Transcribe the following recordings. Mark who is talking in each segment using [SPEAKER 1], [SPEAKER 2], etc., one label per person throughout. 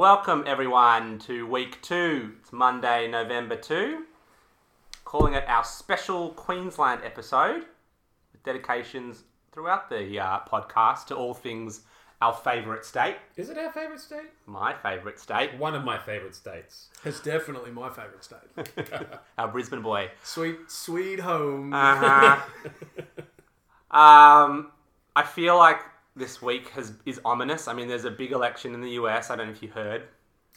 [SPEAKER 1] Welcome everyone to week two. It's Monday, November 2. Calling it our special Queensland episode with dedications throughout the uh, podcast to all things our favourite state,
[SPEAKER 2] Is it our favourite state?
[SPEAKER 1] my favourite state,
[SPEAKER 2] One of my favourite states.
[SPEAKER 3] It's definitely my favourite state.
[SPEAKER 1] our Brisbane boy.
[SPEAKER 3] Sweet, sweet home.
[SPEAKER 1] Uh, Uh-huh. um, I feel like this week has is ominous. I mean, there's a big election in the US. I don't know if you heard.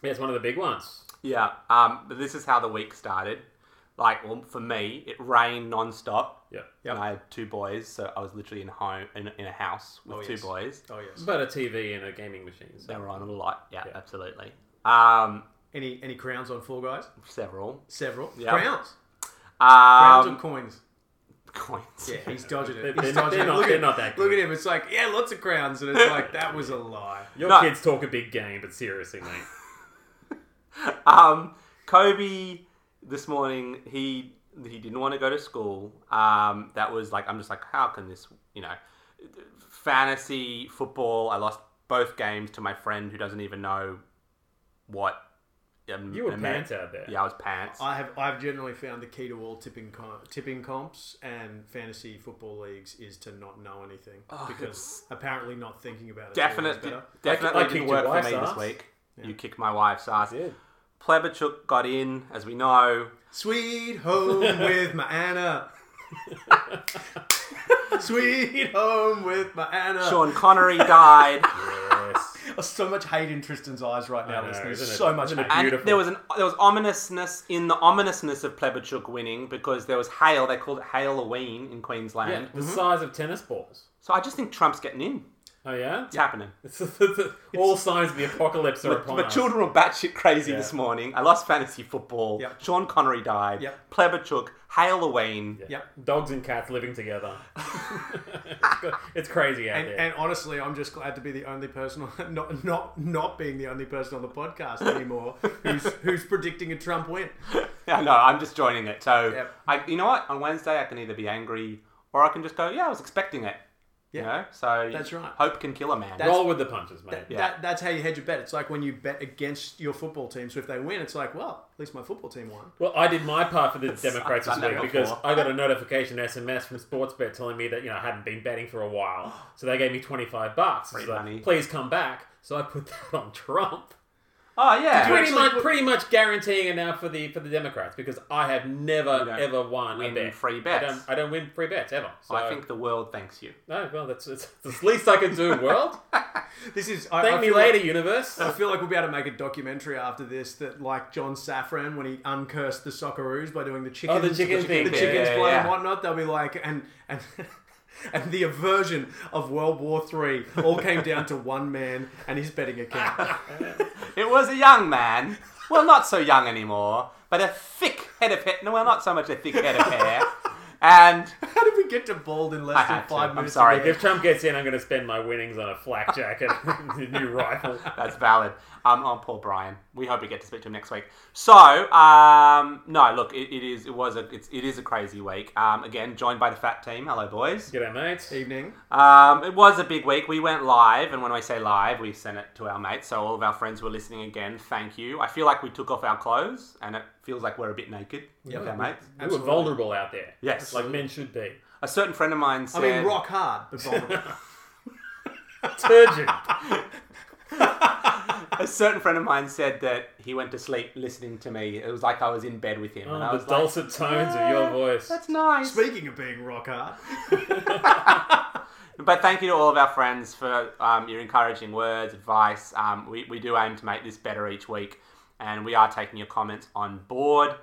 [SPEAKER 2] Yeah, it's one of the big ones.
[SPEAKER 1] Yeah. Um, but this is how the week started. Like, well, for me, it rained nonstop.
[SPEAKER 2] Yeah.
[SPEAKER 3] Yep.
[SPEAKER 1] And I had two boys, so I was literally in home in, in a house with
[SPEAKER 3] Oh,
[SPEAKER 1] two
[SPEAKER 3] yes.
[SPEAKER 1] boys.
[SPEAKER 3] oh yes.
[SPEAKER 2] But a TV and a gaming machine.
[SPEAKER 1] They
[SPEAKER 2] So.
[SPEAKER 1] were on a lot. Yeah,
[SPEAKER 2] Yeah.
[SPEAKER 1] absolutely. Um,
[SPEAKER 3] Any any crowns on Fall Guys?
[SPEAKER 1] several.
[SPEAKER 3] Several
[SPEAKER 1] Yeah.
[SPEAKER 3] crowns. Crowns
[SPEAKER 1] Um,
[SPEAKER 3] or coins?
[SPEAKER 1] coins.
[SPEAKER 3] Yeah, he's dodging
[SPEAKER 2] They're-
[SPEAKER 3] it.
[SPEAKER 2] they're
[SPEAKER 3] He's
[SPEAKER 2] not-
[SPEAKER 3] dodging
[SPEAKER 2] they're
[SPEAKER 3] it.
[SPEAKER 2] not-
[SPEAKER 3] Look
[SPEAKER 2] they're
[SPEAKER 3] at-
[SPEAKER 2] not that
[SPEAKER 3] Look
[SPEAKER 2] good.
[SPEAKER 3] at him. It's like yeah, lots of crowns, and it's like that was a lie.
[SPEAKER 2] Your
[SPEAKER 1] No.
[SPEAKER 2] kids talk a big game, but seriously, mate.
[SPEAKER 1] Um, Kobe this morning he he didn't want to go to school. Um, that was like I'm just like how can this you know fantasy football? I lost both games to my friend who doesn't even know what um,
[SPEAKER 2] You were
[SPEAKER 1] an
[SPEAKER 2] pants
[SPEAKER 1] Amer-
[SPEAKER 2] out there.
[SPEAKER 1] Yeah, I was pants.
[SPEAKER 3] I have I've generally found the key to all tipping com- tipping comps and fantasy football leagues is to not know anything
[SPEAKER 1] Oh,
[SPEAKER 3] because apparently not thinking about it. is always
[SPEAKER 1] Definitely,
[SPEAKER 3] better.
[SPEAKER 1] definitely
[SPEAKER 2] I
[SPEAKER 1] didn't
[SPEAKER 2] kicked
[SPEAKER 1] work
[SPEAKER 2] your
[SPEAKER 1] for
[SPEAKER 2] wife's
[SPEAKER 1] me
[SPEAKER 2] ass.
[SPEAKER 1] this week. You kicked my wife's ass.
[SPEAKER 2] did.
[SPEAKER 1] Plebachuk got in, as we know.
[SPEAKER 3] Sweet home with my Anna. Sweet home with my Anna.
[SPEAKER 1] Sean Connery died,
[SPEAKER 2] Yes.
[SPEAKER 3] Oh, so much hate in Tristan's eyes right now,
[SPEAKER 2] know,
[SPEAKER 3] listeners.
[SPEAKER 2] isn't it-
[SPEAKER 3] So much
[SPEAKER 2] isn't it
[SPEAKER 3] hate.
[SPEAKER 1] and
[SPEAKER 2] Beautiful.
[SPEAKER 1] there was an there was ominousness in the ominousness of Plebachuk winning because there was hail. They called it Halloween in
[SPEAKER 2] Yeah,
[SPEAKER 1] Queensland.
[SPEAKER 3] Mm-hmm.
[SPEAKER 2] the size of tennis balls.
[SPEAKER 1] So I just think Trump's getting in.
[SPEAKER 2] Oh, yeah?
[SPEAKER 1] It's happening.
[SPEAKER 2] It's, all signs of the apocalypse are upon
[SPEAKER 1] My
[SPEAKER 2] us.
[SPEAKER 1] children were batshit crazy
[SPEAKER 2] Yeah.
[SPEAKER 1] this morning. I lost fantasy football.
[SPEAKER 3] Yep.
[SPEAKER 1] Sean Connery died.
[SPEAKER 3] Yep.
[SPEAKER 1] Plebachuk, Halloween.
[SPEAKER 2] Yeah.
[SPEAKER 3] Yep.
[SPEAKER 2] Dogs and cats living together. it's, go- it's crazy out
[SPEAKER 3] And,
[SPEAKER 2] there.
[SPEAKER 3] and honestly, I'm just glad to be the only person, on, not not not being the only person on the podcast anymore who's who's predicting a Trump win.
[SPEAKER 1] Yeah, no, I'm just joining it. So,
[SPEAKER 3] Yep.
[SPEAKER 1] I, you know what? On Wednesday, I can either be angry or I can just go, yeah, I was expecting it.
[SPEAKER 3] Yeah.
[SPEAKER 1] You know? So,
[SPEAKER 3] That's right.
[SPEAKER 1] Hope can kill a man.
[SPEAKER 2] Roll with the punches, mate.
[SPEAKER 3] That,
[SPEAKER 1] Yeah.
[SPEAKER 3] that, that's how you hedge your bet. It's like when you bet against your football team. So if they win, it's like, well, at least my football team won.
[SPEAKER 2] Well, I did my part for the Democrats
[SPEAKER 1] I've
[SPEAKER 2] this
[SPEAKER 1] done
[SPEAKER 2] week
[SPEAKER 1] that
[SPEAKER 2] because
[SPEAKER 1] before.
[SPEAKER 2] I got a notification SMS from Sportsbet telling me that you know I hadn't been betting for a while, so they gave me twenty five bucks. It's like,
[SPEAKER 1] money.
[SPEAKER 2] Please come back. So I put that on Trump,
[SPEAKER 1] Oh, yeah.
[SPEAKER 2] pretty
[SPEAKER 3] actually
[SPEAKER 2] much,
[SPEAKER 3] put-
[SPEAKER 2] pretty much guaranteeing it now for the for the Democrats because I have never
[SPEAKER 1] You don't
[SPEAKER 2] ever won
[SPEAKER 1] win
[SPEAKER 2] a bet.
[SPEAKER 1] free
[SPEAKER 2] I
[SPEAKER 1] bets.
[SPEAKER 2] don't, I don't win free bets ever. So
[SPEAKER 1] I think the world thanks you.
[SPEAKER 2] no. Well, that's, that's, that's the least I can do. World,
[SPEAKER 3] This is I, I
[SPEAKER 2] thank me
[SPEAKER 3] feel
[SPEAKER 2] later,
[SPEAKER 3] Like,
[SPEAKER 2] universe.
[SPEAKER 3] I feel like we'll be able to make a documentary after this that, like John Safran, when he uncursed the Socceroos by doing the
[SPEAKER 1] Oh,
[SPEAKER 3] chickens,
[SPEAKER 2] chicken thing.
[SPEAKER 3] the
[SPEAKER 2] Yeah,
[SPEAKER 3] chickens
[SPEAKER 1] yeah,
[SPEAKER 3] play
[SPEAKER 1] yeah.
[SPEAKER 3] and whatnot, they'll be like, and and and the aversion of World War Three all came down to one man and his betting account.
[SPEAKER 1] It was a young man. Well, not so young anymore, but a thick head of hair. No, well, not so much a thick head of hair. And
[SPEAKER 3] How did we get to bald in less
[SPEAKER 1] I
[SPEAKER 3] than
[SPEAKER 1] had to.
[SPEAKER 3] five
[SPEAKER 1] I'm
[SPEAKER 3] minutes?
[SPEAKER 1] sorry.
[SPEAKER 3] ago?
[SPEAKER 2] If Trump gets in, I'm going to spend my winnings on a flak jacket, and a new rifle.
[SPEAKER 1] that's valid. Um, oh, poor Brian. We hope we get to speak to him next week. So, um, no, look, it, it is it was a it's, it is a crazy week. Um, again, joined by the fat team. Hello, boys.
[SPEAKER 2] G'day, mate.
[SPEAKER 3] Evening.
[SPEAKER 1] Um, it was a big week. We went live, and when I say live, we sent it to our mates. So all of our friends were listening again. Thank you. I feel like we took off our clothes, and it feels like we're a bit naked with our mates.
[SPEAKER 2] We were vulnerable out there.
[SPEAKER 1] Yes.
[SPEAKER 2] Like men should be.
[SPEAKER 1] A certain friend of mine
[SPEAKER 3] I
[SPEAKER 1] said,
[SPEAKER 3] mean, rock hard, but vulnerable.
[SPEAKER 2] Turgid.
[SPEAKER 1] A certain friend of mine said that he went to sleep listening to me. It was like I was in bed with him, and I
[SPEAKER 2] Oh,
[SPEAKER 1] was
[SPEAKER 2] the
[SPEAKER 1] like,
[SPEAKER 2] dulcet tones of your voice.
[SPEAKER 1] "That's nice."
[SPEAKER 3] Speaking of being rock hard,
[SPEAKER 1] But thank you to all of our friends for um, your encouraging words, advice. Um, we, we do aim to make this better each week, and we are taking your comments on board.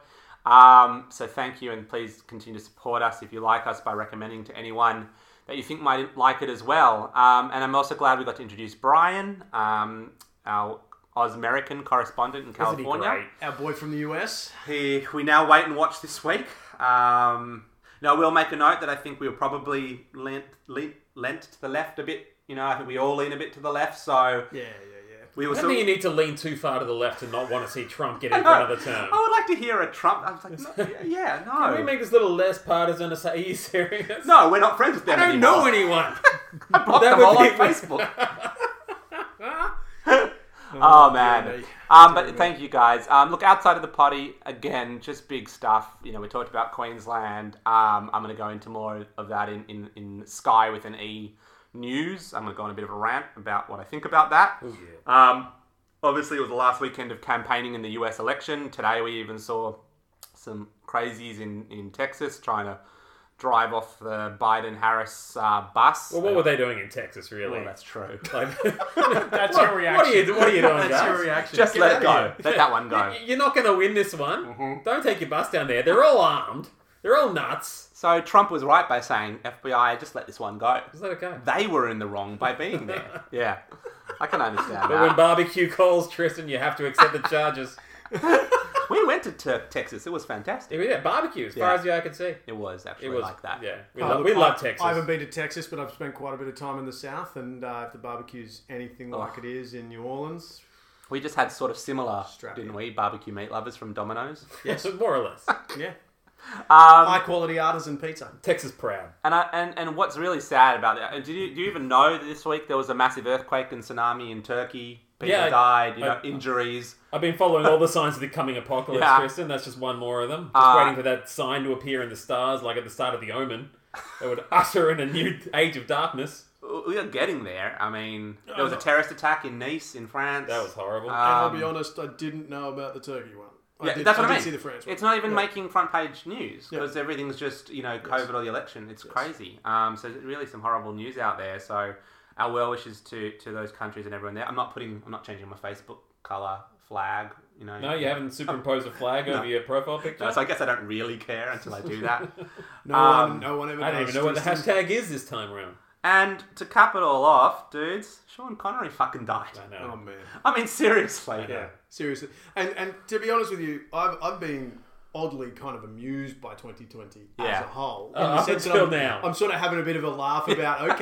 [SPEAKER 1] Um, so thank you, and please continue to support us if you like us by recommending to anyone that you think might like it as well. Um, and I'm also glad we got to introduce Brian, um, our Oz American correspondent in
[SPEAKER 2] Isn't he
[SPEAKER 1] California.
[SPEAKER 2] great?
[SPEAKER 3] our boy from the US.
[SPEAKER 1] He, we now wait and watch this week. Um, now, we'll make a note that I think we were probably lent, lent, lent to the left a bit. You know, I think we all lean a bit to the left, so
[SPEAKER 3] Yeah, yeah, yeah.
[SPEAKER 1] we
[SPEAKER 2] I
[SPEAKER 1] were
[SPEAKER 2] don't
[SPEAKER 1] sort
[SPEAKER 2] think you
[SPEAKER 1] of-
[SPEAKER 2] need to lean too far to the left and not want to see Trump get in for
[SPEAKER 1] No,
[SPEAKER 2] another term.
[SPEAKER 1] I would like to hear a Trump. I was like, no, yeah, yeah,
[SPEAKER 2] Can we
[SPEAKER 1] Oh, no.
[SPEAKER 2] make this a little less partisan and say, are you serious?
[SPEAKER 1] No, we're not friends with them
[SPEAKER 2] I don't
[SPEAKER 1] anymore.
[SPEAKER 2] know anyone.
[SPEAKER 1] I blocked
[SPEAKER 2] That
[SPEAKER 1] them all on
[SPEAKER 2] would be-
[SPEAKER 1] Facebook.
[SPEAKER 3] Oh,
[SPEAKER 1] Oh
[SPEAKER 3] Yeah,
[SPEAKER 1] man.
[SPEAKER 3] mate.
[SPEAKER 1] Um, but
[SPEAKER 3] Terrible.
[SPEAKER 1] thank you guys. Um, look, outside of the potty, again, just big stuff. You know, we talked about Queensland. Um, I'm going to go into more of that in, in, in Sky with an E news. I'm going to go on a bit of a rant about what I think about that. Um, obviously, it was the last weekend of campaigning in the US election. Today, we even saw some crazies in, in Texas trying to drive off the Biden Harris uh, bus.
[SPEAKER 2] Well, what were they doing in Texas, really?
[SPEAKER 1] Well, that's true.
[SPEAKER 2] Like-
[SPEAKER 3] That's
[SPEAKER 2] What-
[SPEAKER 3] your
[SPEAKER 2] What are
[SPEAKER 3] reaction.
[SPEAKER 2] you, what are you doing,
[SPEAKER 3] That's
[SPEAKER 2] guys?
[SPEAKER 3] your reaction.
[SPEAKER 1] Just
[SPEAKER 3] Get
[SPEAKER 1] let
[SPEAKER 3] out
[SPEAKER 1] it go.
[SPEAKER 3] of
[SPEAKER 1] Let that one go. Mm-hmm.
[SPEAKER 2] You're not going to win this one. Don't take your bus down there. They're all armed. They're all nuts.
[SPEAKER 1] So Trump was right by saying, FBI, just let this one go.
[SPEAKER 2] Just let it go.
[SPEAKER 1] They were in the wrong by being there. yeah. I can understand
[SPEAKER 2] But when
[SPEAKER 1] that.
[SPEAKER 2] barbecue calls, Tristan, you have to accept the charges.
[SPEAKER 1] we went to Tur- Texas. It was fantastic.
[SPEAKER 2] Yeah, barbecue, as far
[SPEAKER 1] Yeah.
[SPEAKER 2] as the eye can see.
[SPEAKER 1] It was actually
[SPEAKER 2] It was
[SPEAKER 1] like that.
[SPEAKER 2] Yeah, we,
[SPEAKER 3] Oh,
[SPEAKER 2] love,
[SPEAKER 3] look,
[SPEAKER 2] we love
[SPEAKER 3] I-
[SPEAKER 2] Texas.
[SPEAKER 3] I haven't been to Texas, but I've spent quite a bit of time in the South, and uh, if the barbecue's anything like
[SPEAKER 1] Oh.
[SPEAKER 3] it is in New Orleans,
[SPEAKER 1] We just had sort of similar,
[SPEAKER 3] Strap
[SPEAKER 1] didn't
[SPEAKER 3] in.
[SPEAKER 1] we? Barbecue meat lovers from Domino's.
[SPEAKER 3] yes,
[SPEAKER 2] more or less.
[SPEAKER 3] yeah,
[SPEAKER 1] Um,
[SPEAKER 3] high quality artisan pizza.
[SPEAKER 2] Texas proud.
[SPEAKER 1] and, I, and and what's really sad about that, and did you, do you even know that this week there was a massive earthquake and tsunami in Turkey? People
[SPEAKER 2] Yeah, I-
[SPEAKER 1] died, you know,
[SPEAKER 2] I-
[SPEAKER 1] injuries.
[SPEAKER 2] I've been following all the signs of the coming apocalypse,
[SPEAKER 1] Yeah.
[SPEAKER 2] Tristan. That's just one more of them. Just
[SPEAKER 1] Uh,
[SPEAKER 2] waiting for that sign to appear in the stars, like at the start of the Omen, that would usher in a new age of darkness.
[SPEAKER 1] We are getting there. I mean, there was a terrorist attack in Nice, in France.
[SPEAKER 2] That was horrible.
[SPEAKER 1] Uh,
[SPEAKER 3] And I'll
[SPEAKER 1] Um,
[SPEAKER 3] be honest, I didn't know about the turkey one. I
[SPEAKER 1] Yeah,
[SPEAKER 3] did,
[SPEAKER 1] that's what
[SPEAKER 3] I
[SPEAKER 1] I,
[SPEAKER 3] did
[SPEAKER 1] mean.
[SPEAKER 3] see the France one.
[SPEAKER 1] it's not even
[SPEAKER 3] Yeah.
[SPEAKER 1] making front page news
[SPEAKER 3] Yeah.
[SPEAKER 1] because everything's just you know COVID or the election. It's crazy. Um, so there's really some horrible news out there. So our well wishes to to those countries and everyone there. I'm not putting. I'm not changing my Facebook color flag. You know.
[SPEAKER 2] no, you haven't superimposed a flag over your profile picture.
[SPEAKER 1] No, so I guess I don't really care until I do that.
[SPEAKER 3] No
[SPEAKER 1] Um,
[SPEAKER 3] one, no one ever.
[SPEAKER 2] I don't even
[SPEAKER 3] knows,
[SPEAKER 2] know what the
[SPEAKER 3] Tristan.
[SPEAKER 2] hashtag is this time around.
[SPEAKER 1] and to cap it all off, dudes, Sean Connery fucking died.
[SPEAKER 2] I
[SPEAKER 3] Oh
[SPEAKER 2] know.
[SPEAKER 3] man,
[SPEAKER 1] I mean, seriously.
[SPEAKER 3] yeah, seriously. And and to be honest with you, I've I've been oddly kind of amused by 2020 as
[SPEAKER 1] Yeah.
[SPEAKER 3] a whole. In
[SPEAKER 2] Uh,
[SPEAKER 3] the
[SPEAKER 2] up
[SPEAKER 3] sense that
[SPEAKER 2] until
[SPEAKER 3] I'm,
[SPEAKER 2] now.
[SPEAKER 3] I'm sort of having a bit of a laugh about. Okay,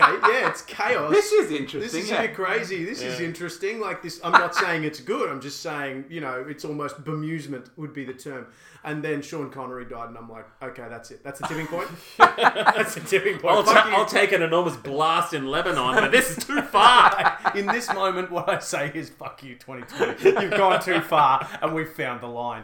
[SPEAKER 3] yeah, it's chaos.
[SPEAKER 1] This is interesting.
[SPEAKER 3] This is
[SPEAKER 1] yeah.
[SPEAKER 3] a bit crazy. This is
[SPEAKER 2] Yeah.
[SPEAKER 3] interesting. Like this, I'm not saying it's good. I'm just saying, you know, it's almost bemusement would be the term. And then Sean Connery died, and I'm like, okay, that's it. That's a tipping point. that's a tipping
[SPEAKER 1] Oh,
[SPEAKER 3] point.
[SPEAKER 2] I'll,
[SPEAKER 3] Fuck
[SPEAKER 2] ta-
[SPEAKER 3] you.
[SPEAKER 2] I'll take an enormous blast in Lebanon, but this is too far.
[SPEAKER 3] In this moment, what I say is, fuck you, 2020. You've gone too far, and we've found the line.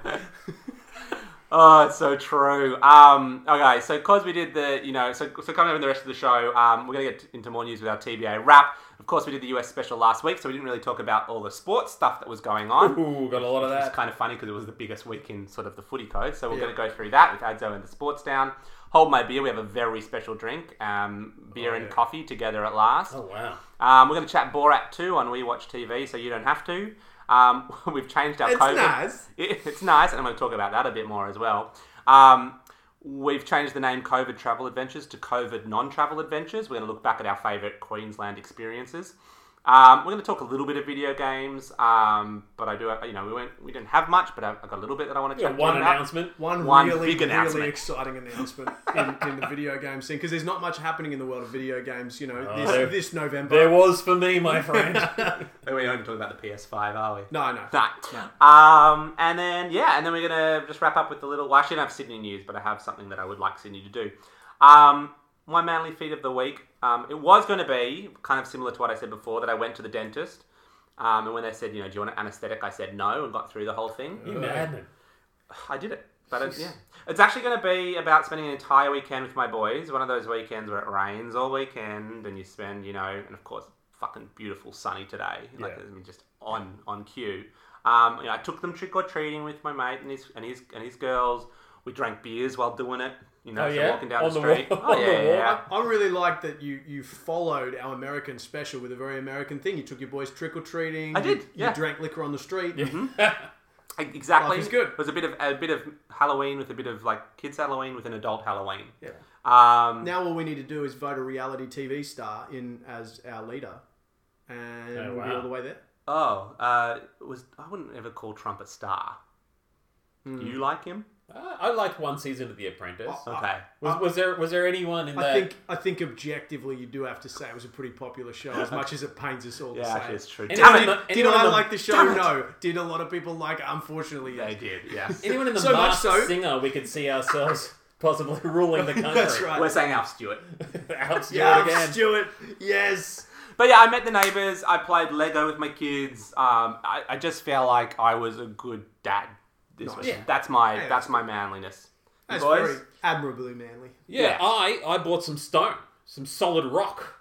[SPEAKER 1] Oh, it's so true. Um, okay, so because we did the, you know, so, so coming up in the rest of the show, um, we're going to get into more news with our TBA wrap. Of course, we did the US special last week, so we didn't really talk about all the sports stuff that was going on.
[SPEAKER 2] Ooh, got a lot of
[SPEAKER 1] It's
[SPEAKER 2] that.
[SPEAKER 1] kind of funny because it was the biggest week in sort of the footy code. So we're
[SPEAKER 3] Yeah.
[SPEAKER 1] going to go through that with Adzo and the sports down. Hold my beer. We have a very special drink, um, beer
[SPEAKER 3] Oh,
[SPEAKER 1] and
[SPEAKER 3] yeah.
[SPEAKER 1] coffee together at last.
[SPEAKER 2] Oh wow.
[SPEAKER 1] Um, we're going to chat Borat 2 on We Watch TV, so you don't have to. Um, we've changed our
[SPEAKER 3] It's
[SPEAKER 1] COVID.
[SPEAKER 3] nice.
[SPEAKER 1] It- it's nice, and I'm going to talk about that a bit more as well. Um, we've changed the name COVID Travel Adventures to COVID Non Travel Adventures. We're going to look back at our favourite Queensland experiences. Um, we're going to talk a little bit of video games, um, but I do, you know, we went, we didn't have much, but I, I got a little bit that I want to
[SPEAKER 2] Yeah,
[SPEAKER 1] chat
[SPEAKER 2] one
[SPEAKER 1] about.
[SPEAKER 2] announcement.
[SPEAKER 3] One,
[SPEAKER 1] One
[SPEAKER 3] really,
[SPEAKER 1] big announcement.
[SPEAKER 3] really exciting announcement in, in the video game scene because there's not much happening in the world of video games, you know,
[SPEAKER 2] Oh,
[SPEAKER 3] this,
[SPEAKER 2] there-
[SPEAKER 3] this November.
[SPEAKER 2] There was for me, my friend.
[SPEAKER 1] We're not even talking about the PS5, are we?
[SPEAKER 3] no, no.
[SPEAKER 1] No. Um, and then yeah, and then we're gonna just wrap up with a little. Well, I shouldn't have Sydney news, but I have something that I would like Sydney to do. Um, my manly feat of the week. Um, it was going to be kind of similar to what I said before that I went to the dentist, um, and when they said, you know, do you want an anesthetic, I said no and got through the whole thing.
[SPEAKER 2] you madman.
[SPEAKER 1] I did it. But it, yeah, it's actually going to be about spending an entire weekend with my boys. One of those weekends where it rains all weekend, and you spend, you know, and of course, fucking beautiful sunny today, like
[SPEAKER 2] Yeah.
[SPEAKER 1] I mean, just on on cue. Um, you know, I took them trick or treating with my mate and his and his and his girls. We drank beers while doing it. You know,
[SPEAKER 2] Oh,
[SPEAKER 1] so
[SPEAKER 2] yeah?
[SPEAKER 1] walking down
[SPEAKER 2] On
[SPEAKER 1] the
[SPEAKER 2] the wa-
[SPEAKER 1] street.
[SPEAKER 2] on
[SPEAKER 1] oh
[SPEAKER 2] the
[SPEAKER 1] yeah, yeah, yeah.
[SPEAKER 2] walk?
[SPEAKER 3] I really like that you you followed our American special with a very American thing. You took your boys trick or treating.
[SPEAKER 1] I did,
[SPEAKER 3] You,
[SPEAKER 1] yeah.
[SPEAKER 3] you drank liquor on the street.
[SPEAKER 1] E- Exactly.
[SPEAKER 3] Life is good.
[SPEAKER 1] It was a bit of a bit of Halloween with a bit of like kids Halloween with an adult Halloween.
[SPEAKER 3] Yeah.
[SPEAKER 1] Um,
[SPEAKER 3] Now all we need to do is vote a reality TV star in as our leader, and
[SPEAKER 2] Oh,
[SPEAKER 3] we'll be
[SPEAKER 2] wow.
[SPEAKER 3] all the way there.
[SPEAKER 1] Oh, uh, was I wouldn't ever call Trump a star. You like him?
[SPEAKER 2] Uh, I liked one season of The Apprentice.
[SPEAKER 3] Oh,
[SPEAKER 1] Okay.
[SPEAKER 2] Was, was there was there anyone in
[SPEAKER 3] I
[SPEAKER 2] that?
[SPEAKER 3] think I think objectively you do have to say it was a pretty popular show. As much as it pains us all to
[SPEAKER 1] yeah,
[SPEAKER 3] say.
[SPEAKER 1] actually, it's true.
[SPEAKER 2] And
[SPEAKER 1] Damn
[SPEAKER 2] it's
[SPEAKER 1] it!
[SPEAKER 2] not-
[SPEAKER 3] Did
[SPEAKER 2] Anyone
[SPEAKER 3] I
[SPEAKER 2] on the-
[SPEAKER 3] like the show? No. Did a lot of people like? it? Unfortunately, yes.
[SPEAKER 1] They did. Yes.
[SPEAKER 2] anyone in the
[SPEAKER 3] so much
[SPEAKER 2] Masked
[SPEAKER 3] so-
[SPEAKER 2] Singer, we could see ourselves possibly ruling the country.
[SPEAKER 3] That's right.
[SPEAKER 1] We're saying Alf Stewart.
[SPEAKER 2] Alf Stewart
[SPEAKER 3] Yeah,
[SPEAKER 2] again.
[SPEAKER 3] Stuart. Yes.
[SPEAKER 1] But yeah, I met the neighbors. I played Lego with my kids. Um, I, I just felt like I was a good dad. This
[SPEAKER 3] Nice.
[SPEAKER 1] was,
[SPEAKER 2] Yeah.
[SPEAKER 1] That's my
[SPEAKER 3] Hey,
[SPEAKER 1] that's
[SPEAKER 3] that's
[SPEAKER 1] my manliness. You
[SPEAKER 3] That's
[SPEAKER 1] boys,
[SPEAKER 3] very admirably manly.
[SPEAKER 2] Yeah,
[SPEAKER 1] Yeah.
[SPEAKER 2] I I bought some stone, some solid rock,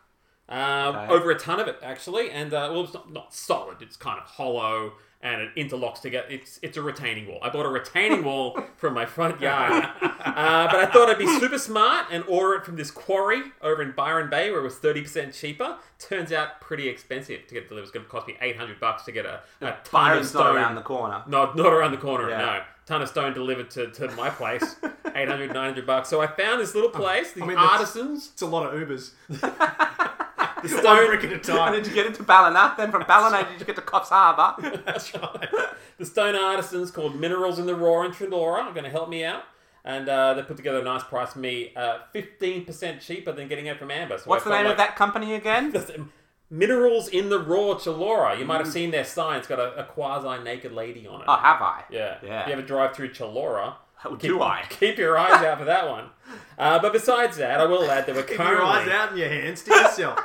[SPEAKER 2] um,
[SPEAKER 1] Okay.
[SPEAKER 2] over a ton of it actually, and uh, well, it's not, not solid. It's kind of hollow and it interlocks together. It's it's a retaining wall. I bought a retaining wall from my front yard, uh, but I thought I'd be super smart and order it from this quarry over in Byron Bay where it was thirty percent cheaper. Turns out pretty expensive to get delivered. It's going to cost me eight hundred bucks to get a, a ton of
[SPEAKER 1] Byron's
[SPEAKER 2] stone.
[SPEAKER 1] not around the corner.
[SPEAKER 2] No, not around the corner.
[SPEAKER 1] Yeah.
[SPEAKER 2] No, ton of stone delivered to, to my place, 800, 900 bucks. So I found this
[SPEAKER 1] Oh,
[SPEAKER 2] little place, the
[SPEAKER 3] I mean, that's-
[SPEAKER 2] artisans,
[SPEAKER 3] It's a lot of Ubers.
[SPEAKER 2] the
[SPEAKER 3] One
[SPEAKER 2] stone,
[SPEAKER 3] brick at a
[SPEAKER 1] And
[SPEAKER 3] time.
[SPEAKER 1] did you get into Ballina? Then from Ballina, did you get to Coffs Harbour?
[SPEAKER 2] That's right. the stone artisans called Minerals in the Roar in Trindora are going to help me out, and uh, they put together a nice price for me, uh, fifteen percent cheaper than getting it from Amber. So
[SPEAKER 1] What's
[SPEAKER 2] I
[SPEAKER 1] the
[SPEAKER 2] felt
[SPEAKER 1] name of
[SPEAKER 2] like-
[SPEAKER 1] that Mm. company again?
[SPEAKER 2] That's, um, Minerals in the Roar Chalora. You might have seen their sign. It's got a, a quasi naked lady on it.
[SPEAKER 1] Oh, have I?
[SPEAKER 2] Yeah.
[SPEAKER 1] Yeah.
[SPEAKER 2] If you ever drive through Chalora,
[SPEAKER 1] Oh,
[SPEAKER 2] keep,
[SPEAKER 1] do I?
[SPEAKER 2] Keep your eyes out for that one. Uh, but besides that, I will add that we're
[SPEAKER 3] Keep your eyes
[SPEAKER 2] currently,
[SPEAKER 3] out and your hands to yourself.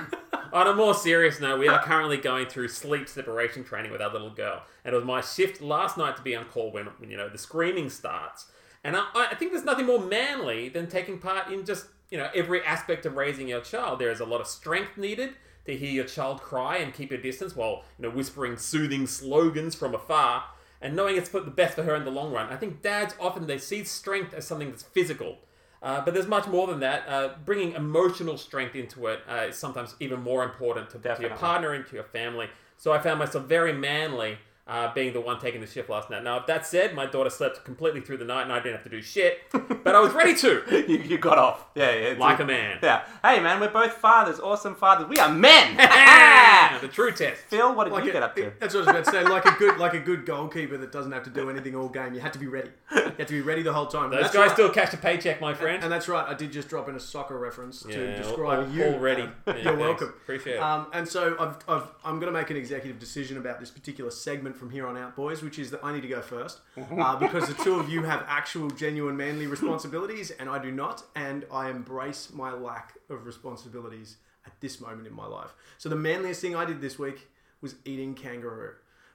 [SPEAKER 2] on a more serious note, we are currently going through sleep separation training with our little girl. And it was my shift last night to be on call when, when, you know, the screaming starts. And I, I think there's nothing more manly than taking part in just, you know, every aspect of raising your child. There is a lot of strength needed to hear your child cry and keep your distance while, you know, whispering soothing slogans from afar and knowing it's for the best for her in the long run. I think dads often they see strength as something that's physical, uh, but there's much more than that. Uh, bringing emotional strength into it uh, is sometimes even more important to, to your
[SPEAKER 1] Definitely.
[SPEAKER 2] partner and to your family. So I found myself very manly. Uh, being the one taking the shift last night. Now, if that said, my daughter slept completely through the night and I didn't have to do shit, but I was ready to,
[SPEAKER 1] You, you got off. Yeah, yeah. it's
[SPEAKER 2] like a man.
[SPEAKER 1] Yeah. Hey, man, we're both fathers. Awesome fathers. We are men.
[SPEAKER 2] Ah!
[SPEAKER 3] Ah!
[SPEAKER 2] the true test.
[SPEAKER 1] Phil, what did
[SPEAKER 3] Like
[SPEAKER 1] you
[SPEAKER 3] a-
[SPEAKER 1] get up to?
[SPEAKER 3] That's what I was about to say. Like a good, like a good goalkeeper that doesn't have to do anything all game. You had to be ready. You had to be ready the whole time.
[SPEAKER 2] Those
[SPEAKER 3] That's
[SPEAKER 2] guys
[SPEAKER 3] right.
[SPEAKER 2] still cash a paycheck, my friend.
[SPEAKER 3] And that's right. I did just drop in a soccer reference
[SPEAKER 2] Yeah,
[SPEAKER 3] to describe
[SPEAKER 2] al-
[SPEAKER 3] you.
[SPEAKER 2] already.
[SPEAKER 3] Adam.
[SPEAKER 2] Yeah,
[SPEAKER 3] You're
[SPEAKER 2] thanks.
[SPEAKER 3] welcome.
[SPEAKER 2] Appreciate it.
[SPEAKER 3] Um, and so I've, I've, I'm going to make an executive decision about this particular segment from here on out, boys, which is that I need to go first uh, because the two of you have actual, genuine, manly responsibilities, and I do not. And I embrace my lack of responsibilities at this moment in my life. So the manliest thing I did this week was eating kangaroo.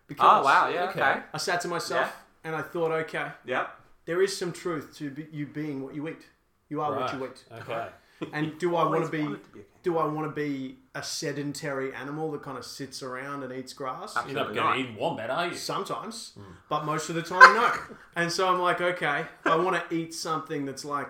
[SPEAKER 3] Because
[SPEAKER 1] Oh, wow. Yeah, okay.
[SPEAKER 2] Okay.
[SPEAKER 3] I sat to myself and I thought, okay,
[SPEAKER 1] Yep.
[SPEAKER 3] there is some truth to be, you being what you eat. You are what
[SPEAKER 2] Right.
[SPEAKER 3] you eat.
[SPEAKER 2] Okay.
[SPEAKER 3] And do I want
[SPEAKER 1] always
[SPEAKER 3] to be?
[SPEAKER 1] wanted to be a kangaroo.
[SPEAKER 3] Do I want to be a sedentary animal that kind of sits around and eats grass?
[SPEAKER 2] You're not going to eat wombat, are you?
[SPEAKER 3] Sometimes,
[SPEAKER 2] Hmm.
[SPEAKER 3] but most of the time, no. and so I'm like, okay, I want to eat something that's like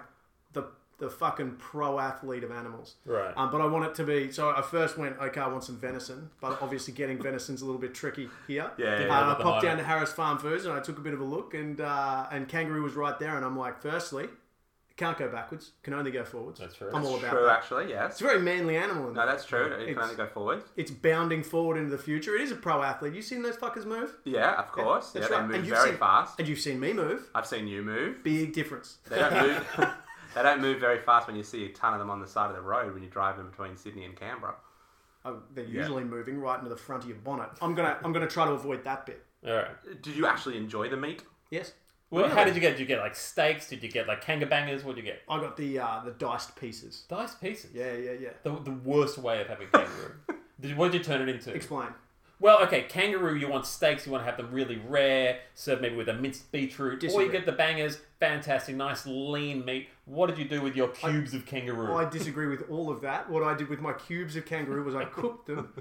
[SPEAKER 3] the the fucking pro athlete of animals.
[SPEAKER 2] Right.
[SPEAKER 3] Um, but I want it to be. So I first went, okay, I want some venison, but obviously getting venison's a little bit tricky here.
[SPEAKER 1] Yeah, yeah,
[SPEAKER 3] Uh,
[SPEAKER 1] yeah.
[SPEAKER 3] I
[SPEAKER 2] At the
[SPEAKER 3] popped down
[SPEAKER 2] moment.
[SPEAKER 3] to Harris Farm Foods and I took a bit of a look, and uh, and kangaroo was right there, and I'm like, firstly, can't go backwards, can only go forwards.
[SPEAKER 2] That's true.
[SPEAKER 3] I'm all about
[SPEAKER 1] True,
[SPEAKER 3] that.
[SPEAKER 1] actually, yes.
[SPEAKER 3] It's a very manly animal. In
[SPEAKER 1] No,
[SPEAKER 3] that.
[SPEAKER 1] that's true. You can
[SPEAKER 3] It's-
[SPEAKER 1] only go forward.
[SPEAKER 3] It's bounding forward into the future. It is a pro athlete. You seen those fuckers move,
[SPEAKER 1] Yeah, of course. Yeah,
[SPEAKER 3] that's
[SPEAKER 1] they
[SPEAKER 3] right.
[SPEAKER 1] move
[SPEAKER 3] And you've
[SPEAKER 1] very
[SPEAKER 3] seen-
[SPEAKER 1] fast.
[SPEAKER 3] and you've seen me move.
[SPEAKER 1] I've seen you move.
[SPEAKER 3] Big difference.
[SPEAKER 1] They don't move. they don't move very fast when you see a ton of them on the side of the road when you're driving between Sydney and Canberra.
[SPEAKER 3] Oh, they're usually moving right into the front of your bonnet. I'm gonna I'm gonna try to avoid that bit.
[SPEAKER 2] All right.
[SPEAKER 1] Did you actually enjoy the meat?
[SPEAKER 3] Yes,
[SPEAKER 2] Well, how did you get? Did you get like steaks? Did you get like kangabangers? What did you get?
[SPEAKER 3] I got the uh, the diced pieces.
[SPEAKER 2] Diced pieces.
[SPEAKER 3] Yeah, yeah, yeah.
[SPEAKER 2] The, the worst way of having kangaroo. did, what did you turn it into?
[SPEAKER 3] Explain.
[SPEAKER 2] well, okay, kangaroo. You want steaks. You want to have them really rare, served maybe with a minced beetroot, or
[SPEAKER 3] Disagree.
[SPEAKER 2] you get the bangers. Fantastic, nice lean meat. What did you do with your cubes of kangaroo?
[SPEAKER 3] I disagree with all of that. What I did with my cubes of kangaroo was I cooked them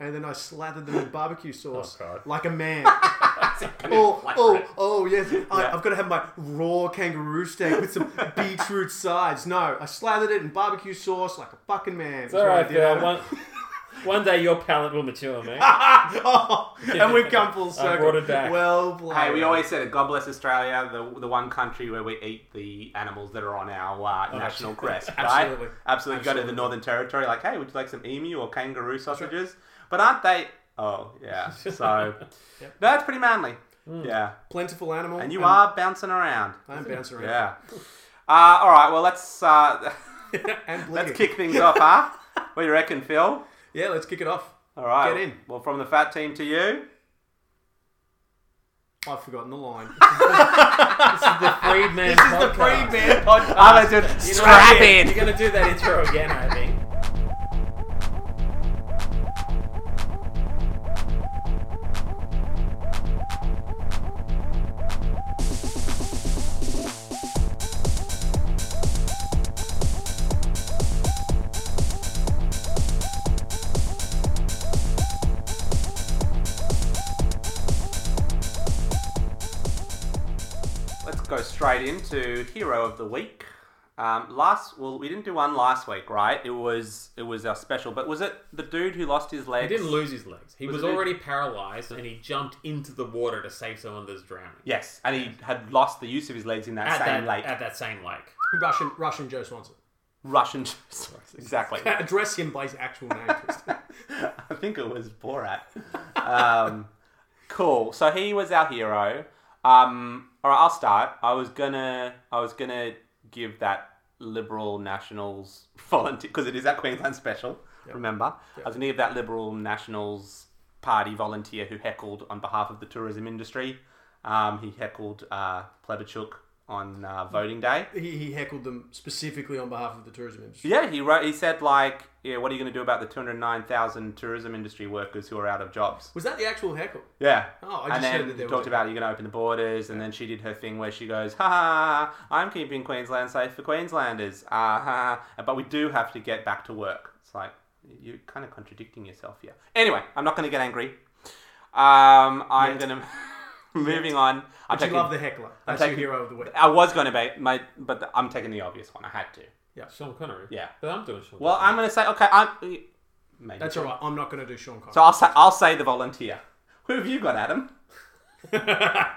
[SPEAKER 3] and then I slathered them in barbecue sauce
[SPEAKER 2] Oh, God.
[SPEAKER 3] like a man.
[SPEAKER 2] I mean,
[SPEAKER 3] oh,
[SPEAKER 2] flat
[SPEAKER 3] oh,
[SPEAKER 2] bread.
[SPEAKER 3] oh, yes. I,
[SPEAKER 1] Yeah.
[SPEAKER 3] I've got to have my raw kangaroo steak with some beetroot sides. No, I slathered it in barbecue sauce like a fucking man.
[SPEAKER 2] It's all right, Phil. One, one day your palate will mature, man.
[SPEAKER 3] oh, and we've come full circle.
[SPEAKER 2] brought it back.
[SPEAKER 3] Well played.
[SPEAKER 1] Hey, we always said it. God bless Australia, the, the one country where we eat the animals that are on our uh, national crest. Right?
[SPEAKER 3] Oh, Absolutely.
[SPEAKER 1] Absolutely. Go to the
[SPEAKER 3] Absolutely.
[SPEAKER 1] Northern Territory, like, hey, would you like some emu or kangaroo sausages? But aren't they? Oh, yeah. So, no, it's pretty manly.
[SPEAKER 3] Hmm.
[SPEAKER 1] Yeah.
[SPEAKER 3] Plentiful animal.
[SPEAKER 1] And you are bouncing around.
[SPEAKER 3] I'm bouncing around.
[SPEAKER 1] Yeah. Uh, all right, well, let's, uh, let's
[SPEAKER 3] And blinking.
[SPEAKER 1] kick things off, huh? What do you reckon, Phil?
[SPEAKER 3] Yeah, let's kick it off.
[SPEAKER 1] All right.
[SPEAKER 3] Get in.
[SPEAKER 1] Well, from the fat team to you.
[SPEAKER 3] I've forgotten the line.
[SPEAKER 2] This is the Freed Man
[SPEAKER 3] this is the
[SPEAKER 2] podcast.
[SPEAKER 3] free man
[SPEAKER 1] I'm gonna do
[SPEAKER 2] You know what, Ian? You're gonna do that intro again, I think.
[SPEAKER 1] go straight into hero of the week. Um, last, well, we didn't do one last week, right? It was it was our special, but was it the dude who lost his
[SPEAKER 2] He
[SPEAKER 1] legs?
[SPEAKER 2] didn't lose his legs. He was,
[SPEAKER 1] Was it-
[SPEAKER 2] already paralyzed, and he jumped into the water to save someone that's drowning.
[SPEAKER 1] Yes, and he had lost the use of his legs in that
[SPEAKER 2] at
[SPEAKER 1] same
[SPEAKER 2] that
[SPEAKER 1] lake.
[SPEAKER 2] at that same lake.
[SPEAKER 3] Russian, Russian Joe Swanson.
[SPEAKER 1] Russian. exactly.
[SPEAKER 3] Address him by his actual name. Tristan.
[SPEAKER 1] I think it was Borat. Um, cool. So he was our hero. Um, all right, I'll start. I was gonna, I was gonna give that Liberal Nationals volunteer because it is that Queensland special. Remember, I was gonna give that Liberal Nationals party volunteer who heckled on behalf of the tourism industry. Um, he heckled uh, Plebichuk on uh, voting day.
[SPEAKER 3] he, he heckled them specifically on behalf of the tourism industry.
[SPEAKER 1] Yeah, he wrote. He said like, yeah, what are you gonna do about the two hundred nine thousand tourism industry workers who are out of jobs?
[SPEAKER 3] Was that the actual heckle?
[SPEAKER 1] Yeah.
[SPEAKER 3] Oh, I
[SPEAKER 1] and
[SPEAKER 3] just
[SPEAKER 1] then
[SPEAKER 3] heard that there
[SPEAKER 1] talked
[SPEAKER 3] was a-
[SPEAKER 1] about you're going to open the borders, and then she did her thing where she goes, "Ha ha, ha, I'm keeping Queensland safe for Queenslanders." Ah ha, ha, but we do have to get back to work. It's like you're kind of contradicting yourself here. Anyway, I'm not going to get angry. Um, I'm
[SPEAKER 3] Yet.
[SPEAKER 1] going to moving on. I'm
[SPEAKER 3] But you
[SPEAKER 1] taking-
[SPEAKER 3] love the heckler. That's
[SPEAKER 1] taking-
[SPEAKER 3] your hero of the week.
[SPEAKER 1] I was going to be my, but the- I'm taking the obvious one. I had to.
[SPEAKER 2] Sean Connery.
[SPEAKER 1] Yeah.
[SPEAKER 2] but I'm doing Sean.
[SPEAKER 1] Well, I'm going to say okay. I'm maybe.
[SPEAKER 3] That's all right. I'm not going to do Sean Connery.
[SPEAKER 1] so I'll say I'll say the volunteer. Who have you got, Adam?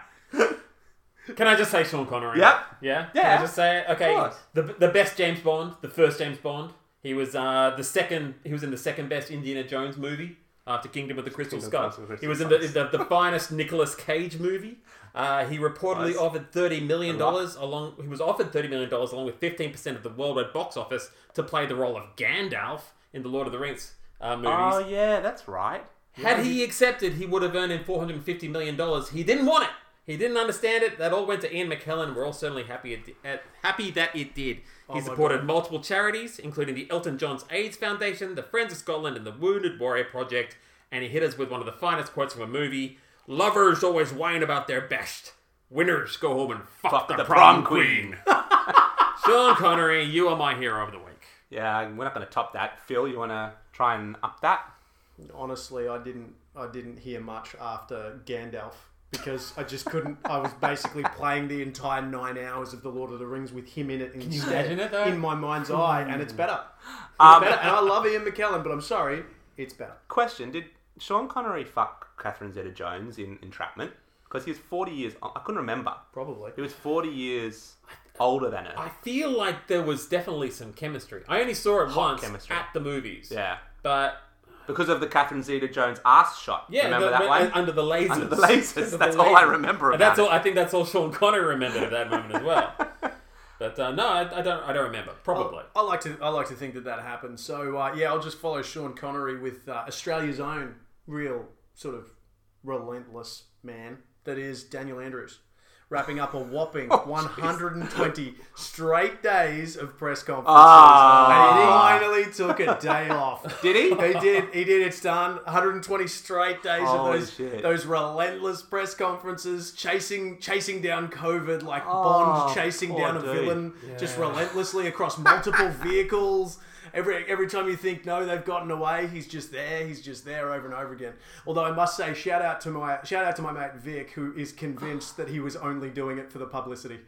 [SPEAKER 2] Can I just say Sean Connery?
[SPEAKER 1] Yep.
[SPEAKER 2] Yeah. Can
[SPEAKER 1] Yeah.
[SPEAKER 2] I just say it? Okay.
[SPEAKER 1] course.
[SPEAKER 2] The the best James Bond, the first James Bond. He was uh, the second. He was in the second best Indiana Jones movie after Kingdom of the Crystal
[SPEAKER 1] Kingdom of
[SPEAKER 2] Skull.
[SPEAKER 1] the Crystal
[SPEAKER 2] He was in the, the, the finest Nicolas Cage movie. Uh, he reportedly
[SPEAKER 1] Nice.
[SPEAKER 2] offered thirty million
[SPEAKER 1] Good luck.
[SPEAKER 2] dollars along. He was offered thirty million dollars along with fifteen percent of the worldwide box office to play the role of Gandalf in the Lord of the Rings uh, movies.
[SPEAKER 1] Oh yeah, that's right.
[SPEAKER 2] Had he accepted, he would have earned him four hundred and fifty million dollars. He didn't want it. He didn't understand it. That all went to Ian McKellen. We're all certainly happy it, at, happy that it did. He
[SPEAKER 3] my
[SPEAKER 2] supported multiple charities, including the Elton John's AIDS Foundation, the Friends of Scotland, and the Wounded Warrior Project. And he hit us with one of the finest quotes from a movie: "Lovers always whine about their best. Winners go home and fuck, the, prom, queen." Sean Connery, you are my hero of the week.
[SPEAKER 1] Yeah, we're not going to top that. Phil, you want to try and up that?
[SPEAKER 3] Honestly, I didn't. I didn't hear much after Gandalf because I just couldn't. I was basically playing the entire nine hours of the Lord of the Rings with him in it instead,
[SPEAKER 2] imagine it, though?
[SPEAKER 3] in my mind's eye, and it's better.
[SPEAKER 1] Um,
[SPEAKER 3] better. And I love Ian McKellen, but I'm sorry, it's better.
[SPEAKER 1] question: Did Sean Connery fuck Catherine Zeta-Jones in Entrapment? Because he's forty years. I couldn't remember.
[SPEAKER 3] Probably.
[SPEAKER 1] He was forty years older than her.
[SPEAKER 2] I feel like there was definitely some chemistry. I only saw it once
[SPEAKER 1] chemistry.
[SPEAKER 2] at the movies.
[SPEAKER 1] yeah,
[SPEAKER 2] But
[SPEAKER 1] because of the Catherine Zeta-Jones ass shot.
[SPEAKER 2] yeah,
[SPEAKER 1] remember
[SPEAKER 2] the-
[SPEAKER 1] that
[SPEAKER 2] when-
[SPEAKER 1] one?
[SPEAKER 2] under the lasers.
[SPEAKER 1] Under the lasers.
[SPEAKER 2] Under the
[SPEAKER 1] That's all I
[SPEAKER 2] lasers.
[SPEAKER 1] remember
[SPEAKER 2] And that's
[SPEAKER 1] about
[SPEAKER 2] all. I think that's all Sean Connery remembered of that moment as well. But uh, no, I, I don't. I don't remember. Probably.
[SPEAKER 3] I like to. I like to think that that happened. So uh, yeah, I'll just follow Sean Connery with uh, Australia's own real sort of relentless man that is Daniel Andrews, wrapping up a whopping
[SPEAKER 1] Oh,
[SPEAKER 3] 120 straight days of press conferences,
[SPEAKER 1] Ah.
[SPEAKER 3] and he finally took a day off.
[SPEAKER 1] Did he?
[SPEAKER 3] He did. He did. It's done. 120 straight days
[SPEAKER 1] Holy
[SPEAKER 3] of those
[SPEAKER 1] shit.
[SPEAKER 3] those relentless press conferences, chasing chasing down COVID like
[SPEAKER 1] Oh,
[SPEAKER 3] Bond chasing
[SPEAKER 1] poor
[SPEAKER 3] down a
[SPEAKER 1] dude.
[SPEAKER 3] villain just
[SPEAKER 2] Yeah.
[SPEAKER 3] relentlessly across multiple vehicles. Every every time you think no, they've gotten away, he's just there. He's just there over and over again. Although I must say, shout out to my shout out to my mate Vic, who is convinced that he was only doing it for the publicity.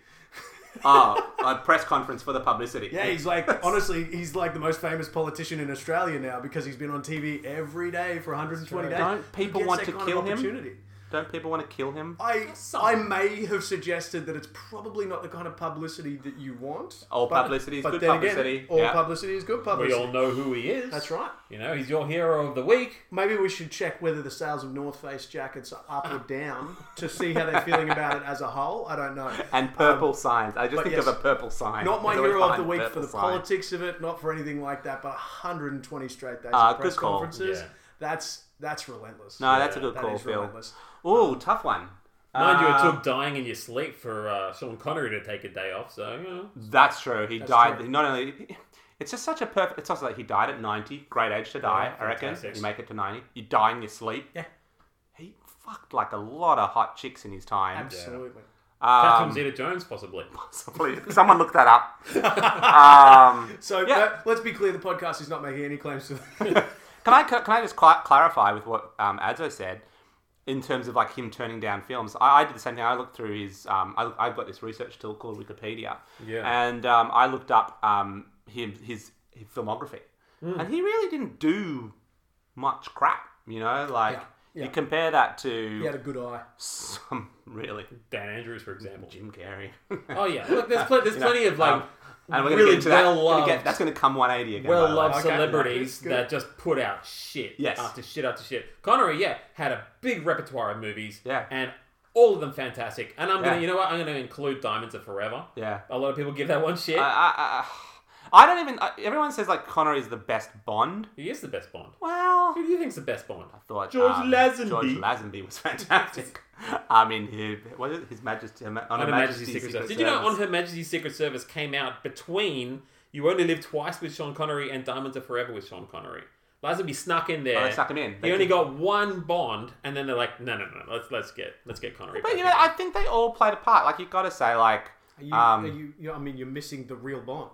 [SPEAKER 1] oh, a press conference for the publicity.
[SPEAKER 3] Yeah, he's like honestly, he's like the most famous politician in Australia now because he's been on TV every day for 120 days.
[SPEAKER 1] Don't
[SPEAKER 3] Who
[SPEAKER 1] people
[SPEAKER 3] gets
[SPEAKER 1] want
[SPEAKER 3] that
[SPEAKER 1] to
[SPEAKER 3] kind of
[SPEAKER 1] kill him?
[SPEAKER 3] opportunity?
[SPEAKER 1] Don't people want to kill him?
[SPEAKER 3] I
[SPEAKER 2] Some.
[SPEAKER 3] I may have suggested that it's probably not the kind of publicity that you want.
[SPEAKER 1] All
[SPEAKER 3] but-
[SPEAKER 1] publicity is
[SPEAKER 3] but
[SPEAKER 1] good
[SPEAKER 3] then again,
[SPEAKER 1] publicity,
[SPEAKER 3] all
[SPEAKER 1] yeah.
[SPEAKER 3] publicity is good
[SPEAKER 1] Oh,
[SPEAKER 2] we
[SPEAKER 3] publicity.
[SPEAKER 2] all know who he is.
[SPEAKER 3] That's right.
[SPEAKER 2] You know, he's your hero of the week.
[SPEAKER 3] Maybe we should check whether the sales of North Face jackets are up or down to see how they're feeling about it as a whole. I don't know.
[SPEAKER 1] And purple signs. I just
[SPEAKER 3] Um, but
[SPEAKER 1] think
[SPEAKER 3] yes.
[SPEAKER 1] of a purple sign.
[SPEAKER 3] Not my
[SPEAKER 1] There's always
[SPEAKER 3] hero of the
[SPEAKER 1] behind
[SPEAKER 3] week for
[SPEAKER 1] purple
[SPEAKER 3] the
[SPEAKER 1] sign.
[SPEAKER 3] politics of it, not for anything like that, but 120 straight days
[SPEAKER 1] Ah,
[SPEAKER 3] of press
[SPEAKER 1] good call.
[SPEAKER 3] conferences.
[SPEAKER 2] Yeah.
[SPEAKER 3] That's that's relentless.
[SPEAKER 1] No, that's a
[SPEAKER 2] Yeah,
[SPEAKER 1] good
[SPEAKER 3] That
[SPEAKER 1] call,
[SPEAKER 3] is
[SPEAKER 1] Phil.
[SPEAKER 3] relentless.
[SPEAKER 1] Ooh, tough one.
[SPEAKER 2] Mind you, it
[SPEAKER 1] Um,
[SPEAKER 2] took dying in your sleep for uh, Sean Connery to take a day off. So you know.
[SPEAKER 1] That's true. He died.
[SPEAKER 3] true.
[SPEAKER 1] Not only, it's just such a perfect. It's also like he died at ninety. Great age to die. I reckon.
[SPEAKER 2] fantastic.
[SPEAKER 1] You make it to ninety. You die in your sleep.
[SPEAKER 3] Yeah.
[SPEAKER 1] He fucked like a lot of hot chicks in his time.
[SPEAKER 3] Absolutely.
[SPEAKER 2] Catherine
[SPEAKER 1] Um,
[SPEAKER 2] Zeta-Jones, possibly.
[SPEAKER 1] possibly- someone look that up. um,
[SPEAKER 3] So
[SPEAKER 1] Yeah.
[SPEAKER 3] uh, let's be clear: the podcast is not making any claims to.
[SPEAKER 1] can I can I just cl- clarify with what um, Adzo said? in terms of like him turning down films. I, I did the same thing. I looked through his. Um, I, I've got this research tool called Wikipedia,
[SPEAKER 2] Yeah.
[SPEAKER 1] and um, I looked up um, him his, his filmography,
[SPEAKER 3] Hmm.
[SPEAKER 1] and he really didn't do much crap. You know, like
[SPEAKER 3] Yeah.
[SPEAKER 1] you compare that
[SPEAKER 3] He had
[SPEAKER 1] to
[SPEAKER 3] a good eye.
[SPEAKER 1] some really
[SPEAKER 2] Dan Andrews, for example.
[SPEAKER 1] Jim Carrey.
[SPEAKER 2] Oh yeah, look, there's, pl- there's
[SPEAKER 1] You know,
[SPEAKER 2] plenty of like
[SPEAKER 1] um, and we're gonna
[SPEAKER 2] really
[SPEAKER 1] get into that.
[SPEAKER 2] well
[SPEAKER 1] We're gonna
[SPEAKER 2] loved,
[SPEAKER 1] get- that's going to come 180 again. by the way.
[SPEAKER 2] well loved
[SPEAKER 3] Okay.
[SPEAKER 2] celebrities
[SPEAKER 3] Good.
[SPEAKER 2] that just put out shit
[SPEAKER 1] Yes.
[SPEAKER 2] after shit after shit. Connery, yeah, had a big repertoire of movies,
[SPEAKER 1] Yeah.
[SPEAKER 2] and all of them fantastic. And I'm gonna,
[SPEAKER 1] Yeah.
[SPEAKER 2] you know what, I'm gonna include Diamonds Are Forever.
[SPEAKER 1] Yeah.
[SPEAKER 2] A lot of people give that one shit.
[SPEAKER 1] I, I, I, I don't even. I, everyone says like Connery is the best Bond.
[SPEAKER 2] he is the best Bond.
[SPEAKER 1] Well,
[SPEAKER 2] Who do you think's the best Bond?
[SPEAKER 1] I thought
[SPEAKER 2] George
[SPEAKER 1] um,
[SPEAKER 2] Lazenby.
[SPEAKER 1] George Lazenby was fantastic. I mean, he, what is it? His Majesty on
[SPEAKER 2] On
[SPEAKER 1] Her
[SPEAKER 2] Her
[SPEAKER 1] Majesty's
[SPEAKER 2] Majesty's
[SPEAKER 1] Secret,
[SPEAKER 2] Secret
[SPEAKER 1] Service.
[SPEAKER 2] Service. Did you know On Her Majesty's Secret Service came out between You Only Live Twice with Sean Connery and Diamonds Are Forever with Sean Connery? Lazenby snuck in there.
[SPEAKER 1] Oh, they snuck him in. They
[SPEAKER 2] He only
[SPEAKER 1] did.
[SPEAKER 2] got one Bond, and then they're like, no, no, no, let's let's get let's get Connery.
[SPEAKER 1] But
[SPEAKER 2] back
[SPEAKER 1] you know,
[SPEAKER 2] in."
[SPEAKER 1] I think they all played a part. Like you got to say, like
[SPEAKER 3] Are you,
[SPEAKER 1] Um,
[SPEAKER 3] are you, you- I mean, you're missing the real Bond.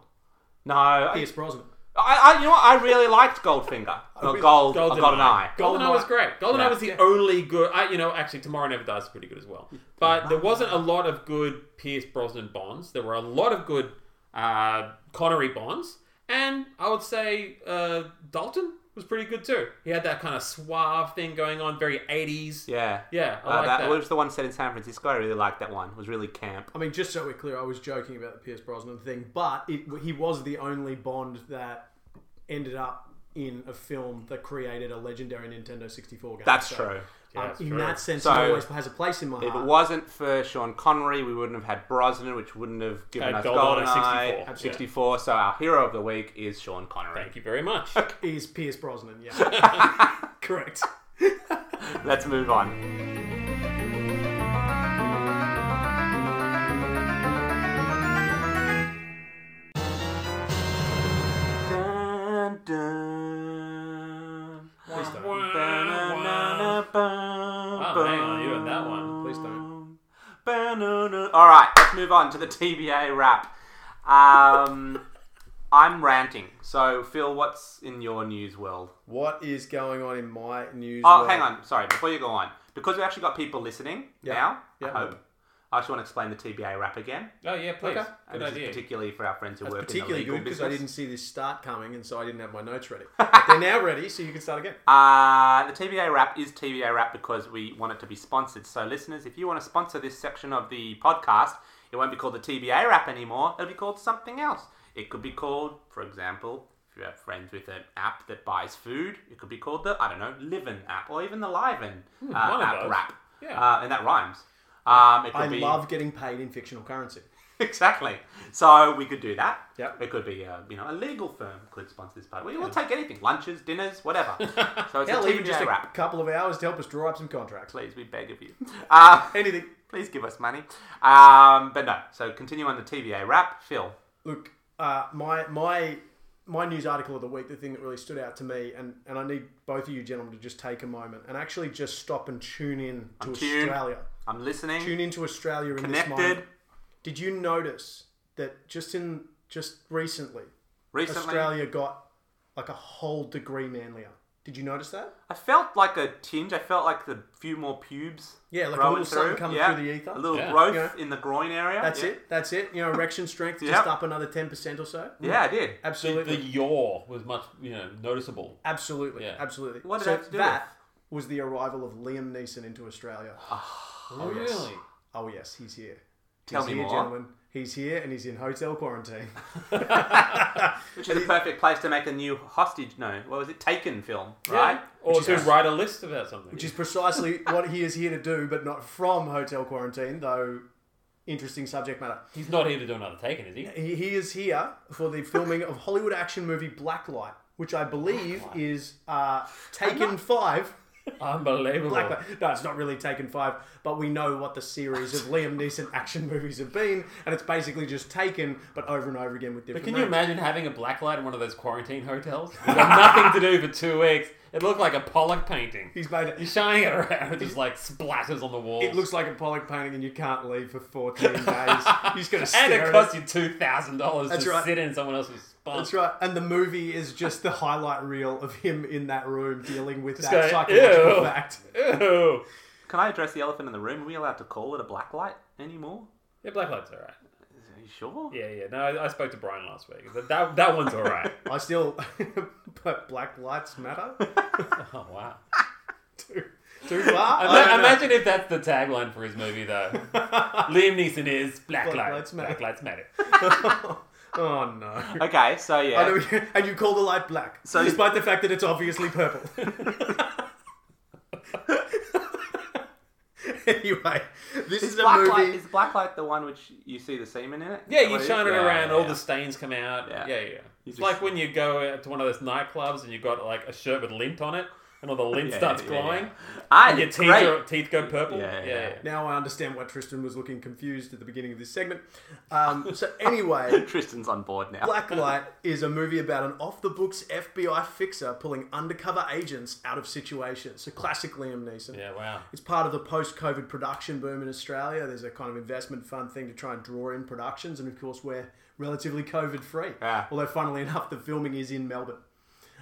[SPEAKER 1] no, I,
[SPEAKER 3] Pierce Brosnan.
[SPEAKER 1] I, you know what? I really liked Goldfinger. Or
[SPEAKER 3] really-
[SPEAKER 1] Gold, Golden,
[SPEAKER 2] Goldeneye.
[SPEAKER 1] Golden Eye.
[SPEAKER 2] Goldeneye was great. Goldeneye
[SPEAKER 1] Yeah.
[SPEAKER 2] was the only good. I, you know, actually, Tomorrow Never Dies is pretty good as well. But there wasn't a lot of good Pierce Brosnan Bonds. There were a lot of good uh, Connery Bonds, and I would say uh, Dalton was pretty good too. He had that kind of suave thing going on, very eighties.
[SPEAKER 1] Yeah,
[SPEAKER 2] yeah, I
[SPEAKER 1] Uh,
[SPEAKER 2] like
[SPEAKER 1] that,
[SPEAKER 2] that.
[SPEAKER 1] was the one set in San Francisco. I really liked that one. It was really camp.
[SPEAKER 3] I mean, just so we're clear, I was joking about the Pierce Brosnan thing, but it, he was the only Bond that ended up in a film that created a legendary Nintendo 64 game.
[SPEAKER 1] That's
[SPEAKER 3] So,
[SPEAKER 1] true.
[SPEAKER 2] Yeah,
[SPEAKER 3] um,
[SPEAKER 2] that's
[SPEAKER 3] in
[SPEAKER 2] true.
[SPEAKER 3] that sense,
[SPEAKER 1] So-
[SPEAKER 3] he always has a place in my
[SPEAKER 1] If it
[SPEAKER 2] Ah.
[SPEAKER 3] heart.
[SPEAKER 1] wasn't for Sean Connery, we wouldn't have had Brosnan, which wouldn't have given us
[SPEAKER 2] Had Goldeneye,
[SPEAKER 1] GoldenEye
[SPEAKER 2] 64.
[SPEAKER 1] at 64. So our hero of the week is Sean Connery.
[SPEAKER 2] Thank you very much.
[SPEAKER 3] Is Pierce Brosnan? Yeah, correct.
[SPEAKER 1] Let's move on. Dun, dun.
[SPEAKER 3] Please don't.
[SPEAKER 2] Wow.
[SPEAKER 1] Oh,
[SPEAKER 2] hang on, you and that one.
[SPEAKER 3] Please don't.
[SPEAKER 1] All right, let's move on to the TBA wrap. Um, I'm ranting. So, Phil, what's in your news world?
[SPEAKER 3] What is going on in my news?
[SPEAKER 1] Oh,
[SPEAKER 3] world?
[SPEAKER 1] hang on. Sorry, before you go on, because we've actually got people listening
[SPEAKER 3] Yeah.
[SPEAKER 1] now.
[SPEAKER 3] Yeah.
[SPEAKER 1] I hope. I just want to explain the TBA wrap again,
[SPEAKER 2] Oh yeah, please.
[SPEAKER 3] Okay.
[SPEAKER 1] and
[SPEAKER 2] Good
[SPEAKER 1] this is
[SPEAKER 2] idea.
[SPEAKER 1] particularly for our friends who
[SPEAKER 3] That's
[SPEAKER 1] work
[SPEAKER 3] particularly
[SPEAKER 1] in the legal
[SPEAKER 3] good because
[SPEAKER 1] business.
[SPEAKER 3] I didn't see this start coming, and so I didn't have my notes ready. But they're now ready, so you can start again.
[SPEAKER 1] Uh, the TBA wrap is TBA wrap because we want it to be sponsored. So, listeners, if you want to sponsor this section of the podcast, it won't be called the TBA wrap anymore. It'll be called something else. It could be called, for example, if you have friends with an app that buys food, it could be called the, I don't know, Livin app or even the Liven
[SPEAKER 3] Hmm,
[SPEAKER 1] uh,
[SPEAKER 2] one of
[SPEAKER 1] app
[SPEAKER 2] those.
[SPEAKER 1] wrap.
[SPEAKER 2] Yeah.
[SPEAKER 1] Uh, and that rhymes. Um, it could
[SPEAKER 3] I
[SPEAKER 1] be,
[SPEAKER 3] love getting paid in fictional currency.
[SPEAKER 1] Exactly. So we could do that.
[SPEAKER 3] Yep.
[SPEAKER 1] It could be, a, you know, a legal firm could sponsor this part. We, We'll take anything, lunches, dinners, whatever. so it's
[SPEAKER 3] Hell,
[SPEAKER 1] a
[SPEAKER 3] even
[SPEAKER 1] TBA
[SPEAKER 3] just a
[SPEAKER 1] wrap.
[SPEAKER 3] couple of hours to help us draw up some contracts.
[SPEAKER 1] please, we beg of you. Uh,
[SPEAKER 3] Anything.
[SPEAKER 1] please give us money. Um, but no, so continue on the TVA wrap. Phil,
[SPEAKER 3] Look, uh, my my my news article of the week, the thing that really stood out to me, and, and I need both of you gentlemen to just take a moment and actually just stop and tune in to
[SPEAKER 1] tuned.
[SPEAKER 3] Australia.
[SPEAKER 1] I'm listening.
[SPEAKER 3] Tune into Australia in this
[SPEAKER 1] Connected
[SPEAKER 3] moment. Did you notice that just in just recently
[SPEAKER 1] recently.
[SPEAKER 3] Australia got like a whole degree manlier? Did you notice that?
[SPEAKER 1] I felt like a tinge. I felt like the few more pubes.
[SPEAKER 3] Yeah, like a
[SPEAKER 1] growing
[SPEAKER 3] little something coming
[SPEAKER 1] Yeah,
[SPEAKER 3] through the ether.
[SPEAKER 1] A little
[SPEAKER 2] Yeah.
[SPEAKER 1] growth
[SPEAKER 3] Yeah.
[SPEAKER 1] in the groin area.
[SPEAKER 3] That's
[SPEAKER 1] yeah.
[SPEAKER 3] it. That's it. You know, erection strength just
[SPEAKER 1] Yep.
[SPEAKER 3] up another ten percent or so.
[SPEAKER 1] Yeah, I did.
[SPEAKER 2] the,
[SPEAKER 3] Absolutely.
[SPEAKER 2] the yaw was much, you know, noticeable.
[SPEAKER 3] Absolutely,
[SPEAKER 2] Yeah.
[SPEAKER 3] absolutely.
[SPEAKER 1] What did
[SPEAKER 3] so
[SPEAKER 1] that have to do
[SPEAKER 3] that was the arrival of Liam Neeson into Australia.
[SPEAKER 1] Ah.
[SPEAKER 2] Oh,
[SPEAKER 3] yes.
[SPEAKER 2] really?
[SPEAKER 3] Oh yes, he's here.
[SPEAKER 1] Tell
[SPEAKER 3] he's
[SPEAKER 1] me
[SPEAKER 3] here,
[SPEAKER 1] more.
[SPEAKER 3] gentlemen. He's here and he's in hotel quarantine.
[SPEAKER 1] Which is a perfect place to make a new hostage. No, what was it? Taken film, right?
[SPEAKER 2] Right? Or
[SPEAKER 3] is
[SPEAKER 2] to
[SPEAKER 3] nice.
[SPEAKER 2] write a list about something.
[SPEAKER 3] Which is precisely what he is here to do, but not from hotel quarantine, though interesting subject matter.
[SPEAKER 2] He's not here to do another taken, is he?
[SPEAKER 3] He, he is here for the filming of Hollywood action movie Blacklight, which I believe is uh, Taken Five.
[SPEAKER 2] Unbelievable.
[SPEAKER 3] Black Panther. No, it's not really Taken Five, but we know what the series of Liam Neeson action movies have been, and it's basically just Taken, but over and over again with different.
[SPEAKER 2] Can you
[SPEAKER 3] names.
[SPEAKER 2] imagine having a black light in one of those quarantine hotels? You've got nothing to do for two weeks. It looked like a Pollock painting.
[SPEAKER 3] He's made
[SPEAKER 2] You're
[SPEAKER 3] it.
[SPEAKER 2] shining it around, it just like splatters on the walls.
[SPEAKER 3] It looks like a Pollock painting, and you can't leave for fourteen days. You're just gonna
[SPEAKER 2] and
[SPEAKER 3] stare
[SPEAKER 2] it
[SPEAKER 3] at
[SPEAKER 2] costs you two thousand dollars
[SPEAKER 3] That's
[SPEAKER 2] to
[SPEAKER 3] right.
[SPEAKER 2] sit in someone else's spot.
[SPEAKER 3] That's right, and the movie is just the highlight reel of him in that room dealing with that
[SPEAKER 2] go,
[SPEAKER 3] psychological
[SPEAKER 2] "Ew."
[SPEAKER 3] fact.
[SPEAKER 2] Ew.
[SPEAKER 1] Can I address the elephant in the room? Are we allowed to call it a black light anymore?
[SPEAKER 2] Yeah, black light's alright.
[SPEAKER 1] Are you sure?
[SPEAKER 2] Yeah, yeah. No, I, I spoke to Brian last week. That that, that one's alright.
[SPEAKER 3] I still, but black lights matter.
[SPEAKER 2] oh wow.
[SPEAKER 3] too, too far.
[SPEAKER 2] Ima-
[SPEAKER 3] I don't know.
[SPEAKER 2] imagine if that's the tagline for his movie, though. Liam Neeson is black,
[SPEAKER 3] Black
[SPEAKER 2] light.
[SPEAKER 3] lights matter.
[SPEAKER 2] Black lights matter.
[SPEAKER 3] oh no.
[SPEAKER 1] Okay, so yeah.
[SPEAKER 3] I know, and you call the light black,
[SPEAKER 1] So-
[SPEAKER 3] despite the fact that it's obviously purple. anyway, this is
[SPEAKER 1] Is
[SPEAKER 3] a
[SPEAKER 1] black,
[SPEAKER 3] movie.
[SPEAKER 1] light, is black light the one which you see the semen in it?
[SPEAKER 2] Yeah,
[SPEAKER 1] What
[SPEAKER 2] you
[SPEAKER 1] it
[SPEAKER 2] shine
[SPEAKER 1] is?
[SPEAKER 2] it
[SPEAKER 1] Yeah,
[SPEAKER 2] around,
[SPEAKER 1] yeah,
[SPEAKER 2] all
[SPEAKER 1] yeah.
[SPEAKER 2] the stains come out.
[SPEAKER 1] Yeah.
[SPEAKER 2] Yeah, yeah.
[SPEAKER 1] You
[SPEAKER 2] It's
[SPEAKER 1] just-
[SPEAKER 2] like when you go to one of those nightclubs and you've got like a shirt with lint on it, and all the lint
[SPEAKER 1] Yeah,
[SPEAKER 2] starts
[SPEAKER 1] yeah, yeah.
[SPEAKER 2] glowing,
[SPEAKER 1] Ah,
[SPEAKER 2] and your
[SPEAKER 1] it's
[SPEAKER 2] teeth,
[SPEAKER 1] great.
[SPEAKER 2] are, teeth go purple.
[SPEAKER 1] Yeah,
[SPEAKER 2] Yeah,
[SPEAKER 1] yeah,
[SPEAKER 2] yeah.
[SPEAKER 1] yeah.
[SPEAKER 3] Now I understand why Tristan was looking confused at the beginning of this segment. Um, so anyway,
[SPEAKER 1] Tristan's on board now.
[SPEAKER 3] Blacklight is a movie about an off-the-books FBI fixer pulling undercover agents out of situations. So classic Liam Neeson.
[SPEAKER 2] Yeah, wow.
[SPEAKER 3] It's part of the post-COVID production boom in Australia. There's a kind of investment fund thing to try and draw in productions, and of course we're relatively COVID-free.
[SPEAKER 1] Yeah.
[SPEAKER 3] Although, funnily enough, the filming is in Melbourne.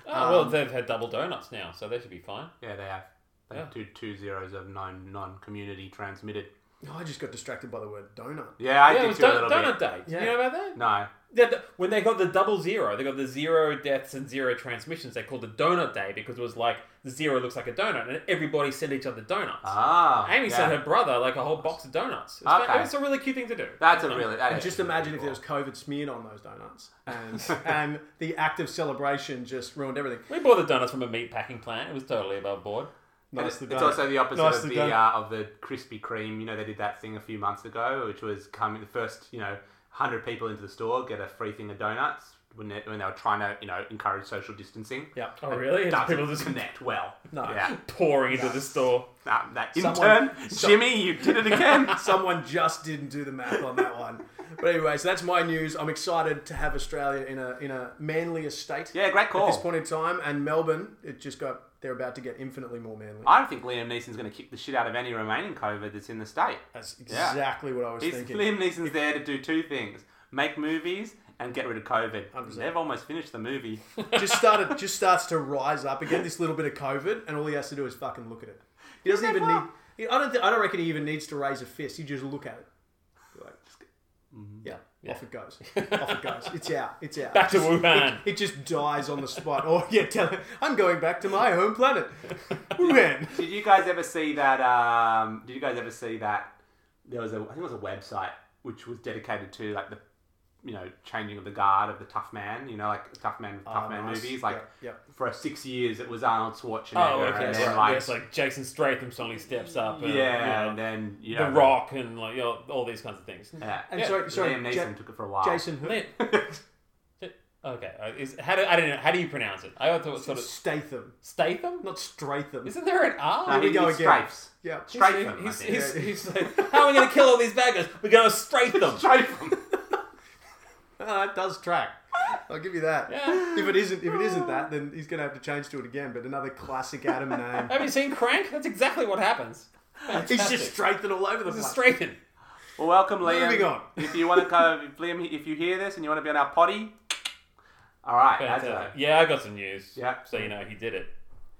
[SPEAKER 2] Oh,
[SPEAKER 1] Um,
[SPEAKER 2] well, they've had double donuts now, so they should be fine.
[SPEAKER 1] Yeah, they have. They have
[SPEAKER 2] Yeah.
[SPEAKER 1] two, two zeros of non non community transmitted.
[SPEAKER 3] Oh, I just got distracted by the word donut.
[SPEAKER 1] Yeah, I
[SPEAKER 2] yeah, it
[SPEAKER 1] did
[SPEAKER 2] was
[SPEAKER 1] too a little
[SPEAKER 2] don-
[SPEAKER 1] bit.
[SPEAKER 2] donut day.
[SPEAKER 3] Yeah.
[SPEAKER 2] You know about that?
[SPEAKER 1] No,
[SPEAKER 2] Yeah, the, when they got the double zero, they got the zero deaths and zero transmissions. They called it Donut Day because it was like the zero looks like a donut, and everybody sent each other donuts.
[SPEAKER 1] ah,
[SPEAKER 2] Amy
[SPEAKER 1] yeah.
[SPEAKER 2] sent her brother like a whole box of donuts. It's,
[SPEAKER 1] Okay.
[SPEAKER 2] it's a really cute thing to do.
[SPEAKER 1] That's a really. That
[SPEAKER 3] And
[SPEAKER 1] is
[SPEAKER 3] just
[SPEAKER 1] really
[SPEAKER 3] imagine if
[SPEAKER 1] cool.
[SPEAKER 3] there was COVID smeared on those donuts, and, and the act of celebration just ruined everything.
[SPEAKER 2] We bought the donuts from a meat packing plant. It was totally above board.
[SPEAKER 1] And
[SPEAKER 3] Nicely
[SPEAKER 1] it's
[SPEAKER 3] done.
[SPEAKER 1] also the opposite
[SPEAKER 3] Nicely
[SPEAKER 1] of the
[SPEAKER 3] done.
[SPEAKER 1] uh, of the Krispy Kreme. You know, they did that thing a few months ago, which was coming the first you know hundred people into the store get a free thing of donuts when they, when they were trying to you know encourage social distancing.
[SPEAKER 3] Yeah.
[SPEAKER 2] Oh, really? And
[SPEAKER 1] Doesn't
[SPEAKER 2] people just
[SPEAKER 1] connect well.
[SPEAKER 3] No.
[SPEAKER 1] Yeah.
[SPEAKER 2] pouring into the store.
[SPEAKER 1] That, that
[SPEAKER 3] Someone-
[SPEAKER 1] intern, Jimmy, you did it again.
[SPEAKER 3] Someone just didn't do the math on that one. But anyway, so that's my news. I'm excited to have Australia in a in a manlier state.
[SPEAKER 1] yeah, great
[SPEAKER 3] At this
[SPEAKER 1] call.
[SPEAKER 3] point in time, and Melbourne, it just got. They're about to get infinitely more manly.
[SPEAKER 1] I don't think Liam Neeson's going to kick the shit out of any remaining COVID that's in the state.
[SPEAKER 3] That's exactly what I was
[SPEAKER 1] He's,
[SPEAKER 3] thinking.
[SPEAKER 1] Liam Neeson's there to do two things: make movies and get rid of COVID.
[SPEAKER 3] 100%.
[SPEAKER 1] They've almost finished the movie.
[SPEAKER 3] just started just starts to rise up again. This little bit of COVID, and all he has to do is fucking look at it. He doesn't
[SPEAKER 1] Isn't that
[SPEAKER 3] even need.
[SPEAKER 1] fun?
[SPEAKER 3] he- I don't. thi- I don't reckon he even needs to raise a fist. He just look at it. You're like, yeah, off it goes. off it goes. It's out. It's
[SPEAKER 2] Mm-hmm.
[SPEAKER 3] out.
[SPEAKER 2] Back to
[SPEAKER 3] Just-
[SPEAKER 2] Wuhan.
[SPEAKER 3] It just dies on the spot. Or yeah, tell him I'm going back to my home planet. Wuhan.
[SPEAKER 1] Did you guys ever see that? Um, did you guys ever see that? There was a, I think it was a website which was dedicated to like the, you know, changing of the guard of the tough man. You know, like tough man, tough man
[SPEAKER 3] Ah, Uh, nice.
[SPEAKER 1] movies. Like
[SPEAKER 3] Yeah, yeah.
[SPEAKER 1] for six years, it was Arnold Schwarzenegger.
[SPEAKER 2] Oh, okay.
[SPEAKER 1] And
[SPEAKER 2] So
[SPEAKER 1] then, like,
[SPEAKER 2] it's like Jason Statham suddenly steps
[SPEAKER 3] uh,
[SPEAKER 2] up.
[SPEAKER 1] yeah,
[SPEAKER 2] And, you know,
[SPEAKER 1] and then you
[SPEAKER 2] The
[SPEAKER 1] know,
[SPEAKER 2] Rock and like you know, all these kinds of things.
[SPEAKER 1] Yeah.
[SPEAKER 3] And
[SPEAKER 2] Yeah,
[SPEAKER 3] sorry, sorry,
[SPEAKER 1] Liam Neeson
[SPEAKER 3] Ja-
[SPEAKER 1] took it for a while.
[SPEAKER 3] Jason who?
[SPEAKER 2] Li- okay, uh, is, how do I don't know how do you pronounce it? I thought sort of
[SPEAKER 3] Statham,
[SPEAKER 2] Statham.
[SPEAKER 3] not Stratham.
[SPEAKER 2] Isn't there an R?
[SPEAKER 1] No,
[SPEAKER 3] we
[SPEAKER 1] he,
[SPEAKER 3] go
[SPEAKER 1] he
[SPEAKER 3] again.
[SPEAKER 1] strafes.
[SPEAKER 3] Yeah.
[SPEAKER 1] Strafe him. I
[SPEAKER 2] He's,
[SPEAKER 1] think.
[SPEAKER 2] he's, he's like, how are we going to kill all these baggers? We're going to strafe them.
[SPEAKER 1] Strafe him.
[SPEAKER 3] Ah, it does track. I'll give you that.
[SPEAKER 2] Yeah.
[SPEAKER 3] If it isn't, if it isn't that, then he's gonna have to change to it again. But another classic Adam name.
[SPEAKER 2] Have you seen Crank? That's exactly what happens.
[SPEAKER 3] he's
[SPEAKER 2] Fantastic.
[SPEAKER 3] just straightened all over the
[SPEAKER 2] It's a
[SPEAKER 3] place.
[SPEAKER 2] strafing.
[SPEAKER 1] Well, welcome, Liam.
[SPEAKER 3] Moving on.
[SPEAKER 1] If you want to come, Liam, if you hear this and you want to be on our potty, all right, that's
[SPEAKER 2] Fantastic.
[SPEAKER 1] it.
[SPEAKER 2] uh, Yeah, I got some news.
[SPEAKER 1] Yeah.
[SPEAKER 2] So you know he did it.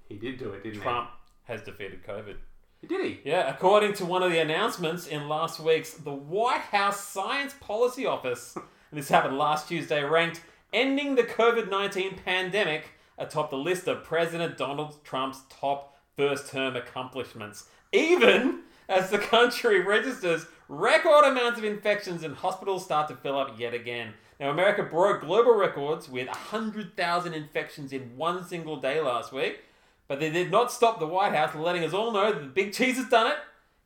[SPEAKER 1] He did do it, didn't
[SPEAKER 2] Trump has defeated COVID.
[SPEAKER 1] he? He did he?
[SPEAKER 2] Yeah, according to one of the announcements in last week's the White House Science Policy Office, and this happened last Tuesday, ranked ending the COVID 19 pandemic atop the list of President Donald Trump's top first term accomplishments, even as the country registers record amounts of infections and hospitals start to fill up yet again. Now, America broke global records with 100,000 infections in one single day last week. But they did not stop the White House, letting us all know that the Big Cheese has done it.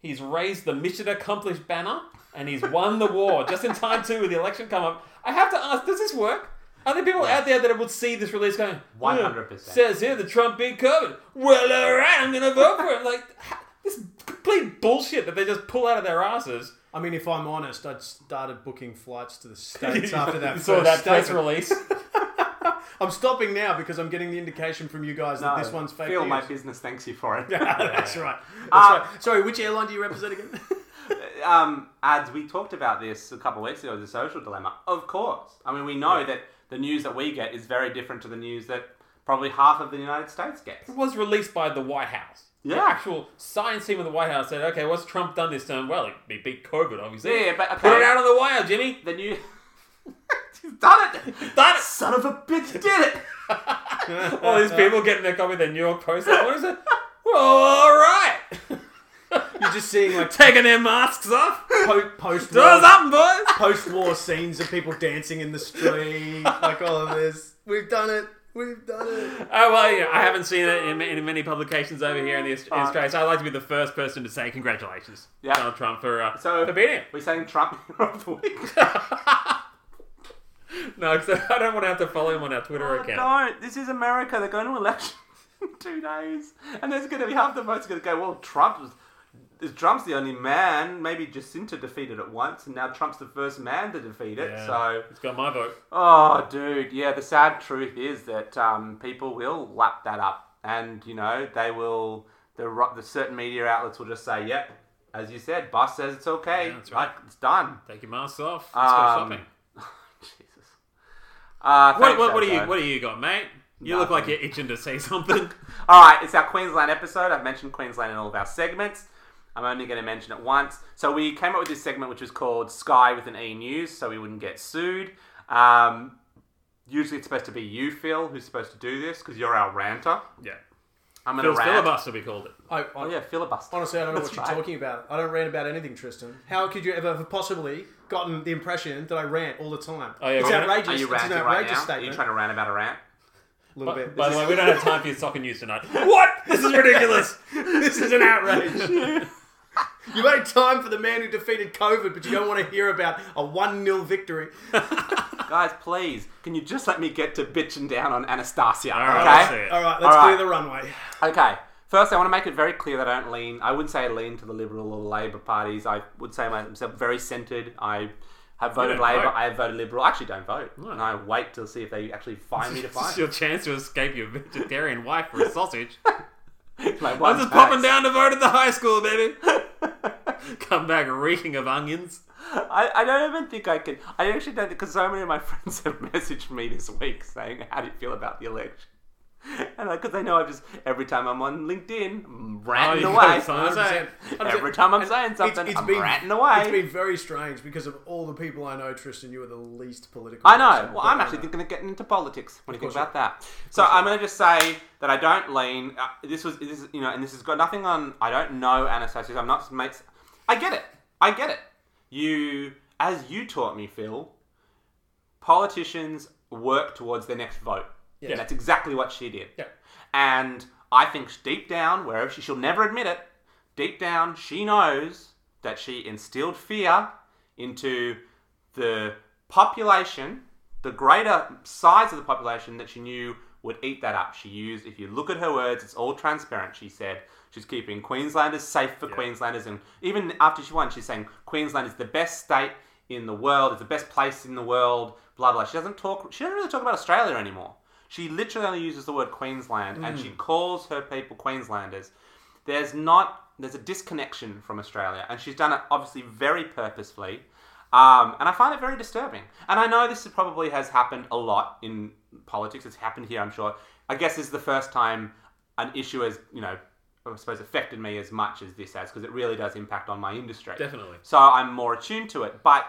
[SPEAKER 2] He's raised the mission accomplished banner and he's won the war just in time too with the election come up. I have to ask, does this work? Are there people out there that would see this release going?
[SPEAKER 1] One
[SPEAKER 2] "Yeah,
[SPEAKER 1] hundred percent."
[SPEAKER 2] Says here the Trump beat COVID. Well, alright, I'm gonna vote for him. Like ha- this complete bullshit that they just pull out of their asses.
[SPEAKER 3] I mean, if I'm honest, I'd started booking flights to the states after that.
[SPEAKER 2] You saw that
[SPEAKER 3] first
[SPEAKER 2] press
[SPEAKER 3] statement.
[SPEAKER 2] release.
[SPEAKER 3] I'm stopping now because I'm getting the indication from you guys that this one's fake
[SPEAKER 1] Phil,
[SPEAKER 3] news. Ah,
[SPEAKER 1] my business thanks you for it.
[SPEAKER 3] That's right.
[SPEAKER 2] Uh,
[SPEAKER 3] That's right. Sorry, which airline do you represent again?
[SPEAKER 1] um, ads, we talked about this a couple of weeks ago, the social dilemma. Of course. I mean, we know that the news that we get is very different to the news that probably half of the United States gets.
[SPEAKER 2] It was released by the White House. The
[SPEAKER 1] Yeah.
[SPEAKER 2] actual science team of the White House said, okay, what's Trump done this term? Well, he beat COVID, obviously.
[SPEAKER 1] Yeah, but-
[SPEAKER 2] Put it out on the wire, Jimmy.
[SPEAKER 1] The new. He's done it!
[SPEAKER 2] Done it!
[SPEAKER 1] Son of a bitch did it!
[SPEAKER 2] All these people getting their copy of the New York Post. Like, what is it? Well, all right.
[SPEAKER 3] You're just seeing like
[SPEAKER 2] Taking their masks off.
[SPEAKER 3] po- post
[SPEAKER 2] Doors
[SPEAKER 3] war
[SPEAKER 2] up, boys.
[SPEAKER 3] post war scenes of people dancing in the street, like all of this. We've done it. We've done it.
[SPEAKER 2] Oh well, yeah, I haven't seen it in, in many publications over here in, the, Aust- in Australia. So I'd like to be the first person to say congratulations,
[SPEAKER 1] Yeah.
[SPEAKER 2] Donald Trump, for uh,
[SPEAKER 1] So-
[SPEAKER 2] for beating him.
[SPEAKER 1] We sang Trump Hero of the Week.
[SPEAKER 2] No, because I don't want to have to follow him on our Twitter
[SPEAKER 1] Oh,
[SPEAKER 2] account.
[SPEAKER 1] don't. This is America. They're going to election in two days. And there's going to be half the votes going to go, well, Trump was. is- Trump's the only man. Maybe Jacinta defeated it once, and now Trump's the first man to defeat it.
[SPEAKER 2] Yeah.
[SPEAKER 1] So,
[SPEAKER 2] It's got my vote.
[SPEAKER 1] oh, dude, yeah. The sad truth is that um, people will lap that up, and you know they will. The, ro- the certain media outlets will just say, "Yep, as you said, boss says it's okay.
[SPEAKER 2] Yeah, that's right.
[SPEAKER 1] Like, it's done."
[SPEAKER 2] Take your masks off. Let's
[SPEAKER 1] Um,
[SPEAKER 2] go shopping.
[SPEAKER 1] Jesus. Uh,
[SPEAKER 2] What,
[SPEAKER 1] thanks,
[SPEAKER 2] what, what do you
[SPEAKER 1] Jojo.
[SPEAKER 2] What do you got, mate? You look like
[SPEAKER 1] Nothing.
[SPEAKER 2] you're itching to say something.
[SPEAKER 1] All right, it's our Queensland episode. I've mentioned Queensland in all of our segments. I'm only going to mention it once. So we came up with this segment, which was called Sky with an E News, so we wouldn't get sued. Um, usually, it's supposed to be you, Phil, who's supposed to do this because you're our ranter.
[SPEAKER 2] yeah.
[SPEAKER 1] I'm going to
[SPEAKER 2] Phil's
[SPEAKER 1] rant.
[SPEAKER 2] filibuster, we called it.
[SPEAKER 3] I,
[SPEAKER 1] Oh yeah, filibuster.
[SPEAKER 3] Honestly, I don't know
[SPEAKER 1] That's
[SPEAKER 3] what you're
[SPEAKER 1] right.
[SPEAKER 3] talking about. I don't rant about anything, Tristan. How could you ever have possibly gotten the impression that I rant all the time?
[SPEAKER 2] Oh, yeah,
[SPEAKER 3] it's
[SPEAKER 2] we're gonna-
[SPEAKER 3] outrageous.
[SPEAKER 1] Are you
[SPEAKER 3] it's an
[SPEAKER 1] ranting right
[SPEAKER 3] outrageous
[SPEAKER 1] now? Are you
[SPEAKER 3] statement.
[SPEAKER 1] trying to rant about a rant?
[SPEAKER 3] A little
[SPEAKER 2] By,
[SPEAKER 3] bit.
[SPEAKER 2] the way, we don't have time for your soccer news tonight. What? This is ridiculous. this is an outrage.
[SPEAKER 3] you made time for the man who defeated COVID, but you don't want to hear about a 1 0 victory.
[SPEAKER 1] Guys, please, can you just let me get to bitching down on Anastasia?
[SPEAKER 2] right, let's do
[SPEAKER 1] okay.
[SPEAKER 2] it.
[SPEAKER 3] All right, let's
[SPEAKER 1] All right.
[SPEAKER 3] clear the runway.
[SPEAKER 1] Okay. First, I want to make it very clear that I don't lean. I wouldn't say I lean to the Liberal or the Labor parties. I would say myself very centred. I have voted
[SPEAKER 2] don't
[SPEAKER 1] Labor.
[SPEAKER 2] vote.
[SPEAKER 1] I have voted Liberal. I actually don't vote, and I wait to see if they actually find me to
[SPEAKER 2] This is
[SPEAKER 1] find.
[SPEAKER 2] your chance to escape your vegetarian wife for a sausage.
[SPEAKER 1] Like,
[SPEAKER 2] I'm
[SPEAKER 1] one
[SPEAKER 2] just
[SPEAKER 1] tax.
[SPEAKER 2] popping down to vote at the high school, baby. Come back reeking of onions.
[SPEAKER 1] I, I don't even think I can. I actually don't because so many of my friends have messaged me this week saying, "How do you feel about the election?" And because they know I just every time I'm on LinkedIn, I'm ranting
[SPEAKER 2] Oh, you
[SPEAKER 1] away.
[SPEAKER 2] got something to say.
[SPEAKER 3] 100%.
[SPEAKER 1] Every time I'm saying
[SPEAKER 3] It's-
[SPEAKER 1] something,
[SPEAKER 3] it's
[SPEAKER 1] I'm
[SPEAKER 3] been-
[SPEAKER 1] ranting away.
[SPEAKER 3] It's been very strange because of all the people I know, Tristan, you are the least political.
[SPEAKER 1] I know.
[SPEAKER 3] person
[SPEAKER 1] Well,
[SPEAKER 3] that
[SPEAKER 1] I'm
[SPEAKER 3] I
[SPEAKER 1] actually
[SPEAKER 3] know.
[SPEAKER 1] thinking of getting into politics. What do you think
[SPEAKER 3] course
[SPEAKER 1] about that? So I'm going to just say that I don't lean. Uh, this was this is you know, and this has got nothing on. I don't know Anastasia. I'm not mates. I get it. I get it. You, as you taught me, Phil. Politicians work towards their next vote. Yeah. That's exactly what she did.
[SPEAKER 2] Yeah.
[SPEAKER 1] And I think deep down, wherever she, she'll never admit it, deep down, she knows that she instilled fear into the population, the greater size of the population that she knew would eat that up. She used, if you look at her words, it's all transparent. She said she's keeping Queenslanders safe for Queenslanders. And even after she won, she's saying Queensland is the best state in the world, it's the best place in the world, blah, blah. She doesn't talk, she doesn't really talk about Australia anymore. She literally only uses the word Queensland and she calls her people Queenslanders. There's not there's a disconnection from Australia and she's done it obviously very purposefully. Um, and I find it very disturbing. And I know this probably has happened a lot in politics. It's happened here, I'm sure. I guess this is the first time an issue has, you know, I suppose affected me as much as this has because it really does impact on my industry.
[SPEAKER 2] Definitely.
[SPEAKER 1] So I'm more attuned to it. But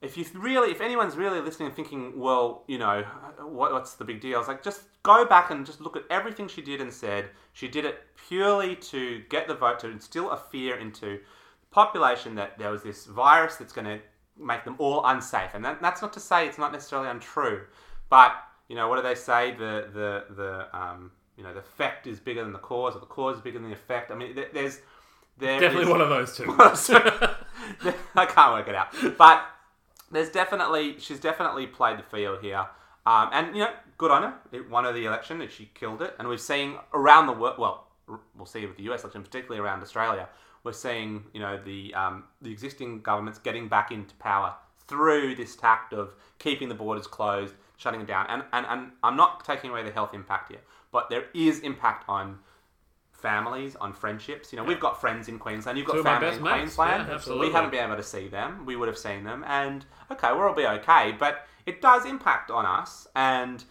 [SPEAKER 1] if you really, if anyone's really listening and thinking, well, you know, what, what's the big deal? It's like just go back and just look at everything she did and said. She did it purely to get the vote to instill a fear into the population that there was this virus that's going to make them all unsafe. And that, that's not to say it's not necessarily untrue, but you know, what do they say? The the the um, you know, the effect is bigger than the cause, or the cause is bigger than the effect. I mean, there, there's there
[SPEAKER 2] Definitely
[SPEAKER 1] is-
[SPEAKER 2] one of those two.
[SPEAKER 1] I can't work it out. But there's definitely she's definitely played the field here, um, and you know, good on her. It won her the election, and she killed it. And we've seen around the world. Well, r- we'll see with the U.S. election, particularly around Australia, we're seeing you know the um, the existing governments getting back into power through this tact of keeping the borders closed, shutting it down. And and, and I'm not taking away the health impact here, but there is impact on families, on friendships. You know, we've got friends in Queensland. You've got
[SPEAKER 2] Two of my
[SPEAKER 1] family
[SPEAKER 2] best
[SPEAKER 1] in
[SPEAKER 2] mates.
[SPEAKER 1] Queensland.
[SPEAKER 2] Yeah, absolutely.
[SPEAKER 1] We haven't been able to see them. We would have seen them, and okay, we'll all be okay. But it does impact on us, and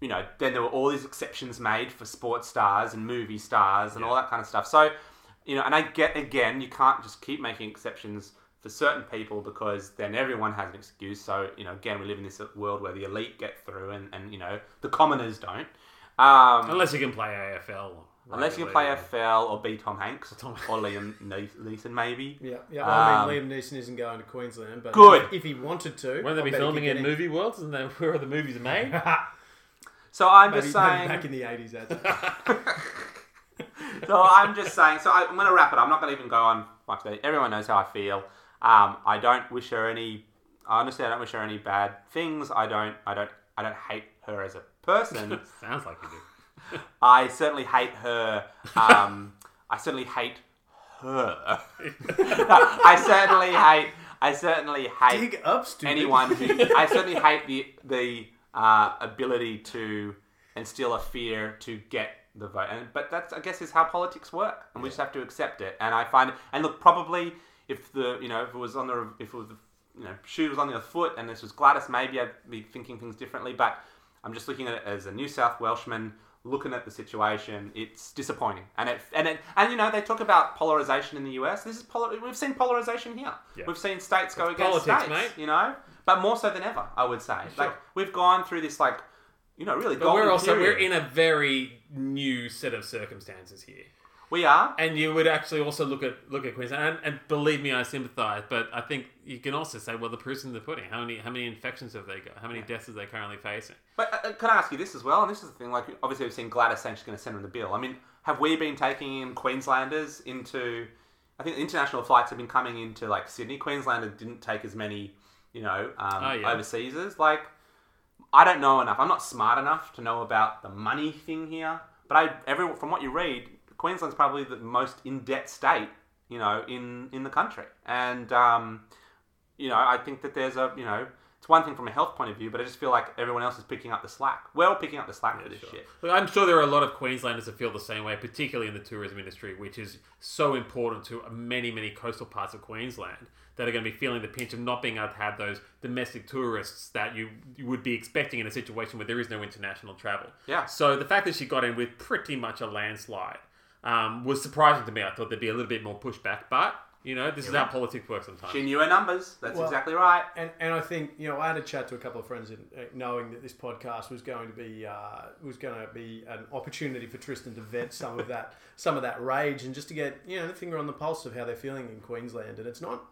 [SPEAKER 1] you know, then there were all these exceptions made for sports stars and movie stars and all that kind of stuff. So, you know, and I get again, you can't just keep making exceptions for certain people because then everyone has an excuse. So, you know, again, we live in this world where the elite get through and, and you know, the commoners don't. Um,
[SPEAKER 2] Unless you can play AFL.
[SPEAKER 1] Unless you can play
[SPEAKER 2] regularly.
[SPEAKER 1] FL or be Tom Hanks or,
[SPEAKER 2] Tom-
[SPEAKER 1] Liam Ne- Neeson, maybe.
[SPEAKER 3] Yeah, yeah. I mean,
[SPEAKER 1] Um,
[SPEAKER 3] Liam Neeson isn't going to Queensland, but
[SPEAKER 1] Good.
[SPEAKER 3] if, if he wanted to,
[SPEAKER 2] Won't they
[SPEAKER 3] I
[SPEAKER 2] be
[SPEAKER 3] bet he
[SPEAKER 2] filming
[SPEAKER 3] could
[SPEAKER 2] in
[SPEAKER 3] get
[SPEAKER 2] movie worlds and then where are the movies made?
[SPEAKER 1] So I'm
[SPEAKER 3] Maybe, maybe
[SPEAKER 1] just saying.
[SPEAKER 3] back in the eighties, that's
[SPEAKER 1] so I'm just saying. So I, I'm going to wrap it. up. I'm not going to even go on much. There. Everyone knows how I feel. Um, I don't wish her any. I honestly, I don't wish her any bad things. I don't. I don't. I don't hate her as a person.
[SPEAKER 2] Sounds like you do.
[SPEAKER 1] I certainly hate her. Um, I certainly hate her. I certainly hate. I certainly hate
[SPEAKER 3] Dig up, stupid.
[SPEAKER 1] anyone who I certainly hate the the uh, ability to instill a fear to get the vote. And but that's I guess is how politics work, and we just have to accept it. And I find and look probably if the you know if it was on the if it was the, you know shoe was on the other foot and this was Gladys, maybe I'd be thinking things differently. But I'm just looking at it as a New South Welshman. Looking at the situation, it's disappointing, and it and it and you know they talk about polarization in the U.S. This is polar, we've seen polarization here.
[SPEAKER 2] Yeah.
[SPEAKER 1] We've seen states go against
[SPEAKER 2] politics,
[SPEAKER 1] states,
[SPEAKER 2] mate.
[SPEAKER 1] you know. But more so than ever, I would say.
[SPEAKER 2] Sure.
[SPEAKER 1] Like we've gone through this, like you know, really.
[SPEAKER 2] But
[SPEAKER 1] golden
[SPEAKER 2] we're also
[SPEAKER 1] period.
[SPEAKER 2] we're in a very new set of circumstances here.
[SPEAKER 1] We are.
[SPEAKER 2] And you would actually also look at look at Queensland, and, and believe me, I sympathise. But I think you can also say, well, the proof's in the pudding. How many how many infections have they got? How many deaths are they currently facing?
[SPEAKER 1] But uh, uh, can I ask you this as well? And this is the thing. Like obviously, we've seen Gladys saying she's going to send him the bill. I mean, have we been taking in Queenslanders into? I think international flights have been coming into like Sydney. Queenslander didn't take as many, you know, um,
[SPEAKER 2] Oh, yeah.
[SPEAKER 1] overseasers. Like I don't know enough. I'm not smart enough to know about the money thing here. But I, every from what you read, Queensland's probably the most in debt state, you know, in in the country. And um, you know, I think that there's a, you know, it's one thing from a health point of view, but I just feel like everyone else is picking up the slack. We're all picking up the slack for this
[SPEAKER 2] Sure.
[SPEAKER 1] shit.
[SPEAKER 2] Look, I'm sure there are a lot of Queenslanders that feel the same way, particularly in the tourism industry, which is so important to many, many coastal parts of Queensland that are going to be feeling the pinch of not being able to have those domestic tourists that you, you would be expecting in a situation where there is no international travel.
[SPEAKER 1] Yeah.
[SPEAKER 2] So the fact that she got in with pretty much a landslide um, was surprising to me. I thought there'd be a little bit more pushback, but you know, this is how politics works sometimes.
[SPEAKER 1] She knew her numbers. That's
[SPEAKER 3] Well-
[SPEAKER 1] exactly right.
[SPEAKER 3] and and I think you know I had a chat to a couple of friends in, uh, knowing that this podcast was going to be uh, was going to be an opportunity for Tristan to vent some of that some of that rage and just to get you know the finger on the pulse of how they're feeling in Queensland and it's not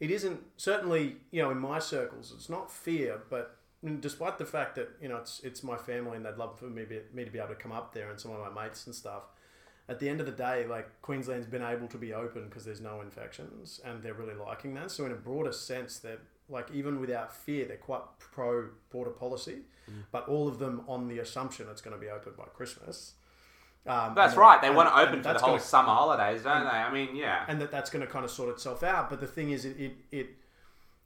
[SPEAKER 3] it isn't certainly you know in my circles it's not fear but despite the fact that you know it's it's my family and they'd love for me, be, me to be able to come up there and some of my mates and stuff at the end of the day, like Queensland's been able to be open because there's no infections, and they're really liking that. So in a broader sense, they're like even without fear, they're quite pro border policy, but all of them on the assumption it's going to be open by Christmas. Um,
[SPEAKER 1] That's
[SPEAKER 3] and-
[SPEAKER 1] right. They want to
[SPEAKER 3] and-
[SPEAKER 1] open
[SPEAKER 3] and
[SPEAKER 1] for the
[SPEAKER 3] that's
[SPEAKER 1] whole
[SPEAKER 3] gonna-
[SPEAKER 1] summer holidays, don't they? I mean, yeah.
[SPEAKER 3] and that that's going to kind of sort itself out. But the thing is, it, it, it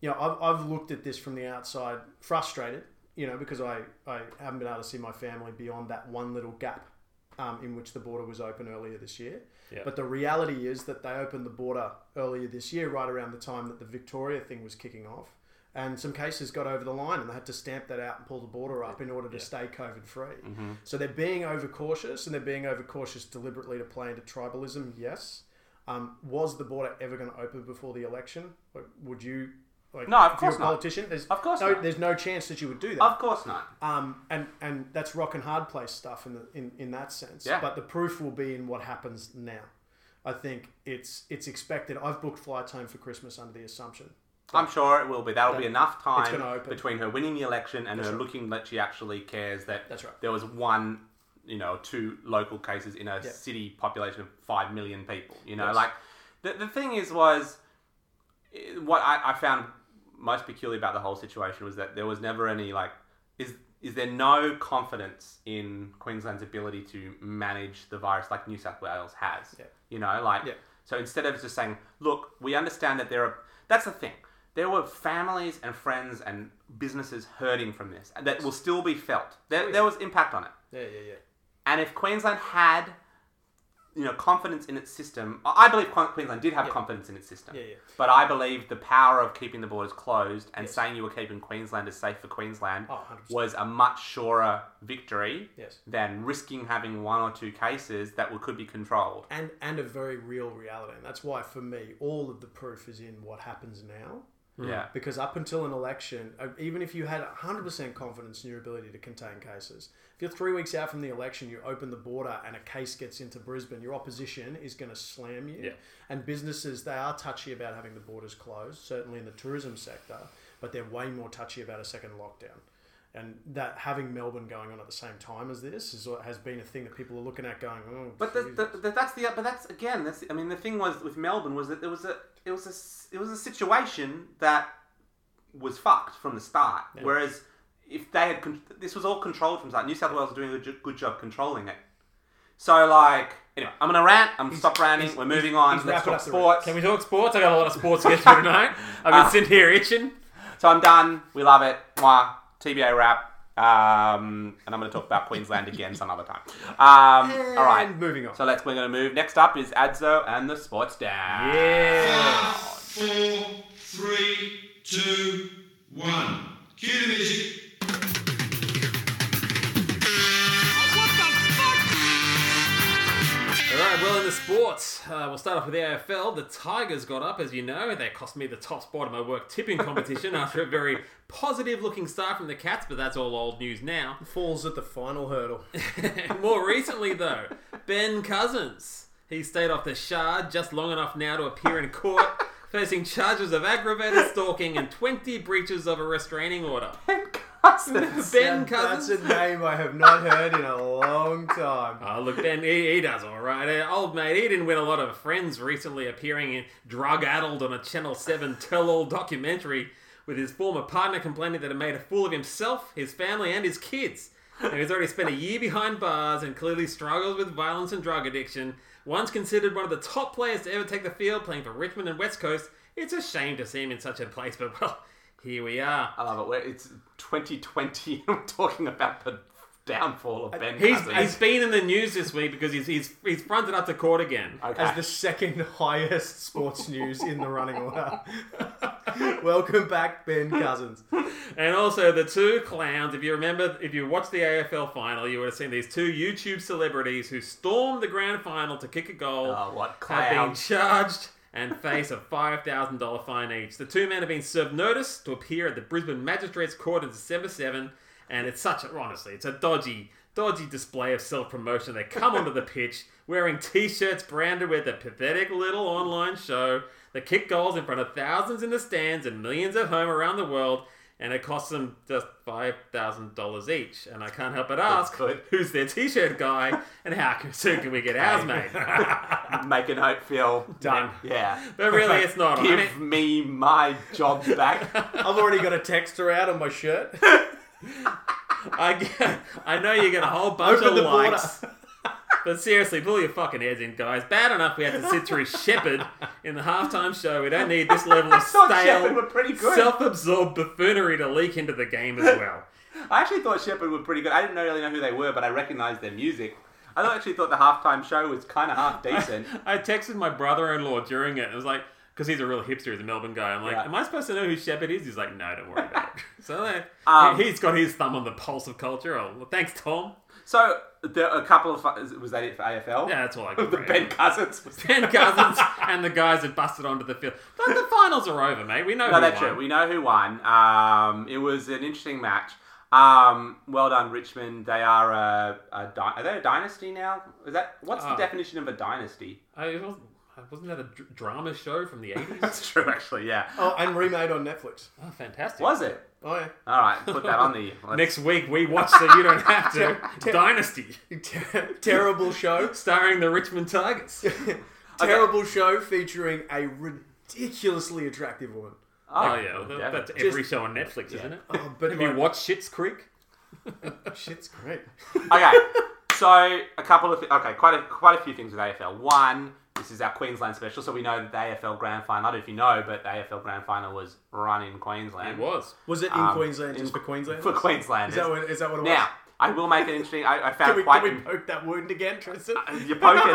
[SPEAKER 3] you know, I've, I've looked at this from the outside, frustrated, you know, because I, I haven't been able to see my family beyond that one little gap um, in which the border was open earlier this year.
[SPEAKER 2] Yeah.
[SPEAKER 3] But the reality is that they opened the border earlier this year, right around the time that the Victoria thing was kicking off. And some cases got over the line, and they had to stamp that out and pull the border up in order to stay COVID free.
[SPEAKER 1] Mm-hmm.
[SPEAKER 3] So they're being overcautious, and they're being overcautious deliberately to play into tribalism. Yes, um, was the border ever going to open before the election? Like, would you? Like,
[SPEAKER 1] No, of
[SPEAKER 3] if
[SPEAKER 1] course
[SPEAKER 3] you're a
[SPEAKER 1] not.
[SPEAKER 3] politician, there's
[SPEAKER 1] Of course
[SPEAKER 3] no,
[SPEAKER 1] not.
[SPEAKER 3] there's no chance that you would do that.
[SPEAKER 1] Of course not.
[SPEAKER 3] Um, and and that's rock and hard place stuff in the, in in that sense.
[SPEAKER 1] Yeah.
[SPEAKER 3] But the proof will be in what happens now. I think it's it's expected. I've booked flights home for Christmas under the assumption.
[SPEAKER 1] I'm sure it will be. That'll be enough time
[SPEAKER 3] gonna open.
[SPEAKER 1] between her winning the election and her looking that she actually cares that
[SPEAKER 3] That's right.
[SPEAKER 1] there was one, you know, two local cases in a city population of five million people. You know, like the, the thing is was eh, what I, I found most peculiar about the whole situation was that there was never any like is is there no confidence in Queensland's ability to manage the virus like New South Wales has?
[SPEAKER 3] Yeah.
[SPEAKER 1] You know, like
[SPEAKER 3] Yeah.
[SPEAKER 1] so instead of just saying, look, we understand that there are that's the thing. There were families and friends and businesses hurting from this and that will still
[SPEAKER 3] Oh,
[SPEAKER 1] be felt. There, there was impact on it.
[SPEAKER 3] Yeah, yeah, yeah.
[SPEAKER 1] And if Queensland had you know, confidence in its system. I I believe Qu- Queensland did have confidence in its system.
[SPEAKER 3] Yeah, yeah.
[SPEAKER 1] But I believe the power of keeping the borders closed and
[SPEAKER 3] Yes.
[SPEAKER 1] saying you were keeping Queenslanders safe for Queensland
[SPEAKER 3] Oh, 100%.
[SPEAKER 1] was a much surer victory
[SPEAKER 3] Yes.
[SPEAKER 1] than risking having one or two cases that were, could be controlled.
[SPEAKER 3] and and a very real reality. And that's why, for me, all of the proof is in what happens now.
[SPEAKER 1] Yeah.
[SPEAKER 3] Because up until an election, uh, even if you had 100% confidence in your ability to contain cases, if you're three weeks out from the election, you open the border and a case gets into Brisbane, your opposition is going to slam you.
[SPEAKER 2] Yeah.
[SPEAKER 3] And businesses, they are touchy about having the borders closed, certainly in the tourism sector, but they're way more touchy about a second lockdown. And that having Melbourne going on at the same time as this is, what has been a thing that people are looking at going, oh,
[SPEAKER 1] But the,
[SPEAKER 3] Jesus."
[SPEAKER 1] the, the, that's the but that's again that's I mean the thing was with Melbourne was that there was a it was a s- it was a situation that was fucked from the start. Whereas if they had con- this was all controlled from the start. New South Wales was doing a good, good job controlling it. So like anyway, I'm gonna rant. I'm gonna stop ranting.
[SPEAKER 3] he's-
[SPEAKER 1] We're moving
[SPEAKER 3] he's-
[SPEAKER 1] on.
[SPEAKER 3] he's
[SPEAKER 1] Let's
[SPEAKER 3] wrapping
[SPEAKER 1] talk
[SPEAKER 3] up the rant.
[SPEAKER 1] sports.
[SPEAKER 2] Can we talk sports? I got a lot of sports to get through tonight. I've
[SPEAKER 1] Ah.
[SPEAKER 2] been sitting here itching.
[SPEAKER 1] So I'm done. We love it. Mwah. TBA wrap. Um, and I'm going to talk about Queensland again some other time. Um, all right.
[SPEAKER 3] And moving on.
[SPEAKER 1] So let's we're going to move. Next up is Adzo and the Sports Dad.
[SPEAKER 2] Yeah.
[SPEAKER 4] Four, three, two, one. Cue the music.
[SPEAKER 2] All right, well, in the sports, uh, we'll start off with the AFL. The Tigers got up, as you know. They cost me the top spot in my work tipping competition after a very positive looking start from the Cats, but that's all old news now.
[SPEAKER 3] Falls at the final hurdle.
[SPEAKER 2] More recently, though, Ben Cousins. He stayed off the shard just long enough now to appear in court, facing charges of aggravated stalking and 20 breaches of a restraining order.
[SPEAKER 1] Cousins.
[SPEAKER 2] Ben
[SPEAKER 3] That-
[SPEAKER 2] Cousins.
[SPEAKER 3] That's a name I have not heard in a long time.
[SPEAKER 2] Oh, look, Ben, he, he does all right. Uh, old mate, he didn't win a lot of friends recently appearing in Drug Addled on a Channel 7 tell all documentary with his former partner complaining that it made a fool of himself, his family, and his kids. And he's already spent a year behind bars and clearly struggles with violence and drug addiction. Once considered one of the top players to ever take the field playing for Richmond and West Coast, it's a shame to see him in such a place, but well, here we are.
[SPEAKER 1] I love it. We're, it's 2020 and we're talking about the downfall of Ben
[SPEAKER 2] Uh, He's,
[SPEAKER 1] Cousins.
[SPEAKER 2] he's been in the news this week because he's, he's, he's fronted up to court again.
[SPEAKER 1] okay.
[SPEAKER 3] As the second highest sports news in the running order. Welcome back, Ben Cousins.
[SPEAKER 2] And also the two clowns. If you remember, if you watched the AFL final, you would have seen these two YouTube celebrities who stormed the grand final to kick a goal.
[SPEAKER 1] Oh, what
[SPEAKER 2] Have been
[SPEAKER 1] clowns.
[SPEAKER 2] charged and face a five thousand dollar fine each. The two men have been served notice to appear at the Brisbane Magistrates Court on December seven. And it's such a, honestly, it's a dodgy, dodgy display of self promotion. They come onto the pitch wearing T-shirts branded with a pathetic little online show. They kick goals in front of thousands in the stands and millions at home around the world. And it costs them just five thousand dollars each, and I can't help but ask,
[SPEAKER 1] good.
[SPEAKER 2] who's their T-shirt guy, and how can, soon can we get ours made?
[SPEAKER 1] Making Hope feel
[SPEAKER 3] Done.
[SPEAKER 1] Yeah.
[SPEAKER 2] But really, it's not. I mean,
[SPEAKER 1] Give me my job back.
[SPEAKER 3] I've already got a texter out on my shirt.
[SPEAKER 2] I, get- I know you get a whole bunch
[SPEAKER 3] Open
[SPEAKER 2] of
[SPEAKER 3] the border.
[SPEAKER 2] likes. But seriously, pull your fucking heads in, guys. Bad enough we had to sit through Shepherd in the halftime show. We don't need this level
[SPEAKER 1] I
[SPEAKER 2] of
[SPEAKER 1] thought Shepherd were
[SPEAKER 2] stale,
[SPEAKER 1] pretty good.
[SPEAKER 2] self-absorbed buffoonery to leak into the game as well.
[SPEAKER 1] I actually thought Shepherd were pretty good. I didn't really know who they were, but I recognised their music. I don't actually thought the halftime show was kind of half decent.
[SPEAKER 2] I texted my brother-in-law during it. It was like, because he's a real hipster, he's a Melbourne guy. I'm like,
[SPEAKER 1] Yeah.
[SPEAKER 2] am I supposed to know who Shepherd is? He's like, no, don't worry about it. So like,
[SPEAKER 1] Um,
[SPEAKER 2] he's got his thumb on the pulse of culture. Oh, well, thanks, Tom.
[SPEAKER 1] so there are a couple of was that it for AFL?
[SPEAKER 2] Yeah, that's all I got.
[SPEAKER 1] the
[SPEAKER 2] for it.
[SPEAKER 1] Ben Cousins. Was
[SPEAKER 2] Ben Cousins and the guys that busted onto the field. But the finals are over, mate. We know
[SPEAKER 1] no,
[SPEAKER 2] who
[SPEAKER 1] that's
[SPEAKER 2] won.
[SPEAKER 1] true. We know who won. Um, it was an interesting match. Um, well done, Richmond. They are a, a di- are they a dynasty now? Is that what's the
[SPEAKER 2] Oh.
[SPEAKER 1] definition of a dynasty?
[SPEAKER 2] I, Uh, it wasn't, wasn't that a dr- drama show from the 80s?
[SPEAKER 1] That's true, actually. Yeah.
[SPEAKER 3] Oh, and remade on Netflix.
[SPEAKER 2] oh, fantastic.
[SPEAKER 1] Was it?
[SPEAKER 3] Oh, yeah.
[SPEAKER 1] All right, put that on the let's-
[SPEAKER 2] Next week, we watch So You Don't Have
[SPEAKER 3] Ter-
[SPEAKER 2] To Dynasty,
[SPEAKER 3] Ter- terrible show.
[SPEAKER 2] starring the Richmond Tigers.
[SPEAKER 3] terrible show featuring a ridiculously attractive woman.
[SPEAKER 2] Oh, yeah. well,
[SPEAKER 1] yeah.
[SPEAKER 2] That's every show on Netflix, isn't it?
[SPEAKER 3] Oh, but
[SPEAKER 2] Have you
[SPEAKER 3] like,
[SPEAKER 2] watched Shit's Creek?
[SPEAKER 3] shit's great.
[SPEAKER 1] okay, so a couple of okay, quite a quite a few things with AFL. One, this is our Queensland special, so we know that the AFL Grand Final. I don't know if you know, but the AFL Grand Final was run in Queensland.
[SPEAKER 2] It was.
[SPEAKER 3] Was it in
[SPEAKER 1] Um,
[SPEAKER 3] Queensland
[SPEAKER 1] in-
[SPEAKER 3] just for Queensland?
[SPEAKER 1] for Queensland.
[SPEAKER 3] Is that what, is that what it was?
[SPEAKER 1] now, I will make an interesting. I, I found
[SPEAKER 3] Can we,
[SPEAKER 1] quite.
[SPEAKER 3] can we poke that wound again, Tristan?
[SPEAKER 1] you're poking.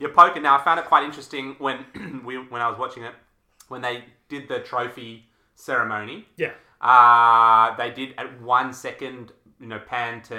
[SPEAKER 1] your poker. Now, I found it quite interesting when we when I was watching it when they did the trophy ceremony.
[SPEAKER 2] Yeah.
[SPEAKER 1] Uh, they did at one second, you know, pan to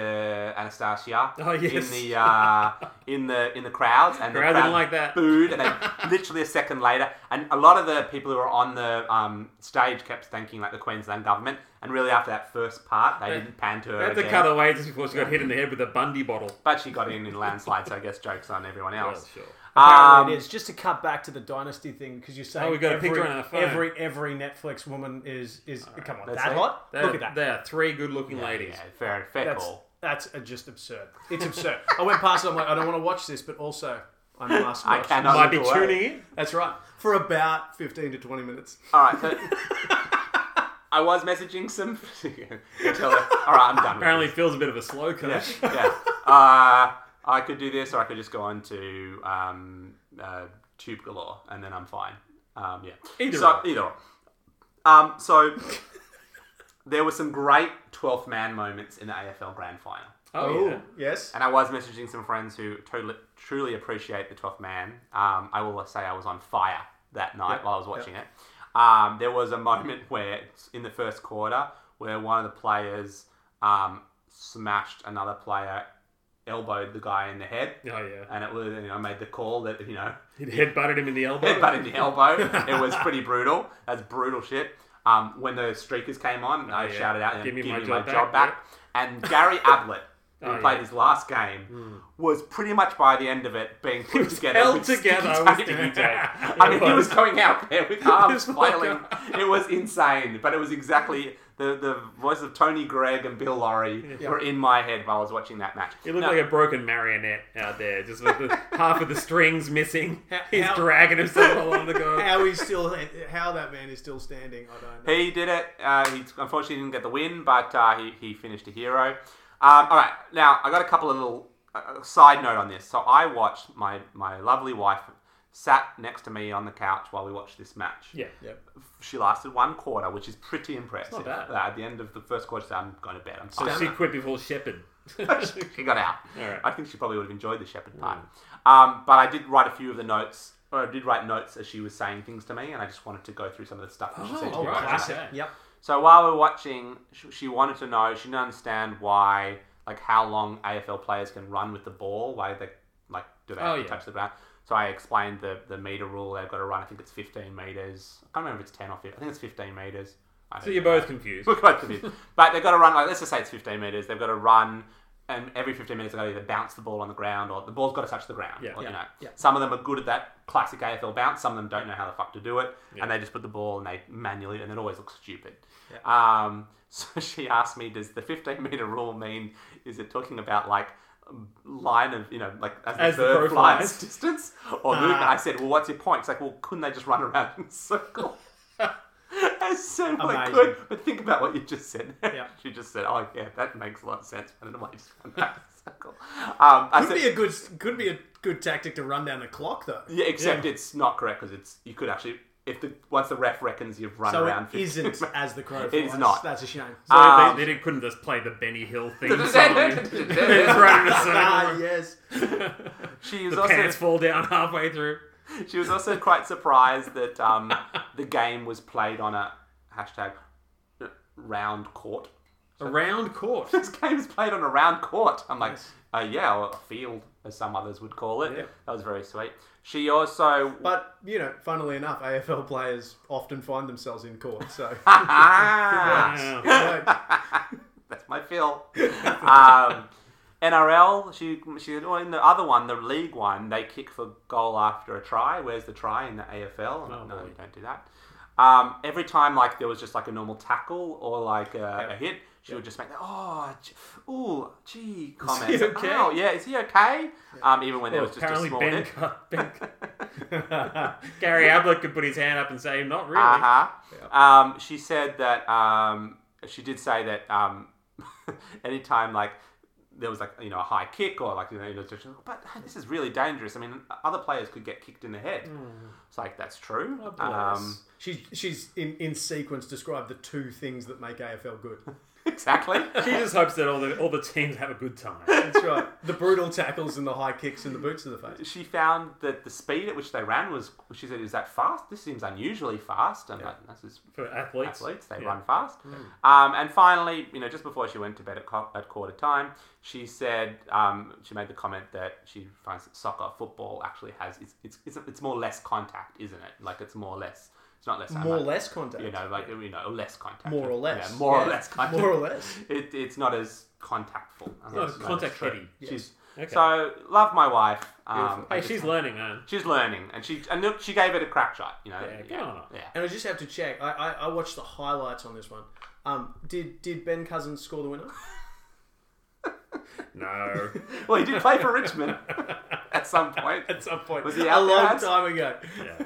[SPEAKER 1] Anastasia
[SPEAKER 2] Oh, yes.
[SPEAKER 1] in the uh, in the in the crowds, and the
[SPEAKER 2] Crowd
[SPEAKER 1] crowd
[SPEAKER 2] didn't like that.
[SPEAKER 1] booed. And they literally a second later, and a lot of the people who were on the um, stage kept thanking like the Queensland government, and really after that first part, they didn't pan to her.
[SPEAKER 2] They had to
[SPEAKER 1] again.
[SPEAKER 2] cut away just before she got hit in the head with a Bundy bottle.
[SPEAKER 1] But she got in in a landslide, so I guess jokes on everyone else.
[SPEAKER 2] Well, sure.
[SPEAKER 3] Apparently it
[SPEAKER 1] Um,
[SPEAKER 3] is. Just to cut back to the dynasty thing, because you're saying
[SPEAKER 2] Oh, we got a
[SPEAKER 3] every,
[SPEAKER 2] picture on our phone.
[SPEAKER 3] every every Netflix woman is is come on
[SPEAKER 1] That's
[SPEAKER 3] that
[SPEAKER 1] it.
[SPEAKER 3] hot.
[SPEAKER 2] They're,
[SPEAKER 3] Look at that.
[SPEAKER 2] They're three good-looking ladies.
[SPEAKER 1] yeah, fair, fair
[SPEAKER 3] That's
[SPEAKER 1] call.
[SPEAKER 3] that's uh, just absurd. It's absurd. I went past it. I'm like, I don't want to watch this, but also I must.
[SPEAKER 1] I
[SPEAKER 3] Watch
[SPEAKER 1] cannot-
[SPEAKER 2] Might be
[SPEAKER 1] Look away.
[SPEAKER 2] tuning in.
[SPEAKER 3] this. That's right. For about fifteen to twenty minutes.
[SPEAKER 1] All right. So I was messaging some. You tell her, All right, I'm done.
[SPEAKER 2] Apparently,
[SPEAKER 1] With
[SPEAKER 2] Phil's a bit of a slow coach.
[SPEAKER 1] this. Yeah. yeah. Uh, I could do this, or I could just go on to um, uh, Tube Galore, and then I'm fine. Um, yeah.
[SPEAKER 2] Either
[SPEAKER 1] so,
[SPEAKER 2] or.
[SPEAKER 1] Either. Or. Um, so there were some great 12th man moments in the AFL Grand Final.
[SPEAKER 2] Oh, yeah.
[SPEAKER 3] yes.
[SPEAKER 1] And I was messaging some friends who totally, truly appreciate the 12th man. Um, I will say I was on fire that night while I was watching it. Um, there was a moment where, it's in the first quarter, where one of the players um, smashed another player, elbowed the guy in the head.
[SPEAKER 2] Oh yeah.
[SPEAKER 1] And it was, you know, I made the call that, you know,
[SPEAKER 2] He headbutted him in the elbow.
[SPEAKER 1] but in the elbow. It was pretty brutal. That's brutal shit. Um, when the streakers came on, I
[SPEAKER 2] yeah.
[SPEAKER 1] shouted out,
[SPEAKER 2] Give me
[SPEAKER 1] give
[SPEAKER 2] my
[SPEAKER 1] me my
[SPEAKER 2] job back,"
[SPEAKER 1] job back. And Gary Ablett, who
[SPEAKER 2] Oh,
[SPEAKER 1] played
[SPEAKER 2] yeah. Hmm.
[SPEAKER 1] his last game, was pretty much by the end of it being put together.
[SPEAKER 2] held
[SPEAKER 1] with sticky
[SPEAKER 2] together with
[SPEAKER 1] tape.
[SPEAKER 2] sticky tape.
[SPEAKER 1] I mean,
[SPEAKER 2] It
[SPEAKER 1] he was
[SPEAKER 2] was.
[SPEAKER 1] going out there with arms
[SPEAKER 2] was
[SPEAKER 1] flailing. It was insane, but it was exactly. The, the voices of Tony Gregg and Bill Laurie were in my head while I was watching that match.
[SPEAKER 2] He looked
[SPEAKER 1] Now-
[SPEAKER 2] like a broken marionette out there, just with the, half of the strings missing.
[SPEAKER 3] How-
[SPEAKER 2] He's
[SPEAKER 3] how-
[SPEAKER 2] dragging himself along the go.
[SPEAKER 3] How he's still, how that man is still standing, I don't know.
[SPEAKER 1] He did it. Uh, he unfortunately didn't get the win, but uh, he, he finished a hero. Um, all right, now I got a couple of little uh, side note on this. So I watched my my lovely wife sat next to me on the couch while we watched this match.
[SPEAKER 2] Yeah.
[SPEAKER 3] Yep.
[SPEAKER 1] She lasted one quarter, which is pretty impressive.
[SPEAKER 2] not bad.
[SPEAKER 1] Uh, at the end of the first quarter, she said, I'm going to bed. I'm
[SPEAKER 2] So
[SPEAKER 1] tired."
[SPEAKER 2] she quit before Shepard.
[SPEAKER 1] she got out.
[SPEAKER 2] Alright.
[SPEAKER 1] I think she probably would have enjoyed the shepherd part.
[SPEAKER 2] Mm.
[SPEAKER 1] Um, but I did write a few of the notes, or I did write notes as she was saying things to me, and I just wanted to go through some of the stuff that she said. to
[SPEAKER 2] Oh,
[SPEAKER 1] me.
[SPEAKER 2] right.
[SPEAKER 3] classic.
[SPEAKER 2] Okay.
[SPEAKER 3] Yep.
[SPEAKER 1] So while we we're watching, sh- she wanted to know. She didn't understand why, like, how long AFL players can run with the ball. Why they, like, do they
[SPEAKER 2] Oh,
[SPEAKER 1] have to
[SPEAKER 2] yeah.
[SPEAKER 1] touch the ground? So I explained the the meter rule. They've got to run. I think it's fifteen meters. I can't remember if it's ten or fifteen. I think it's fifteen meters. I
[SPEAKER 2] So
[SPEAKER 1] don't
[SPEAKER 2] you're
[SPEAKER 1] know.
[SPEAKER 2] both confused.
[SPEAKER 1] We're both confused. but they've got to run. Like, let's just say it's fifteen meters. They've got to run. And every 15 minutes, they've got to either bounce the ball on the ground or the ball's got to touch the ground.
[SPEAKER 2] Yeah.
[SPEAKER 1] or, you
[SPEAKER 3] Yeah.
[SPEAKER 1] know.
[SPEAKER 3] Yeah.
[SPEAKER 1] Some of them are good at that classic AFL bounce. Some of them don't know how the fuck to do it. And they just put the ball and they manually, and it always looks stupid. Um, so she asked me, does the 15 meter rule mean, is it talking about like um, line of, you know, like as,
[SPEAKER 2] As
[SPEAKER 1] the
[SPEAKER 2] the
[SPEAKER 1] bird
[SPEAKER 2] crow
[SPEAKER 1] flies
[SPEAKER 2] flies. Ah.
[SPEAKER 1] distance or movement? I said, well, what's your point? It's like, well, couldn't they just run around in a circle? I said, well, they
[SPEAKER 3] Amazing.
[SPEAKER 1] could, but think about what you just said.
[SPEAKER 3] Yeah.
[SPEAKER 1] she just said, "Oh yeah, that makes a lot of sense." I don't know why you just went back in a circle. Um, I
[SPEAKER 3] Could
[SPEAKER 1] said,
[SPEAKER 3] be a good, could be a good tactic to run down the clock though.
[SPEAKER 1] yeah, except it's not correct because it's you could actually if the once the ref reckons you've run
[SPEAKER 3] So
[SPEAKER 1] around.
[SPEAKER 3] it
[SPEAKER 1] 15
[SPEAKER 3] isn't as the crow.
[SPEAKER 1] It is
[SPEAKER 3] flies.
[SPEAKER 1] not.
[SPEAKER 3] That's a shame.
[SPEAKER 2] So
[SPEAKER 1] Um,
[SPEAKER 2] they, they didn't- couldn't just play the Benny Hill theme song. They just ran in a circle.
[SPEAKER 3] ah, yes.
[SPEAKER 1] she was
[SPEAKER 2] The
[SPEAKER 1] also
[SPEAKER 2] pants fall down halfway through.
[SPEAKER 1] she was also quite surprised that um, the game was played on a hashtag uh, round court.
[SPEAKER 2] Around court.
[SPEAKER 1] This game was played on a round court. I'm like, uh, yeah, or a field as some others would call it.
[SPEAKER 2] Yeah.
[SPEAKER 1] That was very sweet. She also
[SPEAKER 3] But you know, funnily enough, AFL players often find themselves in court. So
[SPEAKER 1] Ah!
[SPEAKER 2] Wow.
[SPEAKER 3] Right.
[SPEAKER 1] That's my feel. um, NRL, she she well, in the other one, the league one, they kick for goal after a try. Where's the try in the AFL? I'm like,
[SPEAKER 2] Oh,
[SPEAKER 1] no,
[SPEAKER 2] boy.
[SPEAKER 1] you don't do that. Um, every time, like there was just like a normal tackle or like a, a hit, she would just make that oh, j- ooh, gee, comments.
[SPEAKER 2] okay?
[SPEAKER 1] Oh, yeah, is he okay? Um, even when there
[SPEAKER 2] Well,
[SPEAKER 1] was just a
[SPEAKER 2] apparently
[SPEAKER 1] small
[SPEAKER 2] Ben,
[SPEAKER 1] hit.
[SPEAKER 2] cut- ben Gary Ablett could put his hand up and say, "Not really."
[SPEAKER 1] Uh huh. Um, she said that um, she did say that um, anytime like there was like you know a high kick or like you know it was just, but this is really dangerous. I mean, other players could get kicked in the head. It's like that's true.
[SPEAKER 2] Hmm. Oh, bless.
[SPEAKER 1] um,
[SPEAKER 3] she's she's in in sequence described the two things that make AFL good.
[SPEAKER 1] exactly.
[SPEAKER 2] She just hopes that all the all the teams have a good time.
[SPEAKER 3] That's right. The brutal tackles and the high kicks and the boots in the face.
[SPEAKER 1] she found that the speed at which they ran was. She said, "Is that fast? This seems unusually fast." And like, this is
[SPEAKER 2] For athletes.
[SPEAKER 1] athletes. They
[SPEAKER 2] Yeah.
[SPEAKER 1] run fast. Um, and finally, you know, just before she went to bed at, co- at quarter time, she said um, she made the comment that she finds that soccer, football actually has it's it's it's, it's more less contact, isn't it? Like it's more less. It's not less. uh,
[SPEAKER 3] More or
[SPEAKER 1] like,
[SPEAKER 3] less contact.
[SPEAKER 1] You know, like you know, less contact.
[SPEAKER 3] More or less.
[SPEAKER 1] Yeah, more or
[SPEAKER 3] Yeah.
[SPEAKER 1] less contact.
[SPEAKER 3] More or less.
[SPEAKER 1] It, it's not as contactful. It's
[SPEAKER 2] not as contact heavy.
[SPEAKER 1] She's
[SPEAKER 2] Okay.
[SPEAKER 1] so love my wife. Um,
[SPEAKER 3] Beautiful.
[SPEAKER 1] I
[SPEAKER 2] Hey,
[SPEAKER 1] just-
[SPEAKER 2] she's learning, man.
[SPEAKER 1] she's learning, and she and look, she gave it a crack shot. You know,
[SPEAKER 2] Yeah, good on her.
[SPEAKER 1] yeah.
[SPEAKER 3] And I just have to check. I, I, I watched the highlights on this one. Um, did did Ben Cousins score the winner?
[SPEAKER 2] No.
[SPEAKER 1] Well, he did play for Richmond at some point.
[SPEAKER 2] At some point.
[SPEAKER 1] Was he
[SPEAKER 3] A
[SPEAKER 1] out there?
[SPEAKER 3] long
[SPEAKER 1] Hans?
[SPEAKER 3] time ago.
[SPEAKER 2] Yeah.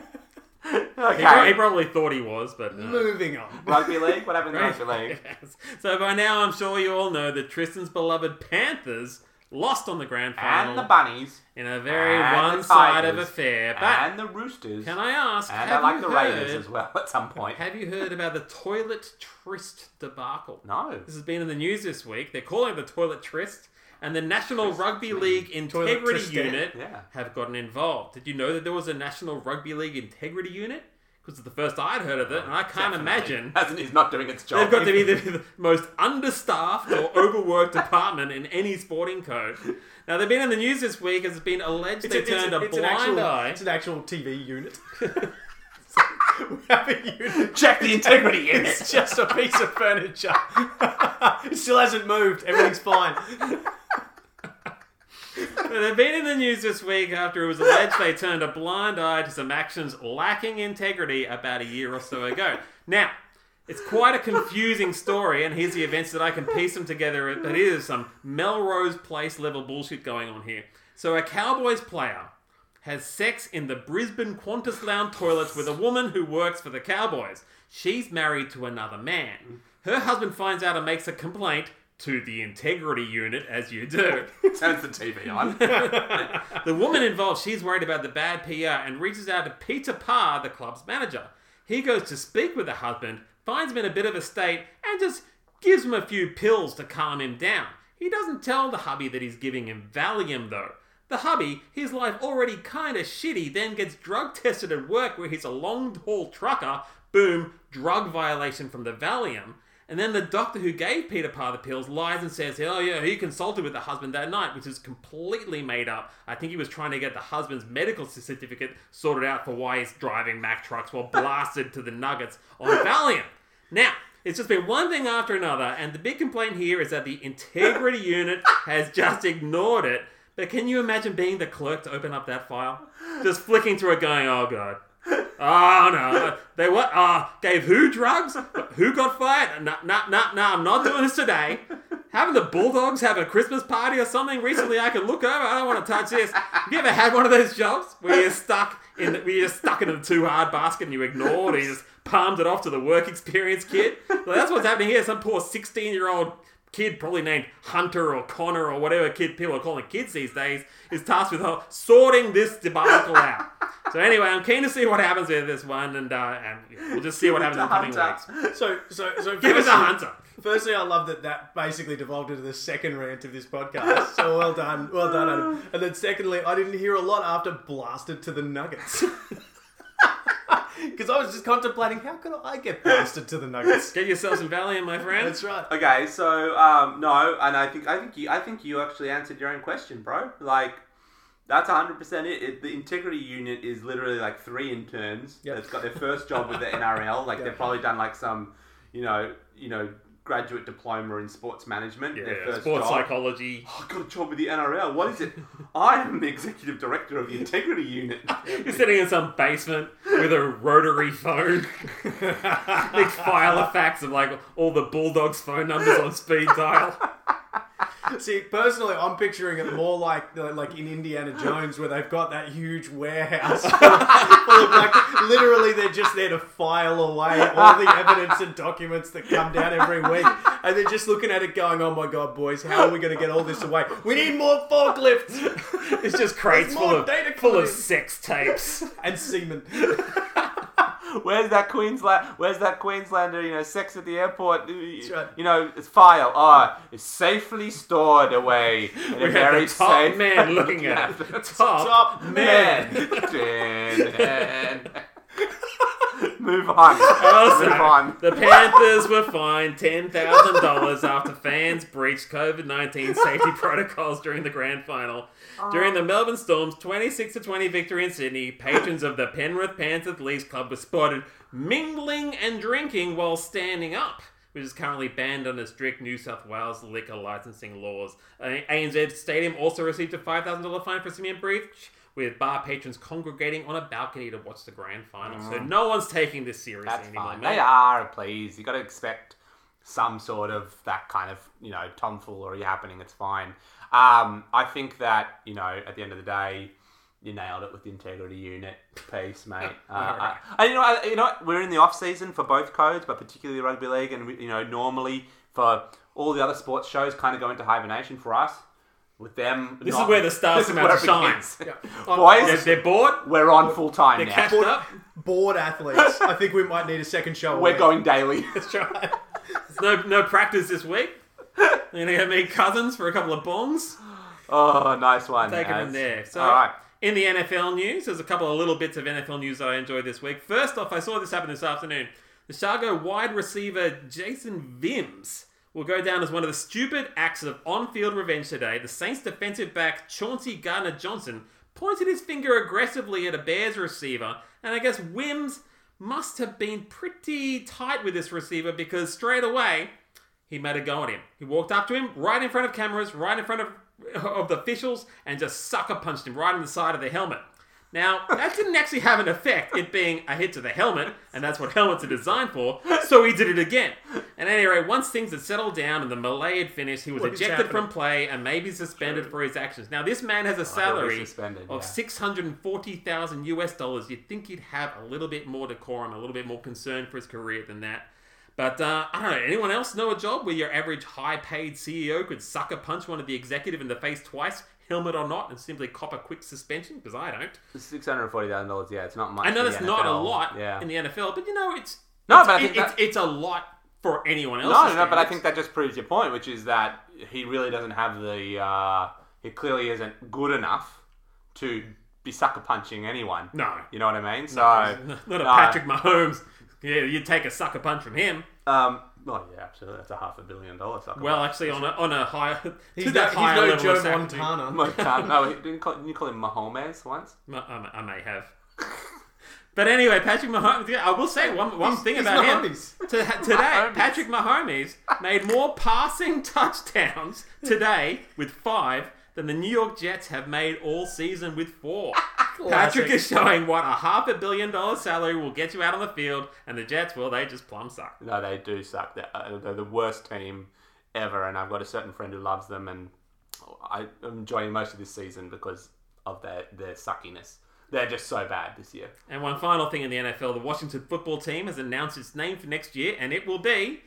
[SPEAKER 2] He, pro- he
[SPEAKER 1] Okay.
[SPEAKER 2] probably thought he was, but no.
[SPEAKER 3] Moving on.
[SPEAKER 1] Rugby league? What happened in rugby league?
[SPEAKER 2] Yes. So by now, I'm sure you all know that Tristan's beloved Panthers lost on the grand
[SPEAKER 1] And
[SPEAKER 2] final
[SPEAKER 1] the Bunnies.
[SPEAKER 2] in a very
[SPEAKER 1] and the
[SPEAKER 2] one-sided
[SPEAKER 1] Tigers,
[SPEAKER 2] affair. But
[SPEAKER 1] And the Roosters.
[SPEAKER 2] can I ask?
[SPEAKER 1] and I
[SPEAKER 2] have
[SPEAKER 1] like
[SPEAKER 2] you
[SPEAKER 1] the
[SPEAKER 2] heard,
[SPEAKER 1] Raiders as well at some point.
[SPEAKER 2] Have you heard about the toilet tryst debacle?
[SPEAKER 1] No.
[SPEAKER 2] This has been in the news this week. They're calling it the toilet tryst, and the National Rugby League
[SPEAKER 3] Toilet
[SPEAKER 2] Integrity
[SPEAKER 3] tristan,
[SPEAKER 2] Unit
[SPEAKER 1] yeah.
[SPEAKER 2] have gotten involved. Did you know that there was a National Rugby League Integrity Unit? Because it's the first I'd heard of it, and I can't
[SPEAKER 3] Uh,
[SPEAKER 2] imagine.
[SPEAKER 1] Hasn't he's not doing its job.
[SPEAKER 2] They've got to be the, the most understaffed or overworked department in any sporting code. Now, they've been in the news this week as it's been alleged they turned a
[SPEAKER 3] it's an
[SPEAKER 2] blind
[SPEAKER 3] actual,
[SPEAKER 2] eye.
[SPEAKER 3] It's an actual TV unit. we have a unit.
[SPEAKER 1] Check the integrity in
[SPEAKER 3] It's
[SPEAKER 1] it.
[SPEAKER 3] just a piece of furniture. it still hasn't moved. Everything's fine.
[SPEAKER 2] But They've been in the news this week after it was alleged they turned a blind eye to some actions lacking integrity about a year or so ago. Now, it's quite a confusing story, and here's the events that I can piece them together. But it is some Melrose Place level bullshit going on here. So, a Cowboys player has sex in the Brisbane Qantas Lounge toilets with a woman who works for the Cowboys. She's married to another man. Her husband finds out and makes a complaint to the integrity unit, as you do.
[SPEAKER 1] Turns the TV on.
[SPEAKER 2] The woman involved, she's worried about the bad PR and reaches out to Peter Parr, the club's manager. He goes to speak with the husband, finds him in a bit of a state, and just gives him a few pills to calm him down. He doesn't tell the hubby that he's giving him Valium, though. The hubby, his life already kinda shitty, then gets drug tested at work where he's a long haul trucker. Boom, drug violation from the Valium. And then the doctor who gave Peter Parr the pills lies and says, oh yeah, he consulted with the husband that night, which is completely made up. I think he was trying to get the husband's medical certificate sorted out for why he's driving Mack trucks while blasted to the nuggets on Valium. Now, it's just been one thing after another, and the big complaint here is that the integrity unit has just ignored it. But can you imagine being the clerk to open up that file? Just flicking through it going, oh god. Oh no. They what? Ah, gave who drugs? Who got fired? Nah, nah, nah, nah, I'm not doing this today. Having the Bulldogs have a Christmas party or something recently, I can look over. I don't want to touch this. Have you ever had one of those jobs where you're stuck in, the, where you're stuck in a too hard basket and you ignored and you just palmed it off to the work experience kid? Well, that's what's happening here. Some poor 16 year old kid, probably named Hunter or Connor or whatever kid people are calling kids these days, is tasked with uh, sorting this debacle out. So anyway, I'm keen to see what happens with this one, and, uh, and yeah, we'll just see what happens in the coming weeks.
[SPEAKER 3] So, so, so
[SPEAKER 2] Give us a
[SPEAKER 3] firstly-
[SPEAKER 2] Hunter.
[SPEAKER 3] Firstly, I love that that basically devolved into the second rant of this podcast. So well done, well done, Adam.
[SPEAKER 2] Ah.
[SPEAKER 3] And then secondly, I didn't hear a lot after blasted to the Nuggets. Because I was just contemplating how could I get blasted to the Nuggets.
[SPEAKER 2] Get yourself some Valium, my friend.
[SPEAKER 3] That's right.
[SPEAKER 1] Okay, so um, no, and I think I think you I think you actually answered your own question, bro. Like that's hundred percent it. it. The integrity unit is literally like three interns
[SPEAKER 3] Yep.
[SPEAKER 1] that's got their first job with the NRL. Like
[SPEAKER 3] Yeah.
[SPEAKER 1] they've probably done like some, you know, you know, graduate diploma in sports management.
[SPEAKER 2] Yeah,
[SPEAKER 1] their first
[SPEAKER 2] sports
[SPEAKER 1] job.
[SPEAKER 2] psychology.
[SPEAKER 1] Oh, I got a job with the NRL. What is it? I am the executive director of the integrity unit.
[SPEAKER 2] You're sitting in some basement with a rotary phone, big file of facts of like all the Bulldogs' phone numbers on speed dial.
[SPEAKER 3] See, personally, I'm picturing it more like like in Indiana Jones, where they've got that huge warehouse full of like literally they're just there to file away all the evidence and documents that come down every week, and they're just looking at it, going, "Oh my god, boys, how are we going to get all this away? We need more forklifts
[SPEAKER 2] It's just crates
[SPEAKER 3] There's
[SPEAKER 2] full
[SPEAKER 3] more
[SPEAKER 2] of
[SPEAKER 3] data
[SPEAKER 2] full
[SPEAKER 3] coming
[SPEAKER 2] of
[SPEAKER 3] in.
[SPEAKER 2] sex tapes.
[SPEAKER 3] and semen."
[SPEAKER 1] where's that Queensland? Where's that Queenslander? You know, sex at the airport.
[SPEAKER 3] right.
[SPEAKER 1] You know, it's file. Ah, it's safely stored away in a
[SPEAKER 2] We have
[SPEAKER 1] very
[SPEAKER 2] the top
[SPEAKER 1] safe
[SPEAKER 2] man looking at it. Top,
[SPEAKER 3] Top
[SPEAKER 1] man.
[SPEAKER 3] man.
[SPEAKER 1] Move on.
[SPEAKER 2] Oh,
[SPEAKER 1] Move
[SPEAKER 2] sorry.
[SPEAKER 1] on.
[SPEAKER 2] The Panthers were fined ten thousand dollars after fans breached COVID nineteen safety protocols during the grand final. During the Melbourne Storm's twenty six to twenty victory in Sydney, patrons of the Penrith Panthers Leagues Club were spotted mingling and drinking while standing up. Which is currently banned under strict New South Wales liquor licensing laws. Uh, ANZ Stadium also received a $5,000 fine for Simeon breach, with bar patrons congregating on a balcony to watch the grand final. So no one's taking this seriously
[SPEAKER 1] That's
[SPEAKER 2] anymore.
[SPEAKER 1] fine.
[SPEAKER 2] mate.
[SPEAKER 1] They are, please. You got to expect some sort of that kind of you know tomfoolery happening. It's fine. Um, I think that you know at the end of the day, you nailed it with the integrity unit piece, mate. Uh, I,
[SPEAKER 2] Alright.
[SPEAKER 1] and you know, I, you know, what? we're in the off season for both codes, but particularly rugby league, and we, you know, normally for all the other sports shows, kind of go into hibernation for us. With them,
[SPEAKER 2] This
[SPEAKER 1] not-
[SPEAKER 2] is where the
[SPEAKER 1] this
[SPEAKER 2] stars
[SPEAKER 1] is
[SPEAKER 2] come out
[SPEAKER 1] where
[SPEAKER 2] to
[SPEAKER 1] it
[SPEAKER 2] shine.
[SPEAKER 1] begins.
[SPEAKER 3] Yeah.
[SPEAKER 2] They're,
[SPEAKER 1] Boys,
[SPEAKER 2] they're bored.
[SPEAKER 1] we're on full time
[SPEAKER 2] They're
[SPEAKER 1] now.
[SPEAKER 2] cashed up.
[SPEAKER 3] Bored athletes. I think we might need a second show. a
[SPEAKER 1] We're
[SPEAKER 3] week.
[SPEAKER 1] going daily.
[SPEAKER 2] That's right. There's no no practice this week. They're gonna go meet cousins for a couple of bongs.
[SPEAKER 1] Oh, nice one.
[SPEAKER 2] Take them
[SPEAKER 1] Naz.
[SPEAKER 2] in there. So
[SPEAKER 1] All right.
[SPEAKER 2] in the NFL news, there's a couple of little bits of NFL news that I enjoyed this week. First off, I saw this happen this afternoon. The Chicago wide receiver Jason Vims will go down as one of the stupid acts of on-field revenge today. The Saints defensive back Chauncey Gardner-Johnson pointed his finger aggressively at a Bears receiver, and I guess Wims must have been pretty tight with this receiver because straight away he made a go at him. He walked up to him right in front of cameras, right in front of of the officials, and just sucker punched him right in the side of the helmet. Now that didn't actually have an effect, it being a hit to the helmet, and that's what helmets are designed for. So he did it again. And anyway, once things had settled down and the melee had finished, he was
[SPEAKER 3] What is
[SPEAKER 2] ejected
[SPEAKER 3] happening?
[SPEAKER 2] from play and maybe suspended for his actions. Now this man has a salary
[SPEAKER 1] suspended,
[SPEAKER 2] of
[SPEAKER 1] yeah.
[SPEAKER 2] six hundred and forty thousand US dollars. You'd think he'd have a little bit more decorum, a little bit more concern for his career than that. But uh, I don't know. Anyone else know a job where your average high-paid CEO could sucker punch one of the executive in the face twice, helmet or not, and simply cop a quick suspension? Because I don't.
[SPEAKER 1] Six hundred forty thousand dollars. Yeah, it's not much.
[SPEAKER 2] I know
[SPEAKER 1] for
[SPEAKER 2] that's
[SPEAKER 1] the
[SPEAKER 2] not a
[SPEAKER 1] NFL.
[SPEAKER 2] lot
[SPEAKER 1] Yeah.
[SPEAKER 2] in the NFL, but you know it's
[SPEAKER 1] No, but
[SPEAKER 2] it's,
[SPEAKER 1] I
[SPEAKER 2] it-
[SPEAKER 1] think
[SPEAKER 2] it's,
[SPEAKER 1] that-
[SPEAKER 2] it's a lot for anyone else.
[SPEAKER 1] no, no, no, but I think that just proves your point, which is that he really doesn't have the. Uh, he clearly isn't good enough to be sucker punching anyone.
[SPEAKER 2] no,
[SPEAKER 1] You know what I mean? So,
[SPEAKER 2] not
[SPEAKER 1] no.
[SPEAKER 2] a Patrick Mahomes. Yeah, you'd take a sucker punch from him.
[SPEAKER 1] Um, well, yeah, absolutely. That's a half a billion dollar sucker.
[SPEAKER 2] Well, actually, on a on a higher
[SPEAKER 3] He's
[SPEAKER 2] to
[SPEAKER 3] no,
[SPEAKER 2] that
[SPEAKER 3] he's
[SPEAKER 2] higher
[SPEAKER 3] no
[SPEAKER 2] level of
[SPEAKER 3] Joe
[SPEAKER 2] sacrifice.
[SPEAKER 3] Montana.
[SPEAKER 1] punch. Montana. no, he- didn't, call, didn't you call him Mahomes once?
[SPEAKER 2] M- I, m- I may have. But anyway, Patrick Mahomes. Yeah, I will say one, one thing
[SPEAKER 3] he's
[SPEAKER 2] about him.
[SPEAKER 3] Mahomes.
[SPEAKER 2] To- Today, Patrick Mahomes made more passing touchdowns today with five than the New York Jets have made all season with four. Patrick is showing what a half a billion dollar salary will get you out on the field, and the Jets, well, they just plumb suck.
[SPEAKER 1] No, they do suck. They're, uh, they're the worst team ever, and I've got a certain friend who loves them, and I- I'm enjoying most of this season because of their, their suckiness. They're just so bad this year.
[SPEAKER 2] And one final thing in the NFL the Washington football team has announced its name for next year, and it will be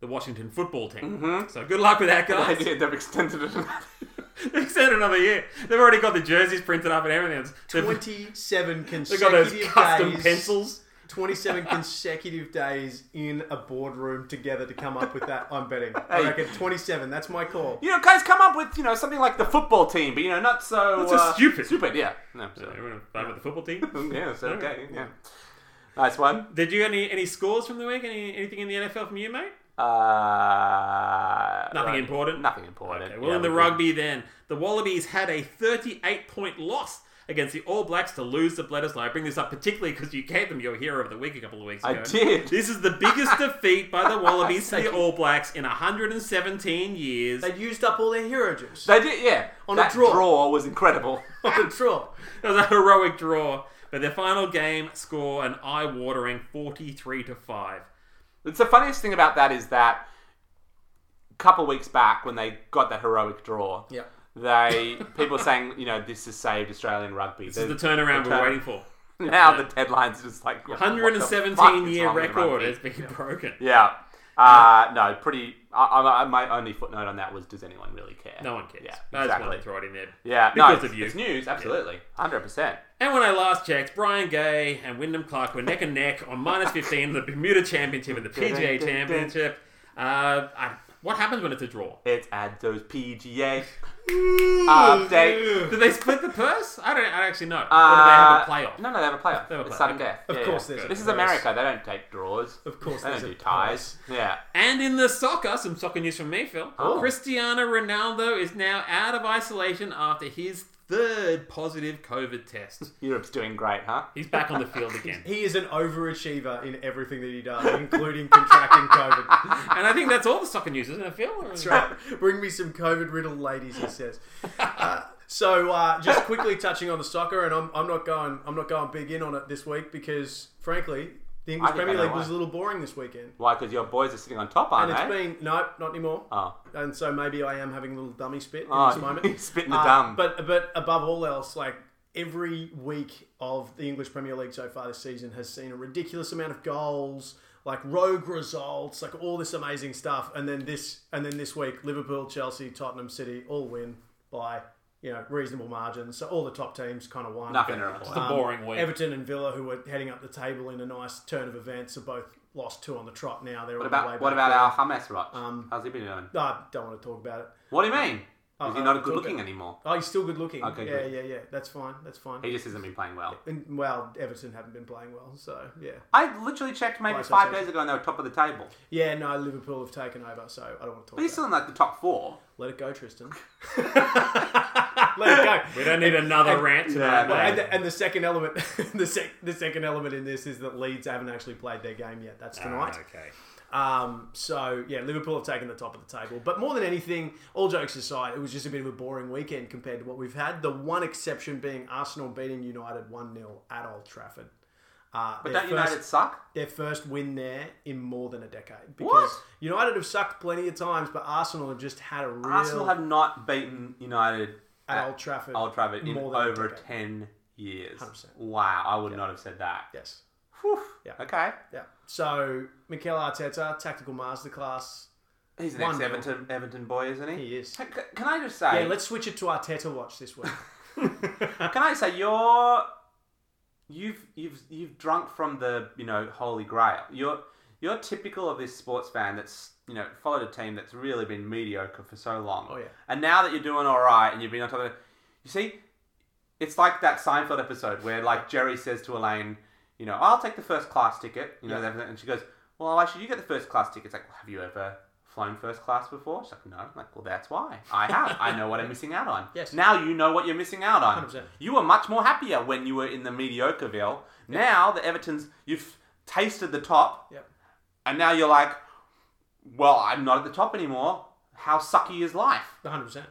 [SPEAKER 2] the Washington football team.
[SPEAKER 3] Mm-hmm.
[SPEAKER 2] So good luck with that,
[SPEAKER 1] They
[SPEAKER 2] guys.
[SPEAKER 1] did, they've extended it.
[SPEAKER 2] They've said another year. They've already got the jerseys printed up and everything. else. They've,
[SPEAKER 3] Twenty-seven
[SPEAKER 2] they've
[SPEAKER 3] consecutive
[SPEAKER 2] got those custom
[SPEAKER 3] days,
[SPEAKER 2] pencils.
[SPEAKER 3] Twenty-seven consecutive days in a boardroom together to come up with that. I'm betting. I
[SPEAKER 1] Hey.
[SPEAKER 3] reckon twenty-seven. That's my call.
[SPEAKER 1] you know, guys, come up with you know something like the football team, but you know, not so
[SPEAKER 2] Not so
[SPEAKER 1] uh,
[SPEAKER 2] stupid.
[SPEAKER 1] Stupid, yeah. No,
[SPEAKER 2] So
[SPEAKER 1] so,
[SPEAKER 2] everyone fine with the football team.
[SPEAKER 1] yeah, it's okay. Yeah, nice one.
[SPEAKER 2] Did you get any, any scores from the week? Any, anything in the NFL from you, mate?
[SPEAKER 1] Uh,
[SPEAKER 2] Nothing
[SPEAKER 1] right.
[SPEAKER 2] important?
[SPEAKER 1] Nothing important.
[SPEAKER 2] Okay, well,
[SPEAKER 1] Yeah,
[SPEAKER 2] in the
[SPEAKER 1] we
[SPEAKER 2] rugby then, the Wallabies had a 38 point loss against the All Blacks to lose to Bledisloe. I bring this up particularly because you gave them your hero of the week a couple of weeks
[SPEAKER 1] I
[SPEAKER 2] ago.
[SPEAKER 1] did.
[SPEAKER 2] This is the biggest defeat by the Wallabies to the All Blacks in 117 years.
[SPEAKER 3] They'd used up all their hero juice
[SPEAKER 1] They did, yeah.
[SPEAKER 3] On a
[SPEAKER 1] that
[SPEAKER 3] draw.
[SPEAKER 1] was incredible.
[SPEAKER 3] on the draw.
[SPEAKER 2] It was a heroic draw, but their final game score an eye-watering 43 to 5.
[SPEAKER 1] It's the funniest thing about that is that a couple weeks back when they got that heroic draw,
[SPEAKER 3] Yeah.
[SPEAKER 1] they people were saying, you know, this has saved Australian rugby.
[SPEAKER 2] This is the turnaround we're
[SPEAKER 1] turn-
[SPEAKER 2] waiting for.
[SPEAKER 1] now the deadline's just like what the fuck
[SPEAKER 2] 117
[SPEAKER 1] is
[SPEAKER 2] year
[SPEAKER 1] wrong with
[SPEAKER 2] record
[SPEAKER 1] rugby?
[SPEAKER 2] has been broken.
[SPEAKER 1] Yeah. Uh, no, pretty. I, I, I- my only footnote on that was, does anyone really care?
[SPEAKER 2] No one cares.
[SPEAKER 1] Yeah,
[SPEAKER 2] I just wanted
[SPEAKER 1] exactly.
[SPEAKER 2] to throw it in there.
[SPEAKER 1] Yeah, no,
[SPEAKER 2] Because
[SPEAKER 1] it's,
[SPEAKER 2] of you.
[SPEAKER 1] it's news. Absolutely, hundred percent.
[SPEAKER 2] And when I last checked, Brian Gay and Wyndham Clark were neck and neck on minus 15 in the Bermuda Championship and the PGA Championship. Uh, I, what happens when it's a draw?
[SPEAKER 1] It's Adzo's PGA Ah, update.
[SPEAKER 2] Do they split the purse? I don't, I don't actually know.
[SPEAKER 1] Uh,
[SPEAKER 2] or do they have a playoff?
[SPEAKER 1] No, no, they have a playoff.
[SPEAKER 2] They have a
[SPEAKER 1] It's
[SPEAKER 2] playoff.
[SPEAKER 1] sudden
[SPEAKER 2] Okay.
[SPEAKER 1] death.
[SPEAKER 3] Of
[SPEAKER 1] Yeah,
[SPEAKER 3] course
[SPEAKER 1] yeah.
[SPEAKER 3] there's a
[SPEAKER 1] This is
[SPEAKER 3] prize.
[SPEAKER 1] America. They don't take draws.
[SPEAKER 3] Of course
[SPEAKER 1] They don't
[SPEAKER 3] there's
[SPEAKER 1] do
[SPEAKER 3] a prize.
[SPEAKER 1] ties. Yeah.
[SPEAKER 2] And in the soccer, some soccer news from me, Phil.
[SPEAKER 1] Oh.
[SPEAKER 2] Cristiano Ronaldo is now out of isolation after his third positive COVID test.
[SPEAKER 1] Europe's doing great, huh?
[SPEAKER 2] He's back on the field again.
[SPEAKER 3] He is an overachiever in everything that he does, including contracting COVID.
[SPEAKER 2] And I think that's all the soccer news, isn't it, Phil? That's
[SPEAKER 3] That's right. Bring me some COVID riddled ladies, he says. Uh, so uh, just quickly touching on the soccer, and I'm, I'm not going I'm not going big in on it this week because frankly, the English
[SPEAKER 1] I think I
[SPEAKER 3] Premier
[SPEAKER 1] know
[SPEAKER 3] League
[SPEAKER 1] why.
[SPEAKER 3] was a little boring this weekend.
[SPEAKER 1] Why? Because your boys are sitting on top, aren't
[SPEAKER 3] And it's
[SPEAKER 1] they?
[SPEAKER 3] been no, not anymore.
[SPEAKER 1] Oh.
[SPEAKER 3] And so maybe I am having a little dummy spit in
[SPEAKER 1] Oh,
[SPEAKER 3] this moment.
[SPEAKER 1] spit in the
[SPEAKER 3] Uh,
[SPEAKER 1] dumb.
[SPEAKER 3] But but above all else, like every week of the English Premier League so far this season has seen a ridiculous amount of goals, like rogue results, like all this amazing stuff. And then this and then this week, Liverpool, Chelsea, Tottenham, City all win by you know reasonable margins. So all the top teams kind of won. Um,
[SPEAKER 1] Nothing to report.
[SPEAKER 2] a boring week.
[SPEAKER 3] Everton and Villa, who were heading up the table in a nice turn of events, have both lost two on the trot now. They're
[SPEAKER 1] What
[SPEAKER 3] on the way
[SPEAKER 1] about what
[SPEAKER 3] back Um,
[SPEAKER 1] about
[SPEAKER 3] down.
[SPEAKER 1] our Hamas Rock? How's he been doing?
[SPEAKER 3] I don't want to talk about it.
[SPEAKER 1] What do you mean? Is he
[SPEAKER 3] uh,
[SPEAKER 1] not good
[SPEAKER 3] talk
[SPEAKER 1] looking
[SPEAKER 3] about-
[SPEAKER 1] anymore?
[SPEAKER 3] Oh, he's still good looking.
[SPEAKER 1] Okay,
[SPEAKER 3] yeah,
[SPEAKER 1] good.
[SPEAKER 3] yeah, yeah. That's fine. That's fine.
[SPEAKER 1] He just hasn't been playing well.
[SPEAKER 3] and, well, Everton haven't been playing well, so yeah.
[SPEAKER 1] I literally checked maybe
[SPEAKER 3] Right,
[SPEAKER 1] five
[SPEAKER 3] so-
[SPEAKER 1] days ago and they were top of the table.
[SPEAKER 3] Yeah, no, Liverpool have taken over, so I don't want to talk
[SPEAKER 1] But he's
[SPEAKER 3] about it.
[SPEAKER 1] still in like the top four.
[SPEAKER 3] Let it go, Tristan. Let it go.
[SPEAKER 2] We don't need another rant tonight.
[SPEAKER 1] no.
[SPEAKER 3] Well, and,
[SPEAKER 2] mate.
[SPEAKER 3] the, and the second element, the, sec, the second element in this is that Leeds haven't actually played their game yet. That's tonight.
[SPEAKER 2] Okay.
[SPEAKER 3] Um, so yeah, Liverpool have taken the top of the table. But more than anything, all jokes aside, it was just a bit of a boring weekend compared to what we've had. The one exception being Arsenal beating United one 0 at Old Trafford. Uh,
[SPEAKER 1] But
[SPEAKER 3] their
[SPEAKER 1] don't
[SPEAKER 3] first-
[SPEAKER 1] United suck?
[SPEAKER 3] their first win there in more than a decade. Because
[SPEAKER 1] What?
[SPEAKER 3] United have sucked plenty of times, but Arsenal have just had a real
[SPEAKER 1] Arsenal have not beaten United
[SPEAKER 3] at
[SPEAKER 1] at
[SPEAKER 3] Old Trafford.
[SPEAKER 1] Old Trafford in
[SPEAKER 3] more than a
[SPEAKER 1] over
[SPEAKER 3] decade.
[SPEAKER 1] ten years.
[SPEAKER 3] 100%.
[SPEAKER 1] Wow, I would not have said that.
[SPEAKER 3] Yes.
[SPEAKER 1] Whew.
[SPEAKER 3] Yeah.
[SPEAKER 1] Okay.
[SPEAKER 3] Yeah. So Mikel Arteta, tactical masterclass.
[SPEAKER 1] He's an
[SPEAKER 3] One
[SPEAKER 1] ex
[SPEAKER 3] nil.
[SPEAKER 1] Everton Everton boy, isn't he?
[SPEAKER 3] He is.
[SPEAKER 1] C- Can I just say?
[SPEAKER 3] Yeah, let's switch it to Arteta watch this week.
[SPEAKER 1] Can I say you're you've you've you've drunk from the you know holy grail. You're you're typical of this sports fan that's you know followed a team that's really been mediocre for so long.
[SPEAKER 3] Oh, yeah.
[SPEAKER 1] And now that you're doing all right and you've been on top of it, you see, it's like that Seinfeld episode where like Jerry says to Elaine, you know, I'll take the first class ticket. You know, and she goes, well, why should you get the first class ticket? It's like, well, have you ever flown first class before? She's like, no. I'm like, well, that's why I have. I know what I'm missing out on.
[SPEAKER 3] Yes.
[SPEAKER 1] Now you know what you're missing out on.
[SPEAKER 3] 100%.
[SPEAKER 1] You were much more happier when you were in the mediocreville. Now the Everton's you've tasted the top,
[SPEAKER 3] yep.
[SPEAKER 1] and now you're like, well, I'm not at the top anymore. How sucky is life?
[SPEAKER 3] hundred percent.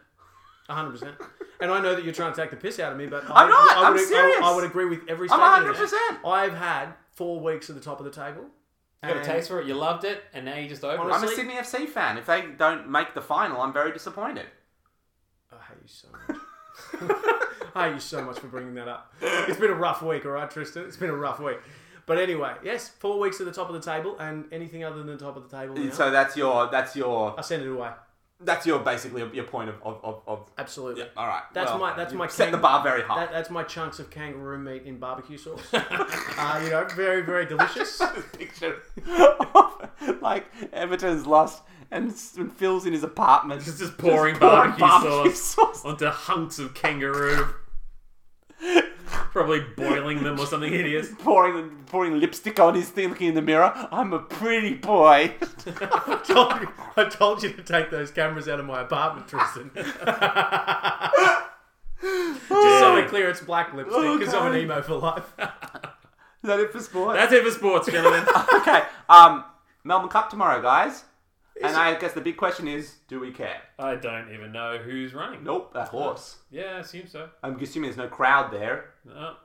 [SPEAKER 3] hundred percent. And I know that you're trying to take the piss out of me, but
[SPEAKER 1] I'm not.
[SPEAKER 3] I
[SPEAKER 1] I'm
[SPEAKER 3] would, I would,
[SPEAKER 1] serious.
[SPEAKER 3] I would agree with every
[SPEAKER 1] I'm
[SPEAKER 3] statement. of
[SPEAKER 1] 100%.
[SPEAKER 3] that. I've had four weeks at the top of the table.
[SPEAKER 2] You got a
[SPEAKER 3] and-
[SPEAKER 2] taste for it, you loved it, and now you just over
[SPEAKER 3] Honestly-
[SPEAKER 2] it.
[SPEAKER 1] I'm a Sydney FC fan. If they don't make the final, I'm very disappointed.
[SPEAKER 3] I hate you so much. I hate you so much for bringing that up. It's been a rough week, all right, Tristan. It's been a rough week. But anyway, yes, four weeks at the top of the table, and anything other than the top of the table, now,
[SPEAKER 1] So that's your that's your
[SPEAKER 3] I send it away.
[SPEAKER 1] that's your basically your point of of, of, of
[SPEAKER 3] Absolutely.
[SPEAKER 1] all right.
[SPEAKER 3] That's
[SPEAKER 1] well,
[SPEAKER 3] my- that's
[SPEAKER 1] you
[SPEAKER 3] my
[SPEAKER 1] set
[SPEAKER 3] king-
[SPEAKER 1] the bar very high.
[SPEAKER 3] That, that's my chunks of kangaroo meat in barbecue sauce. uh, you know, very, very delicious.
[SPEAKER 1] picture of like Everton's lost and, and Phil's in his apartment.
[SPEAKER 2] It's just pouring barbecue
[SPEAKER 1] sauce.
[SPEAKER 2] onto hunks of kangaroo. Probably boiling them or something hideous.
[SPEAKER 1] pouring pouring lipstick on his thing, looking in the mirror. I'm a pretty boy.
[SPEAKER 3] I, told you, I told you to take those cameras out of my apartment, Tristan. Just so we're clear, it's black
[SPEAKER 1] Oh,
[SPEAKER 3] lipstick because I'm an
[SPEAKER 1] Okay.
[SPEAKER 3] emo for life.
[SPEAKER 1] Is that it for sport?
[SPEAKER 2] That's it for sports, gentlemen.
[SPEAKER 1] okay. Um, Melbourne Cup tomorrow, guys. and I guess the big question is, do we care?
[SPEAKER 2] I don't even know who's running.
[SPEAKER 1] Nope, a horse.
[SPEAKER 2] Yeah, I assume so. Uh,
[SPEAKER 1] I'm assuming there's no crowd there.
[SPEAKER 2] No.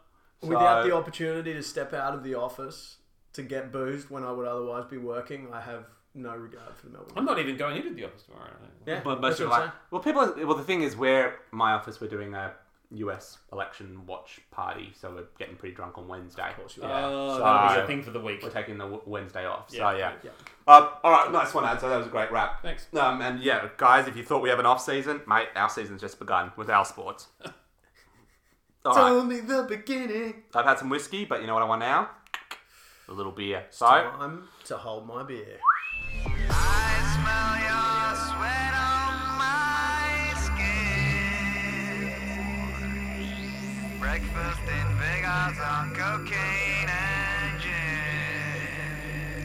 [SPEAKER 3] Without
[SPEAKER 1] So-
[SPEAKER 3] the opportunity to step out of the office to get boozed when I would otherwise be working, I have no regard for the Melbourne.
[SPEAKER 2] I'm not even going into the office tomorrow. I don't think.
[SPEAKER 3] yeah,
[SPEAKER 1] But most
[SPEAKER 3] that's
[SPEAKER 1] of
[SPEAKER 3] what I'm
[SPEAKER 1] like, well, people. Well, the thing is, where my office, we're doing a US election watch party, so we're getting pretty drunk on Wednesday. Of course,
[SPEAKER 2] Oh, that was
[SPEAKER 1] So-
[SPEAKER 2] a thing for the week.
[SPEAKER 1] We're taking the w- Wednesday off.
[SPEAKER 2] Yeah,
[SPEAKER 1] So yeah.
[SPEAKER 2] yeah.
[SPEAKER 1] Uh, all right, nice one, Ad. So that was a great wrap.
[SPEAKER 2] Thanks.
[SPEAKER 1] Um, and yeah, guys, if you thought we have an off season, mate, our season's just begun with our sports. all right,
[SPEAKER 3] Only the beginning.
[SPEAKER 1] I've had some whiskey, but you know what I want now? A little beer. So.
[SPEAKER 3] Time to hold my beer.
[SPEAKER 5] Breakfast in Vegas on cocaine and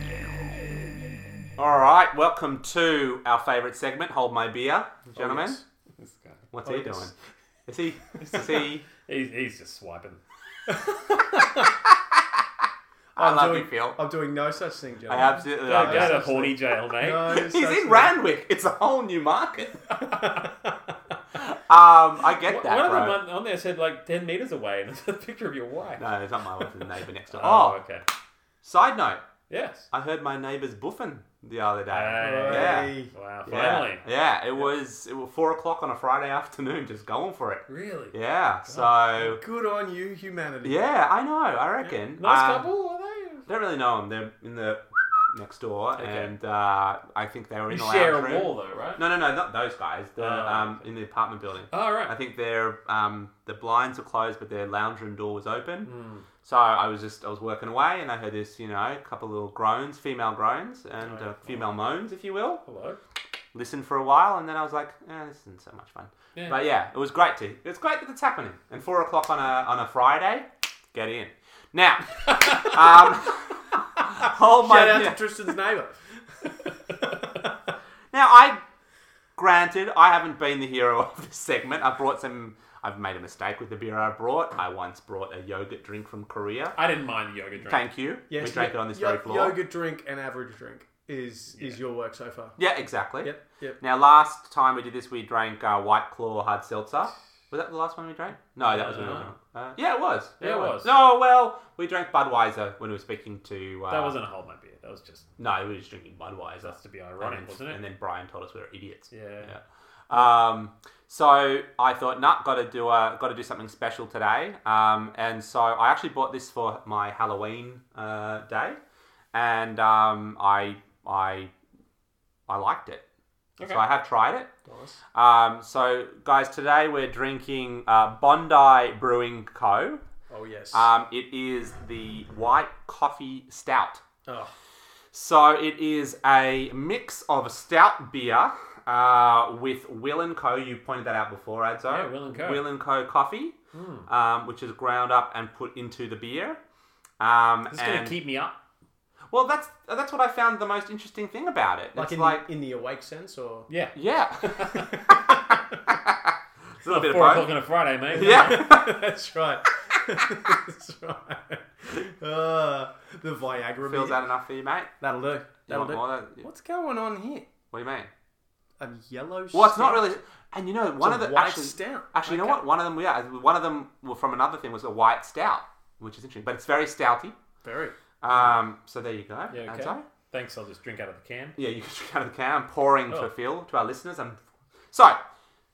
[SPEAKER 5] gin.
[SPEAKER 1] All right, welcome to our favourite segment, Hold My Beer, gentlemen.
[SPEAKER 3] Oh, yes.
[SPEAKER 2] This guy.
[SPEAKER 1] What's
[SPEAKER 3] Oh,
[SPEAKER 1] he
[SPEAKER 3] yes.
[SPEAKER 1] doing? Is he? Is he?
[SPEAKER 2] He's, he's just swiping.
[SPEAKER 1] I love
[SPEAKER 3] doing,
[SPEAKER 1] you, Phil.
[SPEAKER 3] I'm doing no such thing,
[SPEAKER 1] I
[SPEAKER 3] gentlemen.
[SPEAKER 1] absolutely
[SPEAKER 2] Go
[SPEAKER 1] love
[SPEAKER 2] go
[SPEAKER 1] you.
[SPEAKER 2] to horny jail, mate.
[SPEAKER 3] No such
[SPEAKER 1] He's in
[SPEAKER 3] thing.
[SPEAKER 1] Randwick. It's a whole new market. Um, I get
[SPEAKER 2] One
[SPEAKER 1] that,
[SPEAKER 2] of them
[SPEAKER 1] bro.
[SPEAKER 2] on- on there said like 10 meters away, and it's a picture of your wife.
[SPEAKER 1] No, it's not my wife. The neighbour next door.
[SPEAKER 2] Oh,
[SPEAKER 1] Oh,
[SPEAKER 2] okay.
[SPEAKER 1] side note.
[SPEAKER 2] Yes.
[SPEAKER 1] I heard my neighbour's boofing the other day.
[SPEAKER 2] Hey.
[SPEAKER 1] Yeah.
[SPEAKER 2] Wow,
[SPEAKER 1] Yeah.
[SPEAKER 2] finally.
[SPEAKER 1] Yeah, it was it was four o'clock on a Friday afternoon, just going for it.
[SPEAKER 2] Really?
[SPEAKER 1] Yeah. So
[SPEAKER 3] Good on you, humanity.
[SPEAKER 1] yeah, I know. I reckon.
[SPEAKER 2] Nice
[SPEAKER 1] Um,
[SPEAKER 2] couple, are they?
[SPEAKER 1] Don't really know them. They're in the next door,
[SPEAKER 2] Okay.
[SPEAKER 1] and uh, I think they were in
[SPEAKER 2] You
[SPEAKER 1] the lounge
[SPEAKER 2] share
[SPEAKER 1] room.
[SPEAKER 2] a wall, though, right?
[SPEAKER 1] No, no, no, not those guys. The
[SPEAKER 2] Oh,
[SPEAKER 1] um, in the apartment building.
[SPEAKER 2] Oh, right.
[SPEAKER 1] I think their um, the blinds were closed, but their lounge room door was open.
[SPEAKER 3] Hmm.
[SPEAKER 1] So I was just I was working away, and I heard this, you know, couple little groans, female groans, and
[SPEAKER 2] Oh,
[SPEAKER 1] uh, female moans, if you will.
[SPEAKER 2] Hello.
[SPEAKER 1] Listened for a while, and then I was like, eh, this isn't so much fun.
[SPEAKER 2] Yeah.
[SPEAKER 1] But yeah, it was great to. It's great that it's happening. And four o'clock on a on a Friday, get in. Now, um, hold Oh, my
[SPEAKER 3] Shout out
[SPEAKER 1] beer.
[SPEAKER 3] to Tristan's neighbour.
[SPEAKER 1] Now, I granted I haven't been the hero of this segment. I brought some. I've made a mistake with the beer I brought. I once brought a yogurt drink from Korea.
[SPEAKER 2] I didn't mind the yoga drink.
[SPEAKER 1] Thank you.
[SPEAKER 3] Yes,
[SPEAKER 1] we drank
[SPEAKER 3] yo-
[SPEAKER 1] it on this
[SPEAKER 3] yo-
[SPEAKER 1] very floor.
[SPEAKER 3] Yogurt drink and average drink is is your work so far.
[SPEAKER 1] Yeah, exactly.
[SPEAKER 3] Yep, yep.
[SPEAKER 1] Now, last time we did this, we drank uh, White Claw hard seltzer. Was that the last one we drank? No, that was when we were-
[SPEAKER 2] No.
[SPEAKER 1] uh, yeah, it was.
[SPEAKER 2] Yeah, it was.
[SPEAKER 1] No, well, we drank Budweiser when we were speaking to. Uh,
[SPEAKER 2] That wasn't a hold my beer. That was just
[SPEAKER 1] No, we were just drinking Budweiser.
[SPEAKER 2] that's to be
[SPEAKER 1] and
[SPEAKER 2] ironic,
[SPEAKER 1] then,
[SPEAKER 2] wasn't it?
[SPEAKER 1] And then Brian told us we were idiots.
[SPEAKER 2] Yeah.
[SPEAKER 1] Um, so I thought, nah, got to do a, got to do something special today. Um, and so I actually bought this for my Halloween uh, day, and um, I I I liked it.
[SPEAKER 2] Okay.
[SPEAKER 1] So I have tried it.
[SPEAKER 3] Nice.
[SPEAKER 1] Um, so guys, today we're drinking uh, Bondi Brewing Co.
[SPEAKER 3] Oh yes.
[SPEAKER 1] Um, it is the white coffee stout.
[SPEAKER 3] oh,
[SPEAKER 1] So it is a mix of stout beer uh, with Will and Co. You pointed that out before, Adzo.
[SPEAKER 2] Yeah, Will and Co.
[SPEAKER 1] Will and Co. coffee,
[SPEAKER 2] Hmm.
[SPEAKER 1] um, which is ground up and put into the beer. Um,
[SPEAKER 2] This is going
[SPEAKER 1] and,
[SPEAKER 2] to keep me up.
[SPEAKER 1] well, that's that's what I found the most interesting thing about it.
[SPEAKER 3] like
[SPEAKER 1] it's
[SPEAKER 3] in
[SPEAKER 1] like
[SPEAKER 3] the, in the awake sense, or
[SPEAKER 2] Yeah.
[SPEAKER 1] yeah, it's a little bit of
[SPEAKER 2] Four o'clock
[SPEAKER 1] both.
[SPEAKER 2] on a Friday, mate.
[SPEAKER 1] Yeah,
[SPEAKER 3] that's right. that's right. Uh, the Viagra.
[SPEAKER 1] feels
[SPEAKER 3] beer.
[SPEAKER 1] that enough for you, mate?
[SPEAKER 3] That'll do.
[SPEAKER 1] You
[SPEAKER 3] That'll
[SPEAKER 1] want
[SPEAKER 3] do.
[SPEAKER 1] more of that?
[SPEAKER 3] What's going on here?
[SPEAKER 1] What do you mean?
[SPEAKER 3] A yellow.
[SPEAKER 1] Well, it's not
[SPEAKER 3] stout?
[SPEAKER 1] really. And you know, one
[SPEAKER 3] a
[SPEAKER 1] of the
[SPEAKER 3] white
[SPEAKER 1] actually,
[SPEAKER 3] stout.
[SPEAKER 1] actually, you know
[SPEAKER 3] Okay.
[SPEAKER 1] what? One of them, yeah, one of them well, from another thing was a white stout, which is interesting, but it's very stouty.
[SPEAKER 3] very.
[SPEAKER 1] Um, so there you go.
[SPEAKER 2] Yeah,
[SPEAKER 1] And
[SPEAKER 2] okay.
[SPEAKER 1] so-
[SPEAKER 2] Thanks, I'll just drink out of the can.
[SPEAKER 1] yeah, you can drink out of the can. I'm pouring
[SPEAKER 2] Oh.
[SPEAKER 1] for Phil to our listeners. I'm so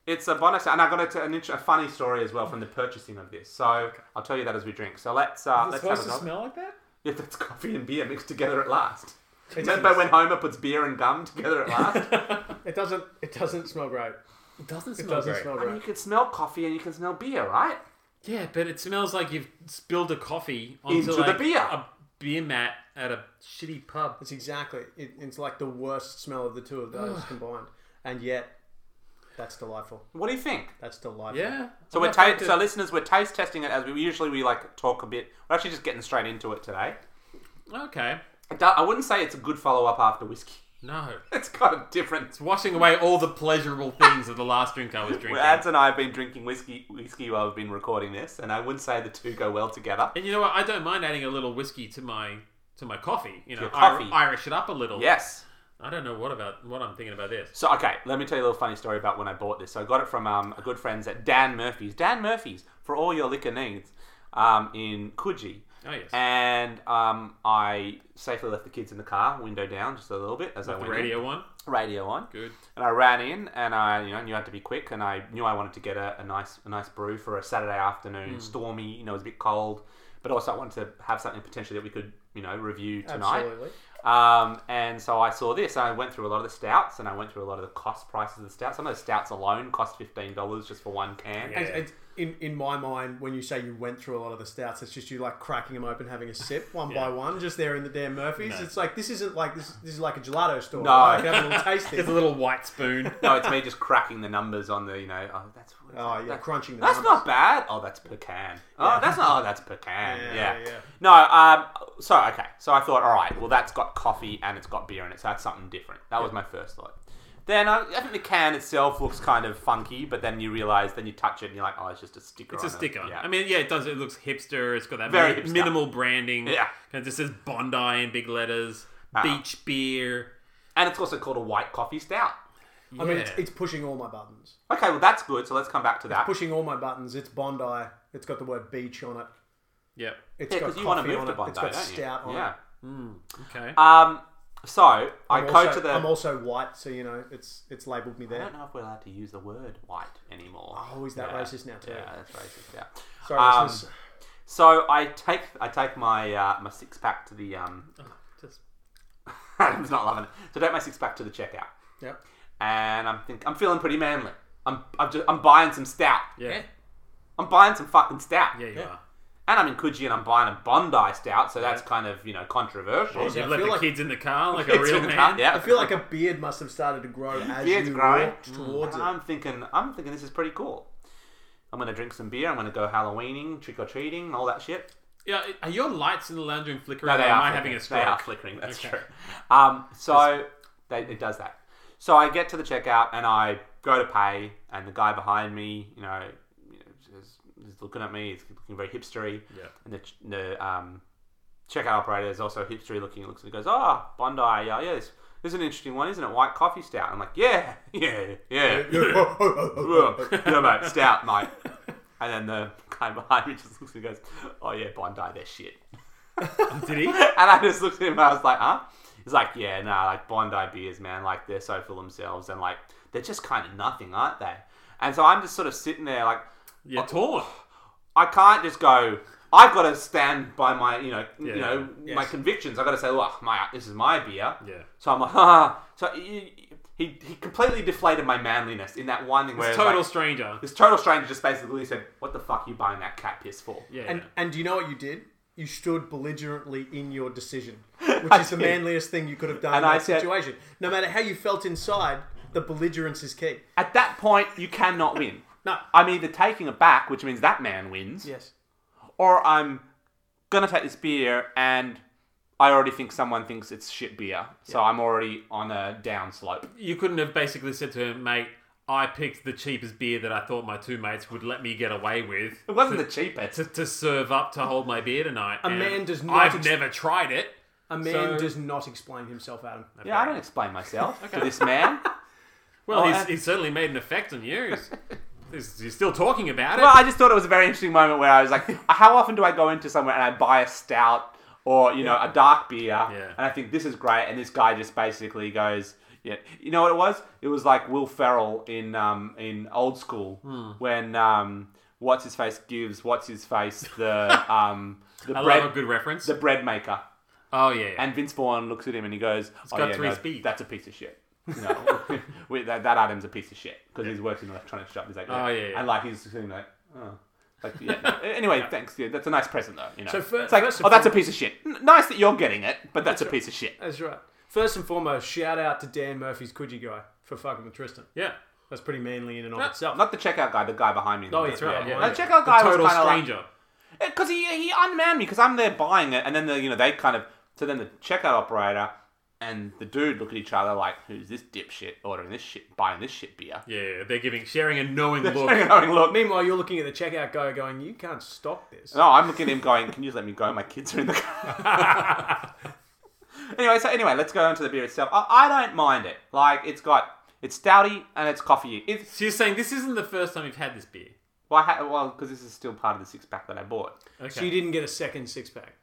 [SPEAKER 1] it's a bonus, and I got a, t- an int- a funny story as well from the purchasing of this. So I'll tell you that as we drink. So let's uh,
[SPEAKER 2] Is it
[SPEAKER 1] let's
[SPEAKER 2] supposed
[SPEAKER 1] have a
[SPEAKER 2] to
[SPEAKER 1] go.
[SPEAKER 2] smell like that?
[SPEAKER 1] Yeah, that's coffee and beer mixed together at last.
[SPEAKER 3] It
[SPEAKER 1] Remember
[SPEAKER 3] doesn't,
[SPEAKER 1] when Homer puts beer and gum together at last?
[SPEAKER 3] it doesn't. It doesn't smell great.
[SPEAKER 2] It doesn't
[SPEAKER 3] It
[SPEAKER 2] smell
[SPEAKER 3] doesn't
[SPEAKER 2] great.
[SPEAKER 3] smell
[SPEAKER 1] I mean,
[SPEAKER 3] great.
[SPEAKER 1] you can smell coffee and you can smell beer, right?
[SPEAKER 2] Yeah, but it smells like you've spilled a coffee onto
[SPEAKER 1] Into the
[SPEAKER 2] like,
[SPEAKER 1] beer.
[SPEAKER 2] a beer mat at a shitty pub.
[SPEAKER 3] It's exactly. It, it's like the worst smell of the two of those combined, and yet, that's delightful.
[SPEAKER 1] What do you think?
[SPEAKER 3] That's delightful.
[SPEAKER 2] Yeah.
[SPEAKER 1] So
[SPEAKER 2] I'm
[SPEAKER 1] we're
[SPEAKER 2] not
[SPEAKER 1] ta-
[SPEAKER 2] afraid to-
[SPEAKER 1] so listeners, we're taste testing it as we usually we like talk a bit. We're actually just getting straight into it today.
[SPEAKER 2] Okay.
[SPEAKER 1] It do- I wouldn't say it's a good follow up after whiskey.
[SPEAKER 2] No.
[SPEAKER 1] It's got a different.
[SPEAKER 2] It's washing away all the pleasurable things of the last drink I was drinking.
[SPEAKER 1] Well, Ads and I have been drinking whiskey whiskey while we've been recording this, and I wouldn't say the two go well together.
[SPEAKER 2] And you know what? I don't mind adding a little whiskey to my to my coffee. You know,
[SPEAKER 1] Your
[SPEAKER 2] Ir-
[SPEAKER 1] coffee.
[SPEAKER 2] Irish it up a little.
[SPEAKER 1] Yes.
[SPEAKER 2] I don't know what about what I'm thinking about this.
[SPEAKER 1] So okay, let me tell you a little funny story about when I bought this. So I got it from um, a good friend's at Dan Murphy's. Dan Murphy's for all your liquor needs um, in Coogee.
[SPEAKER 2] Oh, yes.
[SPEAKER 1] and um, I safely left the kids in the car, window down, just a little bit as I
[SPEAKER 2] the
[SPEAKER 1] went
[SPEAKER 2] radio one.
[SPEAKER 1] in, radio on.
[SPEAKER 2] Good.
[SPEAKER 1] And I ran in, and I you know knew I had to be quick, and I knew I wanted to get a, a nice a nice brew for a Saturday afternoon, stormy. You know, it was a bit cold, but also I wanted to have something potentially that we could you know review tonight.
[SPEAKER 3] Absolutely.
[SPEAKER 1] Um, and so I saw this. I went through a lot of the stouts, and I went through a lot of the cost prices of the stouts. Some of the stouts alone cost fifteen dollars just for one can.
[SPEAKER 2] Yeah.
[SPEAKER 3] And, and in, in my mind, when you say you went through a lot of the stouts, it's just you like cracking them open, having a sip one
[SPEAKER 2] Yeah.
[SPEAKER 3] by one, just there in the damn Murphys.
[SPEAKER 2] No.
[SPEAKER 3] It's like this isn't like this. This is like a gelato store.
[SPEAKER 1] No.
[SPEAKER 3] I can have a little
[SPEAKER 2] It's
[SPEAKER 3] taste
[SPEAKER 2] a
[SPEAKER 3] thing.
[SPEAKER 2] little white spoon.
[SPEAKER 1] No, it's me just cracking the numbers on the you know. Oh, that's
[SPEAKER 3] Oh yeah,
[SPEAKER 1] that's-
[SPEAKER 3] crunching. The
[SPEAKER 1] That's
[SPEAKER 3] numbers.
[SPEAKER 1] not bad. Oh, that's per can. Oh, that's not. Oh, that's per can.
[SPEAKER 3] Yeah,
[SPEAKER 1] Yeah.
[SPEAKER 3] yeah.
[SPEAKER 1] No. Um. So okay. So I thought, all right. Well, that's got coffee and it's got beer in it. So that's something different. That was my first thought. Then I, I think the can itself looks kind of funky, but then you realize, then you touch it, and you're like, oh, it's just a sticker.
[SPEAKER 2] It's a
[SPEAKER 1] on it.
[SPEAKER 2] sticker.
[SPEAKER 1] Yeah.
[SPEAKER 2] I mean, yeah, it does. It looks hipster. It's got that
[SPEAKER 1] Very
[SPEAKER 2] mi-
[SPEAKER 1] hipster.
[SPEAKER 2] minimal branding.
[SPEAKER 1] Yeah.
[SPEAKER 2] Kind of just says Bondi in big letters.
[SPEAKER 1] Uh-uh.
[SPEAKER 2] Beach beer.
[SPEAKER 1] and it's also called a white coffee stout.
[SPEAKER 3] I mean, it's,
[SPEAKER 2] Yeah.
[SPEAKER 3] it's pushing all my buttons.
[SPEAKER 1] Okay, well that's good. So let's come back to that.
[SPEAKER 3] Pushing all my buttons. It's Bondi. It's got the word beach on it.
[SPEAKER 2] Yep.
[SPEAKER 3] It's
[SPEAKER 1] Yeah,
[SPEAKER 3] got
[SPEAKER 1] because you want to
[SPEAKER 3] coffee
[SPEAKER 1] move
[SPEAKER 3] on
[SPEAKER 1] to
[SPEAKER 3] it.
[SPEAKER 1] Bondi,
[SPEAKER 3] It's got
[SPEAKER 1] don't you?
[SPEAKER 3] stout on
[SPEAKER 1] yeah.
[SPEAKER 3] it.
[SPEAKER 2] Okay.
[SPEAKER 1] Um. So i
[SPEAKER 3] I'm
[SPEAKER 1] go
[SPEAKER 3] also,
[SPEAKER 1] to the.
[SPEAKER 3] I'm also white, so you know it's it's labelled me
[SPEAKER 1] I
[SPEAKER 3] there.
[SPEAKER 1] don't know if we're allowed to use the word white anymore.
[SPEAKER 3] Oh, is that
[SPEAKER 1] Yeah.
[SPEAKER 3] racist now too?
[SPEAKER 1] Yeah, that's racist. Yeah.
[SPEAKER 3] Sorry,
[SPEAKER 1] Um,
[SPEAKER 3] listeners.
[SPEAKER 1] So I take I take my uh, my six pack to the um.
[SPEAKER 2] Just-
[SPEAKER 1] Adam's not loving it. So I take my six pack to the checkout,
[SPEAKER 3] Yep.
[SPEAKER 1] and I'm think I'm feeling pretty manly. I'm I'm, just, I'm buying some stout.
[SPEAKER 2] yeah.
[SPEAKER 1] I'm buying some fucking stout.
[SPEAKER 2] Yeah, you
[SPEAKER 3] Yeah.
[SPEAKER 2] are.
[SPEAKER 1] And I'm in Coogee and I'm buying a Bondi stout, so that's kind of you know controversial.
[SPEAKER 3] Yeah,
[SPEAKER 2] You
[SPEAKER 3] I
[SPEAKER 2] let
[SPEAKER 3] feel
[SPEAKER 2] the
[SPEAKER 3] like-
[SPEAKER 2] kids in the car like a
[SPEAKER 1] It's
[SPEAKER 2] real
[SPEAKER 1] in the
[SPEAKER 2] man.
[SPEAKER 1] cup, Yeah.
[SPEAKER 3] I feel like a beard must have started to grow as
[SPEAKER 1] Beard's
[SPEAKER 3] you
[SPEAKER 1] growing. Mm. Um,
[SPEAKER 3] walk towards
[SPEAKER 2] Mm.
[SPEAKER 1] And
[SPEAKER 3] it.
[SPEAKER 1] I'm thinking, I'm thinking this is pretty cool. I'm gonna drink some beer. I'm gonna go Halloweening, trick or treating, all that shit.
[SPEAKER 2] Yeah. Are your lights in the lounge room flickering?
[SPEAKER 1] No, they
[SPEAKER 2] or
[SPEAKER 1] are.
[SPEAKER 2] Am I
[SPEAKER 1] flickering.
[SPEAKER 2] Oh, having a
[SPEAKER 1] They are
[SPEAKER 2] stroke?
[SPEAKER 1] flickering. That's
[SPEAKER 2] Okay.
[SPEAKER 1] true. Um, so they, it does that. So I get to the checkout and I go to pay, and the guy behind me, you know, you know is, is looking at me. He's looking very hipstery.
[SPEAKER 2] Yeah.
[SPEAKER 1] And the, ch- the um, checkout operator is also hipstery looking. Looks and goes, "Oh, Bondi. Yeah, yeah. This, this is an interesting one, isn't it? White coffee stout." I'm like, "Yeah, yeah, yeah." yeah, yeah, mate, stout, mate. And then the guy behind me just looks and goes, "Oh yeah, Bondi, they're shit."
[SPEAKER 2] Did he?
[SPEAKER 1] And I just looked at him and I was like, "Huh?" He's like, "Yeah, nah, like Bondi beers, man. Like they're so full themselves, and like they're just kind of nothing, aren't they?" And so I'm just sort of sitting there, like
[SPEAKER 2] You're torn.
[SPEAKER 1] I can't just go. I've got to stand by my, you know,
[SPEAKER 2] Yeah.
[SPEAKER 1] you know, my
[SPEAKER 3] Yes.
[SPEAKER 1] convictions. I've got to say, look, my this is my beer.
[SPEAKER 2] Yeah.
[SPEAKER 1] So I'm like, ha. So he, he he completely deflated my manliness in that one thing where
[SPEAKER 2] It's
[SPEAKER 1] it's like-
[SPEAKER 2] total stranger.
[SPEAKER 1] this total stranger just basically said, "What the fuck are you buying that cat piss for?"
[SPEAKER 2] Yeah.
[SPEAKER 3] And and do you know what you did? You stood belligerently in your decision, which
[SPEAKER 1] I
[SPEAKER 3] is the
[SPEAKER 1] did.
[SPEAKER 3] manliest thing you could have done
[SPEAKER 1] And
[SPEAKER 3] in
[SPEAKER 1] I
[SPEAKER 3] that
[SPEAKER 1] said-
[SPEAKER 3] situation. No matter how you felt inside, the belligerence is key.
[SPEAKER 1] At that point, you cannot win.
[SPEAKER 3] No.
[SPEAKER 1] I'm either taking it back, which means that man wins,
[SPEAKER 3] Yes.
[SPEAKER 1] or I'm gonna take this beer and I already think someone thinks it's shit beer, so I'm already on a down slope.
[SPEAKER 2] you couldn't have basically said to him, mate, I picked the cheapest beer that I thought my two mates would let me get away with
[SPEAKER 1] It wasn't the cheapest.
[SPEAKER 2] to, to serve up to hold my beer tonight. A
[SPEAKER 3] man does not
[SPEAKER 2] I've
[SPEAKER 3] ex-
[SPEAKER 2] never tried it.
[SPEAKER 3] A
[SPEAKER 2] So-
[SPEAKER 3] man does not explain himself, Adam.
[SPEAKER 1] Yeah, I don't explain myself to this man.
[SPEAKER 2] Well, he's,
[SPEAKER 1] and-
[SPEAKER 2] he's certainly made an effect on you. He's, he's, he's still talking about it.
[SPEAKER 1] Well, I just thought it was a very interesting moment where I was like, how often do I go into somewhere and I buy a stout or, you know, a dark beer and I think this is great and this guy just basically goes, yeah. You know what it was? It was like Will Ferrell in um, in Old School
[SPEAKER 2] Hmm.
[SPEAKER 1] when um, what's his face gives what's his face the um, the
[SPEAKER 2] I
[SPEAKER 1] bread
[SPEAKER 2] love a good reference.
[SPEAKER 1] the bread maker
[SPEAKER 2] oh, yeah. yeah.
[SPEAKER 1] and Vince Vaughn looks at him and he goes, oh,
[SPEAKER 2] got
[SPEAKER 1] yeah,
[SPEAKER 2] three
[SPEAKER 1] no,
[SPEAKER 2] speeds."
[SPEAKER 1] That's a piece of shit. No, we, that, that item's a piece of shit because he's worked in an electronics shop. He's like,
[SPEAKER 2] Oh, yeah, yeah.
[SPEAKER 1] and like he's sitting like, oh. Like, yeah. no. Anyway, thanks. Yeah, that's a nice present, though. You know,
[SPEAKER 3] So fir-
[SPEAKER 1] it's like,
[SPEAKER 3] first
[SPEAKER 1] oh,
[SPEAKER 3] of
[SPEAKER 1] that's a
[SPEAKER 3] all-
[SPEAKER 1] piece of shit. N- nice that you're getting it, but that's a piece of shit.
[SPEAKER 3] That's right. First and foremost, shout out to Dan Murphy's Coogee guy for fucking with Tristan.
[SPEAKER 2] yeah.
[SPEAKER 3] That's pretty manly in and of
[SPEAKER 2] Yeah.
[SPEAKER 3] itself.
[SPEAKER 1] Not the checkout guy, the guy behind me.
[SPEAKER 3] Oh, he's right,
[SPEAKER 1] Yeah.
[SPEAKER 3] behind
[SPEAKER 1] The
[SPEAKER 3] you.
[SPEAKER 1] checkout
[SPEAKER 2] The
[SPEAKER 1] guy was
[SPEAKER 2] total
[SPEAKER 1] kind of like,
[SPEAKER 2] stranger.
[SPEAKER 1] because he he unmanned me because I'm there buying it, and then the you know they kind of so then the checkout operator and the dude look at each other like, who's this dipshit ordering this shit, buying this shit beer?
[SPEAKER 2] Yeah, yeah, they're giving, sharing a knowing look.
[SPEAKER 1] Hang on, look.
[SPEAKER 3] Meanwhile, you're looking at the checkout guy going, you can't stop this.
[SPEAKER 1] No, I'm looking at him going, can you just let me go? My kids are in the car. anyway, so anyway, let's go on to the beer itself. I, I don't mind it. Like, it's got, it's stouty and it's coffee. It's,
[SPEAKER 2] So you're saying this isn't the first time you've had this beer?
[SPEAKER 1] Well, I ha- well, because this is still part of the six pack that I bought.
[SPEAKER 2] Okay.
[SPEAKER 3] So you didn't get a second six pack.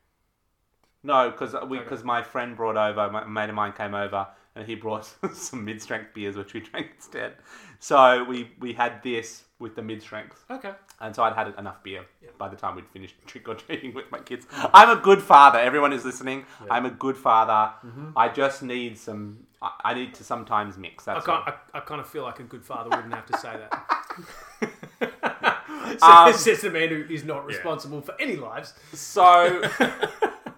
[SPEAKER 1] No, because we because my friend brought over, my a mate of mine came over, and he brought some mid strength beers, which we drank instead. So we we had this with the mid strength,
[SPEAKER 2] Okay.
[SPEAKER 1] and so I'd had enough beer by the time we'd finished trick or treating with my kids. I'm a good father. Everyone is listening. I'm a good father.
[SPEAKER 2] Mm-hmm.
[SPEAKER 1] I just need some. I, I need to sometimes mix.
[SPEAKER 3] I
[SPEAKER 1] That's all.
[SPEAKER 3] can't. I, I kind of feel like a good father wouldn't have to say that. so
[SPEAKER 1] Um,
[SPEAKER 3] this is the man who is not responsible for any lives.
[SPEAKER 1] So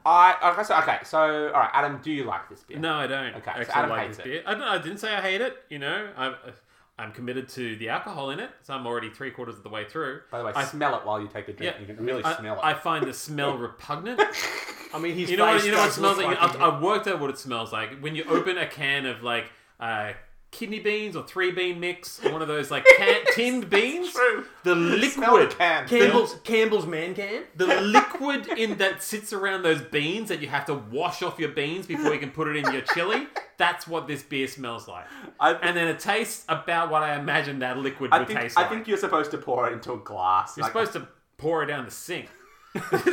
[SPEAKER 1] I okay, so okay. So all right, Adam, do you like this beer?
[SPEAKER 2] No, I don't
[SPEAKER 1] Okay, so
[SPEAKER 2] actually
[SPEAKER 1] Adam
[SPEAKER 2] like
[SPEAKER 1] hates
[SPEAKER 2] this
[SPEAKER 1] it.
[SPEAKER 2] beer. I, don't, I didn't say I hate it. You know, I'm I'm committed to the alcohol in it, so I'm already three quarters of the way through.
[SPEAKER 1] By the way,
[SPEAKER 2] I,
[SPEAKER 1] smell it while you take a drink.
[SPEAKER 2] yeah,
[SPEAKER 1] you can really
[SPEAKER 2] I,
[SPEAKER 1] smell it.
[SPEAKER 2] I find the smell repugnant.
[SPEAKER 3] I mean, his
[SPEAKER 2] You know
[SPEAKER 3] face
[SPEAKER 2] what? You know what
[SPEAKER 3] does look
[SPEAKER 2] smells like.
[SPEAKER 3] like he-
[SPEAKER 2] I, I worked out what it smells like when you open a can of like uh, kidney beans or three bean mix, or one of those like can, tinned beans.
[SPEAKER 1] true.
[SPEAKER 2] The
[SPEAKER 1] Smell the
[SPEAKER 2] liquid,
[SPEAKER 1] can.
[SPEAKER 3] Campbell's Campbell's man can.
[SPEAKER 2] the liquid in that sits around those beans that you have to wash off your beans before you can put it in your chili. That's what this beer smells like.
[SPEAKER 1] I-
[SPEAKER 2] and then it tastes about what I imagine that liquid
[SPEAKER 1] I
[SPEAKER 2] would
[SPEAKER 1] think,
[SPEAKER 2] taste
[SPEAKER 1] I
[SPEAKER 2] like.
[SPEAKER 1] think you're supposed to pour it into a glass.
[SPEAKER 2] You're supposed to pour it down the sink. I,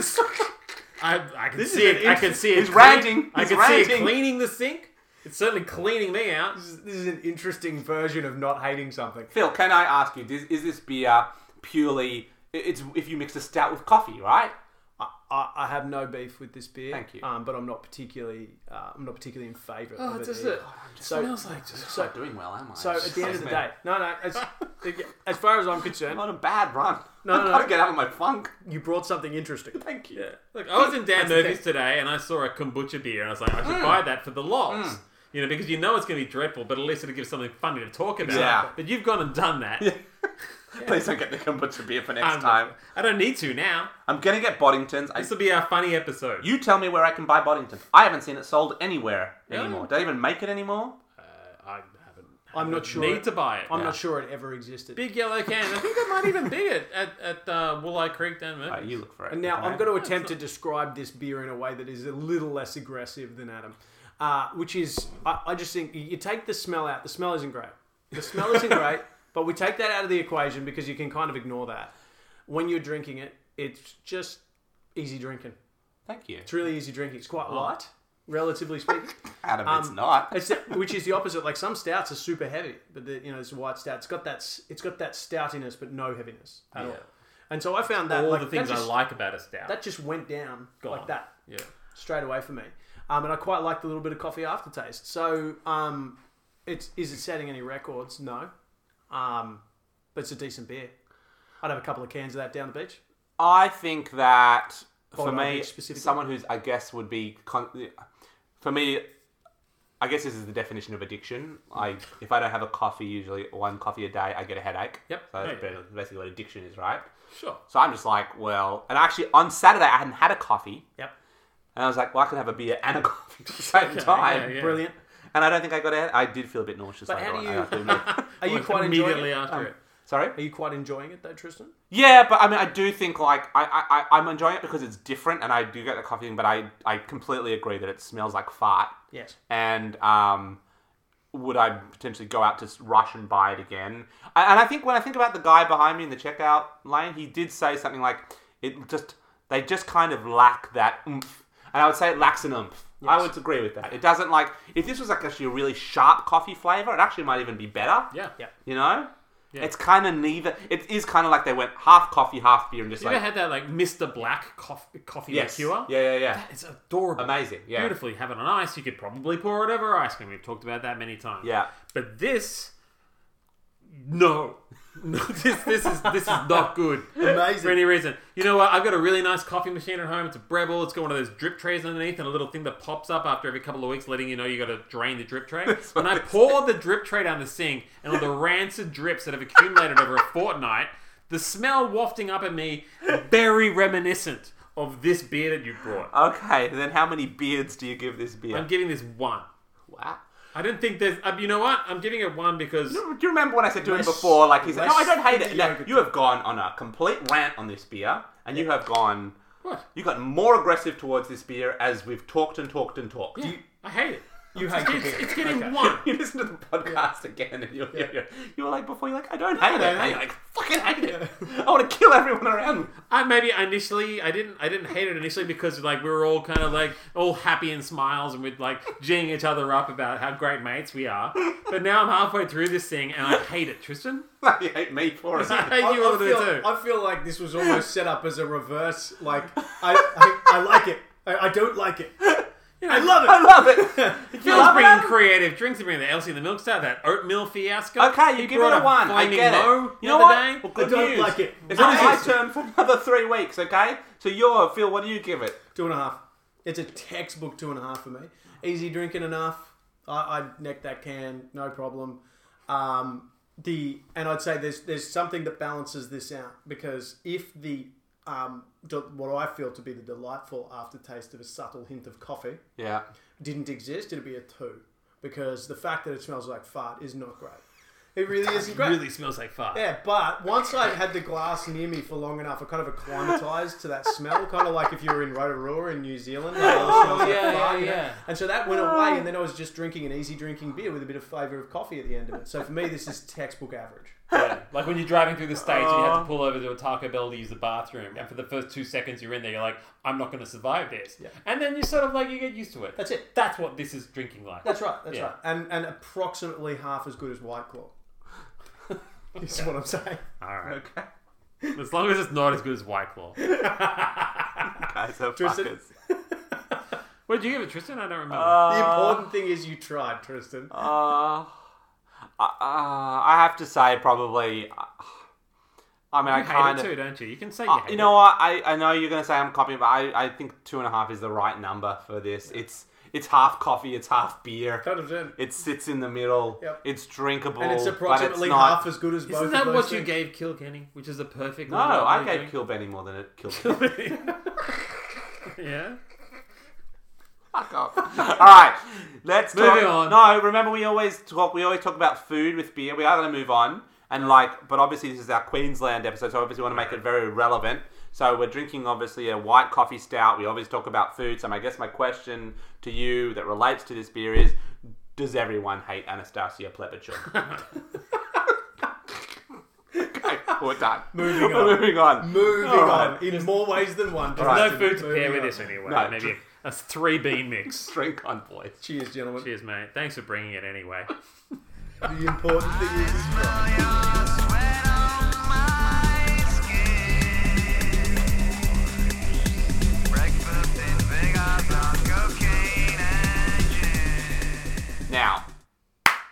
[SPEAKER 2] I can
[SPEAKER 3] This
[SPEAKER 2] see
[SPEAKER 3] is
[SPEAKER 2] it.
[SPEAKER 3] an
[SPEAKER 2] I can
[SPEAKER 3] interest-
[SPEAKER 2] see it.
[SPEAKER 1] he's
[SPEAKER 2] clean-
[SPEAKER 1] ranting,
[SPEAKER 2] I
[SPEAKER 1] he's
[SPEAKER 2] can see it
[SPEAKER 1] ranting.
[SPEAKER 2] cleaning the sink. It's certainly cleaning me out.
[SPEAKER 3] This is, this is an interesting version of not hating something.
[SPEAKER 1] Phil, can I ask you? Is, is this beer purely? i- It's if you mix a stout with coffee, right?
[SPEAKER 3] I, I, I have no beef with this beer.
[SPEAKER 1] Thank you.
[SPEAKER 3] Um, but I'm not particularly. Uh, I'm not particularly in favour
[SPEAKER 2] Oh,
[SPEAKER 3] of
[SPEAKER 2] it
[SPEAKER 3] it.
[SPEAKER 2] just
[SPEAKER 3] either.
[SPEAKER 2] it
[SPEAKER 3] So-
[SPEAKER 2] smells like just.
[SPEAKER 1] So not doing well, am I?
[SPEAKER 3] So at the end of the day, no, no. As, as far as I'm concerned,
[SPEAKER 1] I'm on a bad run.
[SPEAKER 3] No,
[SPEAKER 1] I've
[SPEAKER 3] no,
[SPEAKER 1] got
[SPEAKER 3] no.
[SPEAKER 1] to get out of my funk.
[SPEAKER 3] you brought something interesting.
[SPEAKER 1] Thank you.
[SPEAKER 2] Yeah. Look, I was in Dan
[SPEAKER 3] That's the
[SPEAKER 2] Murphy's today, and I saw a kombucha beer, and I was like, I should buy that for the lols. You know, because you know it's going to be dreadful, but at least it'll give something funny to talk about.
[SPEAKER 1] Yeah.
[SPEAKER 2] But you've gone and done that.
[SPEAKER 1] Please don't get the kombucha beer for next
[SPEAKER 2] I'm-
[SPEAKER 1] time.
[SPEAKER 2] I don't need to now.
[SPEAKER 1] I'm gonna get Boddingtons. I,
[SPEAKER 2] This will be our funny episode.
[SPEAKER 1] you tell me where I can buy Boddington. I haven't seen it sold anywhere
[SPEAKER 2] Really?
[SPEAKER 1] anymore. Don't even make it anymore.
[SPEAKER 2] uh, I haven't.
[SPEAKER 3] I'm not sure.
[SPEAKER 2] Need to buy it.
[SPEAKER 3] I'm
[SPEAKER 1] Yeah.
[SPEAKER 3] not sure it ever existed.
[SPEAKER 2] Big yellow can. I think that might even be it at at uh, Wooleye Creek down there.
[SPEAKER 1] All right, you look for it.
[SPEAKER 3] And now
[SPEAKER 1] okay?
[SPEAKER 3] I'm going to attempt to describe this beer in a way that is a little less aggressive than Adam, uh, which is I, I just think you take the smell out. The smell isn't great. The smell isn't great, but we take that out of the equation because you can kind of ignore that. When you're drinking it, it's just easy drinking.
[SPEAKER 1] Thank you,
[SPEAKER 3] It's really easy drinking. It's
[SPEAKER 2] Oh.
[SPEAKER 3] quite light, relatively speaking.
[SPEAKER 1] Adam. it's
[SPEAKER 3] Um,
[SPEAKER 1] not.
[SPEAKER 3] It's, which is the opposite. Like some stouts are super heavy, but the, you know this white stout. It's got that. s- It's got that stoutiness, but no heaviness at all. And so I found that
[SPEAKER 2] All
[SPEAKER 3] like,
[SPEAKER 2] the things
[SPEAKER 3] that just,
[SPEAKER 2] I like about a stout.
[SPEAKER 3] that just went down like
[SPEAKER 2] Gone.
[SPEAKER 3] that
[SPEAKER 2] yeah.
[SPEAKER 3] straight away for me. Um, and I quite like the little bit of coffee aftertaste. So, um, it's is it setting any records? No, um, but it's a decent beer. I'd have a couple of cans of that down the beach.
[SPEAKER 1] I think that for
[SPEAKER 3] Bond
[SPEAKER 1] me,
[SPEAKER 3] Beach specifically?
[SPEAKER 1] someone who's I guess would be con- for me. I guess this is the definition of addiction. Like, if I don't have a coffee, usually one coffee a day, I get a headache.
[SPEAKER 2] Yep.
[SPEAKER 1] So that's
[SPEAKER 2] Yeah.
[SPEAKER 1] ba- basically what addiction is, right?
[SPEAKER 2] Sure.
[SPEAKER 1] So I'm just like, well, and actually on Saturday I hadn't had a coffee,
[SPEAKER 3] Yep,
[SPEAKER 1] and I was like, well, I could have a beer and a coffee at the same time.
[SPEAKER 2] yeah, yeah.
[SPEAKER 3] brilliant.
[SPEAKER 1] And I don't think I got it. I did feel a bit nauseous.
[SPEAKER 3] But
[SPEAKER 1] later
[SPEAKER 3] how do
[SPEAKER 1] on.
[SPEAKER 3] you-
[SPEAKER 1] I do know.
[SPEAKER 3] Are you
[SPEAKER 2] Like,
[SPEAKER 3] quite enjoying
[SPEAKER 2] immediately
[SPEAKER 3] it? Um,
[SPEAKER 2] after it?
[SPEAKER 1] Sorry.
[SPEAKER 3] Are you quite enjoying it though, Tristan?
[SPEAKER 1] Yeah, but I mean, I do think like I, I, I- I'm enjoying it because it's different, and I do get the coffee thing. But I, I completely agree that it smells like fart.
[SPEAKER 3] Yes.
[SPEAKER 1] And um, would I potentially go out to s- rush and buy it again? I, and I think when I think about the guy behind me in the checkout lane, he did say something like, "It just they just kind of lack that oomph," and I would say it lacks an oomph. I would agree with that. It doesn't like if this was like actually a really sharp coffee flavor, it actually might even be better.
[SPEAKER 2] Yeah.
[SPEAKER 3] Yeah.
[SPEAKER 1] You know? It's kind of neither. It is kind of like they went half coffee, half beer, and just
[SPEAKER 2] You
[SPEAKER 1] like.
[SPEAKER 2] ever had that like Mr. Black coffee, coffee
[SPEAKER 1] yes.
[SPEAKER 2] liqueur?
[SPEAKER 1] Yeah, yeah, yeah.
[SPEAKER 2] It's adorable.
[SPEAKER 1] Amazing. Yeah.
[SPEAKER 2] Beautifully. Have it on ice. You could probably pour it over ice cream. We've talked about that many times.
[SPEAKER 1] Yeah.
[SPEAKER 2] But this, no, no this this is this is not good.
[SPEAKER 3] Amazing.
[SPEAKER 2] for any reason. You know what? I've got a really nice coffee machine at home. It's a Breville. It's got one of those drip trays underneath and a little thing that pops up after every couple of weeks, letting you know you got to drain the drip tray. When I pour the drip tray down the sink and all the rancid drips that have accumulated over a fortnight, the smell wafting up at me, very reminiscent of this beer that you brought.
[SPEAKER 1] Uh, Okay, then how many beards do you give this beer?
[SPEAKER 2] I'm giving this one.
[SPEAKER 1] wow.
[SPEAKER 2] I don't think there's. Uh, you know what? I'm giving it one because.
[SPEAKER 1] Do you remember when I said to him
[SPEAKER 3] Less-
[SPEAKER 1] before, like he said, "No, I
[SPEAKER 3] less
[SPEAKER 1] don't hate it."
[SPEAKER 3] than
[SPEAKER 1] No,
[SPEAKER 3] yogurt.
[SPEAKER 1] you have gone on a complete rant on this beer, and you have gone.
[SPEAKER 2] What?
[SPEAKER 1] You got more aggressive towards this beer as we've talked and talked and talked.
[SPEAKER 2] Yeah,
[SPEAKER 1] You-
[SPEAKER 2] I hate it.
[SPEAKER 3] You hate
[SPEAKER 2] It's,
[SPEAKER 3] cooking.
[SPEAKER 2] it's getting
[SPEAKER 3] Okay.
[SPEAKER 2] one.
[SPEAKER 1] You listen to the podcast again, and you're,
[SPEAKER 3] Yeah.
[SPEAKER 1] you're, you were like before. You're like, I don't hate it.
[SPEAKER 3] don't
[SPEAKER 1] And
[SPEAKER 3] hate
[SPEAKER 1] you're like, fucking hate it. I want to kill everyone around me.
[SPEAKER 2] I maybe initially I didn't I didn't hate it initially because like we were all kind of like all happy and smiles and we'd like geeing each other up about how great mates we are. But now I'm halfway through this thing and I hate it, Tristan.
[SPEAKER 1] Like, you hate me for it.
[SPEAKER 2] I hate
[SPEAKER 3] I,
[SPEAKER 2] you
[SPEAKER 3] I
[SPEAKER 2] all the
[SPEAKER 3] feel,
[SPEAKER 2] too.
[SPEAKER 3] I feel like this was almost set up as a reverse. Like I, I, I like it. I, I don't like it. I love it.
[SPEAKER 1] I love it.
[SPEAKER 2] Phil's
[SPEAKER 1] love
[SPEAKER 2] bringing
[SPEAKER 1] that?
[SPEAKER 2] creative drinks. He's bringing the Elsie and the Milk Stout, that oatmeal fiasco.
[SPEAKER 1] Okay,
[SPEAKER 2] He
[SPEAKER 1] you give it
[SPEAKER 2] brought
[SPEAKER 1] a one. I
[SPEAKER 2] flaming
[SPEAKER 1] get it.
[SPEAKER 2] Moe
[SPEAKER 1] You
[SPEAKER 2] the
[SPEAKER 1] know
[SPEAKER 2] other
[SPEAKER 1] what?
[SPEAKER 2] day.
[SPEAKER 1] Well,
[SPEAKER 3] I
[SPEAKER 1] good
[SPEAKER 3] don't
[SPEAKER 1] news.
[SPEAKER 3] like it.
[SPEAKER 1] It's
[SPEAKER 3] What
[SPEAKER 1] not
[SPEAKER 3] is
[SPEAKER 1] my
[SPEAKER 3] this?
[SPEAKER 1] turn for another three weeks. Okay, so you're Phil. What do you give it?
[SPEAKER 3] Two and a half. It's a textbook two and a half for me. Easy drinking enough. I, I neck that can, no problem. Um, the and I'd say there's there's something that balances this out because if the um, de- what I feel to be the delightful aftertaste of a subtle hint of coffee
[SPEAKER 1] Yeah.
[SPEAKER 3] didn't exist, it'd be a two because the fact that it smells like fart is not great. It really isn't great.
[SPEAKER 2] Really smells like fart.
[SPEAKER 3] Yeah, but once I had the glass near me for long enough, I kind of acclimatized to that smell, kind of like if you were in Rotorua in New Zealand. Like all the smells like
[SPEAKER 2] Oh, yeah,
[SPEAKER 3] fart, you know?
[SPEAKER 2] yeah.
[SPEAKER 3] And so that went away, and then I was just drinking an easy drinking beer with a bit of flavour of coffee at the end of it. So for me, this is textbook average.
[SPEAKER 2] Yeah. Like when you're driving through the States and you have to pull over to a Taco Bell to use the bathroom, and for the first two seconds you're in there, you're like, I'm not going to survive this.
[SPEAKER 3] Yeah.
[SPEAKER 2] And then you sort of like, you get used to it.
[SPEAKER 3] That's it.
[SPEAKER 2] That's what this is drinking like.
[SPEAKER 3] That's right. That's
[SPEAKER 2] Yeah.
[SPEAKER 3] right. And and approximately half as good as White Claw. is what I'm saying.
[SPEAKER 2] All right.
[SPEAKER 1] Okay.
[SPEAKER 2] As long as it's not as good as White Claw.
[SPEAKER 1] Guys are
[SPEAKER 3] Tristan?
[SPEAKER 1] fuckers.
[SPEAKER 2] What did you give it, Tristan? I don't remember.
[SPEAKER 3] The
[SPEAKER 1] Uh,
[SPEAKER 3] important thing is you tried, Tristan.
[SPEAKER 1] uh, uh, I have to say, probably. Uh, I mean, I
[SPEAKER 2] you hate
[SPEAKER 1] kind
[SPEAKER 2] it
[SPEAKER 1] of.
[SPEAKER 2] too, don't you? You can say you
[SPEAKER 1] Uh,
[SPEAKER 2] hate
[SPEAKER 1] you know what? I, I know you're gonna say I'm copying, but I, I think two and a half is the right number for this. It's it's half coffee, it's half beer.
[SPEAKER 3] Kind of did.
[SPEAKER 1] It sits in the middle.
[SPEAKER 3] Yep.
[SPEAKER 1] It's drinkable,
[SPEAKER 3] And
[SPEAKER 2] oh,
[SPEAKER 3] it's
[SPEAKER 1] but it's
[SPEAKER 3] approximately
[SPEAKER 1] not.
[SPEAKER 3] half as good as
[SPEAKER 2] it.
[SPEAKER 3] both
[SPEAKER 2] Isn't
[SPEAKER 3] of
[SPEAKER 2] that
[SPEAKER 3] those
[SPEAKER 2] what you
[SPEAKER 3] things.
[SPEAKER 2] gave Kilkenny, which is a perfect
[SPEAKER 1] no,
[SPEAKER 2] number
[SPEAKER 1] I
[SPEAKER 2] of
[SPEAKER 1] gave
[SPEAKER 2] drink?
[SPEAKER 1] Kilbenny more than it killed. Fuck
[SPEAKER 2] yeah.
[SPEAKER 1] off. All right, let's
[SPEAKER 2] Moving
[SPEAKER 1] talk-
[SPEAKER 2] on.
[SPEAKER 1] No, remember we always talk. We always talk about food with beer. We are gonna move on, and like, but obviously this is our Queensland episode, so obviously we want to make it very relevant. So we're drinking obviously a white coffee stout. We always talk about food. So I guess my question to you that relates to this beer is: Does everyone hate Anastasia Plebichuk? okay, we're done.
[SPEAKER 3] Moving
[SPEAKER 1] We're
[SPEAKER 3] on.
[SPEAKER 1] Moving on.
[SPEAKER 3] Moving
[SPEAKER 1] All right.
[SPEAKER 3] on in more ways than one.
[SPEAKER 2] No
[SPEAKER 3] Tristan.
[SPEAKER 2] food to
[SPEAKER 3] Moving
[SPEAKER 2] pair with
[SPEAKER 3] on.
[SPEAKER 2] this anyway.
[SPEAKER 1] No,
[SPEAKER 2] Maybe
[SPEAKER 1] dr-
[SPEAKER 2] a three bean mix.
[SPEAKER 1] Drink on, boys.
[SPEAKER 3] Cheers, gentlemen.
[SPEAKER 2] Cheers, mate. Thanks for bringing it anyway.
[SPEAKER 3] The important thing is
[SPEAKER 5] Smell your sweat on my skin. Breakfast in Vegas on cocaine and gin.
[SPEAKER 1] Now,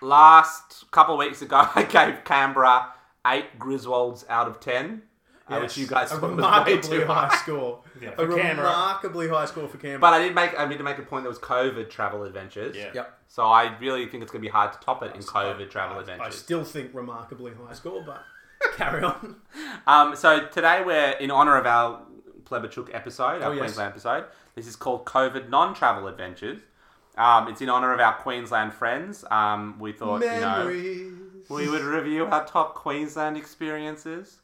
[SPEAKER 1] last couple of weeks ago, I gave Canberra eight Griswolds out of ten, uh, which you guys
[SPEAKER 3] a
[SPEAKER 1] thought was way
[SPEAKER 3] remarkably
[SPEAKER 1] too
[SPEAKER 3] high
[SPEAKER 1] high.
[SPEAKER 3] score. a
[SPEAKER 2] for Canberra.
[SPEAKER 3] remarkably high score for Canberra.
[SPEAKER 1] But I did make I need to make a point. There was COVID travel adventures.
[SPEAKER 2] Yeah.
[SPEAKER 3] yep.
[SPEAKER 1] So I really think it's going to be hard to top it in COVID travel
[SPEAKER 3] I
[SPEAKER 1] adventures.
[SPEAKER 3] still think remarkably high score, but carry on.
[SPEAKER 1] Um, so today we're in honor of our Plebichuk episode, our
[SPEAKER 3] yes.
[SPEAKER 1] Queensland episode. This is called COVID non-travel adventures. Um, it's in honor of our Queensland friends. Um, we thought you know.
[SPEAKER 3] Memories.
[SPEAKER 1] we would review our top Queensland experiences.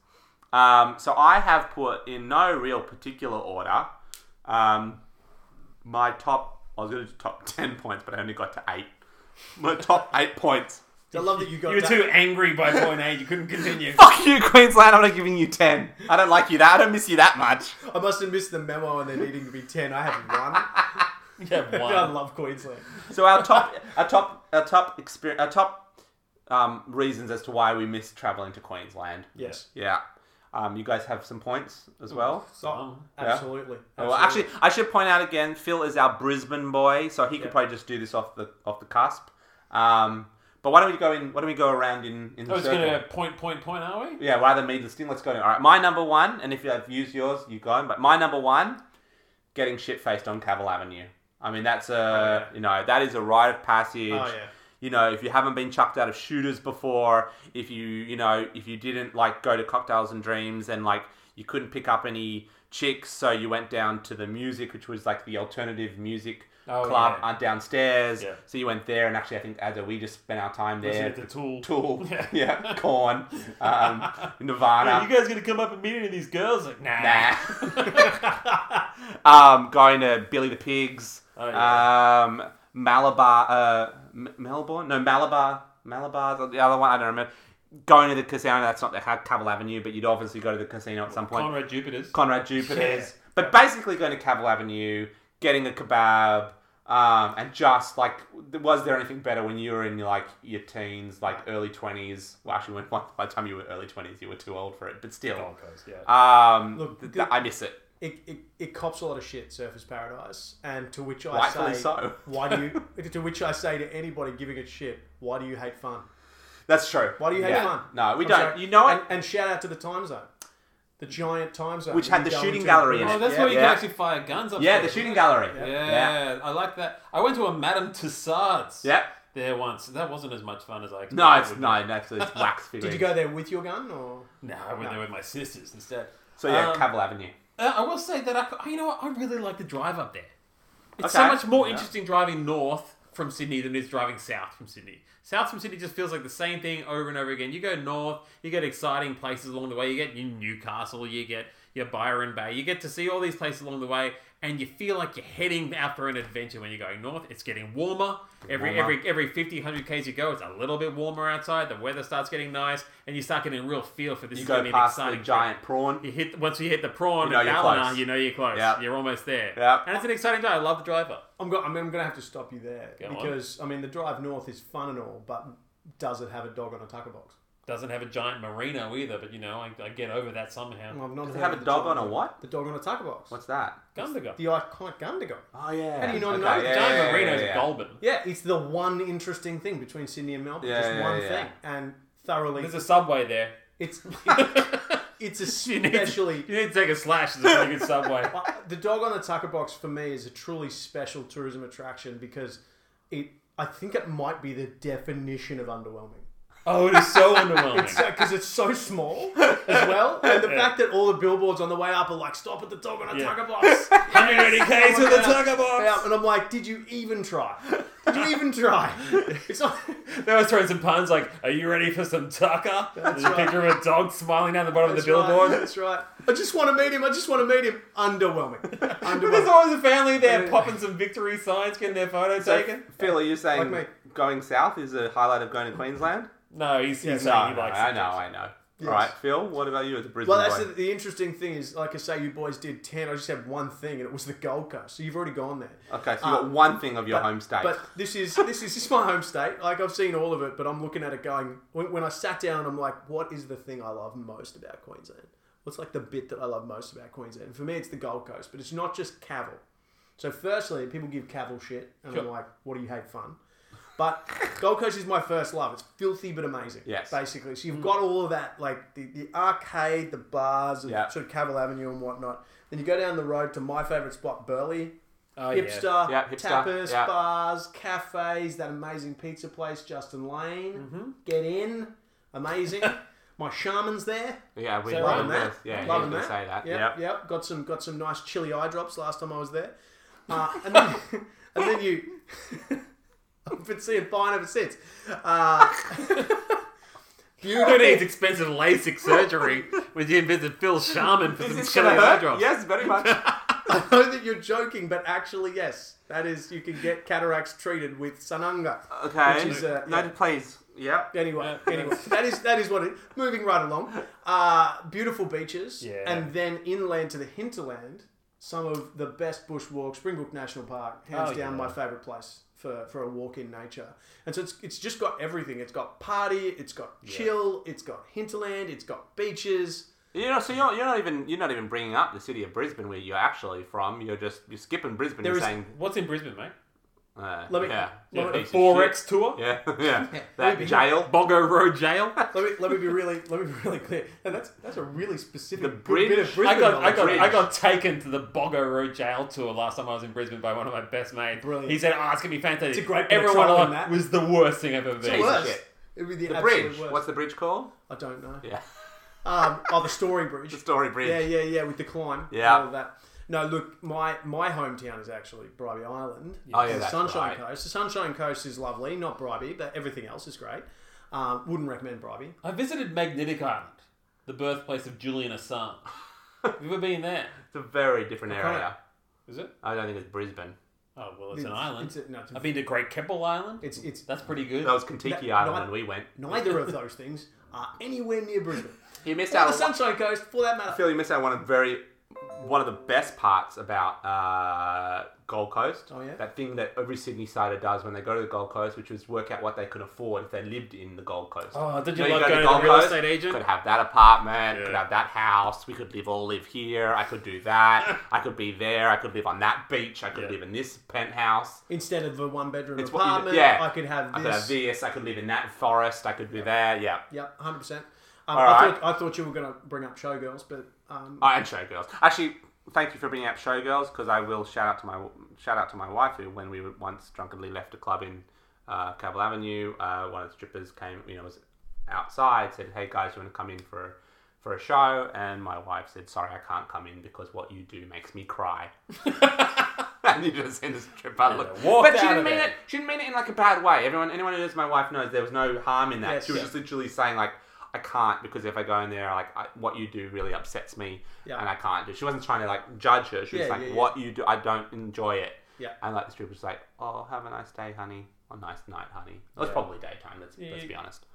[SPEAKER 1] Um, so I have put in no real particular order um, my top. I was going to do top ten points, but I only got to eight. My top eight points.
[SPEAKER 3] I love that you got
[SPEAKER 2] You were
[SPEAKER 3] that.
[SPEAKER 2] too angry by point eight. You couldn't continue.
[SPEAKER 1] Fuck you, Queensland! I'm not giving you ten. I don't like you that. I don't miss you that much.
[SPEAKER 3] I must have missed the memo and there needing to be 10. I had
[SPEAKER 2] Yeah,
[SPEAKER 3] one. I love Queensland.
[SPEAKER 1] So our top, our top, our top experience, our top um, reasons as to why we miss traveling to Queensland.
[SPEAKER 3] Yes.
[SPEAKER 1] Yeah. Um, you guys have some points as well.
[SPEAKER 3] So, Oh, absolutely.
[SPEAKER 1] Well, actually, I should point out again. Phil is our Brisbane boy, so he could probably just do this off the off the cusp. Um, but why don't we go in? Why don't we go around in in
[SPEAKER 2] I
[SPEAKER 1] the
[SPEAKER 2] was
[SPEAKER 1] circle?
[SPEAKER 2] going to Oh, point, point, point, are we?
[SPEAKER 1] Yeah, rather than me listing, let's go. In. All right, my number one, and if you have used yours, you go. But my number one, getting shit faced on Cavill Avenue. I mean, that's a
[SPEAKER 2] yeah.
[SPEAKER 1] you know that is a rite of passage.
[SPEAKER 3] Oh, yeah.
[SPEAKER 1] You know, if you haven't been chucked out of shooters before, if you you know if you didn't like go to cocktails and dreams and like you couldn't pick up any chicks, so you went down to the music, which was like the alternative music.
[SPEAKER 2] Oh,
[SPEAKER 1] club
[SPEAKER 2] yeah.
[SPEAKER 1] uh, downstairs,
[SPEAKER 2] Yeah.
[SPEAKER 1] so you went there, and actually, I think Ada, we just spent our time there.
[SPEAKER 2] Listening to Tool.
[SPEAKER 1] Tool,
[SPEAKER 2] Yeah.
[SPEAKER 1] yeah, Corn, um, Nirvana.
[SPEAKER 2] Are you guys going to come up and meet any of these girls? Like, nah.
[SPEAKER 1] Nah. um, going to Billy the Pigs.
[SPEAKER 2] Oh, yeah.
[SPEAKER 1] Um, Malabar, uh, M- Melbourne? No, Malabar, Malabar's or the other one. I don't remember. Going to the casino. That's not the Ha- Cavill Avenue, but you'd obviously go to the casino at some point.
[SPEAKER 2] Conrad Jupiter's.
[SPEAKER 1] Conrad Jupiter's. But basically going to Cavill Avenue, getting a kebab, um, and just like, was there anything better when you were in like your teens, like early 20s? Well, actually, when, by the time you were early 20s, you were too old for it, but still.
[SPEAKER 2] Gold Coast, yeah.
[SPEAKER 1] Um,
[SPEAKER 3] Look,
[SPEAKER 1] th-
[SPEAKER 3] the-
[SPEAKER 1] I miss it.
[SPEAKER 3] it, it, it cops a lot of shit, Surface Paradise, and to which I
[SPEAKER 1] Rightfully
[SPEAKER 3] say,
[SPEAKER 1] so.
[SPEAKER 3] why do you? To which I say to anybody giving it shit, why do you hate fun?
[SPEAKER 1] That's true.
[SPEAKER 3] Why do you hate
[SPEAKER 1] Yeah.
[SPEAKER 3] fun?
[SPEAKER 1] No, we
[SPEAKER 3] I'm
[SPEAKER 1] don't.
[SPEAKER 3] sorry.
[SPEAKER 1] You know it.
[SPEAKER 3] And, and shout out to the Time Zone, the giant Time Zone,
[SPEAKER 1] Which
[SPEAKER 3] that
[SPEAKER 1] had
[SPEAKER 3] you
[SPEAKER 1] the
[SPEAKER 3] go
[SPEAKER 1] shooting
[SPEAKER 3] into.
[SPEAKER 1] gallery in
[SPEAKER 2] Oh,
[SPEAKER 1] it.
[SPEAKER 2] that's
[SPEAKER 3] Yeah.
[SPEAKER 2] where you
[SPEAKER 1] Yeah.
[SPEAKER 2] can actually fire guns up.
[SPEAKER 1] yeah,
[SPEAKER 2] there.
[SPEAKER 1] the shooting gallery.
[SPEAKER 2] Yeah, I like that. I went to a Madame Tussauds.
[SPEAKER 1] Yeah.
[SPEAKER 2] There once. That wasn't as much fun as I expected.
[SPEAKER 1] No, it's
[SPEAKER 2] it would
[SPEAKER 1] no, that's it's wax
[SPEAKER 3] Did
[SPEAKER 1] figurines.
[SPEAKER 3] you go there with your gun or?
[SPEAKER 2] be. No, I went
[SPEAKER 3] No.
[SPEAKER 2] there with my sisters instead.
[SPEAKER 1] So yeah,
[SPEAKER 2] Um,
[SPEAKER 1] Cavill Avenue.
[SPEAKER 2] Uh, I will say that I, c- you know what, I really like the drive up there. It's so
[SPEAKER 1] Okay.
[SPEAKER 2] much more
[SPEAKER 1] Yeah.
[SPEAKER 2] interesting driving north from Sydney than it is driving south from Sydney. South from Sydney just feels like the same thing over and over again. You go north, you get exciting places along the way. You get your Newcastle, you get your Byron Bay, you get to see all these places along the way, and you feel like you're heading out for an adventure when you're going north. It's getting warmer every
[SPEAKER 1] Warmer.
[SPEAKER 2] every every 50, 100 k's you go. It's a little bit warmer outside. The weather starts getting nice, and you start getting a real feel for this.
[SPEAKER 1] You
[SPEAKER 2] is
[SPEAKER 1] go
[SPEAKER 2] gonna be an
[SPEAKER 1] past the
[SPEAKER 2] exciting trip.
[SPEAKER 1] giant prawn.
[SPEAKER 2] You hit once you hit the prawn
[SPEAKER 1] You know
[SPEAKER 2] and
[SPEAKER 1] you're
[SPEAKER 2] Ballina,
[SPEAKER 1] close.
[SPEAKER 2] you know you're close.
[SPEAKER 1] Yeah.
[SPEAKER 2] You're almost there.
[SPEAKER 1] Yeah.
[SPEAKER 2] And it's an exciting day. I love the driver.
[SPEAKER 3] I'm, go- I'm, I'm going to have to stop you there
[SPEAKER 2] Go on.
[SPEAKER 3] because I mean the drive north is fun and all, but does it have a dog on a tucker box?
[SPEAKER 2] Doesn't have a giant merino either, but you know, I, I get over that somehow.
[SPEAKER 3] Well, I've not
[SPEAKER 1] Does it
[SPEAKER 3] heard
[SPEAKER 1] have
[SPEAKER 3] of
[SPEAKER 1] a
[SPEAKER 3] the
[SPEAKER 1] dog on
[SPEAKER 3] dog-
[SPEAKER 1] a what?
[SPEAKER 3] The dog on a tucker box.
[SPEAKER 1] What's that?
[SPEAKER 2] Gundagai.
[SPEAKER 3] the iconic Gundagai?
[SPEAKER 1] Oh yeah.
[SPEAKER 3] How do you not
[SPEAKER 1] Okay,
[SPEAKER 3] know?
[SPEAKER 1] yeah,
[SPEAKER 2] giant
[SPEAKER 1] yeah, yeah,
[SPEAKER 2] merino's
[SPEAKER 1] yeah, yeah.
[SPEAKER 2] golden.
[SPEAKER 3] Yeah, it's the one interesting thing between Sydney and Melbourne.
[SPEAKER 1] Yeah,
[SPEAKER 3] just
[SPEAKER 1] yeah,
[SPEAKER 3] one
[SPEAKER 1] yeah.
[SPEAKER 3] thing, and thoroughly,
[SPEAKER 2] There's a subway there.
[SPEAKER 3] it's it's
[SPEAKER 2] You need,
[SPEAKER 3] especially
[SPEAKER 2] you need to take a slash. There's a pretty good subway.
[SPEAKER 3] Uh, the dog on the tucker box for me is a truly special tourism attraction because it. I think it might be the definition of underwhelming.
[SPEAKER 2] Oh, it is so underwhelming.
[SPEAKER 3] because it's so small as well, and the fact that all the billboards on the way up are like "Stop at the dog on a
[SPEAKER 2] Yeah.
[SPEAKER 3] tucker box,"
[SPEAKER 2] 180 k to the
[SPEAKER 3] Someone else.
[SPEAKER 2] tucker box.
[SPEAKER 3] Yeah, and I'm like, "Did you even try? Did you even try?" It's not.
[SPEAKER 2] They always throwing some puns like, "Are you ready for some tucker?" There's a
[SPEAKER 3] right.
[SPEAKER 2] picture of a dog smiling down the bottom
[SPEAKER 3] That's
[SPEAKER 2] of the billboard.
[SPEAKER 3] Right, that's right. I just want to meet him. I just want to meet him. Underwhelming.
[SPEAKER 2] But there's
[SPEAKER 3] Underwhelming.
[SPEAKER 2] always a family there popping some victory signs, getting their photo
[SPEAKER 1] So,
[SPEAKER 2] taken.
[SPEAKER 1] Phil, are you saying
[SPEAKER 3] Like
[SPEAKER 1] going south is a highlight of going to Queensland?
[SPEAKER 2] No, he's, he's
[SPEAKER 3] Yeah,
[SPEAKER 2] saying
[SPEAKER 1] No,
[SPEAKER 2] he
[SPEAKER 1] no,
[SPEAKER 2] likes
[SPEAKER 1] I
[SPEAKER 2] it.
[SPEAKER 1] know, I know. All right, Phil, what about you as a Brisbane
[SPEAKER 3] Well, that's
[SPEAKER 1] boy?
[SPEAKER 3] the, the interesting thing is, like I say, you boys did 10. I just had one thing, and it was the Gold Coast. So you've already gone there.
[SPEAKER 1] okay, so you got
[SPEAKER 3] um,
[SPEAKER 1] one thing of your
[SPEAKER 3] but,
[SPEAKER 1] home state.
[SPEAKER 3] But this is this is this is my home state. Like I've seen all of it, but I'm looking at it going. When, when I sat down, I'm like, what is the thing I love most about Queensland? What's like the bit that I love most about Queensland? And for me, it's the Gold Coast, but it's not just Cavill. So firstly, people give Cavill shit, and I'm
[SPEAKER 2] Sure.
[SPEAKER 3] like, what do you hate fun? But Gold Coast is my first love. It's filthy but amazing.
[SPEAKER 1] Yes.
[SPEAKER 3] Basically. So you've got all of that, like the, the arcade, the bars, and
[SPEAKER 1] Yeah.
[SPEAKER 3] sort of Cavill Avenue and whatnot. Then you go down the road to my favourite spot, Burleigh
[SPEAKER 2] Oh, yeah.
[SPEAKER 3] hipster,
[SPEAKER 1] Yeah, hipster.
[SPEAKER 3] tapas,
[SPEAKER 1] Yeah.
[SPEAKER 3] bars, cafes, that amazing pizza place, Justin Lane.
[SPEAKER 1] Mm-hmm.
[SPEAKER 3] Get in, amazing. My shaman's there,
[SPEAKER 1] yeah, we
[SPEAKER 2] so
[SPEAKER 1] love
[SPEAKER 3] loving
[SPEAKER 2] loving
[SPEAKER 1] this.
[SPEAKER 3] that,
[SPEAKER 1] Yeah, you
[SPEAKER 3] loving
[SPEAKER 1] can
[SPEAKER 3] that.
[SPEAKER 1] say that.
[SPEAKER 3] Yep,
[SPEAKER 1] Yep.
[SPEAKER 3] yep. Got some, got some nice chili eye drops last time I was there, uh, and, then, and then you. I've been seeing fine ever since. Uh,
[SPEAKER 2] Who needs expensive LASIK surgery when you can visit Phil Sharman for some
[SPEAKER 1] Is this
[SPEAKER 2] chili
[SPEAKER 1] gonna hurt?
[SPEAKER 2] eye drops?
[SPEAKER 1] Yes, very much.
[SPEAKER 3] I know that you're joking, but actually, yes, that is. You can get cataracts treated with sananga.
[SPEAKER 1] okay.
[SPEAKER 3] Which is, uh,
[SPEAKER 1] no,
[SPEAKER 3] yeah.
[SPEAKER 1] please. Yep.
[SPEAKER 3] Anyway,
[SPEAKER 2] Yeah.
[SPEAKER 3] anyway, that is that is what it. Moving right along, uh, beautiful beaches,
[SPEAKER 2] Yeah.
[SPEAKER 3] and then inland to the hinterland, some of the best bushwalks. Springbrook National Park, hands
[SPEAKER 2] Oh,
[SPEAKER 3] down,
[SPEAKER 2] yeah.
[SPEAKER 3] my favourite place for, for a walk in nature. And so it's it's just got everything. It's got party, it's got chill, it's got hinterland, it's got beaches.
[SPEAKER 1] You know, so you're, you're not even you're not even bringing up the city of Brisbane where you're actually from. You're just you're skipping Brisbane.
[SPEAKER 3] There
[SPEAKER 1] you're
[SPEAKER 3] is-
[SPEAKER 1] saying,
[SPEAKER 2] What's in Brisbane, mate?
[SPEAKER 1] uh,
[SPEAKER 3] Let me-
[SPEAKER 1] yeah, yeah,
[SPEAKER 3] let me-
[SPEAKER 1] piece of
[SPEAKER 2] Forex tour?
[SPEAKER 1] shit. Yeah, yeah.
[SPEAKER 3] Maybe.
[SPEAKER 1] That jail.
[SPEAKER 2] Bongo Road Jail?
[SPEAKER 3] Let me let me be really let me be really clear. And that's that's a really specific
[SPEAKER 1] The
[SPEAKER 3] good
[SPEAKER 1] bridge.
[SPEAKER 3] bit of Brisbane
[SPEAKER 2] I got, I,
[SPEAKER 3] knowledge.
[SPEAKER 2] got,
[SPEAKER 1] Bridge.
[SPEAKER 2] I got taken to the Bongo Road Jail tour last time I was in Brisbane by one of my best mates.
[SPEAKER 3] Brilliant.
[SPEAKER 2] He said, oh, it's going to be fantastic.
[SPEAKER 3] It's a great bit of
[SPEAKER 2] Everyone
[SPEAKER 3] trial
[SPEAKER 2] I
[SPEAKER 3] in that.
[SPEAKER 2] was the worst thing I've ever been.
[SPEAKER 1] worst.
[SPEAKER 3] Worse.
[SPEAKER 1] shit.
[SPEAKER 3] It'd be the,
[SPEAKER 1] The
[SPEAKER 3] absolute
[SPEAKER 1] bridge.
[SPEAKER 3] worst.
[SPEAKER 1] What's the bridge called?
[SPEAKER 3] I don't know.
[SPEAKER 1] Yeah,
[SPEAKER 3] Um, oh, the Story Bridge.
[SPEAKER 1] the Story Bridge.
[SPEAKER 3] Yeah, yeah, yeah, with the climb.
[SPEAKER 1] Yeah.
[SPEAKER 3] and all of that. No, look, my my hometown is actually Bribey Island.
[SPEAKER 1] Oh, yeah,
[SPEAKER 3] the
[SPEAKER 1] that's
[SPEAKER 3] Sunshine
[SPEAKER 1] right.
[SPEAKER 3] Coast. The Sunshine Coast is lovely, not Bribey, but everything else is great. Um, wouldn't recommend Bribey.
[SPEAKER 2] I visited Magnetic Island, the birthplace of Julian Assange. Have you ever been there?
[SPEAKER 1] It's a very different
[SPEAKER 3] can't-
[SPEAKER 1] area.
[SPEAKER 2] Is it?
[SPEAKER 1] I don't think it's Brisbane.
[SPEAKER 2] Oh well, it's, an island.
[SPEAKER 3] It's a, no, it's,
[SPEAKER 2] I've been to Great Keppel Island.
[SPEAKER 3] it's, it's
[SPEAKER 2] That's pretty good.
[SPEAKER 1] That was Kentucky
[SPEAKER 3] No,
[SPEAKER 1] Island
[SPEAKER 3] no, I-
[SPEAKER 1] when we went.
[SPEAKER 3] neither of those things are anywhere near Brisbane.
[SPEAKER 1] You missed
[SPEAKER 3] Or
[SPEAKER 1] out.
[SPEAKER 3] the
[SPEAKER 1] on-
[SPEAKER 3] Sunshine Coast, for that matter.
[SPEAKER 1] I feel you missed out one of the very one of the best parts about uh, Gold Coast.
[SPEAKER 3] Oh, yeah?
[SPEAKER 1] That thing that every Sydney sider does when they go to the Gold Coast, which was work out what they could afford if they lived in the Gold Coast.
[SPEAKER 2] oh, did
[SPEAKER 1] You
[SPEAKER 2] you
[SPEAKER 1] know, you go
[SPEAKER 2] love
[SPEAKER 1] to
[SPEAKER 2] going to
[SPEAKER 1] Gold
[SPEAKER 2] the real
[SPEAKER 1] Coast,
[SPEAKER 2] estate agent?
[SPEAKER 1] Could have that apartment. Could
[SPEAKER 2] Yeah.
[SPEAKER 1] have that house. We could live all live here. I could do that. I could be there. I could live on that beach. I could
[SPEAKER 2] Yeah.
[SPEAKER 1] live in this penthouse.
[SPEAKER 3] Instead of a one bedroom
[SPEAKER 1] It's what you-
[SPEAKER 3] apartment,
[SPEAKER 1] yeah.
[SPEAKER 3] I could have
[SPEAKER 1] I
[SPEAKER 3] this.
[SPEAKER 1] could have this. I could live in that forest. I could be there. Yeah.
[SPEAKER 3] Yep, 100%. Um,
[SPEAKER 1] All
[SPEAKER 3] I,
[SPEAKER 1] right.
[SPEAKER 3] thought, I thought you were going to bring up Showgirls, but um,
[SPEAKER 1] Oh, and Showgirls. Actually, thank you for bringing up Showgirls because I will shout out to my shout out to my wife who, when we were once drunkenly left a club in uh, Cavill Avenue, uh, one of the strippers came, you know, was outside, said, "Hey guys, you want to come in for for a show?" And my wife said, "Sorry, I can't come in because what you do makes me cry." and you just seen the stripper look.
[SPEAKER 2] walked
[SPEAKER 1] But she
[SPEAKER 2] out
[SPEAKER 1] didn't
[SPEAKER 2] of
[SPEAKER 1] mean
[SPEAKER 2] there.
[SPEAKER 1] it. She didn't mean it in like a bad way. Everyone, anyone who knows my wife knows there was no harm in that.
[SPEAKER 3] Yes,
[SPEAKER 1] she was
[SPEAKER 3] yeah.
[SPEAKER 1] just literally saying like, I can't because if I go in there, like I, what you do really upsets me,
[SPEAKER 3] Yeah.
[SPEAKER 1] and I can't do. She wasn't trying to like judge her. She was
[SPEAKER 3] Yeah,
[SPEAKER 1] like,
[SPEAKER 3] yeah, yeah.
[SPEAKER 1] what you do, I don't enjoy it.
[SPEAKER 3] Yeah.
[SPEAKER 1] And like the stripper was like, oh, have a nice day, honey. Or nice night, honey. It was probably daytime. Let's let's be honest.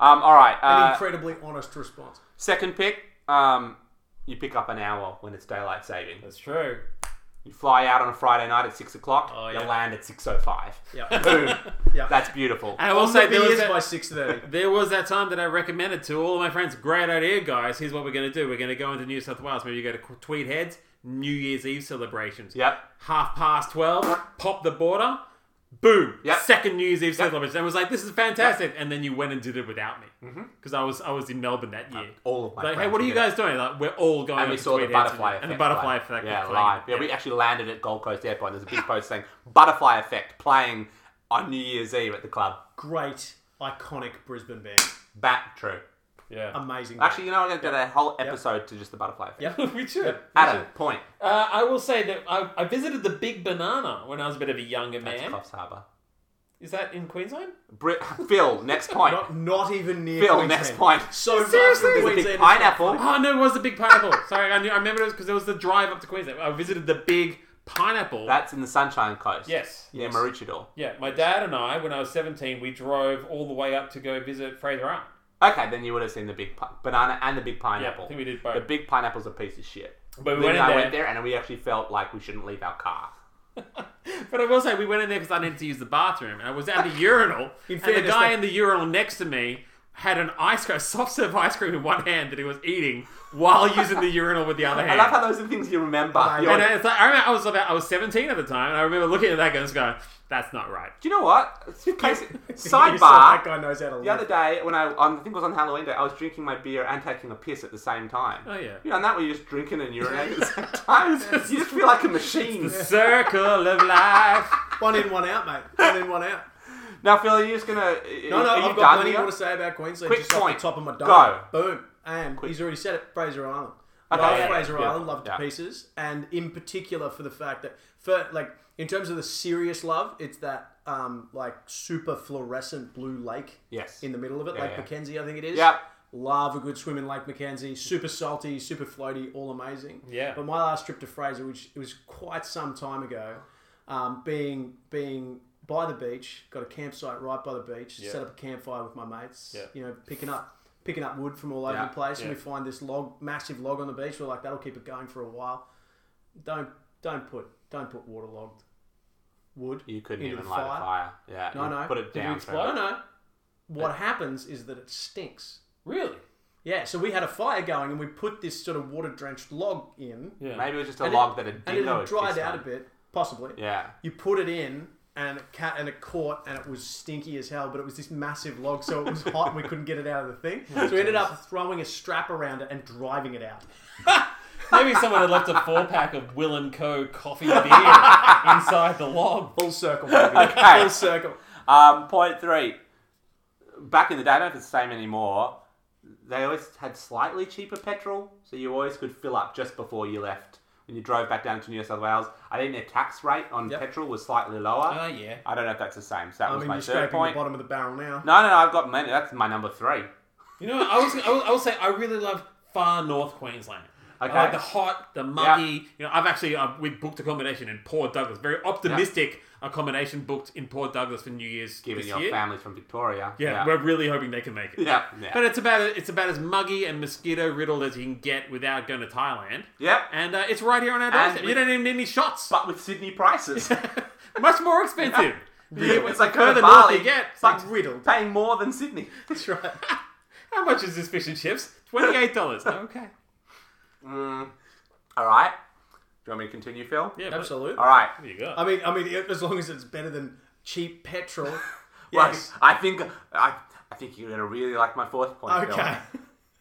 [SPEAKER 1] Um, all right.
[SPEAKER 3] an
[SPEAKER 1] Uh,
[SPEAKER 3] incredibly honest response.
[SPEAKER 1] second pick. Um, you pick up an hour when it's daylight saving.
[SPEAKER 2] That's true.
[SPEAKER 1] You fly out on a Friday night at six o'clock.
[SPEAKER 2] Oh,
[SPEAKER 1] You
[SPEAKER 2] yeah.
[SPEAKER 1] land at six o five.
[SPEAKER 3] Yeah.
[SPEAKER 1] Boom.
[SPEAKER 3] Yeah.
[SPEAKER 1] That's beautiful.
[SPEAKER 2] And I will say
[SPEAKER 3] the
[SPEAKER 2] there was,
[SPEAKER 3] beers
[SPEAKER 2] that,
[SPEAKER 3] by 6.30.
[SPEAKER 2] there was that time that I recommended to all my friends. Great idea, guys. Here's what we're going to do. We're going to go into New South Wales. Maybe you go to Qu- Tweed Heads. New Year's Eve celebrations.
[SPEAKER 1] Yep.
[SPEAKER 2] Half past twelve. Pop the border. Boom.
[SPEAKER 1] Yep.
[SPEAKER 2] Second New Year's Eve celebration. And was like, this is fantastic. And then you went and did it without me because I was I was in Melbourne that year.
[SPEAKER 1] Mm-hmm. Uh, All of my
[SPEAKER 2] like, hey,
[SPEAKER 1] friends
[SPEAKER 2] what are
[SPEAKER 1] were
[SPEAKER 2] you
[SPEAKER 1] there.
[SPEAKER 2] guys doing? Like, we're all going.
[SPEAKER 1] And we
[SPEAKER 2] up to
[SPEAKER 1] saw the
[SPEAKER 2] Tweed Heads
[SPEAKER 1] butterfly
[SPEAKER 2] and,
[SPEAKER 1] effect.
[SPEAKER 2] and the butterfly
[SPEAKER 1] like,
[SPEAKER 2] effect.
[SPEAKER 1] Yeah,
[SPEAKER 2] playing.
[SPEAKER 1] live. Yeah, we actually landed at Gold Coast Airport. There's a big post saying "Butterfly Effect" playing on New Year's Eve at the club.
[SPEAKER 3] Great, iconic Brisbane band.
[SPEAKER 1] That true.
[SPEAKER 2] Yeah.
[SPEAKER 3] Amazing. band.
[SPEAKER 1] Actually, you know, we're gonna do a whole episode to just the butterfly effect.
[SPEAKER 3] Yep.
[SPEAKER 2] we should.
[SPEAKER 1] Adam, point.
[SPEAKER 2] Uh, I will say that I, I visited the Big Banana when I was a bit of a younger
[SPEAKER 1] That's
[SPEAKER 2] man.
[SPEAKER 1] Coffs Harbour.
[SPEAKER 2] Is that in Queensland?
[SPEAKER 1] Bri- Phil, next point.
[SPEAKER 3] Not, not even near
[SPEAKER 1] Phil,
[SPEAKER 3] Queensland.
[SPEAKER 1] next point.
[SPEAKER 3] So far from
[SPEAKER 2] Seriously?
[SPEAKER 1] There's a
[SPEAKER 3] Queensland,
[SPEAKER 1] big
[SPEAKER 3] it's not
[SPEAKER 1] pineapple.
[SPEAKER 2] Oh no, it was the Big Pineapple. Sorry, I knew. I remember it was because it was the drive up to Queensland. I visited the Big Pineapple.
[SPEAKER 1] That's in the Sunshine Coast.
[SPEAKER 2] yes.
[SPEAKER 1] Yeah, Maroochydore.
[SPEAKER 2] Yeah, my dad and I, when I was 17, we drove all the way up to go visit Fraser Island.
[SPEAKER 1] Okay, then you would have seen the big pi- banana and the big pineapple.
[SPEAKER 2] I think we did
[SPEAKER 1] The
[SPEAKER 2] both.
[SPEAKER 1] big pineapple's a piece of shit.
[SPEAKER 2] But
[SPEAKER 1] Then
[SPEAKER 2] we went in
[SPEAKER 1] I
[SPEAKER 2] there.
[SPEAKER 1] went there and we actually felt like we shouldn't leave our car.
[SPEAKER 2] But I will say, we went in there because I needed to use the bathroom. And I was at the urinal.
[SPEAKER 3] In
[SPEAKER 2] and the
[SPEAKER 3] fairness,
[SPEAKER 2] guy
[SPEAKER 3] they-
[SPEAKER 2] in the urinal next to me had an ice cream, soft serve ice cream in one hand that he was eating while using the urinal with the other hand.
[SPEAKER 1] I love how those are things you remember.
[SPEAKER 3] Right.
[SPEAKER 1] You're-
[SPEAKER 2] And it's like, I remember I was about I was 17 at the time, and I remember looking at that guy and just going, "That's not right."
[SPEAKER 1] Do you know what? It's just crazy-
[SPEAKER 3] You said That
[SPEAKER 1] Sidebar.
[SPEAKER 3] guy knows how to
[SPEAKER 1] The other
[SPEAKER 3] live.
[SPEAKER 1] day, when I, on, I think it was on Halloween day, I was drinking my beer and taking a piss at the same time.
[SPEAKER 2] Oh yeah,
[SPEAKER 1] You know, and that way you're just drinking and urinating at the same time. You just feel like a machine.
[SPEAKER 2] the circle of life.
[SPEAKER 3] One in, one out, mate. One in, one out.
[SPEAKER 1] Now, Phil, are you just gonna?
[SPEAKER 3] No, no,
[SPEAKER 1] are you
[SPEAKER 3] I've got
[SPEAKER 1] done
[SPEAKER 3] plenty
[SPEAKER 1] here?
[SPEAKER 3] more to say about Queensland.
[SPEAKER 1] Quick
[SPEAKER 3] just
[SPEAKER 1] point.
[SPEAKER 3] off the top of my dome.
[SPEAKER 1] Go.
[SPEAKER 3] Boom. And he's already said it. Fraser Island.
[SPEAKER 1] Okay,
[SPEAKER 3] love
[SPEAKER 1] yeah,
[SPEAKER 3] Fraser
[SPEAKER 1] yeah,
[SPEAKER 3] Island. Love it
[SPEAKER 1] yeah.
[SPEAKER 3] to pieces. And in particular for the fact that, for like, in terms of the serious love, it's that um like super fluorescent blue lake.
[SPEAKER 1] Yes.
[SPEAKER 3] In the middle of it,
[SPEAKER 1] Yeah,
[SPEAKER 3] Lake
[SPEAKER 1] yeah.
[SPEAKER 3] Mackenzie, I think it is.
[SPEAKER 1] Yep.
[SPEAKER 3] Love a good swim in Lake Mackenzie. Super salty, super floaty, all amazing.
[SPEAKER 2] Yeah.
[SPEAKER 3] But my last trip to Fraser, which it was quite some time ago, um, being being by the beach, got a campsite right by the beach, set up a campfire with my mates.
[SPEAKER 2] Yeah.
[SPEAKER 3] You know, picking up picking up wood from all over
[SPEAKER 1] Yeah,
[SPEAKER 3] the place,
[SPEAKER 2] yeah.
[SPEAKER 3] and we find this log, massive log on the beach. We're like, that'll keep it going for a while. Don't don't put don't put waterlogged wood.
[SPEAKER 1] You couldn't
[SPEAKER 3] into
[SPEAKER 1] even
[SPEAKER 3] the
[SPEAKER 1] light
[SPEAKER 3] fire.
[SPEAKER 1] a fire. Yeah.
[SPEAKER 3] No,
[SPEAKER 1] you
[SPEAKER 3] no.
[SPEAKER 1] Put it
[SPEAKER 2] Did you
[SPEAKER 1] down.
[SPEAKER 2] explode?
[SPEAKER 1] Phil.
[SPEAKER 3] No, no. What happens is that it stinks.
[SPEAKER 2] Really?
[SPEAKER 3] Yeah, so we had a fire going, and we put this sort of water drenched log in,
[SPEAKER 2] Yeah.
[SPEAKER 1] Maybe it was just a
[SPEAKER 3] And it-
[SPEAKER 1] log that had
[SPEAKER 3] and it
[SPEAKER 1] dingo
[SPEAKER 3] had
[SPEAKER 1] had
[SPEAKER 3] dried
[SPEAKER 1] pissed
[SPEAKER 3] out
[SPEAKER 1] on.
[SPEAKER 3] a bit, possibly.
[SPEAKER 1] Yeah.
[SPEAKER 3] you put it in and it ca- and it caught and it was stinky as hell but it was this massive log so it was hot and we couldn't get it out of the thing so we ended up throwing a strap around it and driving it out
[SPEAKER 2] Maybe someone had left a four pack of Will and Co. coffee beer inside the log.
[SPEAKER 3] full circle baby.
[SPEAKER 1] Okay.
[SPEAKER 3] full circle
[SPEAKER 1] Um, point three. Back in the day, I don't know if it's the same anymore. They always had slightly cheaper petrol, so you always could fill up just before you left. When you drove back down to New South Wales, I think their tax rate on
[SPEAKER 3] Yep. Uh,
[SPEAKER 1] petrol was slightly lower.
[SPEAKER 2] Oh yeah.
[SPEAKER 1] I don't know if that's the same. So that
[SPEAKER 3] i
[SPEAKER 1] was
[SPEAKER 3] mean
[SPEAKER 1] my
[SPEAKER 3] you're
[SPEAKER 1] third
[SPEAKER 3] scraping
[SPEAKER 1] point.
[SPEAKER 3] the bottom of the barrel now
[SPEAKER 1] No, no, no. I've got many. That's my number three.
[SPEAKER 2] You know, what? I was I will, I will say I really love far north Queensland.
[SPEAKER 1] Okay.
[SPEAKER 2] Like the hot, the muggy. You know, I've actually uh, we booked accommodation in Port Douglas. Very optimistic accommodation booked in Port Douglas for New Year's
[SPEAKER 1] Given
[SPEAKER 2] this
[SPEAKER 1] your
[SPEAKER 2] year.
[SPEAKER 1] family from Victoria.
[SPEAKER 2] Yeah,
[SPEAKER 1] Yeah.
[SPEAKER 2] we're really hoping they can make it.
[SPEAKER 1] Yeah. Yeah.
[SPEAKER 2] But it's about it's about as muggy and mosquito riddled as you can get without going to Thailand.
[SPEAKER 1] Yeah.
[SPEAKER 2] And uh, it's right here on our
[SPEAKER 1] And
[SPEAKER 2] doorstep.
[SPEAKER 1] we-
[SPEAKER 2] You don't even need any shots.
[SPEAKER 1] But with Sydney prices.
[SPEAKER 2] Much more expensive.
[SPEAKER 1] Yeah, it's like going
[SPEAKER 2] further
[SPEAKER 1] to
[SPEAKER 2] north
[SPEAKER 1] Bali.
[SPEAKER 2] you get.
[SPEAKER 1] it's
[SPEAKER 2] it's like,
[SPEAKER 1] like
[SPEAKER 3] riddled.
[SPEAKER 1] Paying more than Sydney.
[SPEAKER 3] That's right.
[SPEAKER 2] how much is this fish and chips? Twenty eight dollars. okay.
[SPEAKER 1] Mm. All right. Do you want me to continue, Phil?
[SPEAKER 2] Yeah. Absolutely.
[SPEAKER 3] Absolutely.
[SPEAKER 1] All right.
[SPEAKER 2] What do you got?
[SPEAKER 3] I mean, I mean, as long as it's better than cheap petrol.
[SPEAKER 1] Well,
[SPEAKER 3] yes.
[SPEAKER 1] I think I, I think you're going to really like my fourth point. Phil.
[SPEAKER 3] Okay.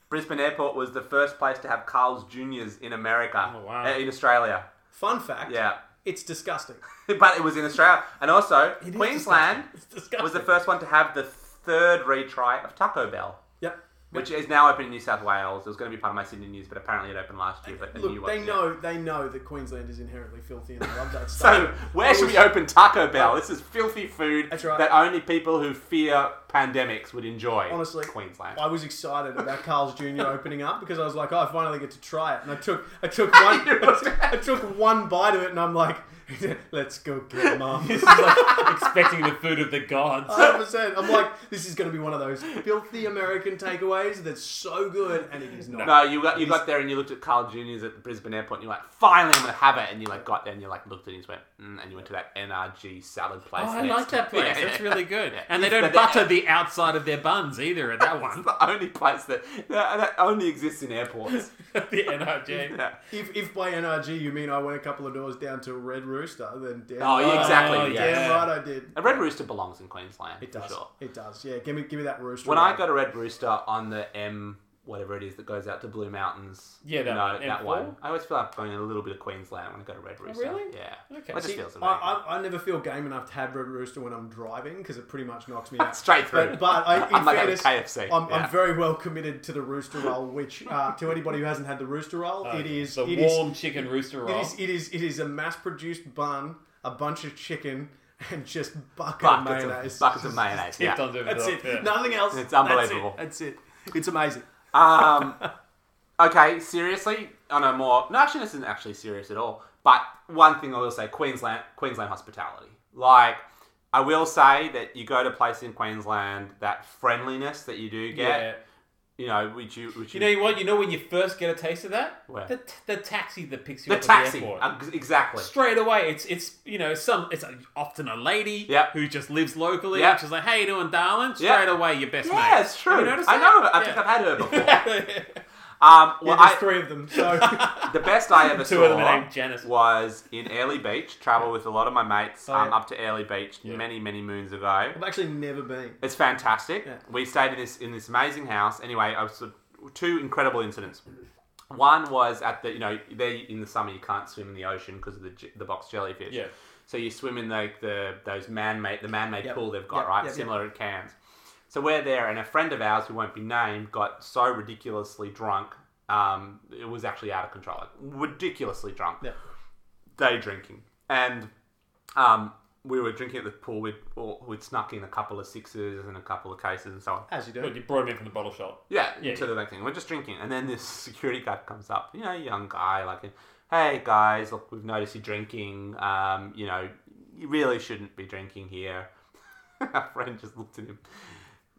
[SPEAKER 1] Brisbane Airport was the first place to have Carl's Juniors in America.
[SPEAKER 2] Oh, wow.
[SPEAKER 1] uh, In Australia.
[SPEAKER 3] Fun fact.
[SPEAKER 1] Yeah.
[SPEAKER 3] It's disgusting.
[SPEAKER 1] but it was in Australia. And also,
[SPEAKER 3] It is
[SPEAKER 1] Queensland
[SPEAKER 3] disgusting. It's disgusting.
[SPEAKER 1] was the first one to have the third retry of Taco Bell.
[SPEAKER 3] Yep.
[SPEAKER 1] Which is now open in New South Wales. It was going to be part of my Sydney news, but apparently it opened last year. But a new
[SPEAKER 3] Look,
[SPEAKER 1] one, yeah.
[SPEAKER 3] they know they know that Queensland is inherently filthy and they love that
[SPEAKER 1] So
[SPEAKER 3] stuff.
[SPEAKER 1] where
[SPEAKER 3] I
[SPEAKER 1] should
[SPEAKER 3] was-
[SPEAKER 1] we open Taco Bell? This is filthy food
[SPEAKER 3] That's right.
[SPEAKER 1] that only people who fear pandemics would enjoy.
[SPEAKER 3] Honestly,
[SPEAKER 1] Queensland.
[SPEAKER 3] I was excited about Carl's Jr. opening up because I was like, oh, I finally get to try it. And I took, I took one, I, took, I took one bite of it, and I'm like, let's go get mum.
[SPEAKER 2] expecting the food of the gods.
[SPEAKER 1] Oh,
[SPEAKER 3] 100%. I'm like, this is going to be one of those filthy American takeaways that's so good, and it is not.
[SPEAKER 1] No, you got you got there and you looked at Carl Juniors at the Brisbane airport and you're like, finally I'm gonna have it. And you like got there and you like looked at it and you went, mm, and you went to that NRG salad place.
[SPEAKER 2] Oh, I
[SPEAKER 1] next.
[SPEAKER 2] like that place.
[SPEAKER 1] Yeah, yeah,
[SPEAKER 2] That's
[SPEAKER 1] yeah.
[SPEAKER 2] really good. And they
[SPEAKER 1] But
[SPEAKER 2] don't
[SPEAKER 1] they-
[SPEAKER 2] butter the outside of their buns either at that
[SPEAKER 1] It's
[SPEAKER 2] one.
[SPEAKER 1] the only place that that, that only exists in airports.
[SPEAKER 2] the NRG.
[SPEAKER 1] Yeah.
[SPEAKER 3] If, if by NRG you mean I went a couple of doors down to Red Rooster, then damn
[SPEAKER 1] Oh,
[SPEAKER 3] right,
[SPEAKER 1] yeah, exactly.
[SPEAKER 2] Oh,
[SPEAKER 1] yeah.
[SPEAKER 3] damn right I did.
[SPEAKER 1] A Red Rooster belongs in Queensland.
[SPEAKER 3] It does.
[SPEAKER 1] For sure.
[SPEAKER 3] It does. Yeah, give me give me that rooster.
[SPEAKER 1] When
[SPEAKER 3] one.
[SPEAKER 1] I go to Red Rooster on the M, whatever it is that goes out to Blue Mountains,
[SPEAKER 2] Yeah, that
[SPEAKER 1] no,
[SPEAKER 2] one,
[SPEAKER 1] that
[SPEAKER 2] M4?
[SPEAKER 1] one. I always feel like I'm in a little bit of Queensland when I go to Red
[SPEAKER 3] Oh,
[SPEAKER 1] Rooster.
[SPEAKER 2] really?
[SPEAKER 1] Yeah.
[SPEAKER 2] Okay.
[SPEAKER 1] I just
[SPEAKER 2] See,
[SPEAKER 1] feels amazing.
[SPEAKER 3] I, I, I never feel game enough to have Red Rooster when I'm driving because it pretty much knocks me out.
[SPEAKER 1] Straight through.
[SPEAKER 3] But, but I, in
[SPEAKER 1] I'm like
[SPEAKER 3] fairness,
[SPEAKER 1] at KFC.
[SPEAKER 3] I'm,
[SPEAKER 1] yeah.
[SPEAKER 3] I'm very well committed to the rooster roll, which uh, to anybody who hasn't had the rooster roll,
[SPEAKER 1] Oh,
[SPEAKER 3] it is
[SPEAKER 2] the
[SPEAKER 3] it is-
[SPEAKER 2] warm chicken rooster
[SPEAKER 3] it
[SPEAKER 2] roll.
[SPEAKER 3] is it is it is a mass-produced bun, a bunch of chicken, and just bucket
[SPEAKER 1] buckets
[SPEAKER 3] of
[SPEAKER 1] of,
[SPEAKER 3] mayonnaise.
[SPEAKER 1] buckets of mayonnaise.
[SPEAKER 2] Tipped
[SPEAKER 1] Yeah.
[SPEAKER 2] onto
[SPEAKER 3] That's
[SPEAKER 2] the-
[SPEAKER 3] it.
[SPEAKER 2] yeah.
[SPEAKER 3] Nothing else.
[SPEAKER 1] It's unbelievable.
[SPEAKER 3] That's it. That's it. It's amazing.
[SPEAKER 1] Um, okay, seriously, on a more no, actually, this isn't actually serious at all. But one thing I will say, Queensland, Queensland hospitality. Like, I will say that you go to places in Queensland, that friendliness that you do get,
[SPEAKER 2] Yeah.
[SPEAKER 1] you know, which you, which
[SPEAKER 2] You know what? You know when you first get a taste of that?
[SPEAKER 1] Where?
[SPEAKER 2] The, t- the taxi that picks you
[SPEAKER 1] the
[SPEAKER 2] up at
[SPEAKER 1] taxi,
[SPEAKER 2] the airport.
[SPEAKER 1] uh, ex- exactly.
[SPEAKER 2] Straight away, it's it's you know some it's a, often a lady
[SPEAKER 1] Yep.
[SPEAKER 2] who just lives locally.
[SPEAKER 1] Yep.
[SPEAKER 2] She's like, "How you doing, darling?" Straight
[SPEAKER 1] Yep.
[SPEAKER 2] away, your best mate.
[SPEAKER 1] Yeah, it's true.
[SPEAKER 2] Have you noticed
[SPEAKER 1] I
[SPEAKER 2] that?
[SPEAKER 1] know. Her. I think I've had her before.
[SPEAKER 2] Yeah.
[SPEAKER 1] Um,
[SPEAKER 3] Yeah,
[SPEAKER 1] well,
[SPEAKER 3] there's
[SPEAKER 1] I,
[SPEAKER 3] three of them. So
[SPEAKER 1] the best I ever
[SPEAKER 2] Two of them
[SPEAKER 1] saw
[SPEAKER 2] are named Janice.
[SPEAKER 1] was in Early Beach. Travel with a lot of my mates
[SPEAKER 3] Oh,
[SPEAKER 1] um,
[SPEAKER 3] yeah.
[SPEAKER 1] up to Early Beach many, many moons ago.
[SPEAKER 3] I've actually never been.
[SPEAKER 1] It's fantastic.
[SPEAKER 3] Yeah.
[SPEAKER 1] We stayed in this in this amazing house. Anyway, I was two incredible incidents. One was at the you know there in the summer you can't swim in the ocean because of the j- the box jellyfish.
[SPEAKER 2] Yeah.
[SPEAKER 1] So you swim in like the those man made the man made
[SPEAKER 3] Yep.
[SPEAKER 1] pool they've got
[SPEAKER 3] Yep,
[SPEAKER 1] right
[SPEAKER 3] yep,
[SPEAKER 1] similar to Cairns. So we're there and a friend of ours who won't be named got so ridiculously drunk. Um, it was actually out of control, like ridiculously drunk.
[SPEAKER 3] Yeah.
[SPEAKER 1] Day drinking and um, we were drinking at the pool. We'd, or we'd snuck in a couple of sixes and a couple of cases and so on.
[SPEAKER 3] As you do.
[SPEAKER 2] Good, You brought him in from the bottle shop.
[SPEAKER 1] Yeah,
[SPEAKER 2] Yeah,
[SPEAKER 1] to the next thing. We're just drinking. And then this security guard comes up, you know, young guy, like, hey guys, look, we've noticed you're drinking. Um, you know, you really shouldn't be drinking here. Our friend just looked at him,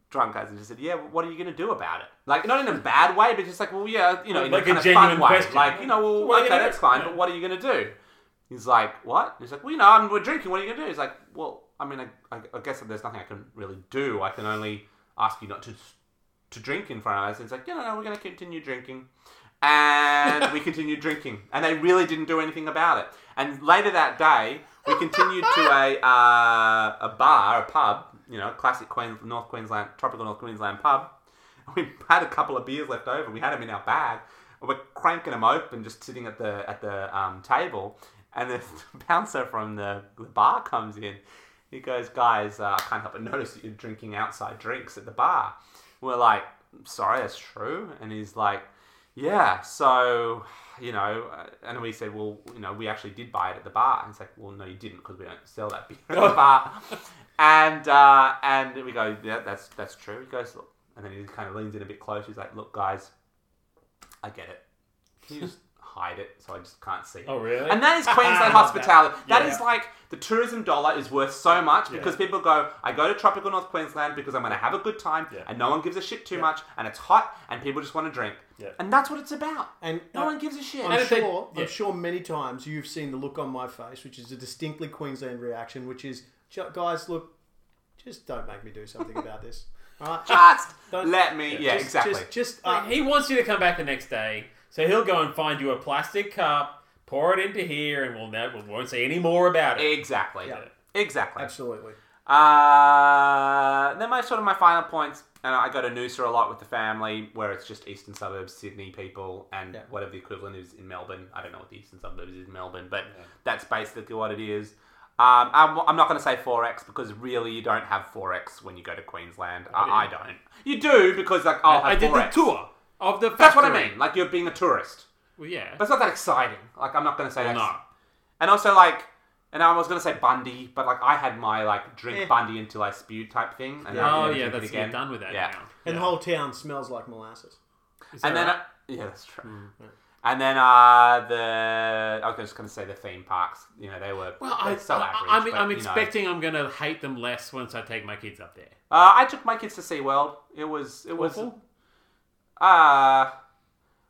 [SPEAKER 1] drunk guys, and just said, yeah, what are you going to do about it? Like, not in a bad way, but just like, well, yeah, you know, in
[SPEAKER 2] Like a
[SPEAKER 1] a kind of
[SPEAKER 2] genuine
[SPEAKER 1] fun way.
[SPEAKER 2] question.
[SPEAKER 1] Like, you know, well,
[SPEAKER 2] What are you
[SPEAKER 1] okay,
[SPEAKER 2] gonna do?
[SPEAKER 1] that's fine,
[SPEAKER 2] Yeah.
[SPEAKER 1] but what are you going to do? He's like, what? He's like, well, you know, I'm, we're drinking. What are you going to do? He's like, well, I mean, I, I, I guess that there's nothing I can really do. I can only ask you not to to drink in front of us. It's like, you know, no, we're going to continue drinking. And we continued drinking. And they really didn't do anything about it. And later that day, we continued to a, uh, a bar, a pub, you know, classic Queen, North Queensland, tropical North Queensland pub. We had a couple of beers left over. We had them in our bag. And we're cranking them open, just sitting at the at the um, table. And the bouncer from the, the bar comes in. He goes, guys, uh, I can't help but notice that you're drinking outside drinks at the bar. We're like, sorry, that's true. And he's like, yeah, so, you know, uh, and we said, well, you know, we actually did buy it at the bar. And it's like, well, no, you didn't because we don't sell that beer at the bar. And, uh, and we go, yeah, that's, that's true. He goes, look, and then he kind of leans in a bit closer. He's like, look, guys, I get it. Can you just, hide it, so I just can't see it.
[SPEAKER 6] Oh, really?
[SPEAKER 1] And that is Queensland
[SPEAKER 6] I love that.
[SPEAKER 1] hospitality. That is
[SPEAKER 6] Yeah.
[SPEAKER 1] like the tourism dollar is worth so much because people go, I go to tropical North Queensland because I'm going to have a good time
[SPEAKER 6] Yeah.
[SPEAKER 1] and no one gives a shit too much and it's hot and people just want to drink.
[SPEAKER 6] Yeah.
[SPEAKER 1] And that's what it's about.
[SPEAKER 3] And
[SPEAKER 1] no
[SPEAKER 3] I-
[SPEAKER 1] one gives a shit.
[SPEAKER 3] I'm
[SPEAKER 6] if they-
[SPEAKER 3] sure,
[SPEAKER 6] yeah.
[SPEAKER 3] I'm sure many times you've seen the look on my face, which is a distinctly Queensland reaction, which is, "Ju- guys, look, just don't make me do something about this. All right?
[SPEAKER 1] Just
[SPEAKER 3] Don't-
[SPEAKER 1] let me. Yeah,
[SPEAKER 3] Just-
[SPEAKER 1] exactly.
[SPEAKER 3] Just, just uh,
[SPEAKER 6] He wants you to come back the next day, so he'll go and find you a plastic cup, pour it into here, and we'll never, we won't say any more about it.
[SPEAKER 1] exactly.
[SPEAKER 3] Yeah.
[SPEAKER 1] Exactly.
[SPEAKER 3] absolutely.
[SPEAKER 1] Uh, then my sort of my final points, and I go to Noosa a lot with the family, where it's just eastern suburbs, Sydney people, and
[SPEAKER 3] Yeah.
[SPEAKER 1] whatever the equivalent is in Melbourne. I don't know what the eastern suburbs is in Melbourne, but that's basically what it is. Um, I'm, I'm not going to say forex because really you don't have forex when you go to Queensland. I, I don't. You do because like I'll
[SPEAKER 2] Oh, I
[SPEAKER 1] have
[SPEAKER 2] did the
[SPEAKER 1] Forex.
[SPEAKER 2] tour of the.
[SPEAKER 1] That's what I
[SPEAKER 2] factory.
[SPEAKER 1] mean. Like you're being a tourist.
[SPEAKER 2] Well, yeah.
[SPEAKER 1] But it's not that exciting. Like I'm not going to say that.
[SPEAKER 2] no.
[SPEAKER 1] And also like, and I was gonna say Bundy, but like I had my like drink
[SPEAKER 3] Eh.
[SPEAKER 1] Bundy until I spewed type thing. And then I
[SPEAKER 2] Oh
[SPEAKER 1] didn't
[SPEAKER 2] yeah,
[SPEAKER 1] drink it
[SPEAKER 2] that's you're done with that
[SPEAKER 1] Yeah.
[SPEAKER 2] now.
[SPEAKER 3] And
[SPEAKER 2] yeah.
[SPEAKER 3] the whole town smells like molasses.
[SPEAKER 2] Is
[SPEAKER 1] And
[SPEAKER 2] that
[SPEAKER 1] then
[SPEAKER 2] right?
[SPEAKER 1] uh, yeah, that's true. And then uh the I was just gonna say the theme parks. You know they were
[SPEAKER 2] well, I,
[SPEAKER 1] they're so
[SPEAKER 2] I,
[SPEAKER 1] average.
[SPEAKER 2] I'm,
[SPEAKER 1] but,
[SPEAKER 2] I'm
[SPEAKER 1] you know.
[SPEAKER 2] expecting I'm gonna hate them less once I take my kids up there.
[SPEAKER 1] Uh, I took my kids to SeaWorld. It was it was
[SPEAKER 2] Awful?
[SPEAKER 1] uh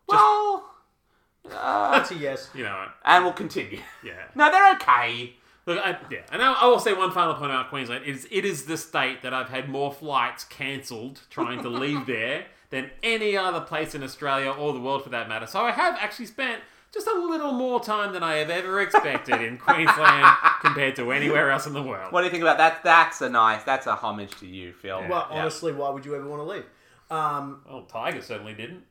[SPEAKER 1] well uh,
[SPEAKER 3] That's a yes.
[SPEAKER 2] You know.
[SPEAKER 1] and we'll continue.
[SPEAKER 2] Yeah.
[SPEAKER 1] No, they're okay.
[SPEAKER 2] Look, I, yeah, and I, I will say one final point about Queensland is it is the state that I've had more flights cancelled trying to leave there than any other place in Australia or the world for that matter. So I have actually spent just a little more time than I have ever expected in Queensland compared to anywhere else in the world.
[SPEAKER 1] What do you think about that? That's a nice. That's a homage to you, Phil.
[SPEAKER 3] Well,
[SPEAKER 1] Yeah.
[SPEAKER 3] honestly, why would you ever want to leave? Um,
[SPEAKER 2] Well, Oh, Tiger certainly didn't.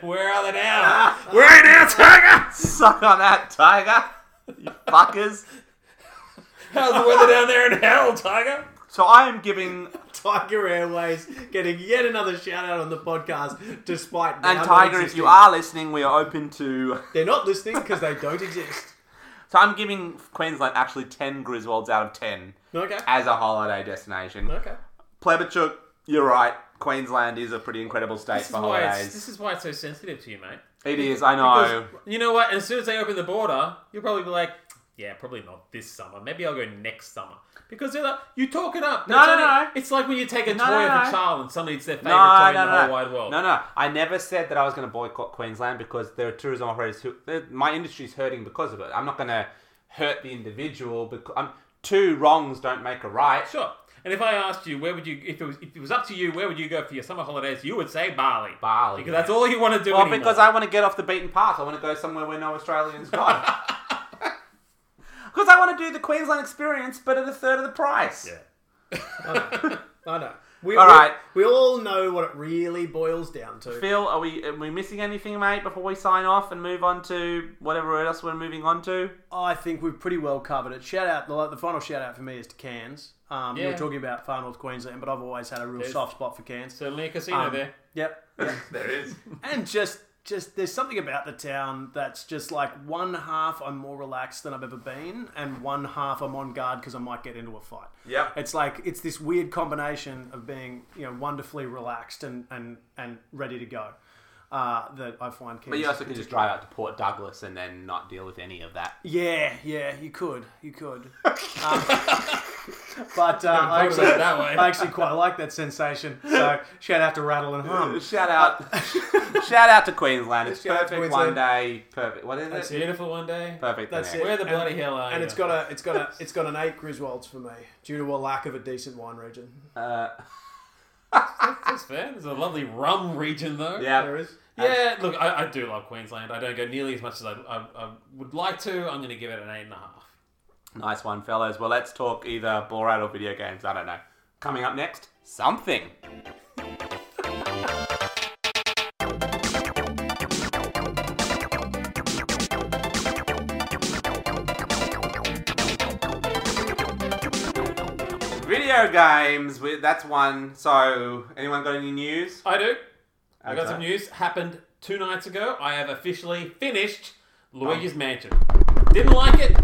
[SPEAKER 2] Where are they now? Where are they now, Tiger?
[SPEAKER 1] Suck on that, Tiger. You fuckers.
[SPEAKER 2] How's the weather down there in hell, Tiger?
[SPEAKER 1] So I am giving,
[SPEAKER 3] Tiger Airways getting yet another shout out on the podcast, despite
[SPEAKER 1] and Tiger,
[SPEAKER 3] now
[SPEAKER 1] if
[SPEAKER 3] non-existing.
[SPEAKER 1] you are listening, we are open to.
[SPEAKER 3] they're not listening because they don't exist.
[SPEAKER 1] So I'm giving Queensland actually 10 Griswolds out of 10
[SPEAKER 3] Okay.
[SPEAKER 1] as a holiday destination.
[SPEAKER 3] Okay.
[SPEAKER 1] Plebichuk, you're right. Queensland is a pretty incredible state
[SPEAKER 2] This is
[SPEAKER 1] for
[SPEAKER 2] why it's,
[SPEAKER 1] holidays.
[SPEAKER 2] this is why it's so sensitive to you, mate.
[SPEAKER 1] It is, I know.
[SPEAKER 2] You know what? As soon as they open the border, you'll probably be like, yeah, probably not this summer. Maybe I'll go next summer. Because they're like, you talk it up.
[SPEAKER 1] No,
[SPEAKER 2] It's
[SPEAKER 1] no,
[SPEAKER 2] only-
[SPEAKER 1] no.
[SPEAKER 2] It's like when you take a
[SPEAKER 1] No,
[SPEAKER 2] toy
[SPEAKER 1] no,
[SPEAKER 2] of
[SPEAKER 1] no.
[SPEAKER 2] a child and suddenly it's their favorite
[SPEAKER 1] No,
[SPEAKER 2] toy
[SPEAKER 1] no,
[SPEAKER 2] in the
[SPEAKER 1] no,
[SPEAKER 2] whole wide
[SPEAKER 1] no.
[SPEAKER 2] world.
[SPEAKER 1] no, no. I never said that I was going to boycott Queensland because there are tourism operators who they're- my industry's hurting because of it. I'm not going to hurt the individual because I'm two wrongs don't make a right.
[SPEAKER 2] Sure. And if I asked you, where would you, if it was, if it was up to you, where would you go for your summer holidays? You would say Bali.
[SPEAKER 1] Bali,
[SPEAKER 2] Because
[SPEAKER 1] yeah.
[SPEAKER 2] that's all you want to do.
[SPEAKER 1] Well,
[SPEAKER 2] anymore.
[SPEAKER 1] because I want to get off the beaten path. I want to go somewhere where no Australians go. Because I want to do the Queensland experience, but at a third of the price.
[SPEAKER 2] Yeah.
[SPEAKER 3] I know. We,
[SPEAKER 1] All
[SPEAKER 3] we-
[SPEAKER 1] right.
[SPEAKER 3] We, all know what it really boils down to.
[SPEAKER 1] Phil, are we are we missing anything, mate? Before we sign off and move on to whatever else we're moving on to.
[SPEAKER 3] I think we've pretty well covered it. Shout out, the, the final shout out for me is to Cairns. Um, You
[SPEAKER 2] Yeah.
[SPEAKER 3] were talking about far north Queensland, but I've always had a real soft spot for Cairns.
[SPEAKER 2] Certainly a casino
[SPEAKER 3] Um,
[SPEAKER 2] there.
[SPEAKER 3] Yep. yep.
[SPEAKER 1] There is.
[SPEAKER 3] and just, just there's something about the town that's just like one half I'm more relaxed than I've ever been, and one half I'm on guard because I might get into a fight.
[SPEAKER 1] Yep.
[SPEAKER 3] It's like it's this weird combination of being you know wonderfully relaxed and and and ready to go. Uh, that I find.
[SPEAKER 1] But you also can just drive out to Port Douglas and then not deal with any of that.
[SPEAKER 3] Yeah, yeah, you could, you could. um, but uh, I,
[SPEAKER 2] Probably
[SPEAKER 3] actually,
[SPEAKER 2] that way.
[SPEAKER 3] I actually quite like that sensation. So shout out to Rattle and Hum.
[SPEAKER 1] Shout out, shout out to Queensland. It's
[SPEAKER 3] Shout out to
[SPEAKER 1] perfect one
[SPEAKER 3] Queensland.
[SPEAKER 1] day. Perfect. What is it?
[SPEAKER 2] Beautiful one day.
[SPEAKER 1] Perfect. the
[SPEAKER 3] That's
[SPEAKER 1] next.
[SPEAKER 3] it.
[SPEAKER 2] Where the
[SPEAKER 3] And-
[SPEAKER 2] bloody hell are
[SPEAKER 3] And
[SPEAKER 2] you?
[SPEAKER 3] it's got a, it's got a, it's got an eight Griswolds for me due to a lack of a decent wine region.
[SPEAKER 1] Uh,
[SPEAKER 2] That's fair. There's a lovely rum region though.
[SPEAKER 1] yeah.
[SPEAKER 3] There is.
[SPEAKER 2] Yeah, look, I, I do love Queensland. I don't go nearly as much as I, I, I would like to. I'm going to give it an eight and a half.
[SPEAKER 1] Nice one, fellas. Well, let's talk either Borat or video games. I don't know. Coming up next, something. Video games. We, that's one. So, anyone got any news?
[SPEAKER 2] I do. I got
[SPEAKER 1] Okay.
[SPEAKER 2] some news. Happened two nights ago. I have officially finished Luigi's Mansion. Didn't like it.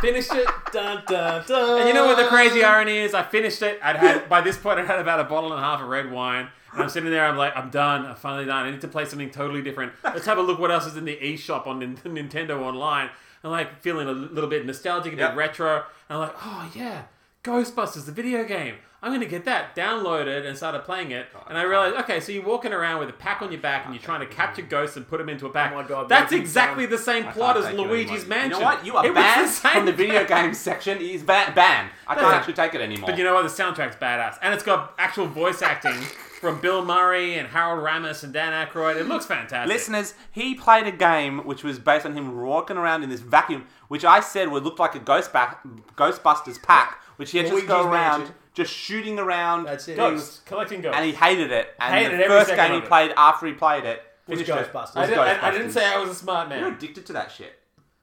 [SPEAKER 7] Finished it.
[SPEAKER 2] dun, dun, dun.
[SPEAKER 7] And you know what the crazy irony is? I finished it. I'd had by this point I'd had about a bottle and a half of red wine. And I'm sitting there, I'm like, I'm done. I'm finally done. I need to play something totally different. Let's have a look what else is in the eShop on Nin- Nintendo Online. I'm like feeling a little bit nostalgic, a bit
[SPEAKER 1] Yep.
[SPEAKER 7] retro. And I'm like,
[SPEAKER 2] oh yeah, Ghostbusters, the video game. I'm gonna get that downloaded and started playing it. And I realized, okay, so you're walking around with a pack on your back and you're trying to capture ghosts and put them into a pack.
[SPEAKER 3] Oh my God,
[SPEAKER 2] That's
[SPEAKER 3] Nathan,
[SPEAKER 2] exactly the same plot
[SPEAKER 1] can't
[SPEAKER 2] as
[SPEAKER 1] take you
[SPEAKER 2] Luigi's
[SPEAKER 1] anymore.
[SPEAKER 2] Mansion.
[SPEAKER 1] You know what? You are
[SPEAKER 2] It was the
[SPEAKER 1] banned
[SPEAKER 2] same
[SPEAKER 1] from the video
[SPEAKER 2] thing.
[SPEAKER 1] game section. He's ba- banned. I can't
[SPEAKER 2] Yeah.
[SPEAKER 1] actually take it anymore.
[SPEAKER 2] But you know what? The soundtrack's badass, and it's got actual voice acting from Bill Murray and Harold Ramis and Dan Aykroyd. It looks fantastic.
[SPEAKER 1] Listeners, he played a game which was based on him walking around in this vacuum, which I said would look like a ghost ba- Ghostbusters pack, which he had just go
[SPEAKER 3] Luigi's
[SPEAKER 1] around,
[SPEAKER 3] Mansion.
[SPEAKER 1] just shooting around
[SPEAKER 3] That's it.
[SPEAKER 1] ghosts.
[SPEAKER 2] collecting ghosts.
[SPEAKER 1] And he hated it. And
[SPEAKER 2] Hated
[SPEAKER 1] the
[SPEAKER 2] every
[SPEAKER 1] first
[SPEAKER 2] second
[SPEAKER 1] game he
[SPEAKER 2] of it.
[SPEAKER 1] played after he played it
[SPEAKER 3] Was
[SPEAKER 1] finished it,
[SPEAKER 3] Ghostbusters.
[SPEAKER 1] was
[SPEAKER 2] I, did, I, I didn't
[SPEAKER 1] Ghostbusters.
[SPEAKER 2] say I was a smart man.
[SPEAKER 1] You're addicted to that shit.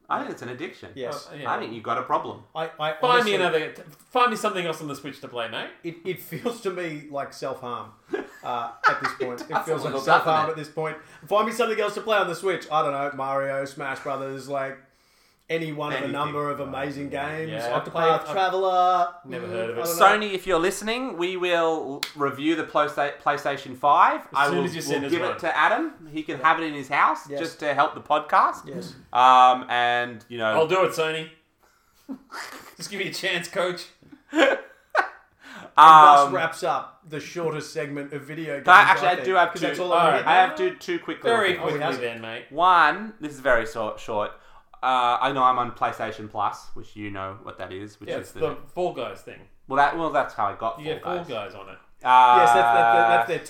[SPEAKER 1] I think it's an addiction.
[SPEAKER 3] Yes.
[SPEAKER 2] Oh, yeah.
[SPEAKER 1] I think you've got a problem.
[SPEAKER 3] I, I
[SPEAKER 2] Find
[SPEAKER 3] honestly-
[SPEAKER 2] me another. t- Find me something else on the Switch to play, mate.
[SPEAKER 3] It, it feels to me like self harm uh, at this point. it,
[SPEAKER 1] does a
[SPEAKER 3] feels like
[SPEAKER 1] little,
[SPEAKER 3] self harm
[SPEAKER 1] doesn't it?
[SPEAKER 3] at this point. Find me something else to play on the Switch. I don't know Mario, Smash Brothers, like any one
[SPEAKER 1] Anything.
[SPEAKER 3] of a number of amazing games.
[SPEAKER 2] Yeah, I've
[SPEAKER 3] Octopath
[SPEAKER 2] played- I've-
[SPEAKER 3] Traveler.
[SPEAKER 2] Never heard of it.
[SPEAKER 3] I don't know.
[SPEAKER 1] Sony, if you're listening, we will review the Playsta- PlayStation 5. I
[SPEAKER 2] soon
[SPEAKER 1] will,
[SPEAKER 2] as you
[SPEAKER 1] will
[SPEAKER 2] send us
[SPEAKER 1] give
[SPEAKER 2] one.
[SPEAKER 1] it to Adam. He can have it in his house
[SPEAKER 3] Yes.
[SPEAKER 1] just to help the podcast.
[SPEAKER 3] Yes.
[SPEAKER 1] Um, and, you
[SPEAKER 2] I'll
[SPEAKER 1] know, um,
[SPEAKER 2] do it, Sony. Just give me a chance, coach.
[SPEAKER 3] Thus
[SPEAKER 1] um,
[SPEAKER 3] wraps up the shortest segment of video games.
[SPEAKER 1] I- actually, I
[SPEAKER 3] think,
[SPEAKER 1] do have
[SPEAKER 3] 'cause
[SPEAKER 1] two.
[SPEAKER 3] That's all
[SPEAKER 2] All
[SPEAKER 3] I
[SPEAKER 2] right.
[SPEAKER 3] right.
[SPEAKER 1] I have two, two quick little
[SPEAKER 2] Very
[SPEAKER 1] things.
[SPEAKER 2] quickly
[SPEAKER 3] has it?
[SPEAKER 2] then, mate.
[SPEAKER 1] One, this is very short. short. Uh, I know I'm on PlayStation Plus, which you know what that is. Which
[SPEAKER 2] Yeah,
[SPEAKER 1] is
[SPEAKER 2] it's
[SPEAKER 1] the,
[SPEAKER 2] the Fall Guys thing.
[SPEAKER 1] well, that well, that's how I got.
[SPEAKER 2] You get
[SPEAKER 1] Fall
[SPEAKER 2] Fall
[SPEAKER 1] Guys.
[SPEAKER 2] Guys on it.
[SPEAKER 1] Uh,
[SPEAKER 3] Yes, that's, that's,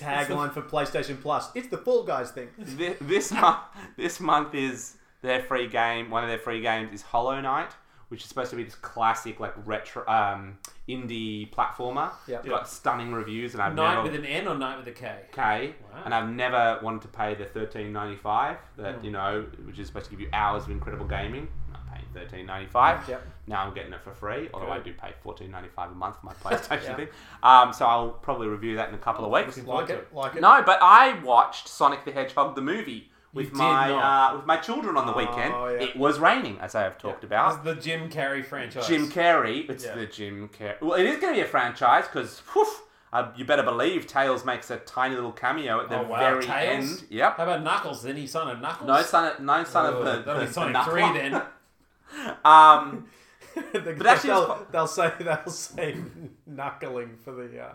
[SPEAKER 3] that's their tagline for PlayStation Plus. It's the Fall Guys thing.
[SPEAKER 1] Thi- this month, this month is their free game. One of their free games is Hollow Knight, which is supposed to be this classic, like retro um, indie platformer.
[SPEAKER 3] Yeah.
[SPEAKER 1] It's got stunning reviews, and I've
[SPEAKER 2] Night
[SPEAKER 1] never
[SPEAKER 2] with an N or Night with a K?
[SPEAKER 1] okay,
[SPEAKER 2] Wow.
[SPEAKER 1] and I've never wanted to pay the thirteen ninety five that
[SPEAKER 2] Hmm.
[SPEAKER 1] you know, which is supposed to give you hours of incredible gaming. I'm not paying thirteen ninety five.
[SPEAKER 3] Yep.
[SPEAKER 1] Now I'm getting it for free, although I do pay fourteen ninety five a month for my PlayStation
[SPEAKER 3] Yeah.
[SPEAKER 1] thing. Um, so I'll probably review that in a couple of
[SPEAKER 2] Oh,
[SPEAKER 1] weeks.
[SPEAKER 3] Like it, like it.
[SPEAKER 1] No, but I watched Sonic the Hedgehog the movie with
[SPEAKER 2] did
[SPEAKER 1] my
[SPEAKER 2] not. Oh,
[SPEAKER 1] uh, with my children on the weekend.
[SPEAKER 3] yeah.
[SPEAKER 1] It was raining, as I have talked
[SPEAKER 2] This is
[SPEAKER 1] about.
[SPEAKER 2] the Jim Carrey franchise.
[SPEAKER 1] Jim Carrey. It's
[SPEAKER 2] Yeah.
[SPEAKER 1] the Jim Carrey. Well, it is going to be a franchise because uh, you better believe Tails makes a tiny little cameo at the
[SPEAKER 2] Oh, wow.
[SPEAKER 1] very
[SPEAKER 2] Tails?
[SPEAKER 1] end. Yep.
[SPEAKER 2] How about Knuckles? Then he son of Knuckles.
[SPEAKER 1] No son, of, no son
[SPEAKER 2] Oh,
[SPEAKER 1] of the,
[SPEAKER 2] that'll
[SPEAKER 1] the,
[SPEAKER 2] be Sonic
[SPEAKER 1] the
[SPEAKER 2] Three
[SPEAKER 1] knuckle.
[SPEAKER 2] then.
[SPEAKER 1] Um,
[SPEAKER 3] but
[SPEAKER 1] actually it's
[SPEAKER 3] they'll,
[SPEAKER 1] quite-
[SPEAKER 3] they'll say they'll say knuckling for the uh,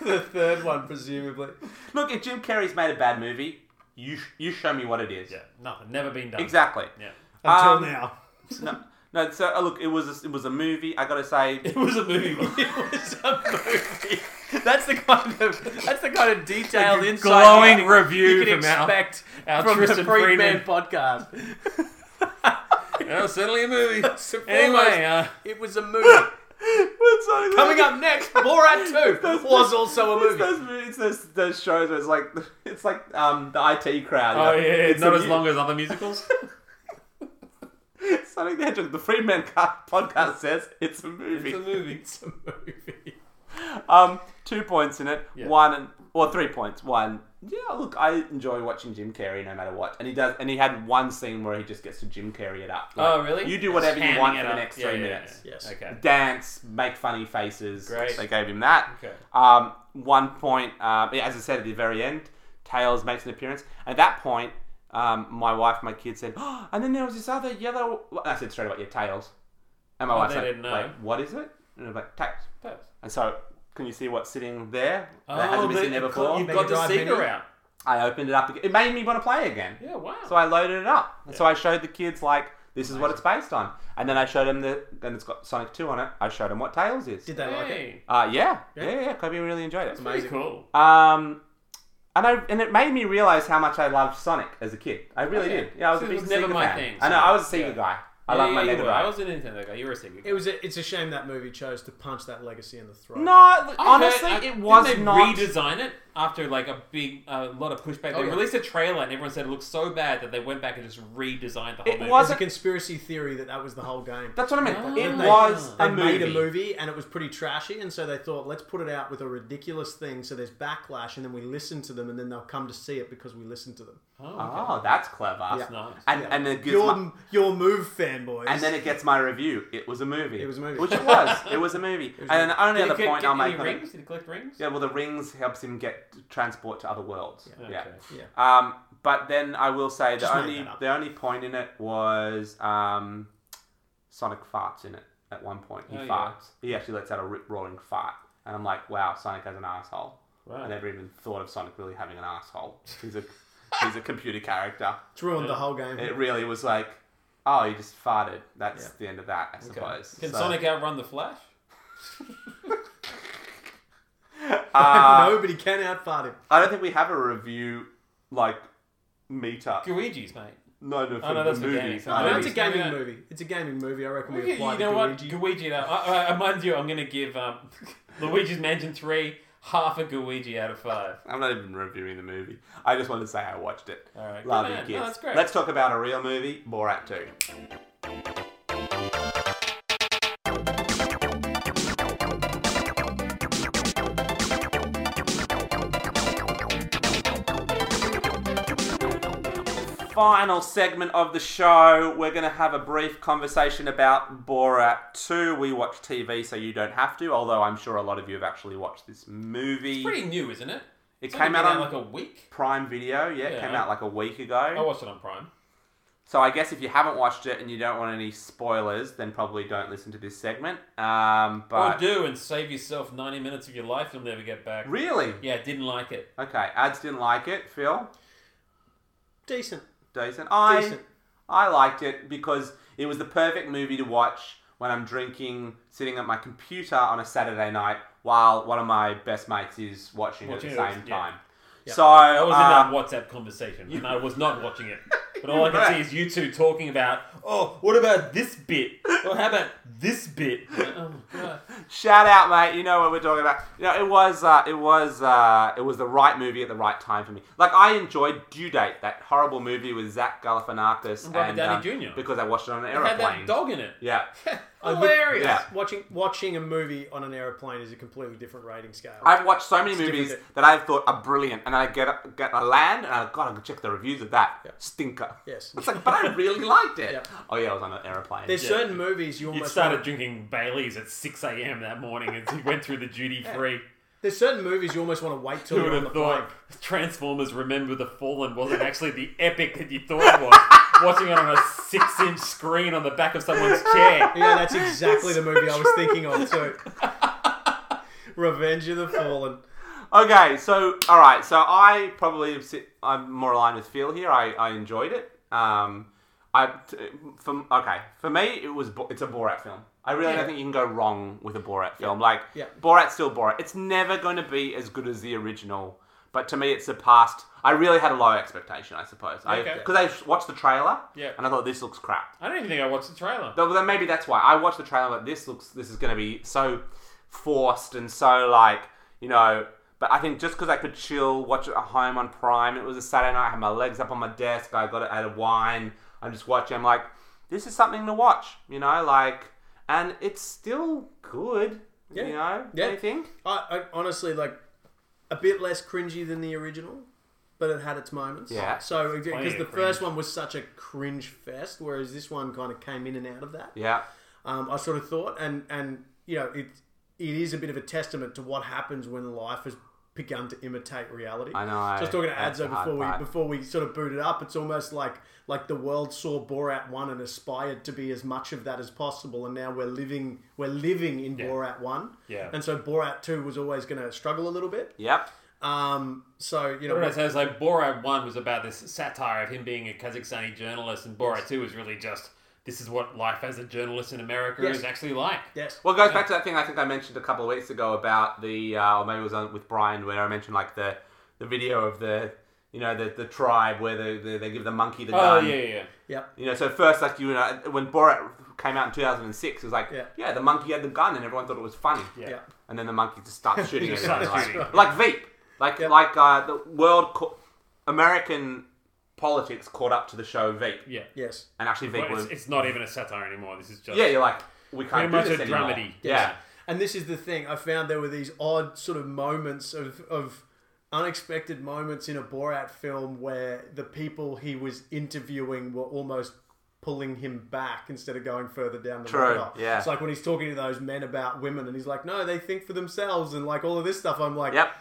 [SPEAKER 3] the third one, presumably.
[SPEAKER 1] look, if Jim Carrey's made a bad movie, you sh- you show me what it is.
[SPEAKER 2] Yeah, nothing. Never been done.
[SPEAKER 1] Exactly.
[SPEAKER 2] Yeah.
[SPEAKER 3] Until
[SPEAKER 1] Um,
[SPEAKER 3] now,
[SPEAKER 1] No, no. So uh, look, it was a, it was a movie. I gotta say,
[SPEAKER 2] It was a movie. it was a movie. That's the kind of that's the kind of detailed insight.
[SPEAKER 7] glowing
[SPEAKER 2] you can-
[SPEAKER 7] review
[SPEAKER 2] you can
[SPEAKER 7] from our-
[SPEAKER 2] expect our,
[SPEAKER 7] from the
[SPEAKER 2] Tristan
[SPEAKER 7] Friedman
[SPEAKER 2] Friedman.
[SPEAKER 3] podcast.
[SPEAKER 2] That was certainly a movie.
[SPEAKER 3] Anyway,
[SPEAKER 2] anyway, uh,
[SPEAKER 3] it was a movie. Coming
[SPEAKER 1] coming
[SPEAKER 3] up next, Borat Two was also a
[SPEAKER 1] It's
[SPEAKER 3] movie.
[SPEAKER 1] those, it's those, those shows where it's like it's like um, the IT crowd.
[SPEAKER 2] oh
[SPEAKER 1] you
[SPEAKER 2] yeah,
[SPEAKER 1] know?
[SPEAKER 2] it's
[SPEAKER 1] It's
[SPEAKER 2] not
[SPEAKER 1] a
[SPEAKER 2] as
[SPEAKER 1] mu-
[SPEAKER 2] long as other musicals.
[SPEAKER 1] Sonic the Hedgehog, the Freeman Ca- podcast says it's a movie.
[SPEAKER 2] it's a movie.
[SPEAKER 3] It's a movie.
[SPEAKER 1] um, two points in it.
[SPEAKER 2] Yeah.
[SPEAKER 1] One or three points. One. Yeah, look, I enjoy watching Jim Carrey no matter what, and he does. And he had one scene where he just gets to Jim Carrey it up.
[SPEAKER 2] Oh
[SPEAKER 1] Like,
[SPEAKER 2] really?
[SPEAKER 1] You do whatever you want for
[SPEAKER 2] Hamming it
[SPEAKER 1] the
[SPEAKER 2] up.
[SPEAKER 1] next
[SPEAKER 2] Yeah,
[SPEAKER 1] three
[SPEAKER 2] yeah,
[SPEAKER 1] minutes.
[SPEAKER 2] yeah.
[SPEAKER 3] Yes.
[SPEAKER 2] Okay.
[SPEAKER 1] Dance, make funny faces.
[SPEAKER 2] Great.
[SPEAKER 1] They gave him that.
[SPEAKER 2] Okay.
[SPEAKER 1] Um, one point, um, yeah, as I said at the very end, Tails makes an appearance. At that point, um, my wife and my kids said, oh, and then there was this other yellow. I said straight away, yeah, Tails. And my wife
[SPEAKER 2] Oh, they
[SPEAKER 1] said,
[SPEAKER 2] didn't know.
[SPEAKER 1] Wait, what is it? And I'm like, Tails.
[SPEAKER 2] That
[SPEAKER 1] And so, can you see what's sitting there?
[SPEAKER 2] Oh,
[SPEAKER 1] that hasn't been
[SPEAKER 2] the-
[SPEAKER 1] seen there before.
[SPEAKER 2] You've
[SPEAKER 3] Mega
[SPEAKER 2] got the
[SPEAKER 3] Drive
[SPEAKER 2] Sega
[SPEAKER 3] menu?
[SPEAKER 2] out.
[SPEAKER 1] I opened it up again. It made me want to play again.
[SPEAKER 2] Yeah. Wow.
[SPEAKER 1] So I loaded it up. And so I showed the kids, like, this is what it's based on. And then I showed them the, and it's got Sonic 2 on it. I showed them what Tails is.
[SPEAKER 3] Did they like it?
[SPEAKER 2] Hey,
[SPEAKER 1] Uh, yeah, yeah, yeah. yeah. Kobe really enjoyed it.
[SPEAKER 2] pretty
[SPEAKER 3] Amazing.
[SPEAKER 2] cool.
[SPEAKER 1] Um, and I and it made me realize how much I loved Sonic as a kid. I really
[SPEAKER 2] Okay.
[SPEAKER 1] did. Yeah, I was
[SPEAKER 2] So
[SPEAKER 1] a
[SPEAKER 2] it
[SPEAKER 1] big
[SPEAKER 2] was never
[SPEAKER 1] Sega
[SPEAKER 2] my
[SPEAKER 1] fan.
[SPEAKER 2] thing,
[SPEAKER 1] I know
[SPEAKER 2] so-
[SPEAKER 1] I was a Sega
[SPEAKER 2] yeah.
[SPEAKER 1] guy. I
[SPEAKER 2] Yeah,
[SPEAKER 1] love
[SPEAKER 2] yeah,
[SPEAKER 1] my
[SPEAKER 2] you
[SPEAKER 1] Mega
[SPEAKER 2] were. I
[SPEAKER 1] Drive.
[SPEAKER 2] was a Nintendo guy. You were a Sega guy.
[SPEAKER 3] It was. A, it's a shame that movie chose to punch that legacy in the throat.
[SPEAKER 1] No, look,
[SPEAKER 2] I
[SPEAKER 1] honestly,
[SPEAKER 2] heard- I-
[SPEAKER 1] it was
[SPEAKER 2] didn't they
[SPEAKER 1] not.
[SPEAKER 2] redesign it after like a big a lot of pushback.
[SPEAKER 3] Oh,
[SPEAKER 2] they
[SPEAKER 3] yeah.
[SPEAKER 2] released a trailer and everyone said it looked so bad that they went back and just redesigned the whole
[SPEAKER 1] It
[SPEAKER 2] movie.
[SPEAKER 1] was-
[SPEAKER 3] It's a conspiracy theory that that was the whole game.
[SPEAKER 1] That's what I meant.
[SPEAKER 2] No.
[SPEAKER 1] it
[SPEAKER 2] They-
[SPEAKER 1] was
[SPEAKER 3] they
[SPEAKER 1] a movie.
[SPEAKER 3] made a movie and it was pretty trashy and so they thought let's put it out with a ridiculous thing so there's backlash and then we listen to them and then they'll come to see it because we listen to them
[SPEAKER 1] Oh, that's clever.
[SPEAKER 3] Yeah.
[SPEAKER 2] Nice.
[SPEAKER 1] And and it gives
[SPEAKER 3] Your,
[SPEAKER 1] my-
[SPEAKER 3] your move, fanboys.
[SPEAKER 1] and then it gets my review. It was a movie.
[SPEAKER 3] It was a movie.
[SPEAKER 1] Which it was. It was a movie. and then the only
[SPEAKER 2] Did
[SPEAKER 1] other
[SPEAKER 2] it get,
[SPEAKER 1] point
[SPEAKER 2] get
[SPEAKER 1] I'll
[SPEAKER 2] any
[SPEAKER 1] make on it.
[SPEAKER 2] rings? Did it collect rings?
[SPEAKER 1] Yeah, well, the rings helps him get transport to other worlds. Yeah.
[SPEAKER 2] Okay.
[SPEAKER 1] Um, but then I will say the
[SPEAKER 3] Just made
[SPEAKER 1] only
[SPEAKER 3] that up.
[SPEAKER 1] the only point in it was um, Sonic farts in it at one point. He
[SPEAKER 2] Oh, yeah.
[SPEAKER 1] farts. He actually lets out a rip roaring fart, and I'm like, wow, Sonic has an asshole.
[SPEAKER 2] Right.
[SPEAKER 1] I never even thought of Sonic really having an asshole. He's a he's a computer character.
[SPEAKER 3] it's ruined the whole game.
[SPEAKER 1] It really was like, oh, he just farted. That's the end of that, I suppose.
[SPEAKER 2] Can
[SPEAKER 1] So,
[SPEAKER 2] Sonic outrun the Flash?
[SPEAKER 1] uh,
[SPEAKER 3] Nobody can outfart him.
[SPEAKER 1] I don't think we have a review like meetup.
[SPEAKER 2] Luigi's mate.
[SPEAKER 1] No, no, for
[SPEAKER 2] no, that's
[SPEAKER 1] the
[SPEAKER 2] for
[SPEAKER 1] movie.
[SPEAKER 2] games.
[SPEAKER 1] No,
[SPEAKER 2] Oh,
[SPEAKER 3] No,
[SPEAKER 1] no,
[SPEAKER 3] it's a
[SPEAKER 2] he's coming
[SPEAKER 3] gaming
[SPEAKER 2] out.
[SPEAKER 3] movie. It's a gaming movie. I reckon we
[SPEAKER 2] You
[SPEAKER 3] apply
[SPEAKER 2] know
[SPEAKER 3] to
[SPEAKER 2] what?
[SPEAKER 3] Luigi.
[SPEAKER 2] Luigi. Now, I, I, I mind you, I'm going to give um, Luigi's Mansion Three half a Luigi out of five.
[SPEAKER 1] I'm not even reviewing the movie. I just wanted to say I watched it.
[SPEAKER 2] All right.
[SPEAKER 1] Love
[SPEAKER 2] Good
[SPEAKER 1] you,
[SPEAKER 2] man.
[SPEAKER 1] kids.
[SPEAKER 2] No, that's great.
[SPEAKER 1] Let's talk about a real movie, Borat 2. Final segment of the show. We're going to have a brief conversation about Borat 2. We watch TV, so you don't have to, although I'm sure a lot of you have actually watched this movie.
[SPEAKER 2] Pretty new, isn't it?
[SPEAKER 1] it
[SPEAKER 2] It's
[SPEAKER 1] came
[SPEAKER 2] only
[SPEAKER 1] out
[SPEAKER 2] been
[SPEAKER 1] on
[SPEAKER 2] like a week.
[SPEAKER 1] Prime Video, yeah, it
[SPEAKER 2] Yeah.
[SPEAKER 1] came out like a week ago.
[SPEAKER 2] I watched it on Prime.
[SPEAKER 1] So I guess if you haven't watched it and you don't want any spoilers, then probably don't listen to this segment. Um,
[SPEAKER 2] Or
[SPEAKER 1] but
[SPEAKER 2] do and save yourself 90 minutes of your life you'll never get back.
[SPEAKER 1] really,
[SPEAKER 2] Yeah, didn't like it.
[SPEAKER 1] okay, ads didn't like it. Phil,
[SPEAKER 3] Decent.
[SPEAKER 1] decent. I
[SPEAKER 3] Decent.
[SPEAKER 1] I liked it because it was the perfect movie to watch when I'm drinking, sitting at my computer on a Saturday night while one of my best mates is watching,
[SPEAKER 2] Watching
[SPEAKER 1] at
[SPEAKER 2] it,
[SPEAKER 1] the same
[SPEAKER 2] yeah.
[SPEAKER 1] time. So I
[SPEAKER 2] I was
[SPEAKER 1] uh,
[SPEAKER 2] in that WhatsApp conversation and I was not watching it. But all I
[SPEAKER 1] Right.
[SPEAKER 2] can see is you two talking about, oh, what about this bit? Well, how about this bit? I'm like, oh, God.
[SPEAKER 1] Shout out, mate. You know what we're talking about. You know, it was, uh, it was, uh, it was the right movie at the right time for me. Like I enjoyed Due Date, that horrible movie with Zach Galifianakis and,
[SPEAKER 2] Robert Downey
[SPEAKER 1] um,
[SPEAKER 2] Jr..
[SPEAKER 1] because I watched it on an
[SPEAKER 2] It had
[SPEAKER 1] aeroplane.
[SPEAKER 2] that dog in it.
[SPEAKER 1] yeah,
[SPEAKER 2] Hilarious.
[SPEAKER 1] yeah.
[SPEAKER 3] Watching watching a movie on an aeroplane is a completely different rating scale.
[SPEAKER 1] I've watched so many movies
[SPEAKER 3] different.
[SPEAKER 1] that I've thought are brilliant, and I get get I land, and I gotta check the reviews of that stinker.
[SPEAKER 3] Yes.
[SPEAKER 1] it's like, but I really liked it.
[SPEAKER 3] Yeah.
[SPEAKER 1] Oh yeah, I was on an aeroplane.
[SPEAKER 3] There's
[SPEAKER 1] Yeah.
[SPEAKER 3] certain movies you
[SPEAKER 2] You
[SPEAKER 3] almost
[SPEAKER 2] started
[SPEAKER 3] wanna-
[SPEAKER 2] drinking Bailey's at 6 a.m. that morning and you went through the duty free.
[SPEAKER 3] there's certain movies you almost want to wait till
[SPEAKER 2] Who would
[SPEAKER 3] you're on the
[SPEAKER 2] have thought
[SPEAKER 3] plane.
[SPEAKER 2] Transformers Remember the Fallen wasn't actually the epic that you thought it was? Watching it on a six inch screen on the back of someone's chair.
[SPEAKER 3] Yeah, that's exactly the movie I was thinking of too. Revenge of the Fallen.
[SPEAKER 1] Okay, so all right, so I probably sit, I'm more aligned with Phil here. I, I enjoyed it. Um, I t- for, okay for me it was Bo- it's a Borat film. I really don't think you can go wrong with a Borat film. Like
[SPEAKER 3] Yeah.
[SPEAKER 1] Borat's still Borat. It's never going to be as good as the original, but to me it surpassed. I really had a low expectation, I suppose,
[SPEAKER 2] Okay.
[SPEAKER 1] because I, watched the trailer
[SPEAKER 2] Yeah.
[SPEAKER 1] and I thought this looks crap.
[SPEAKER 2] I don't even think I watched the trailer.
[SPEAKER 1] But then maybe that's why I watched the trailer. Like this looks, this is going to be so forced and so like you know. But I think just because I could chill, watch it at home on Prime. It was a Saturday night. I had my legs up on my desk. I got it out of wine. I'm just watching. I'm like, this is something to watch, you know. Like, and it's still good. You know,
[SPEAKER 3] Yeah.
[SPEAKER 1] I think.
[SPEAKER 3] I, I honestly like a bit less cringy than the original, but it had its moments.
[SPEAKER 1] Yeah.
[SPEAKER 3] So because
[SPEAKER 2] of
[SPEAKER 3] the
[SPEAKER 2] cringe.
[SPEAKER 3] first one was such a cringe fest, whereas this one kind of came in and out of that.
[SPEAKER 1] Yeah.
[SPEAKER 3] Um, I sort of thought, and and you know it it is a bit of a testament to what happens when life has begun to imitate reality.
[SPEAKER 1] I know,
[SPEAKER 3] So I was talking to
[SPEAKER 1] that's the
[SPEAKER 3] Adzo
[SPEAKER 1] hard
[SPEAKER 3] before
[SPEAKER 1] part.
[SPEAKER 3] we before we sort of booted up. It's almost like like the world saw Borat one and aspired to be as much of that as possible, and now we're living we're living in Borat one.
[SPEAKER 2] Yeah.
[SPEAKER 3] And so Borat two was always going to struggle a little bit.
[SPEAKER 1] Yep.
[SPEAKER 3] Um. So you know.
[SPEAKER 2] Borat says like Borat One was about this satire of him being a Kazakhstani journalist, and Borat Two is really just this is what life as a journalist in America
[SPEAKER 3] Yes.
[SPEAKER 2] is actually like.
[SPEAKER 3] Yes.
[SPEAKER 1] Well, it goes back to that thing I think I mentioned a couple of weeks ago about the, uh, or maybe it was on, with Brian where I mentioned like the, the video of the, you know, the, the tribe where the, the, they give the monkey the
[SPEAKER 2] Oh
[SPEAKER 1] gun.
[SPEAKER 2] yeah, yeah,
[SPEAKER 3] Yep.
[SPEAKER 1] You know, so first like you know, when Borat came out in 2006, it was like, yeah.
[SPEAKER 3] Yeah.
[SPEAKER 1] the monkey had the gun and everyone thought it was funny.
[SPEAKER 2] yeah.
[SPEAKER 3] Yeah.
[SPEAKER 1] And then the monkey just starts shooting
[SPEAKER 2] Just
[SPEAKER 1] everyone. Like,
[SPEAKER 2] starts shooting.
[SPEAKER 1] like Veep. Like,
[SPEAKER 3] Yep.
[SPEAKER 1] like uh, the world, co- American politics caught up to the show Veep.
[SPEAKER 2] yeah.
[SPEAKER 3] Yes.
[SPEAKER 1] And actually Veep
[SPEAKER 2] Well,
[SPEAKER 1] was,
[SPEAKER 2] it's, it's not even a satire anymore. This is just
[SPEAKER 1] yeah, you're like, we can't
[SPEAKER 2] Pretty
[SPEAKER 1] do
[SPEAKER 2] much
[SPEAKER 1] this
[SPEAKER 2] a
[SPEAKER 1] anymore.
[SPEAKER 2] dramedy.
[SPEAKER 1] Yeah.
[SPEAKER 3] And this is the thing I found there were these odd sort of moments of of unexpected moments in a Borat film where the people he was interviewing were almost pulling him back instead of going further down the
[SPEAKER 1] True,
[SPEAKER 3] road.
[SPEAKER 1] yeah.
[SPEAKER 3] It's like when he's talking to those men about women and he's like, no, they think for themselves and like all of this stuff. I'm like,
[SPEAKER 1] Yep.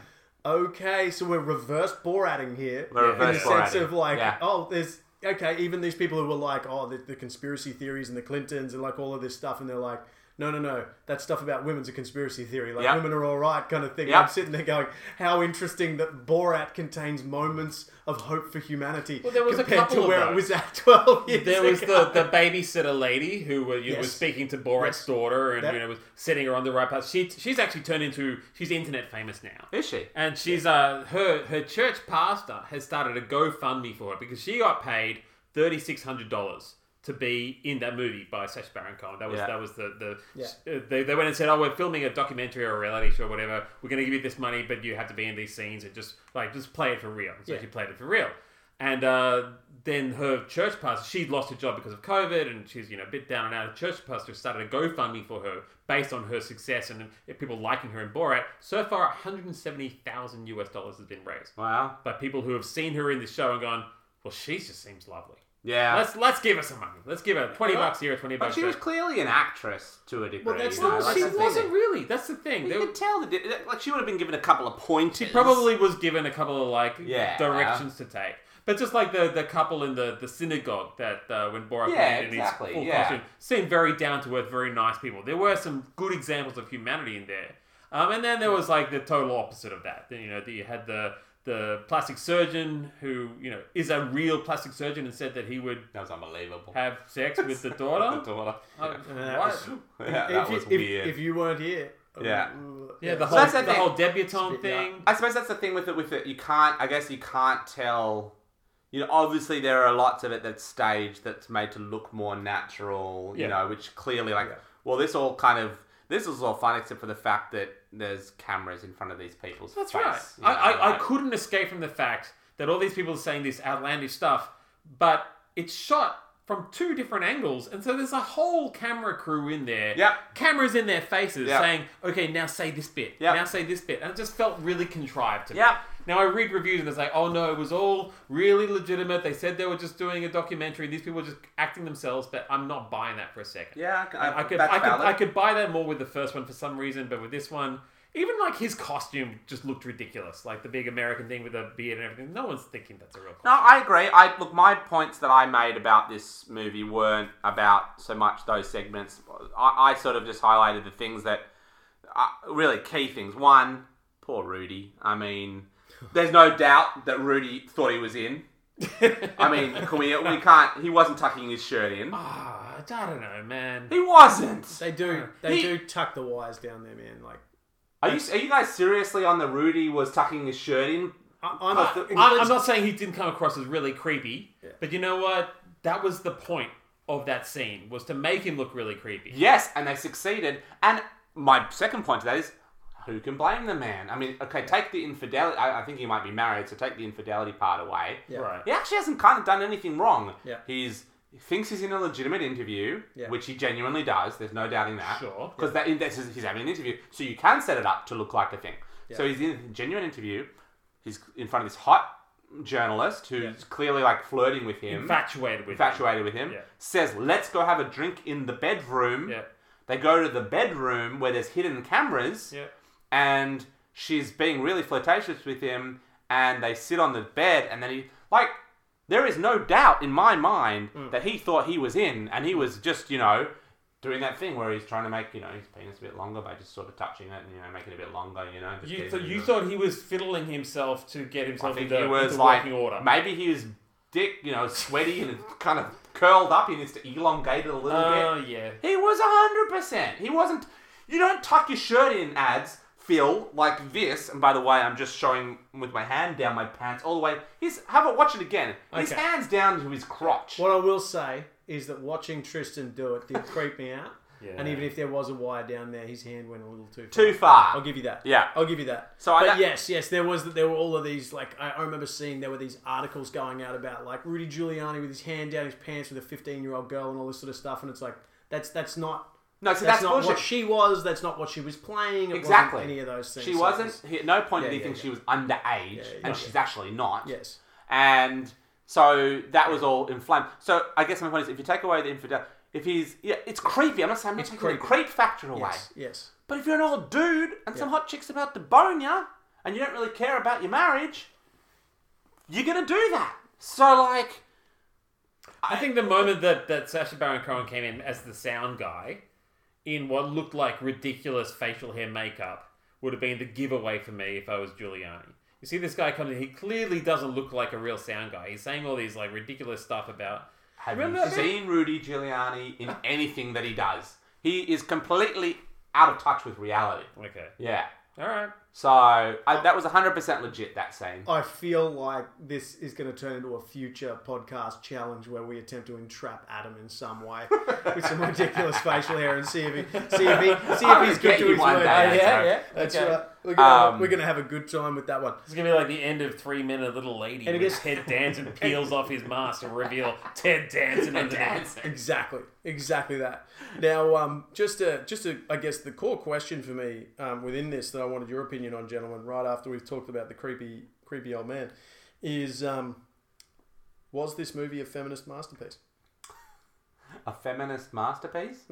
[SPEAKER 3] okay, so we're reverse Borating here.
[SPEAKER 1] We're
[SPEAKER 3] in the
[SPEAKER 1] reverse
[SPEAKER 3] sense
[SPEAKER 1] Borating.
[SPEAKER 3] of like,
[SPEAKER 1] Yeah.
[SPEAKER 3] oh, there's okay. Even these people who were like, oh, the, the conspiracy theories and the Clintons and like all of this stuff, and they're like, no, no, no, that stuff about women's a conspiracy theory. Like
[SPEAKER 1] Yep.
[SPEAKER 3] women are all right, kind of thing.
[SPEAKER 1] Yep.
[SPEAKER 3] And I'm sitting there going, how interesting that Borat contains moments of hope for humanity
[SPEAKER 2] there was a
[SPEAKER 3] compared
[SPEAKER 2] couple
[SPEAKER 3] to
[SPEAKER 2] of
[SPEAKER 3] where it
[SPEAKER 2] those.
[SPEAKER 3] was at twelve years
[SPEAKER 2] There was
[SPEAKER 3] ago.
[SPEAKER 1] uh,
[SPEAKER 2] the, the babysitter lady who was, you know, was
[SPEAKER 3] Yes.
[SPEAKER 2] speaking to Borat's
[SPEAKER 3] Yes.
[SPEAKER 2] daughter and
[SPEAKER 3] That-
[SPEAKER 2] you know was setting her on the right path. She she's actually turned into she's internet famous now.
[SPEAKER 1] Is she?
[SPEAKER 2] And she's uh her her church pastor has started a GoFundMe for her because she got paid thirty six hundred dollars to be in that movie by Sacha Baron Cohen. That was
[SPEAKER 1] Yeah.
[SPEAKER 2] that was the the
[SPEAKER 3] Yeah.
[SPEAKER 2] uh, they, they went and said, oh, we're filming a documentary or a reality show or whatever. We're going to give you this money, but you have to be in these scenes and just like just play it for real. So
[SPEAKER 3] Yeah.
[SPEAKER 2] she played it for real. And uh, then her church pastor, she lost her job because of COVID, and she's you know a bit down and out. Her church pastor started a GoFundMe for her based on her success and uh, people liking her in Borat. So far, one hundred seventy thousand US dollars has been raised
[SPEAKER 1] Wow.
[SPEAKER 2] by people who have seen her in the show and gone, "Well, she just seems lovely.
[SPEAKER 1] Yeah.
[SPEAKER 2] Let's let's give her some money. Let's give her twenty bucks here, twenty
[SPEAKER 1] but
[SPEAKER 2] bucks
[SPEAKER 1] she
[SPEAKER 2] there."
[SPEAKER 1] was clearly an actress to a degree.
[SPEAKER 3] that's
[SPEAKER 1] you know,
[SPEAKER 3] not-
[SPEAKER 1] like
[SPEAKER 2] she
[SPEAKER 1] the thing.
[SPEAKER 2] wasn't really. That's the thing.
[SPEAKER 1] You
[SPEAKER 2] There-
[SPEAKER 1] could tell the di- like she would have been given a couple of pointers.
[SPEAKER 2] She probably was given a couple of like
[SPEAKER 1] Yeah.
[SPEAKER 2] directions to take. But just like the, the couple in the, the synagogue that uh, when Borat
[SPEAKER 1] Yeah,
[SPEAKER 2] played
[SPEAKER 1] exactly,
[SPEAKER 2] in his full
[SPEAKER 1] yeah.
[SPEAKER 2] costume seemed very down to earth, very nice people. There were some good examples of humanity in there. Um, and then there was like the total opposite of that. Then, You know, that you had the the plastic surgeon who you know is a real plastic surgeon and said that he would
[SPEAKER 1] That was unbelievable.
[SPEAKER 2] have sex with the daughter.
[SPEAKER 1] The daughter.
[SPEAKER 2] Uh,
[SPEAKER 3] that
[SPEAKER 2] what?
[SPEAKER 3] was-
[SPEAKER 1] Yeah,
[SPEAKER 3] If
[SPEAKER 1] that
[SPEAKER 3] you-
[SPEAKER 1] was
[SPEAKER 3] if,
[SPEAKER 1] weird.
[SPEAKER 3] If you weren't here,
[SPEAKER 1] Yeah.
[SPEAKER 2] yeah, the
[SPEAKER 1] So
[SPEAKER 2] whole
[SPEAKER 1] that's the
[SPEAKER 2] the
[SPEAKER 1] thing.
[SPEAKER 2] whole debutante
[SPEAKER 3] It's a bit-
[SPEAKER 2] thing.
[SPEAKER 1] I suppose that's the thing with it. With it, you can't. I guess you can't tell. You know, obviously there are lots of it that's staged, that's made to look more natural. You
[SPEAKER 2] Yeah.
[SPEAKER 1] know, which clearly, like, well, this all kind of this is all fun except for the fact that there's cameras in front of these people's
[SPEAKER 2] That's
[SPEAKER 1] face,
[SPEAKER 2] right.
[SPEAKER 1] you
[SPEAKER 2] I,
[SPEAKER 1] know,
[SPEAKER 2] I, I
[SPEAKER 1] like-
[SPEAKER 2] couldn't escape from the fact that all these people are saying this outlandish stuff, but it's shot from two different angles, and so there's a whole camera crew in there.
[SPEAKER 1] Yep.
[SPEAKER 2] Cameras in their faces
[SPEAKER 1] Yep.
[SPEAKER 2] saying, okay, now say this bit.
[SPEAKER 1] Yep.
[SPEAKER 2] Now say this bit. And it just felt really contrived to me.
[SPEAKER 1] Yep.
[SPEAKER 2] Now I read reviews and it's like, oh no, it was all really legitimate. They said they were just doing a documentary. These people were just acting themselves, but I'm not buying that for a second.
[SPEAKER 1] Yeah, I, c- I-
[SPEAKER 2] I could,
[SPEAKER 1] that's
[SPEAKER 2] I could,
[SPEAKER 1] valid.
[SPEAKER 2] I could buy that more with the first one for some reason, but with this one, even like his costume just looked ridiculous. Like the big American thing with the beard and everything. No one's thinking that's a real
[SPEAKER 1] No,
[SPEAKER 2] costume.
[SPEAKER 1] I agree. I look, my points that I made about this movie weren't about so much those segments. I, I sort of just highlighted the things that uh, really key things. One, poor Rudy. I mean, there's no doubt that Rudy thought he was in. I mean, can we we can't. He wasn't tucking his shirt in.
[SPEAKER 2] Ah, I don't know, man.
[SPEAKER 1] He wasn't.
[SPEAKER 3] They do. They
[SPEAKER 1] He-
[SPEAKER 3] do tuck the wires down there, man. Like
[SPEAKER 1] Are you are you guys seriously on the Rudy was tucking his shirt in?
[SPEAKER 3] I, I'm,
[SPEAKER 1] Uh,
[SPEAKER 3] in-
[SPEAKER 2] I, I'm not saying he didn't come across as really creepy, but you know what? That was the point of that scene was to make him look really creepy.
[SPEAKER 1] Yes, and they succeeded. And my second point to that is, who can blame the man? I mean, okay, take the infidelity. I, I think he might be married, so take the infidelity part away.
[SPEAKER 3] Yeah.
[SPEAKER 2] Right.
[SPEAKER 1] He actually hasn't kind of done anything wrong.
[SPEAKER 3] Yeah.
[SPEAKER 1] He's he thinks he's in a legitimate interview,
[SPEAKER 3] Yeah.
[SPEAKER 1] which he genuinely does. There's no doubting that.
[SPEAKER 2] Sure.
[SPEAKER 1] Because that that's his- he's having an interview, so you can set it up to look like a thing. So he's in a genuine interview. He's in front of this hot journalist who's clearly like flirting with him
[SPEAKER 2] Infatuated with. him.
[SPEAKER 1] infatuated with him,
[SPEAKER 2] Yeah.
[SPEAKER 1] says, "Let's go have a drink in the bedroom."
[SPEAKER 2] Yeah.
[SPEAKER 1] They go to the bedroom where there's hidden cameras,
[SPEAKER 2] Yeah.
[SPEAKER 1] and she's being really flirtatious with him, and they sit on the bed, and then he like. There is no doubt in my mind
[SPEAKER 2] Hmm.
[SPEAKER 1] that he thought he was in, and he was just, you know, doing that thing where he's trying to make, you know, his penis a bit longer by just sort of touching it and, you know, making it a bit longer, you know. just
[SPEAKER 2] You,
[SPEAKER 1] getting
[SPEAKER 2] so
[SPEAKER 1] into
[SPEAKER 2] you
[SPEAKER 1] it.
[SPEAKER 2] thought he was fiddling himself to get
[SPEAKER 1] I
[SPEAKER 2] himself
[SPEAKER 1] think
[SPEAKER 2] into,
[SPEAKER 1] he was
[SPEAKER 2] into
[SPEAKER 1] like
[SPEAKER 2] working order.
[SPEAKER 1] maybe he was dick, you know, sweaty and kind of curled up. He needs to elongate it a little
[SPEAKER 2] Oh,
[SPEAKER 1] bit.
[SPEAKER 2] yeah.
[SPEAKER 1] He was hundred percent. He wasn't. You don't tuck your shirt in ads, Phil, like this. And by the way, I'm just showing with my hand down my pants all the way. He's have a watch it again. His
[SPEAKER 2] Okay.
[SPEAKER 1] hands down to his crotch.
[SPEAKER 3] What I will say is that watching Tristan do it did creep me out.
[SPEAKER 2] Yeah.
[SPEAKER 3] And even if there was a wire down there, his hand went a little too far.
[SPEAKER 1] Too far.
[SPEAKER 3] I'll give you that.
[SPEAKER 1] Yeah.
[SPEAKER 3] I'll give you that.
[SPEAKER 1] So
[SPEAKER 3] So
[SPEAKER 1] I
[SPEAKER 3] but
[SPEAKER 1] don't-
[SPEAKER 3] yes, yes, there was there were all of these like I, I remember seeing there were these articles going out about like Rudy Giuliani with his hand down his pants with a fifteen year old girl and all this sort of stuff, and it's like that's that's not
[SPEAKER 1] No, so
[SPEAKER 3] That's,
[SPEAKER 1] that's,
[SPEAKER 3] not what
[SPEAKER 1] bullshit.
[SPEAKER 3] she was. That's not what she was playing. It
[SPEAKER 1] Exactly.
[SPEAKER 3] wasn't any of those things.
[SPEAKER 1] She
[SPEAKER 3] So
[SPEAKER 1] wasn't.
[SPEAKER 3] it's-
[SPEAKER 1] He, at no point
[SPEAKER 3] Yeah,
[SPEAKER 1] did he
[SPEAKER 3] yeah,
[SPEAKER 1] think she
[SPEAKER 3] yeah.
[SPEAKER 1] was underage,
[SPEAKER 3] Yeah, yeah,
[SPEAKER 1] and
[SPEAKER 3] yeah.
[SPEAKER 1] she's actually not.
[SPEAKER 3] Yes.
[SPEAKER 1] And so that was all inflamed. So I guess my point is, if you take away the infidelity, if he's yeah, it's creepy. I'm not saying I'm not
[SPEAKER 3] It's
[SPEAKER 1] taking the
[SPEAKER 3] creepy.
[SPEAKER 1] creep factor away.
[SPEAKER 3] Yes. Yes.
[SPEAKER 1] But if you're an old dude and some hot chick's about to bone you, and you don't really care about your marriage, you're gonna do that. So like,
[SPEAKER 2] I think the moment that, that Sasha Baron Cohen came in as the sound guy in what looked like ridiculous facial hair makeup would have been the giveaway for me if I was Giuliani. You see, this guy comes in, he clearly doesn't look like a real sound guy. He's saying all these like ridiculous stuff about.
[SPEAKER 1] have
[SPEAKER 2] Remember
[SPEAKER 1] you
[SPEAKER 2] that
[SPEAKER 1] seen Rudy Giuliani in anything that he does? He is completely out of touch with reality.
[SPEAKER 2] Okay.
[SPEAKER 1] Yeah.
[SPEAKER 2] All right.
[SPEAKER 1] So I, that was 100% legit. That scene.
[SPEAKER 3] I feel like this is going to turn into a future podcast challenge where we attempt to entrap Adam in some way with some ridiculous facial hair and see if he, see if he, see
[SPEAKER 1] I
[SPEAKER 3] if he's
[SPEAKER 1] would
[SPEAKER 3] good
[SPEAKER 1] get
[SPEAKER 3] to
[SPEAKER 1] you
[SPEAKER 3] his
[SPEAKER 1] one
[SPEAKER 3] word.
[SPEAKER 1] day,
[SPEAKER 3] yeah,
[SPEAKER 1] Adam.
[SPEAKER 3] yeah, that's
[SPEAKER 2] Okay.
[SPEAKER 3] right. We're gonna,
[SPEAKER 1] Um,
[SPEAKER 3] we're gonna have a good time with that one.
[SPEAKER 2] It's gonna be like the end of Three Men and a Little Lady. And
[SPEAKER 3] I
[SPEAKER 2] when his
[SPEAKER 3] guess-
[SPEAKER 2] head Danson peels off his mask to reveal Ted Danson and Danson.
[SPEAKER 3] Exactly, exactly that. Now, um, just a, just a, I guess the core question for me um, within this that I wanted your opinion on, gentlemen, right after we've talked about the creepy, creepy old man, is um, was this movie a feminist masterpiece?
[SPEAKER 1] a feminist masterpiece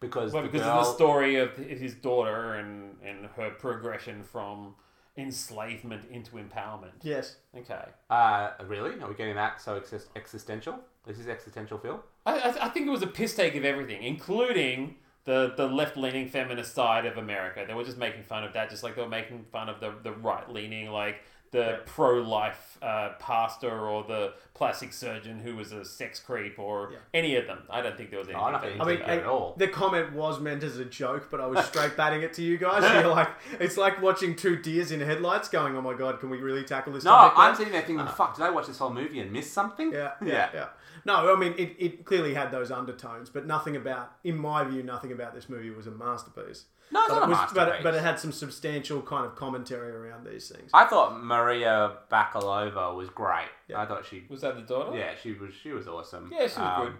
[SPEAKER 1] because
[SPEAKER 2] Well,
[SPEAKER 1] the
[SPEAKER 2] Hmm. because
[SPEAKER 1] girl,
[SPEAKER 2] of the story of his daughter and, and her progression from enslavement into empowerment.
[SPEAKER 3] Yes.
[SPEAKER 2] Okay.
[SPEAKER 1] uh, really are we getting that so exist- existential this is existential film
[SPEAKER 2] I, I, I think it was a piss take of everything, including the, the left leaning feminist side of America. They were just making fun of that, just like they were making fun of the, the right leaning, like the pro life uh, pastor or the plastic surgeon who was a sex creep or
[SPEAKER 3] Yeah.
[SPEAKER 2] any of them. I don't think there was anything.
[SPEAKER 1] I don't
[SPEAKER 2] feminist
[SPEAKER 1] think-
[SPEAKER 3] I mean,
[SPEAKER 1] Not at all.
[SPEAKER 3] The comment was meant as a joke, but I was straight batting it to you guys. You're like, it's like watching two deers in headlights, going, "Oh my god, can we really tackle this?"
[SPEAKER 1] no
[SPEAKER 3] topic now?"
[SPEAKER 1] i'm sitting there thinking
[SPEAKER 2] Uh.
[SPEAKER 1] fuck did i watch this whole movie and miss something
[SPEAKER 3] Yeah, yeah, yeah. No, I mean, it, it clearly had those undertones, but nothing about, in my view, nothing about this movie was a masterpiece.
[SPEAKER 1] No, it's
[SPEAKER 3] but
[SPEAKER 1] not
[SPEAKER 3] it
[SPEAKER 1] a
[SPEAKER 3] was- but it-
[SPEAKER 1] masterpiece.
[SPEAKER 3] But it, had some substantial kind of commentary around these things.
[SPEAKER 1] i thought maria bakalova was great
[SPEAKER 3] Yeah.
[SPEAKER 1] i thought she
[SPEAKER 2] Was that the daughter?
[SPEAKER 1] yeah she was she was awesome Um,
[SPEAKER 2] Yeah, she was good.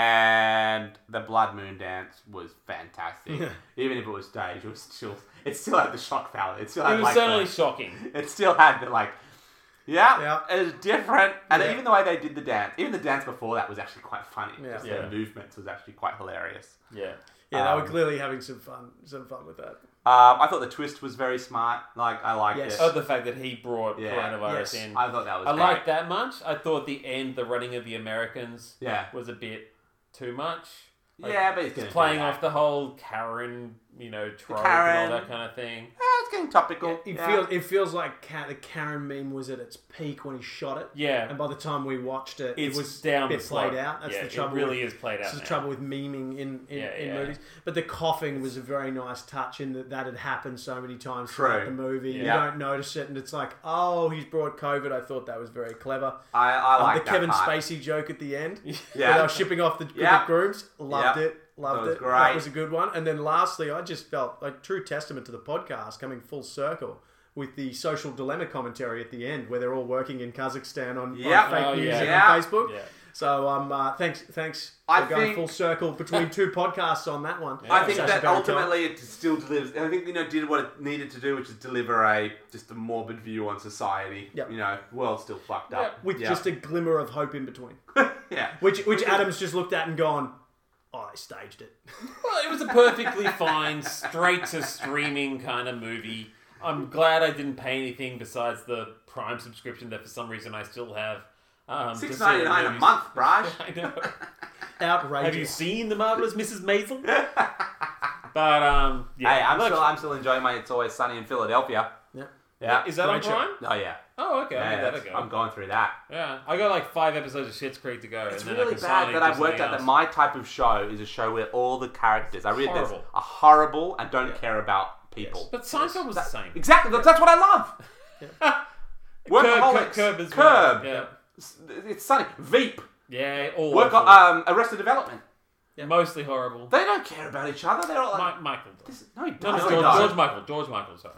[SPEAKER 1] and the blood moon dance was fantastic even if it was staged it was still it still had the shock value it still had
[SPEAKER 2] It was
[SPEAKER 1] like the-
[SPEAKER 2] certainly shocking.
[SPEAKER 1] It still had the like, yeah,
[SPEAKER 3] Yeah.
[SPEAKER 1] it was different. And
[SPEAKER 3] Yeah.
[SPEAKER 1] even the way they did the dance, even the dance before that was actually quite funny.
[SPEAKER 3] Yeah.
[SPEAKER 1] Just
[SPEAKER 2] Yeah.
[SPEAKER 1] the movements was actually quite hilarious.
[SPEAKER 2] Yeah.
[SPEAKER 3] yeah, they were
[SPEAKER 1] um,
[SPEAKER 3] clearly having some fun, some fun with that.
[SPEAKER 1] Um, I thought the twist was very smart. Like I liked
[SPEAKER 3] Yes.
[SPEAKER 1] it.
[SPEAKER 2] Oh, the fact that he brought
[SPEAKER 1] Yeah.
[SPEAKER 2] coronavirus
[SPEAKER 3] Yes.
[SPEAKER 2] in.
[SPEAKER 1] I thought that was.
[SPEAKER 2] I
[SPEAKER 1] great.
[SPEAKER 2] liked that much. I thought the end, the running of the Americans,
[SPEAKER 1] Yeah.
[SPEAKER 2] was a bit too much. Like,
[SPEAKER 1] yeah, but it's
[SPEAKER 2] just
[SPEAKER 1] gonna
[SPEAKER 2] playing
[SPEAKER 1] do
[SPEAKER 2] off
[SPEAKER 1] that.
[SPEAKER 2] the whole Karen, you know, trope and all
[SPEAKER 1] Karen.
[SPEAKER 2] that kind of thing.
[SPEAKER 1] Ah, it's getting topical.
[SPEAKER 3] It
[SPEAKER 1] Yeah.
[SPEAKER 3] feels, it feels like Ca- the Karen meme was at its peak when he shot it.
[SPEAKER 2] Yeah,
[SPEAKER 3] And by the time we watched it,
[SPEAKER 2] it's
[SPEAKER 3] it was
[SPEAKER 2] down
[SPEAKER 3] a bit
[SPEAKER 2] the slope.
[SPEAKER 3] played out. That's
[SPEAKER 2] yeah,
[SPEAKER 3] the trouble.
[SPEAKER 2] It really
[SPEAKER 3] with-
[SPEAKER 2] is played out.
[SPEAKER 3] This is the
[SPEAKER 2] now.
[SPEAKER 3] trouble with memeing in, in,
[SPEAKER 2] Yeah,
[SPEAKER 3] in
[SPEAKER 2] yeah.
[SPEAKER 3] movies. But the coughing was a very nice touch in that that had happened so many times throughout
[SPEAKER 1] True.
[SPEAKER 3] the movie. You
[SPEAKER 1] Yeah.
[SPEAKER 3] don't notice it, and it's like, oh, he's brought COVID. I thought that was very clever.
[SPEAKER 1] I, I
[SPEAKER 3] Um,
[SPEAKER 1] like
[SPEAKER 3] the Kevin
[SPEAKER 1] part.
[SPEAKER 3] Spacey joke at the end. Where they
[SPEAKER 1] Yeah,
[SPEAKER 3] were shipping off the,
[SPEAKER 1] Yeah.
[SPEAKER 3] the grooms. Loved
[SPEAKER 1] Yeah.
[SPEAKER 3] it. Loved
[SPEAKER 1] That was
[SPEAKER 3] it.
[SPEAKER 1] great.
[SPEAKER 3] That was a good one. And then lastly, I just felt like true testament to the podcast coming full circle with the social dilemma commentary at the end where they're all working in Kazakhstan on, on
[SPEAKER 1] Yeah.
[SPEAKER 3] fake
[SPEAKER 2] Oh,
[SPEAKER 3] news
[SPEAKER 2] yeah.
[SPEAKER 3] and
[SPEAKER 1] Yeah.
[SPEAKER 3] on Facebook.
[SPEAKER 2] Yeah.
[SPEAKER 3] So um, uh, thanks, thanks
[SPEAKER 1] I
[SPEAKER 3] for going
[SPEAKER 1] think-
[SPEAKER 3] full circle between two podcasts on that one.
[SPEAKER 1] I think
[SPEAKER 3] Sacha
[SPEAKER 1] that
[SPEAKER 3] Baron Cohen.
[SPEAKER 1] ultimately it still delivers. I think you know did what it needed to do, which is deliver a just a morbid view on society.
[SPEAKER 3] Yep.
[SPEAKER 1] You know, world's still fucked up.
[SPEAKER 3] with
[SPEAKER 1] Yeah.
[SPEAKER 3] just a glimmer of hope in between,
[SPEAKER 1] yeah.
[SPEAKER 3] which which Adams just looked at and gone, oh, I staged it.
[SPEAKER 2] Well, it was a perfectly fine, straight to streaming kind of movie. I'm glad I didn't pay anything besides the Prime subscription that for some reason I still have. Um, to see
[SPEAKER 1] Six ninety nine a
[SPEAKER 2] movies.
[SPEAKER 1] month, Braj.
[SPEAKER 2] I know.
[SPEAKER 3] Outrageous.
[SPEAKER 2] Have you seen the marvelous Mrs. Maisel? but um, yeah,
[SPEAKER 1] Hey, I'm
[SPEAKER 2] Look,
[SPEAKER 1] still I'm still enjoying my It's Always Sunny in Philadelphia.
[SPEAKER 3] Yeah.
[SPEAKER 1] Yeah.
[SPEAKER 2] Is that on
[SPEAKER 3] Great show.
[SPEAKER 2] Prime?
[SPEAKER 1] Oh yeah.
[SPEAKER 2] Oh, okay. I'll
[SPEAKER 1] Yeah,
[SPEAKER 2] give that a
[SPEAKER 1] that's-
[SPEAKER 2] go.
[SPEAKER 1] I'm going through that.
[SPEAKER 2] Yeah, I got like five episodes of Shit's Creek to go.
[SPEAKER 1] It's
[SPEAKER 2] and then I
[SPEAKER 1] really
[SPEAKER 2] can
[SPEAKER 1] bad
[SPEAKER 2] finally
[SPEAKER 1] that
[SPEAKER 2] do
[SPEAKER 1] I've worked
[SPEAKER 2] something
[SPEAKER 1] out that
[SPEAKER 2] else.
[SPEAKER 1] my type of show is a show where all the characters I read this
[SPEAKER 2] Horrible.
[SPEAKER 1] are horrible and don't care about people.
[SPEAKER 2] But Seinfeld was the same.
[SPEAKER 1] Exactly. That's that's what I love.
[SPEAKER 2] Curb,
[SPEAKER 1] Workaholics.
[SPEAKER 2] curb as
[SPEAKER 1] Curb.
[SPEAKER 2] well. Yeah,
[SPEAKER 1] It's Sunny. Veep.
[SPEAKER 2] yeah, all
[SPEAKER 1] Work.
[SPEAKER 2] awful.
[SPEAKER 1] Um, Arrested Development.
[SPEAKER 2] mostly horrible.
[SPEAKER 1] They don't care about each other. They're all like,
[SPEAKER 2] Mi- Michael. does.
[SPEAKER 1] no, he
[SPEAKER 2] No, no,
[SPEAKER 1] doesn't.
[SPEAKER 2] George,
[SPEAKER 1] No.
[SPEAKER 2] George Michael. George Michael. Sorry.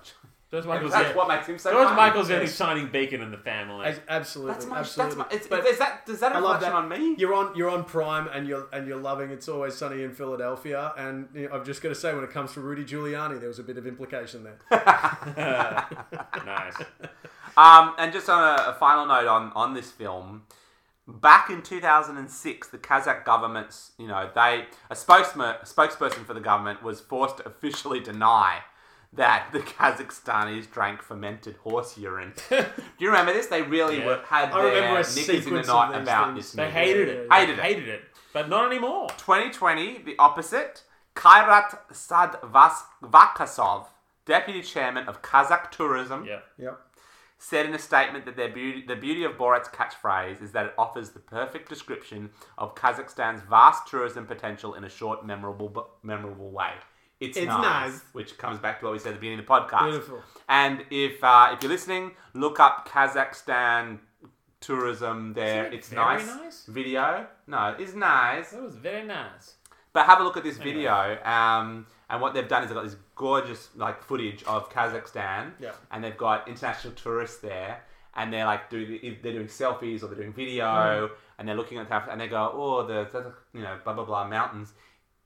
[SPEAKER 2] George Michael's
[SPEAKER 1] That's
[SPEAKER 2] yeah.
[SPEAKER 1] what makes him so
[SPEAKER 2] George
[SPEAKER 1] funny.
[SPEAKER 2] Michael's the only shining beacon in the family.
[SPEAKER 3] As- absolutely,
[SPEAKER 1] That's my.
[SPEAKER 3] absolutely.
[SPEAKER 1] That's my. It's,
[SPEAKER 3] But
[SPEAKER 1] is that does that
[SPEAKER 3] I love
[SPEAKER 1] reflection
[SPEAKER 3] that.
[SPEAKER 1] on me?
[SPEAKER 3] You're on you're on Prime and you're and you're loving It's Always Sunny in Philadelphia. And you know, I've just got to say, when it comes to Rudy Giuliani, there was a bit of implication there.
[SPEAKER 2] nice.
[SPEAKER 1] Um, and just on a, a final note on, on this film, back in 2006, the Kazakh government's, you know, they a spokesman a spokesperson for the government was forced to officially deny that the Kazakhstanis drank fermented horse urine. Do you remember this? They really
[SPEAKER 2] Yeah.
[SPEAKER 1] were, had
[SPEAKER 3] I
[SPEAKER 1] their
[SPEAKER 3] remember a
[SPEAKER 1] knickers in the
[SPEAKER 3] sequence of
[SPEAKER 1] knot
[SPEAKER 3] these
[SPEAKER 1] about
[SPEAKER 3] things.
[SPEAKER 1] this
[SPEAKER 2] They
[SPEAKER 1] movie.
[SPEAKER 2] hated it.
[SPEAKER 1] Yeah. Hated it.
[SPEAKER 2] Hated it. But not anymore.
[SPEAKER 1] 2020, the opposite. Kairat Sadvakasov, deputy chairman of Kazakh tourism,
[SPEAKER 2] Yeah.
[SPEAKER 3] yep.
[SPEAKER 1] said in a statement that their beauty, the beauty of Borat's catchphrase is that it offers the perfect description of Kazakhstan's vast tourism potential in a short, memorable, bu- memorable way. It's,
[SPEAKER 3] It's
[SPEAKER 1] nice,
[SPEAKER 3] nice.
[SPEAKER 1] which comes back to what we said at the beginning of the podcast.
[SPEAKER 3] Beautiful.
[SPEAKER 1] And if uh, if you're listening, look up Kazakhstan tourism. There,
[SPEAKER 2] Isn't it
[SPEAKER 1] it's
[SPEAKER 2] very
[SPEAKER 1] nice.
[SPEAKER 2] nice?
[SPEAKER 1] video. No, it's nice.
[SPEAKER 2] That was very nice.
[SPEAKER 1] But have a look at this video. Um, and what they've done is they've got this gorgeous like footage of Kazakhstan.
[SPEAKER 3] Yeah.
[SPEAKER 1] And they've got international tourists there, and they're like doing they're doing selfies or they're doing video,
[SPEAKER 2] Mm.
[SPEAKER 1] and they're looking at that, and they go, oh, the, the you know blah blah blah mountains.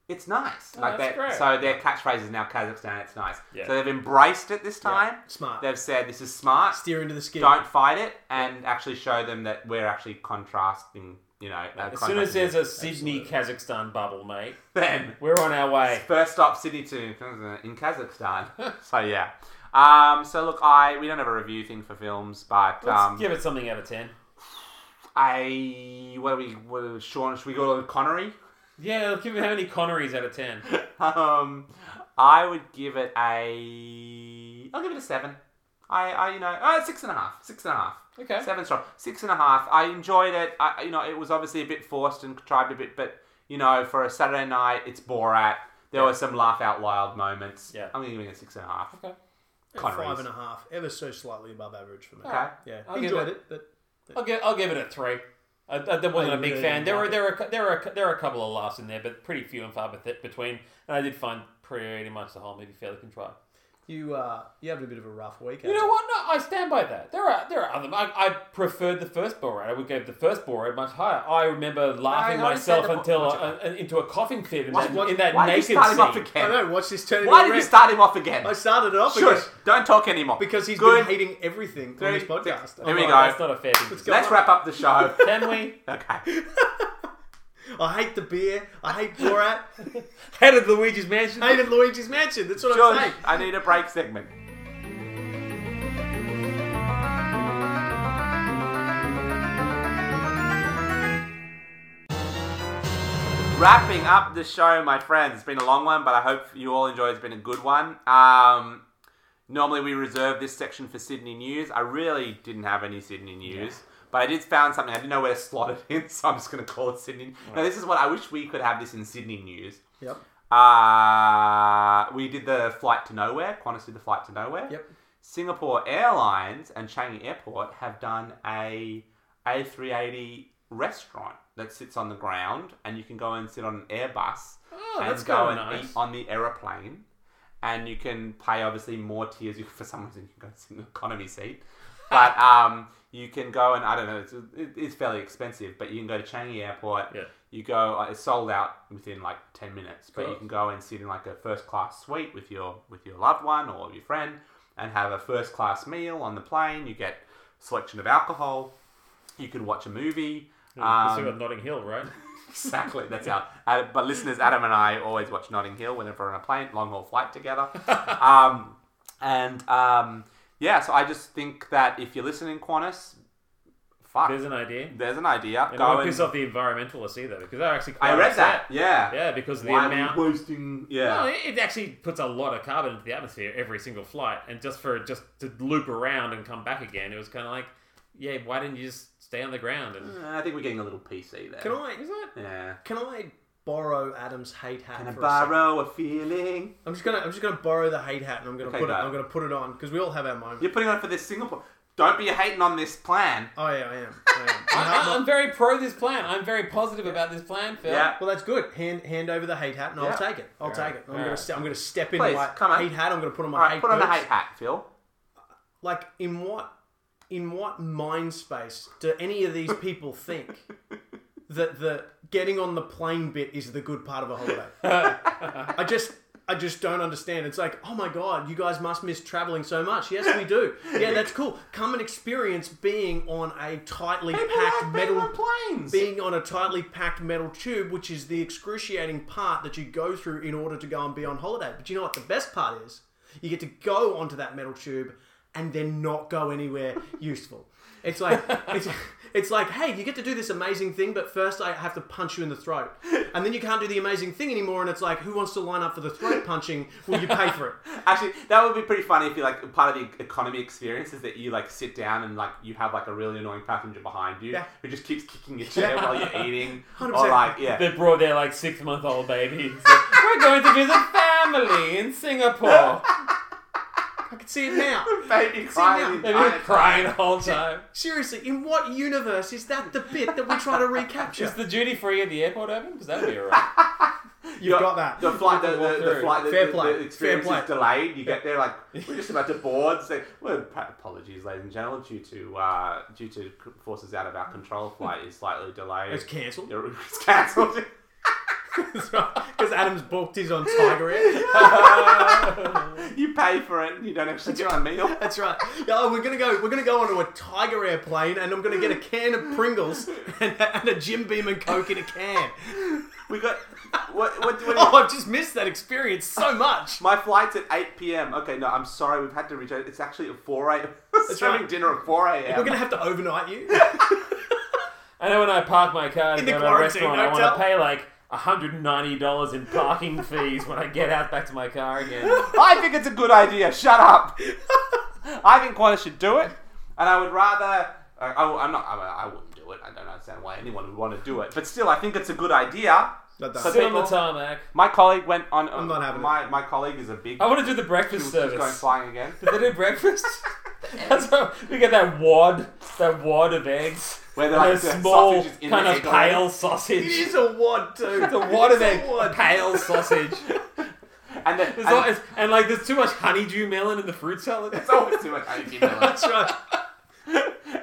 [SPEAKER 1] It's nice. like
[SPEAKER 2] Oh,
[SPEAKER 1] that.
[SPEAKER 2] that's great.
[SPEAKER 1] So their catchphrase is now Kazakhstan. It's nice.
[SPEAKER 2] Yeah.
[SPEAKER 1] So they've embraced it this time.
[SPEAKER 3] Smart.
[SPEAKER 1] They've said this is smart.
[SPEAKER 3] Steer into the skin.
[SPEAKER 1] Don't fight it, and actually show them that we're actually contrasting. You know, uh,
[SPEAKER 2] As soon as there's
[SPEAKER 1] contrasting
[SPEAKER 2] a Sydney Kazakhstan bubble, mate,
[SPEAKER 1] them.
[SPEAKER 2] we're on our way.
[SPEAKER 1] First stop Sydney to in Kazakhstan. so yeah. Um, so look, I we don't have a review thing for films, but
[SPEAKER 2] Let's
[SPEAKER 1] um,
[SPEAKER 2] give it something out of ten.
[SPEAKER 1] I what are we? What are we- Sean? Should we go to Connery?
[SPEAKER 2] Yeah, let's give it how many Connerys out of ten?
[SPEAKER 1] Um, I would give it a. I'll give it a seven. I, I you know, uh, six and a half, six and a half.
[SPEAKER 2] Okay.
[SPEAKER 1] Seven strong. Six and a half. I enjoyed it. I, you know, it was obviously a bit forced and contrived a bit, but you know, for a Saturday night, it's Borat. There were some laugh out loud moments.
[SPEAKER 2] Yeah.
[SPEAKER 1] I'm giving it a six and a half.
[SPEAKER 2] Okay.
[SPEAKER 3] Five
[SPEAKER 1] Connery's.
[SPEAKER 3] and a half, ever so slightly above average for me.
[SPEAKER 1] Okay.
[SPEAKER 3] Yeah,
[SPEAKER 2] I'll give
[SPEAKER 3] enjoyed
[SPEAKER 2] it-
[SPEAKER 3] it, but
[SPEAKER 2] I'll give I'll give it a three. I, I wasn't
[SPEAKER 3] I
[SPEAKER 2] a big
[SPEAKER 3] really
[SPEAKER 2] fan. There were
[SPEAKER 3] like
[SPEAKER 2] there were a cou- there were a, cou- there were a couple of laughs in there, but pretty few and far bet- between. And I did find pretty much the whole movie fairly contrived.
[SPEAKER 3] you uh, you having a bit of a rough weekend.
[SPEAKER 2] You know what? No, I stand by that. There are there are other. I, I preferred the first Borat. I would give the first Borat much higher. I remember laughing
[SPEAKER 1] I always said
[SPEAKER 2] myself
[SPEAKER 1] the-
[SPEAKER 2] until uh, uh, into a coughing fit in that,
[SPEAKER 1] Why-
[SPEAKER 2] in that
[SPEAKER 1] why
[SPEAKER 2] naked
[SPEAKER 1] did you start him off
[SPEAKER 2] scene.
[SPEAKER 3] I
[SPEAKER 1] again?
[SPEAKER 3] know. Watch this turn.
[SPEAKER 1] Why
[SPEAKER 3] into a
[SPEAKER 1] did you
[SPEAKER 3] rant.
[SPEAKER 1] start him off again?
[SPEAKER 3] I started it off
[SPEAKER 1] Shush,
[SPEAKER 3] because
[SPEAKER 1] don't talk anymore.
[SPEAKER 3] because he's
[SPEAKER 1] Good.
[SPEAKER 3] been hating everything on
[SPEAKER 1] Three,
[SPEAKER 3] his
[SPEAKER 1] six.
[SPEAKER 3] podcast.
[SPEAKER 1] There we
[SPEAKER 2] Oh,
[SPEAKER 1] go.
[SPEAKER 2] That's not a fair thing. to say.
[SPEAKER 1] Let's wrap up the show.
[SPEAKER 2] Can we?
[SPEAKER 1] okay.
[SPEAKER 3] I hate the beer. I hate Borat.
[SPEAKER 2] Head of Luigi's Mansion.
[SPEAKER 3] I hated Luigi's Mansion. That's what I'm
[SPEAKER 1] George,
[SPEAKER 3] saying.
[SPEAKER 1] I need a break segment. Wrapping up the show, my friends. It's been a long one, but I hope you all enjoyed. It's been a good one. Um, normally, we reserve this section for Sydney news. I really didn't have any Sydney news, but I did found something. I didn't know where to slot it in, so I'm just going to call it Sydney. No, this is what I wish we could have this in Sydney news.
[SPEAKER 3] Yep.
[SPEAKER 1] Uh, we did the flight to nowhere. Qantas did the flight to nowhere.
[SPEAKER 3] Yep.
[SPEAKER 1] Singapore Airlines and Changi Airport have done a A380 restaurant that sits on the ground, and you can go and sit on an Airbus
[SPEAKER 2] Oh,
[SPEAKER 1] and
[SPEAKER 2] that's
[SPEAKER 1] go and
[SPEAKER 2] kinda nice.
[SPEAKER 1] eat on the aeroplane. And you can pay obviously more tiers. You, for some reason, you can go sit in the economy seat, but um, you can go and I don't know. It's, it, it's fairly expensive, but you can go to Changi Airport.
[SPEAKER 2] Yeah.
[SPEAKER 1] You go. uh, It's sold out within like ten minutes, but you
[SPEAKER 2] Cool.
[SPEAKER 1] can go and sit in like a first class suite with your with your loved one or your friend, and have a first class meal on the plane. You get selection of alcohol. You can watch a movie.
[SPEAKER 2] Um,
[SPEAKER 1] Um,
[SPEAKER 2] Notting Hill, right?
[SPEAKER 1] Exactly. That's out. Adam, but listeners, Adam and I always watch Notting Hill whenever we're on a plane, long haul flight together. um, and um, yeah, so I just think that if you're listening, Qantas, fuck,
[SPEAKER 2] There's an idea.
[SPEAKER 1] there's an idea.
[SPEAKER 2] And I
[SPEAKER 1] Go
[SPEAKER 2] won't
[SPEAKER 1] and-
[SPEAKER 2] piss off the environmentalists either because they're actually quite
[SPEAKER 1] I read
[SPEAKER 2] upset.
[SPEAKER 1] that. Yeah.
[SPEAKER 2] Yeah, because of the
[SPEAKER 1] Why
[SPEAKER 2] amount.
[SPEAKER 1] are we wasting? Yeah.
[SPEAKER 2] No, it it actually puts a lot of carbon into the atmosphere every single flight, and just for just to loop around and come back again, it was kind of like, yeah, why didn't you just stay on the ground? And
[SPEAKER 1] Uh, I think we're getting a little PC there.
[SPEAKER 3] Can I?
[SPEAKER 2] is that
[SPEAKER 1] Yeah.
[SPEAKER 3] Can I borrow Adam's hate hat?
[SPEAKER 1] Can I
[SPEAKER 3] for a second?
[SPEAKER 1] borrow a feeling?
[SPEAKER 3] I'm just gonna I'm just gonna borrow the hate hat and I'm gonna
[SPEAKER 1] Okay,
[SPEAKER 3] put it
[SPEAKER 1] go.
[SPEAKER 3] I'm gonna put it on because we all have our moment.
[SPEAKER 1] You're putting on for this Singapore. Don't be hating on this plan.
[SPEAKER 3] Oh yeah, I am. I am. I'm
[SPEAKER 2] I,
[SPEAKER 3] not-
[SPEAKER 2] am very pro this plan. I'm very positive about this plan, Phil.
[SPEAKER 1] Yeah.
[SPEAKER 3] well, that's good. Hand hand over the hate hat and
[SPEAKER 1] Yeah.
[SPEAKER 3] I'll take it. I'll take it. I'm
[SPEAKER 2] Alright.
[SPEAKER 3] gonna i I'm gonna step into
[SPEAKER 1] Please,
[SPEAKER 3] my
[SPEAKER 1] come on.
[SPEAKER 3] hate hat. I'm gonna put on my
[SPEAKER 1] All right,
[SPEAKER 3] hate.
[SPEAKER 1] put on the
[SPEAKER 3] boots.
[SPEAKER 1] hate hat, Phil.
[SPEAKER 3] like in what in what mind space do any of these people think that the getting on the plane bit is the good part of a holiday? I just I just don't understand. It's like, oh my god, you guys must miss traveling so much. Yes, we do. Yeah, that's cool. Come and experience being on a tightly packed metal
[SPEAKER 1] planes.
[SPEAKER 3] being on a tightly packed metal tube, which is the excruciating part that you go through in order to go and be on holiday. But you know what the best part is? You get to go onto that metal tube and then not go anywhere useful. It's like it's, it's like, hey, you get to do this amazing thing, but first I have to punch you in the throat, and then you can't do the amazing thing anymore. And it's like, who wants to line up for the throat punching? Will you pay for it?
[SPEAKER 1] Actually, that would be pretty funny if you like part of the economy experience is that you like sit down and like you have like a really annoying passenger behind you
[SPEAKER 3] Yeah.
[SPEAKER 1] who just keeps kicking your chair while you're eating, or
[SPEAKER 3] 100%.
[SPEAKER 1] like yeah,
[SPEAKER 2] They brought their like six month old baby. It's like, We're going to visit family in Singapore.
[SPEAKER 3] I can see it now.
[SPEAKER 1] baby crying.
[SPEAKER 2] They've been crying the whole time.
[SPEAKER 3] Seriously, in what universe is that the bit that we try to recapture?
[SPEAKER 2] Is the duty free at the airport open? Because that'd be alright.
[SPEAKER 3] You've got that.
[SPEAKER 1] The flight, the, the, the
[SPEAKER 2] Walk
[SPEAKER 1] flight, the,
[SPEAKER 3] through. Fair
[SPEAKER 1] the,
[SPEAKER 3] play.
[SPEAKER 1] the experience
[SPEAKER 3] Fair
[SPEAKER 1] is delayed. You get there like we're just about to board. Say, well, pa- apologies, ladies and gentlemen, due to uh, due to c- forces out of our control, flight is slightly delayed.
[SPEAKER 3] It's cancelled.
[SPEAKER 1] Your- it's cancelled.
[SPEAKER 3] Because Adam's balked his on Tiger Air.
[SPEAKER 1] you pay for it. and You don't actually get a meal.
[SPEAKER 3] That's right. Yeah, oh, we're gonna go. We're gonna go onto a Tiger airplane, and I'm gonna get a can of Pringles and, and a Jim Beam and Coke in a can.
[SPEAKER 1] We got what? What? what
[SPEAKER 3] Oh, I've just missed that experience so much.
[SPEAKER 1] My flight's at 8 p.m. Okay, no, I'm sorry. We've had to reach out. It's actually at 4 a.m. It's
[SPEAKER 3] right.
[SPEAKER 1] having dinner at 4 a.m.
[SPEAKER 3] We're gonna have to overnight you.
[SPEAKER 2] I know when I park my car to
[SPEAKER 3] In the
[SPEAKER 2] go to a
[SPEAKER 3] quarantine
[SPEAKER 2] restaurant, I want
[SPEAKER 3] hotel.
[SPEAKER 2] to pay like $190 in parking fees when I get out back to my car again.
[SPEAKER 1] I think it's a good idea. Shut up. I think Qantas should do it, and I would rather. I, I, am not. I, I wouldn't do it. I don't understand why anyone would want to do it. But still, I think it's a good idea.
[SPEAKER 3] Not done.
[SPEAKER 1] So
[SPEAKER 2] Sit on the
[SPEAKER 1] people-
[SPEAKER 2] tarmac.
[SPEAKER 1] My colleague went on. I'm
[SPEAKER 3] not having
[SPEAKER 1] my, my colleague is a big.
[SPEAKER 2] I want to do the breakfast
[SPEAKER 1] She's
[SPEAKER 2] service.
[SPEAKER 1] going flying again.
[SPEAKER 2] Did they do breakfast? That's why we get that wad, that wad of eggs.
[SPEAKER 1] Where they're
[SPEAKER 2] and
[SPEAKER 1] like
[SPEAKER 2] a
[SPEAKER 1] the
[SPEAKER 2] small
[SPEAKER 1] sausages in
[SPEAKER 2] kind
[SPEAKER 1] the
[SPEAKER 2] of
[SPEAKER 1] egg
[SPEAKER 2] pale
[SPEAKER 3] it
[SPEAKER 2] sausage.
[SPEAKER 3] is a wad too. It's
[SPEAKER 2] The wad of
[SPEAKER 3] a
[SPEAKER 2] egg,
[SPEAKER 3] wad.
[SPEAKER 2] pale sausage.
[SPEAKER 1] And, the,
[SPEAKER 2] There's
[SPEAKER 1] and
[SPEAKER 2] always- and like, there's too much honeydew melon in the fruit salad.
[SPEAKER 1] it's always too much energy, melon.
[SPEAKER 3] That's right.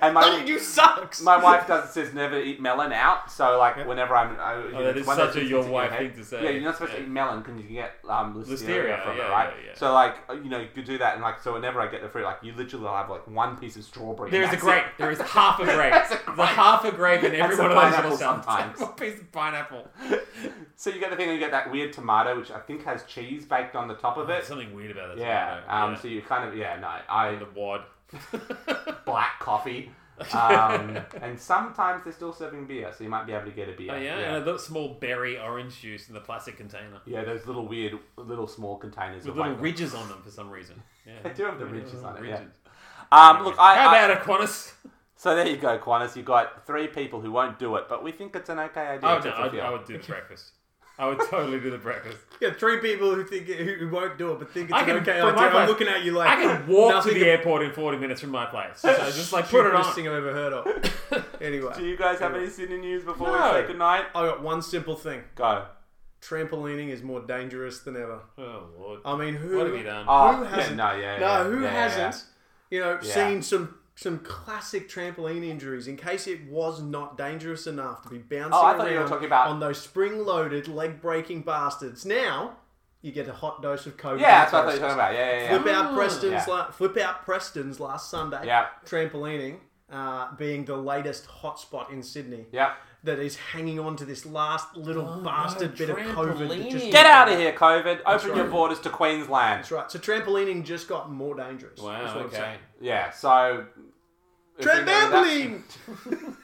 [SPEAKER 1] And my
[SPEAKER 3] You sucks.
[SPEAKER 1] My wife does says never eat melon out, so like whenever I'm, I, you
[SPEAKER 2] Oh, that is
[SPEAKER 1] one
[SPEAKER 2] such
[SPEAKER 1] of
[SPEAKER 2] a
[SPEAKER 1] those
[SPEAKER 2] your
[SPEAKER 1] things that you
[SPEAKER 2] wife
[SPEAKER 1] hate.
[SPEAKER 2] thing to say.
[SPEAKER 1] Yeah, you're not supposed to
[SPEAKER 2] Yeah.
[SPEAKER 1] eat melon because you can get um, listeria,
[SPEAKER 2] Listeria,
[SPEAKER 1] from
[SPEAKER 2] yeah,
[SPEAKER 1] it, right?
[SPEAKER 2] yeah, yeah.
[SPEAKER 1] So like uh, you know you do that, and like so whenever I get the fruit, like you literally have like one piece of strawberry. and
[SPEAKER 2] There is a
[SPEAKER 1] that's
[SPEAKER 2] grape.
[SPEAKER 1] it.
[SPEAKER 2] There is half a grape.
[SPEAKER 1] That's a
[SPEAKER 2] The
[SPEAKER 1] grape.
[SPEAKER 2] half a grape in every
[SPEAKER 1] That's a
[SPEAKER 2] one of those
[SPEAKER 1] pineapple
[SPEAKER 2] little salads.
[SPEAKER 1] sometimes.
[SPEAKER 2] One piece of pineapple.
[SPEAKER 1] So you get the thing, and you get that weird tomato, which I think has cheese baked on the top of it.
[SPEAKER 2] something weird about that.
[SPEAKER 1] Yeah. Um. So you kind of yeah no I
[SPEAKER 2] the wad.
[SPEAKER 1] black coffee. um, and sometimes they're still serving beer, so you might be able to get a beer.
[SPEAKER 2] Oh, yeah, and a small berry orange juice in the plastic container
[SPEAKER 1] Yeah, those little weird, little small containers
[SPEAKER 2] with
[SPEAKER 1] of
[SPEAKER 2] little
[SPEAKER 1] white-
[SPEAKER 2] ridges on them for some reason. Yeah,
[SPEAKER 1] They do have the ridges
[SPEAKER 2] little
[SPEAKER 1] on it, yeah. Um, look, I,
[SPEAKER 2] How
[SPEAKER 1] I-
[SPEAKER 2] about it, Qantas?
[SPEAKER 1] So there you go, Qantas. You got three people who won't do it, but we think it's an okay idea.
[SPEAKER 2] Oh
[SPEAKER 1] to
[SPEAKER 2] no, I'd,
[SPEAKER 1] fulfill.
[SPEAKER 2] I would do the breakfast. I would totally do the breakfast.
[SPEAKER 3] Yeah, three people who think who won't do it, but think it's
[SPEAKER 2] I
[SPEAKER 3] an
[SPEAKER 2] can-
[SPEAKER 3] okay
[SPEAKER 2] for my
[SPEAKER 3] idea. I'm
[SPEAKER 2] part,
[SPEAKER 3] looking at you like
[SPEAKER 2] I could walk to
[SPEAKER 3] nothing
[SPEAKER 2] the airport in 40 minutes from my place. So just like put it
[SPEAKER 3] stupidest
[SPEAKER 2] on.
[SPEAKER 3] thing I've ever heard of. anyway,
[SPEAKER 1] Do you guys have any Sydney news before
[SPEAKER 2] No.
[SPEAKER 1] we say goodnight?
[SPEAKER 3] I got one simple thing.
[SPEAKER 1] Go.
[SPEAKER 3] Trampolining is more dangerous than ever.
[SPEAKER 2] Oh lord,
[SPEAKER 3] I mean, who?
[SPEAKER 2] what have you done?
[SPEAKER 1] Oh,
[SPEAKER 3] Who
[SPEAKER 1] yeah,
[SPEAKER 3] hasn't-
[SPEAKER 1] no, yeah,
[SPEAKER 3] No,
[SPEAKER 1] yeah,
[SPEAKER 3] who
[SPEAKER 1] yeah,
[SPEAKER 3] hasn't? You know,
[SPEAKER 1] Yeah.
[SPEAKER 3] seen some some classic trampoline injuries. In case it was not dangerous enough to be bouncing
[SPEAKER 1] Oh, I
[SPEAKER 3] around
[SPEAKER 1] thought you were talking about-
[SPEAKER 3] on those spring-loaded leg-breaking bastards. Now you get a hot dose of coke.
[SPEAKER 1] Yeah, yeah that's what I thought you were talking about. Yeah, yeah,
[SPEAKER 3] Flip
[SPEAKER 1] yeah.
[SPEAKER 3] out Preston's
[SPEAKER 1] Yeah.
[SPEAKER 3] la- flip out Preston's last Sunday.
[SPEAKER 1] Yeah.
[SPEAKER 3] Trampolining uh, being the latest hotspot in Sydney.
[SPEAKER 1] yeah.
[SPEAKER 3] That is hanging on to this last little
[SPEAKER 2] Oh,
[SPEAKER 3] bastard
[SPEAKER 2] no,
[SPEAKER 3] bit of COVID. That just
[SPEAKER 2] trampolining.
[SPEAKER 1] Get out of here, COVID. Open your borders to Queensland.
[SPEAKER 3] That's right. So trampolining just got more dangerous. is
[SPEAKER 2] Wow,
[SPEAKER 3] what I'm
[SPEAKER 2] okay.
[SPEAKER 3] saying.
[SPEAKER 1] Yeah, so. if we know that-
[SPEAKER 3] Trampoline.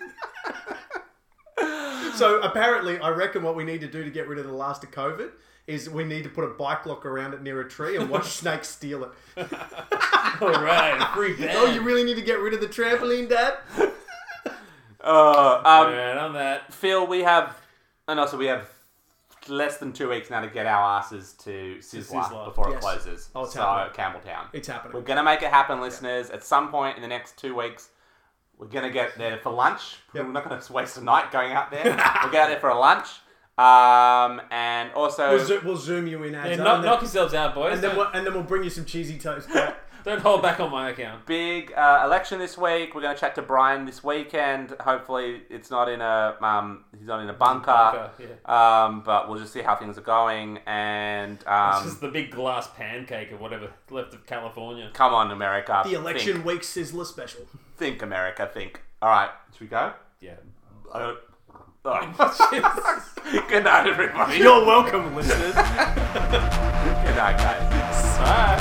[SPEAKER 3] so apparently, I reckon what we need to do to get rid of the last of COVID is we need to put a bike lock around it near a tree and watch snakes steal it.
[SPEAKER 2] All right, free band.
[SPEAKER 3] Oh, you really need to get rid of the trampoline, Dad?
[SPEAKER 1] Uh, um,
[SPEAKER 2] All right, on that.
[SPEAKER 1] Phil, we have. And also, we have less than two weeks now to get our asses to Sizzler,
[SPEAKER 2] Sizzler.
[SPEAKER 1] before it
[SPEAKER 3] Yes.
[SPEAKER 1] closes.
[SPEAKER 3] Oh, it's
[SPEAKER 1] so,
[SPEAKER 3] happening.
[SPEAKER 1] Campbelltown.
[SPEAKER 3] It's
[SPEAKER 1] We're
[SPEAKER 3] happening.
[SPEAKER 1] gonna make it happen, listeners. At some point in the next two weeks, we're gonna get there for lunch.
[SPEAKER 3] Yep.
[SPEAKER 1] We're not gonna waste a night going out there. we'll get out there for a lunch. Um, and also,
[SPEAKER 3] We'll, zo- we'll zoom you in, Ads.
[SPEAKER 2] Yeah,
[SPEAKER 3] and
[SPEAKER 2] knock,
[SPEAKER 3] then-
[SPEAKER 2] knock yourselves out, boys.
[SPEAKER 3] and then,
[SPEAKER 2] Don't-
[SPEAKER 3] we'll, and then we'll bring you some cheesy toast. Back.
[SPEAKER 2] don't hold back on my account.
[SPEAKER 1] big uh, election this week. We're going to chat to Brian this weekend. Hopefully, it's not in a um, he's not in a bunker.
[SPEAKER 2] Bunker,
[SPEAKER 1] Um, but we'll just see how things are going. And um,
[SPEAKER 2] It's just the big glass pancake or whatever left of California.
[SPEAKER 1] come on, America.
[SPEAKER 3] The election week sizzler special.
[SPEAKER 1] Think, think, America. Think. All right. Should we go?
[SPEAKER 2] Yeah.
[SPEAKER 1] I don't- Oh. Good night, everybody.
[SPEAKER 3] You're welcome, listeners.
[SPEAKER 1] Good night, guys.
[SPEAKER 2] Bye.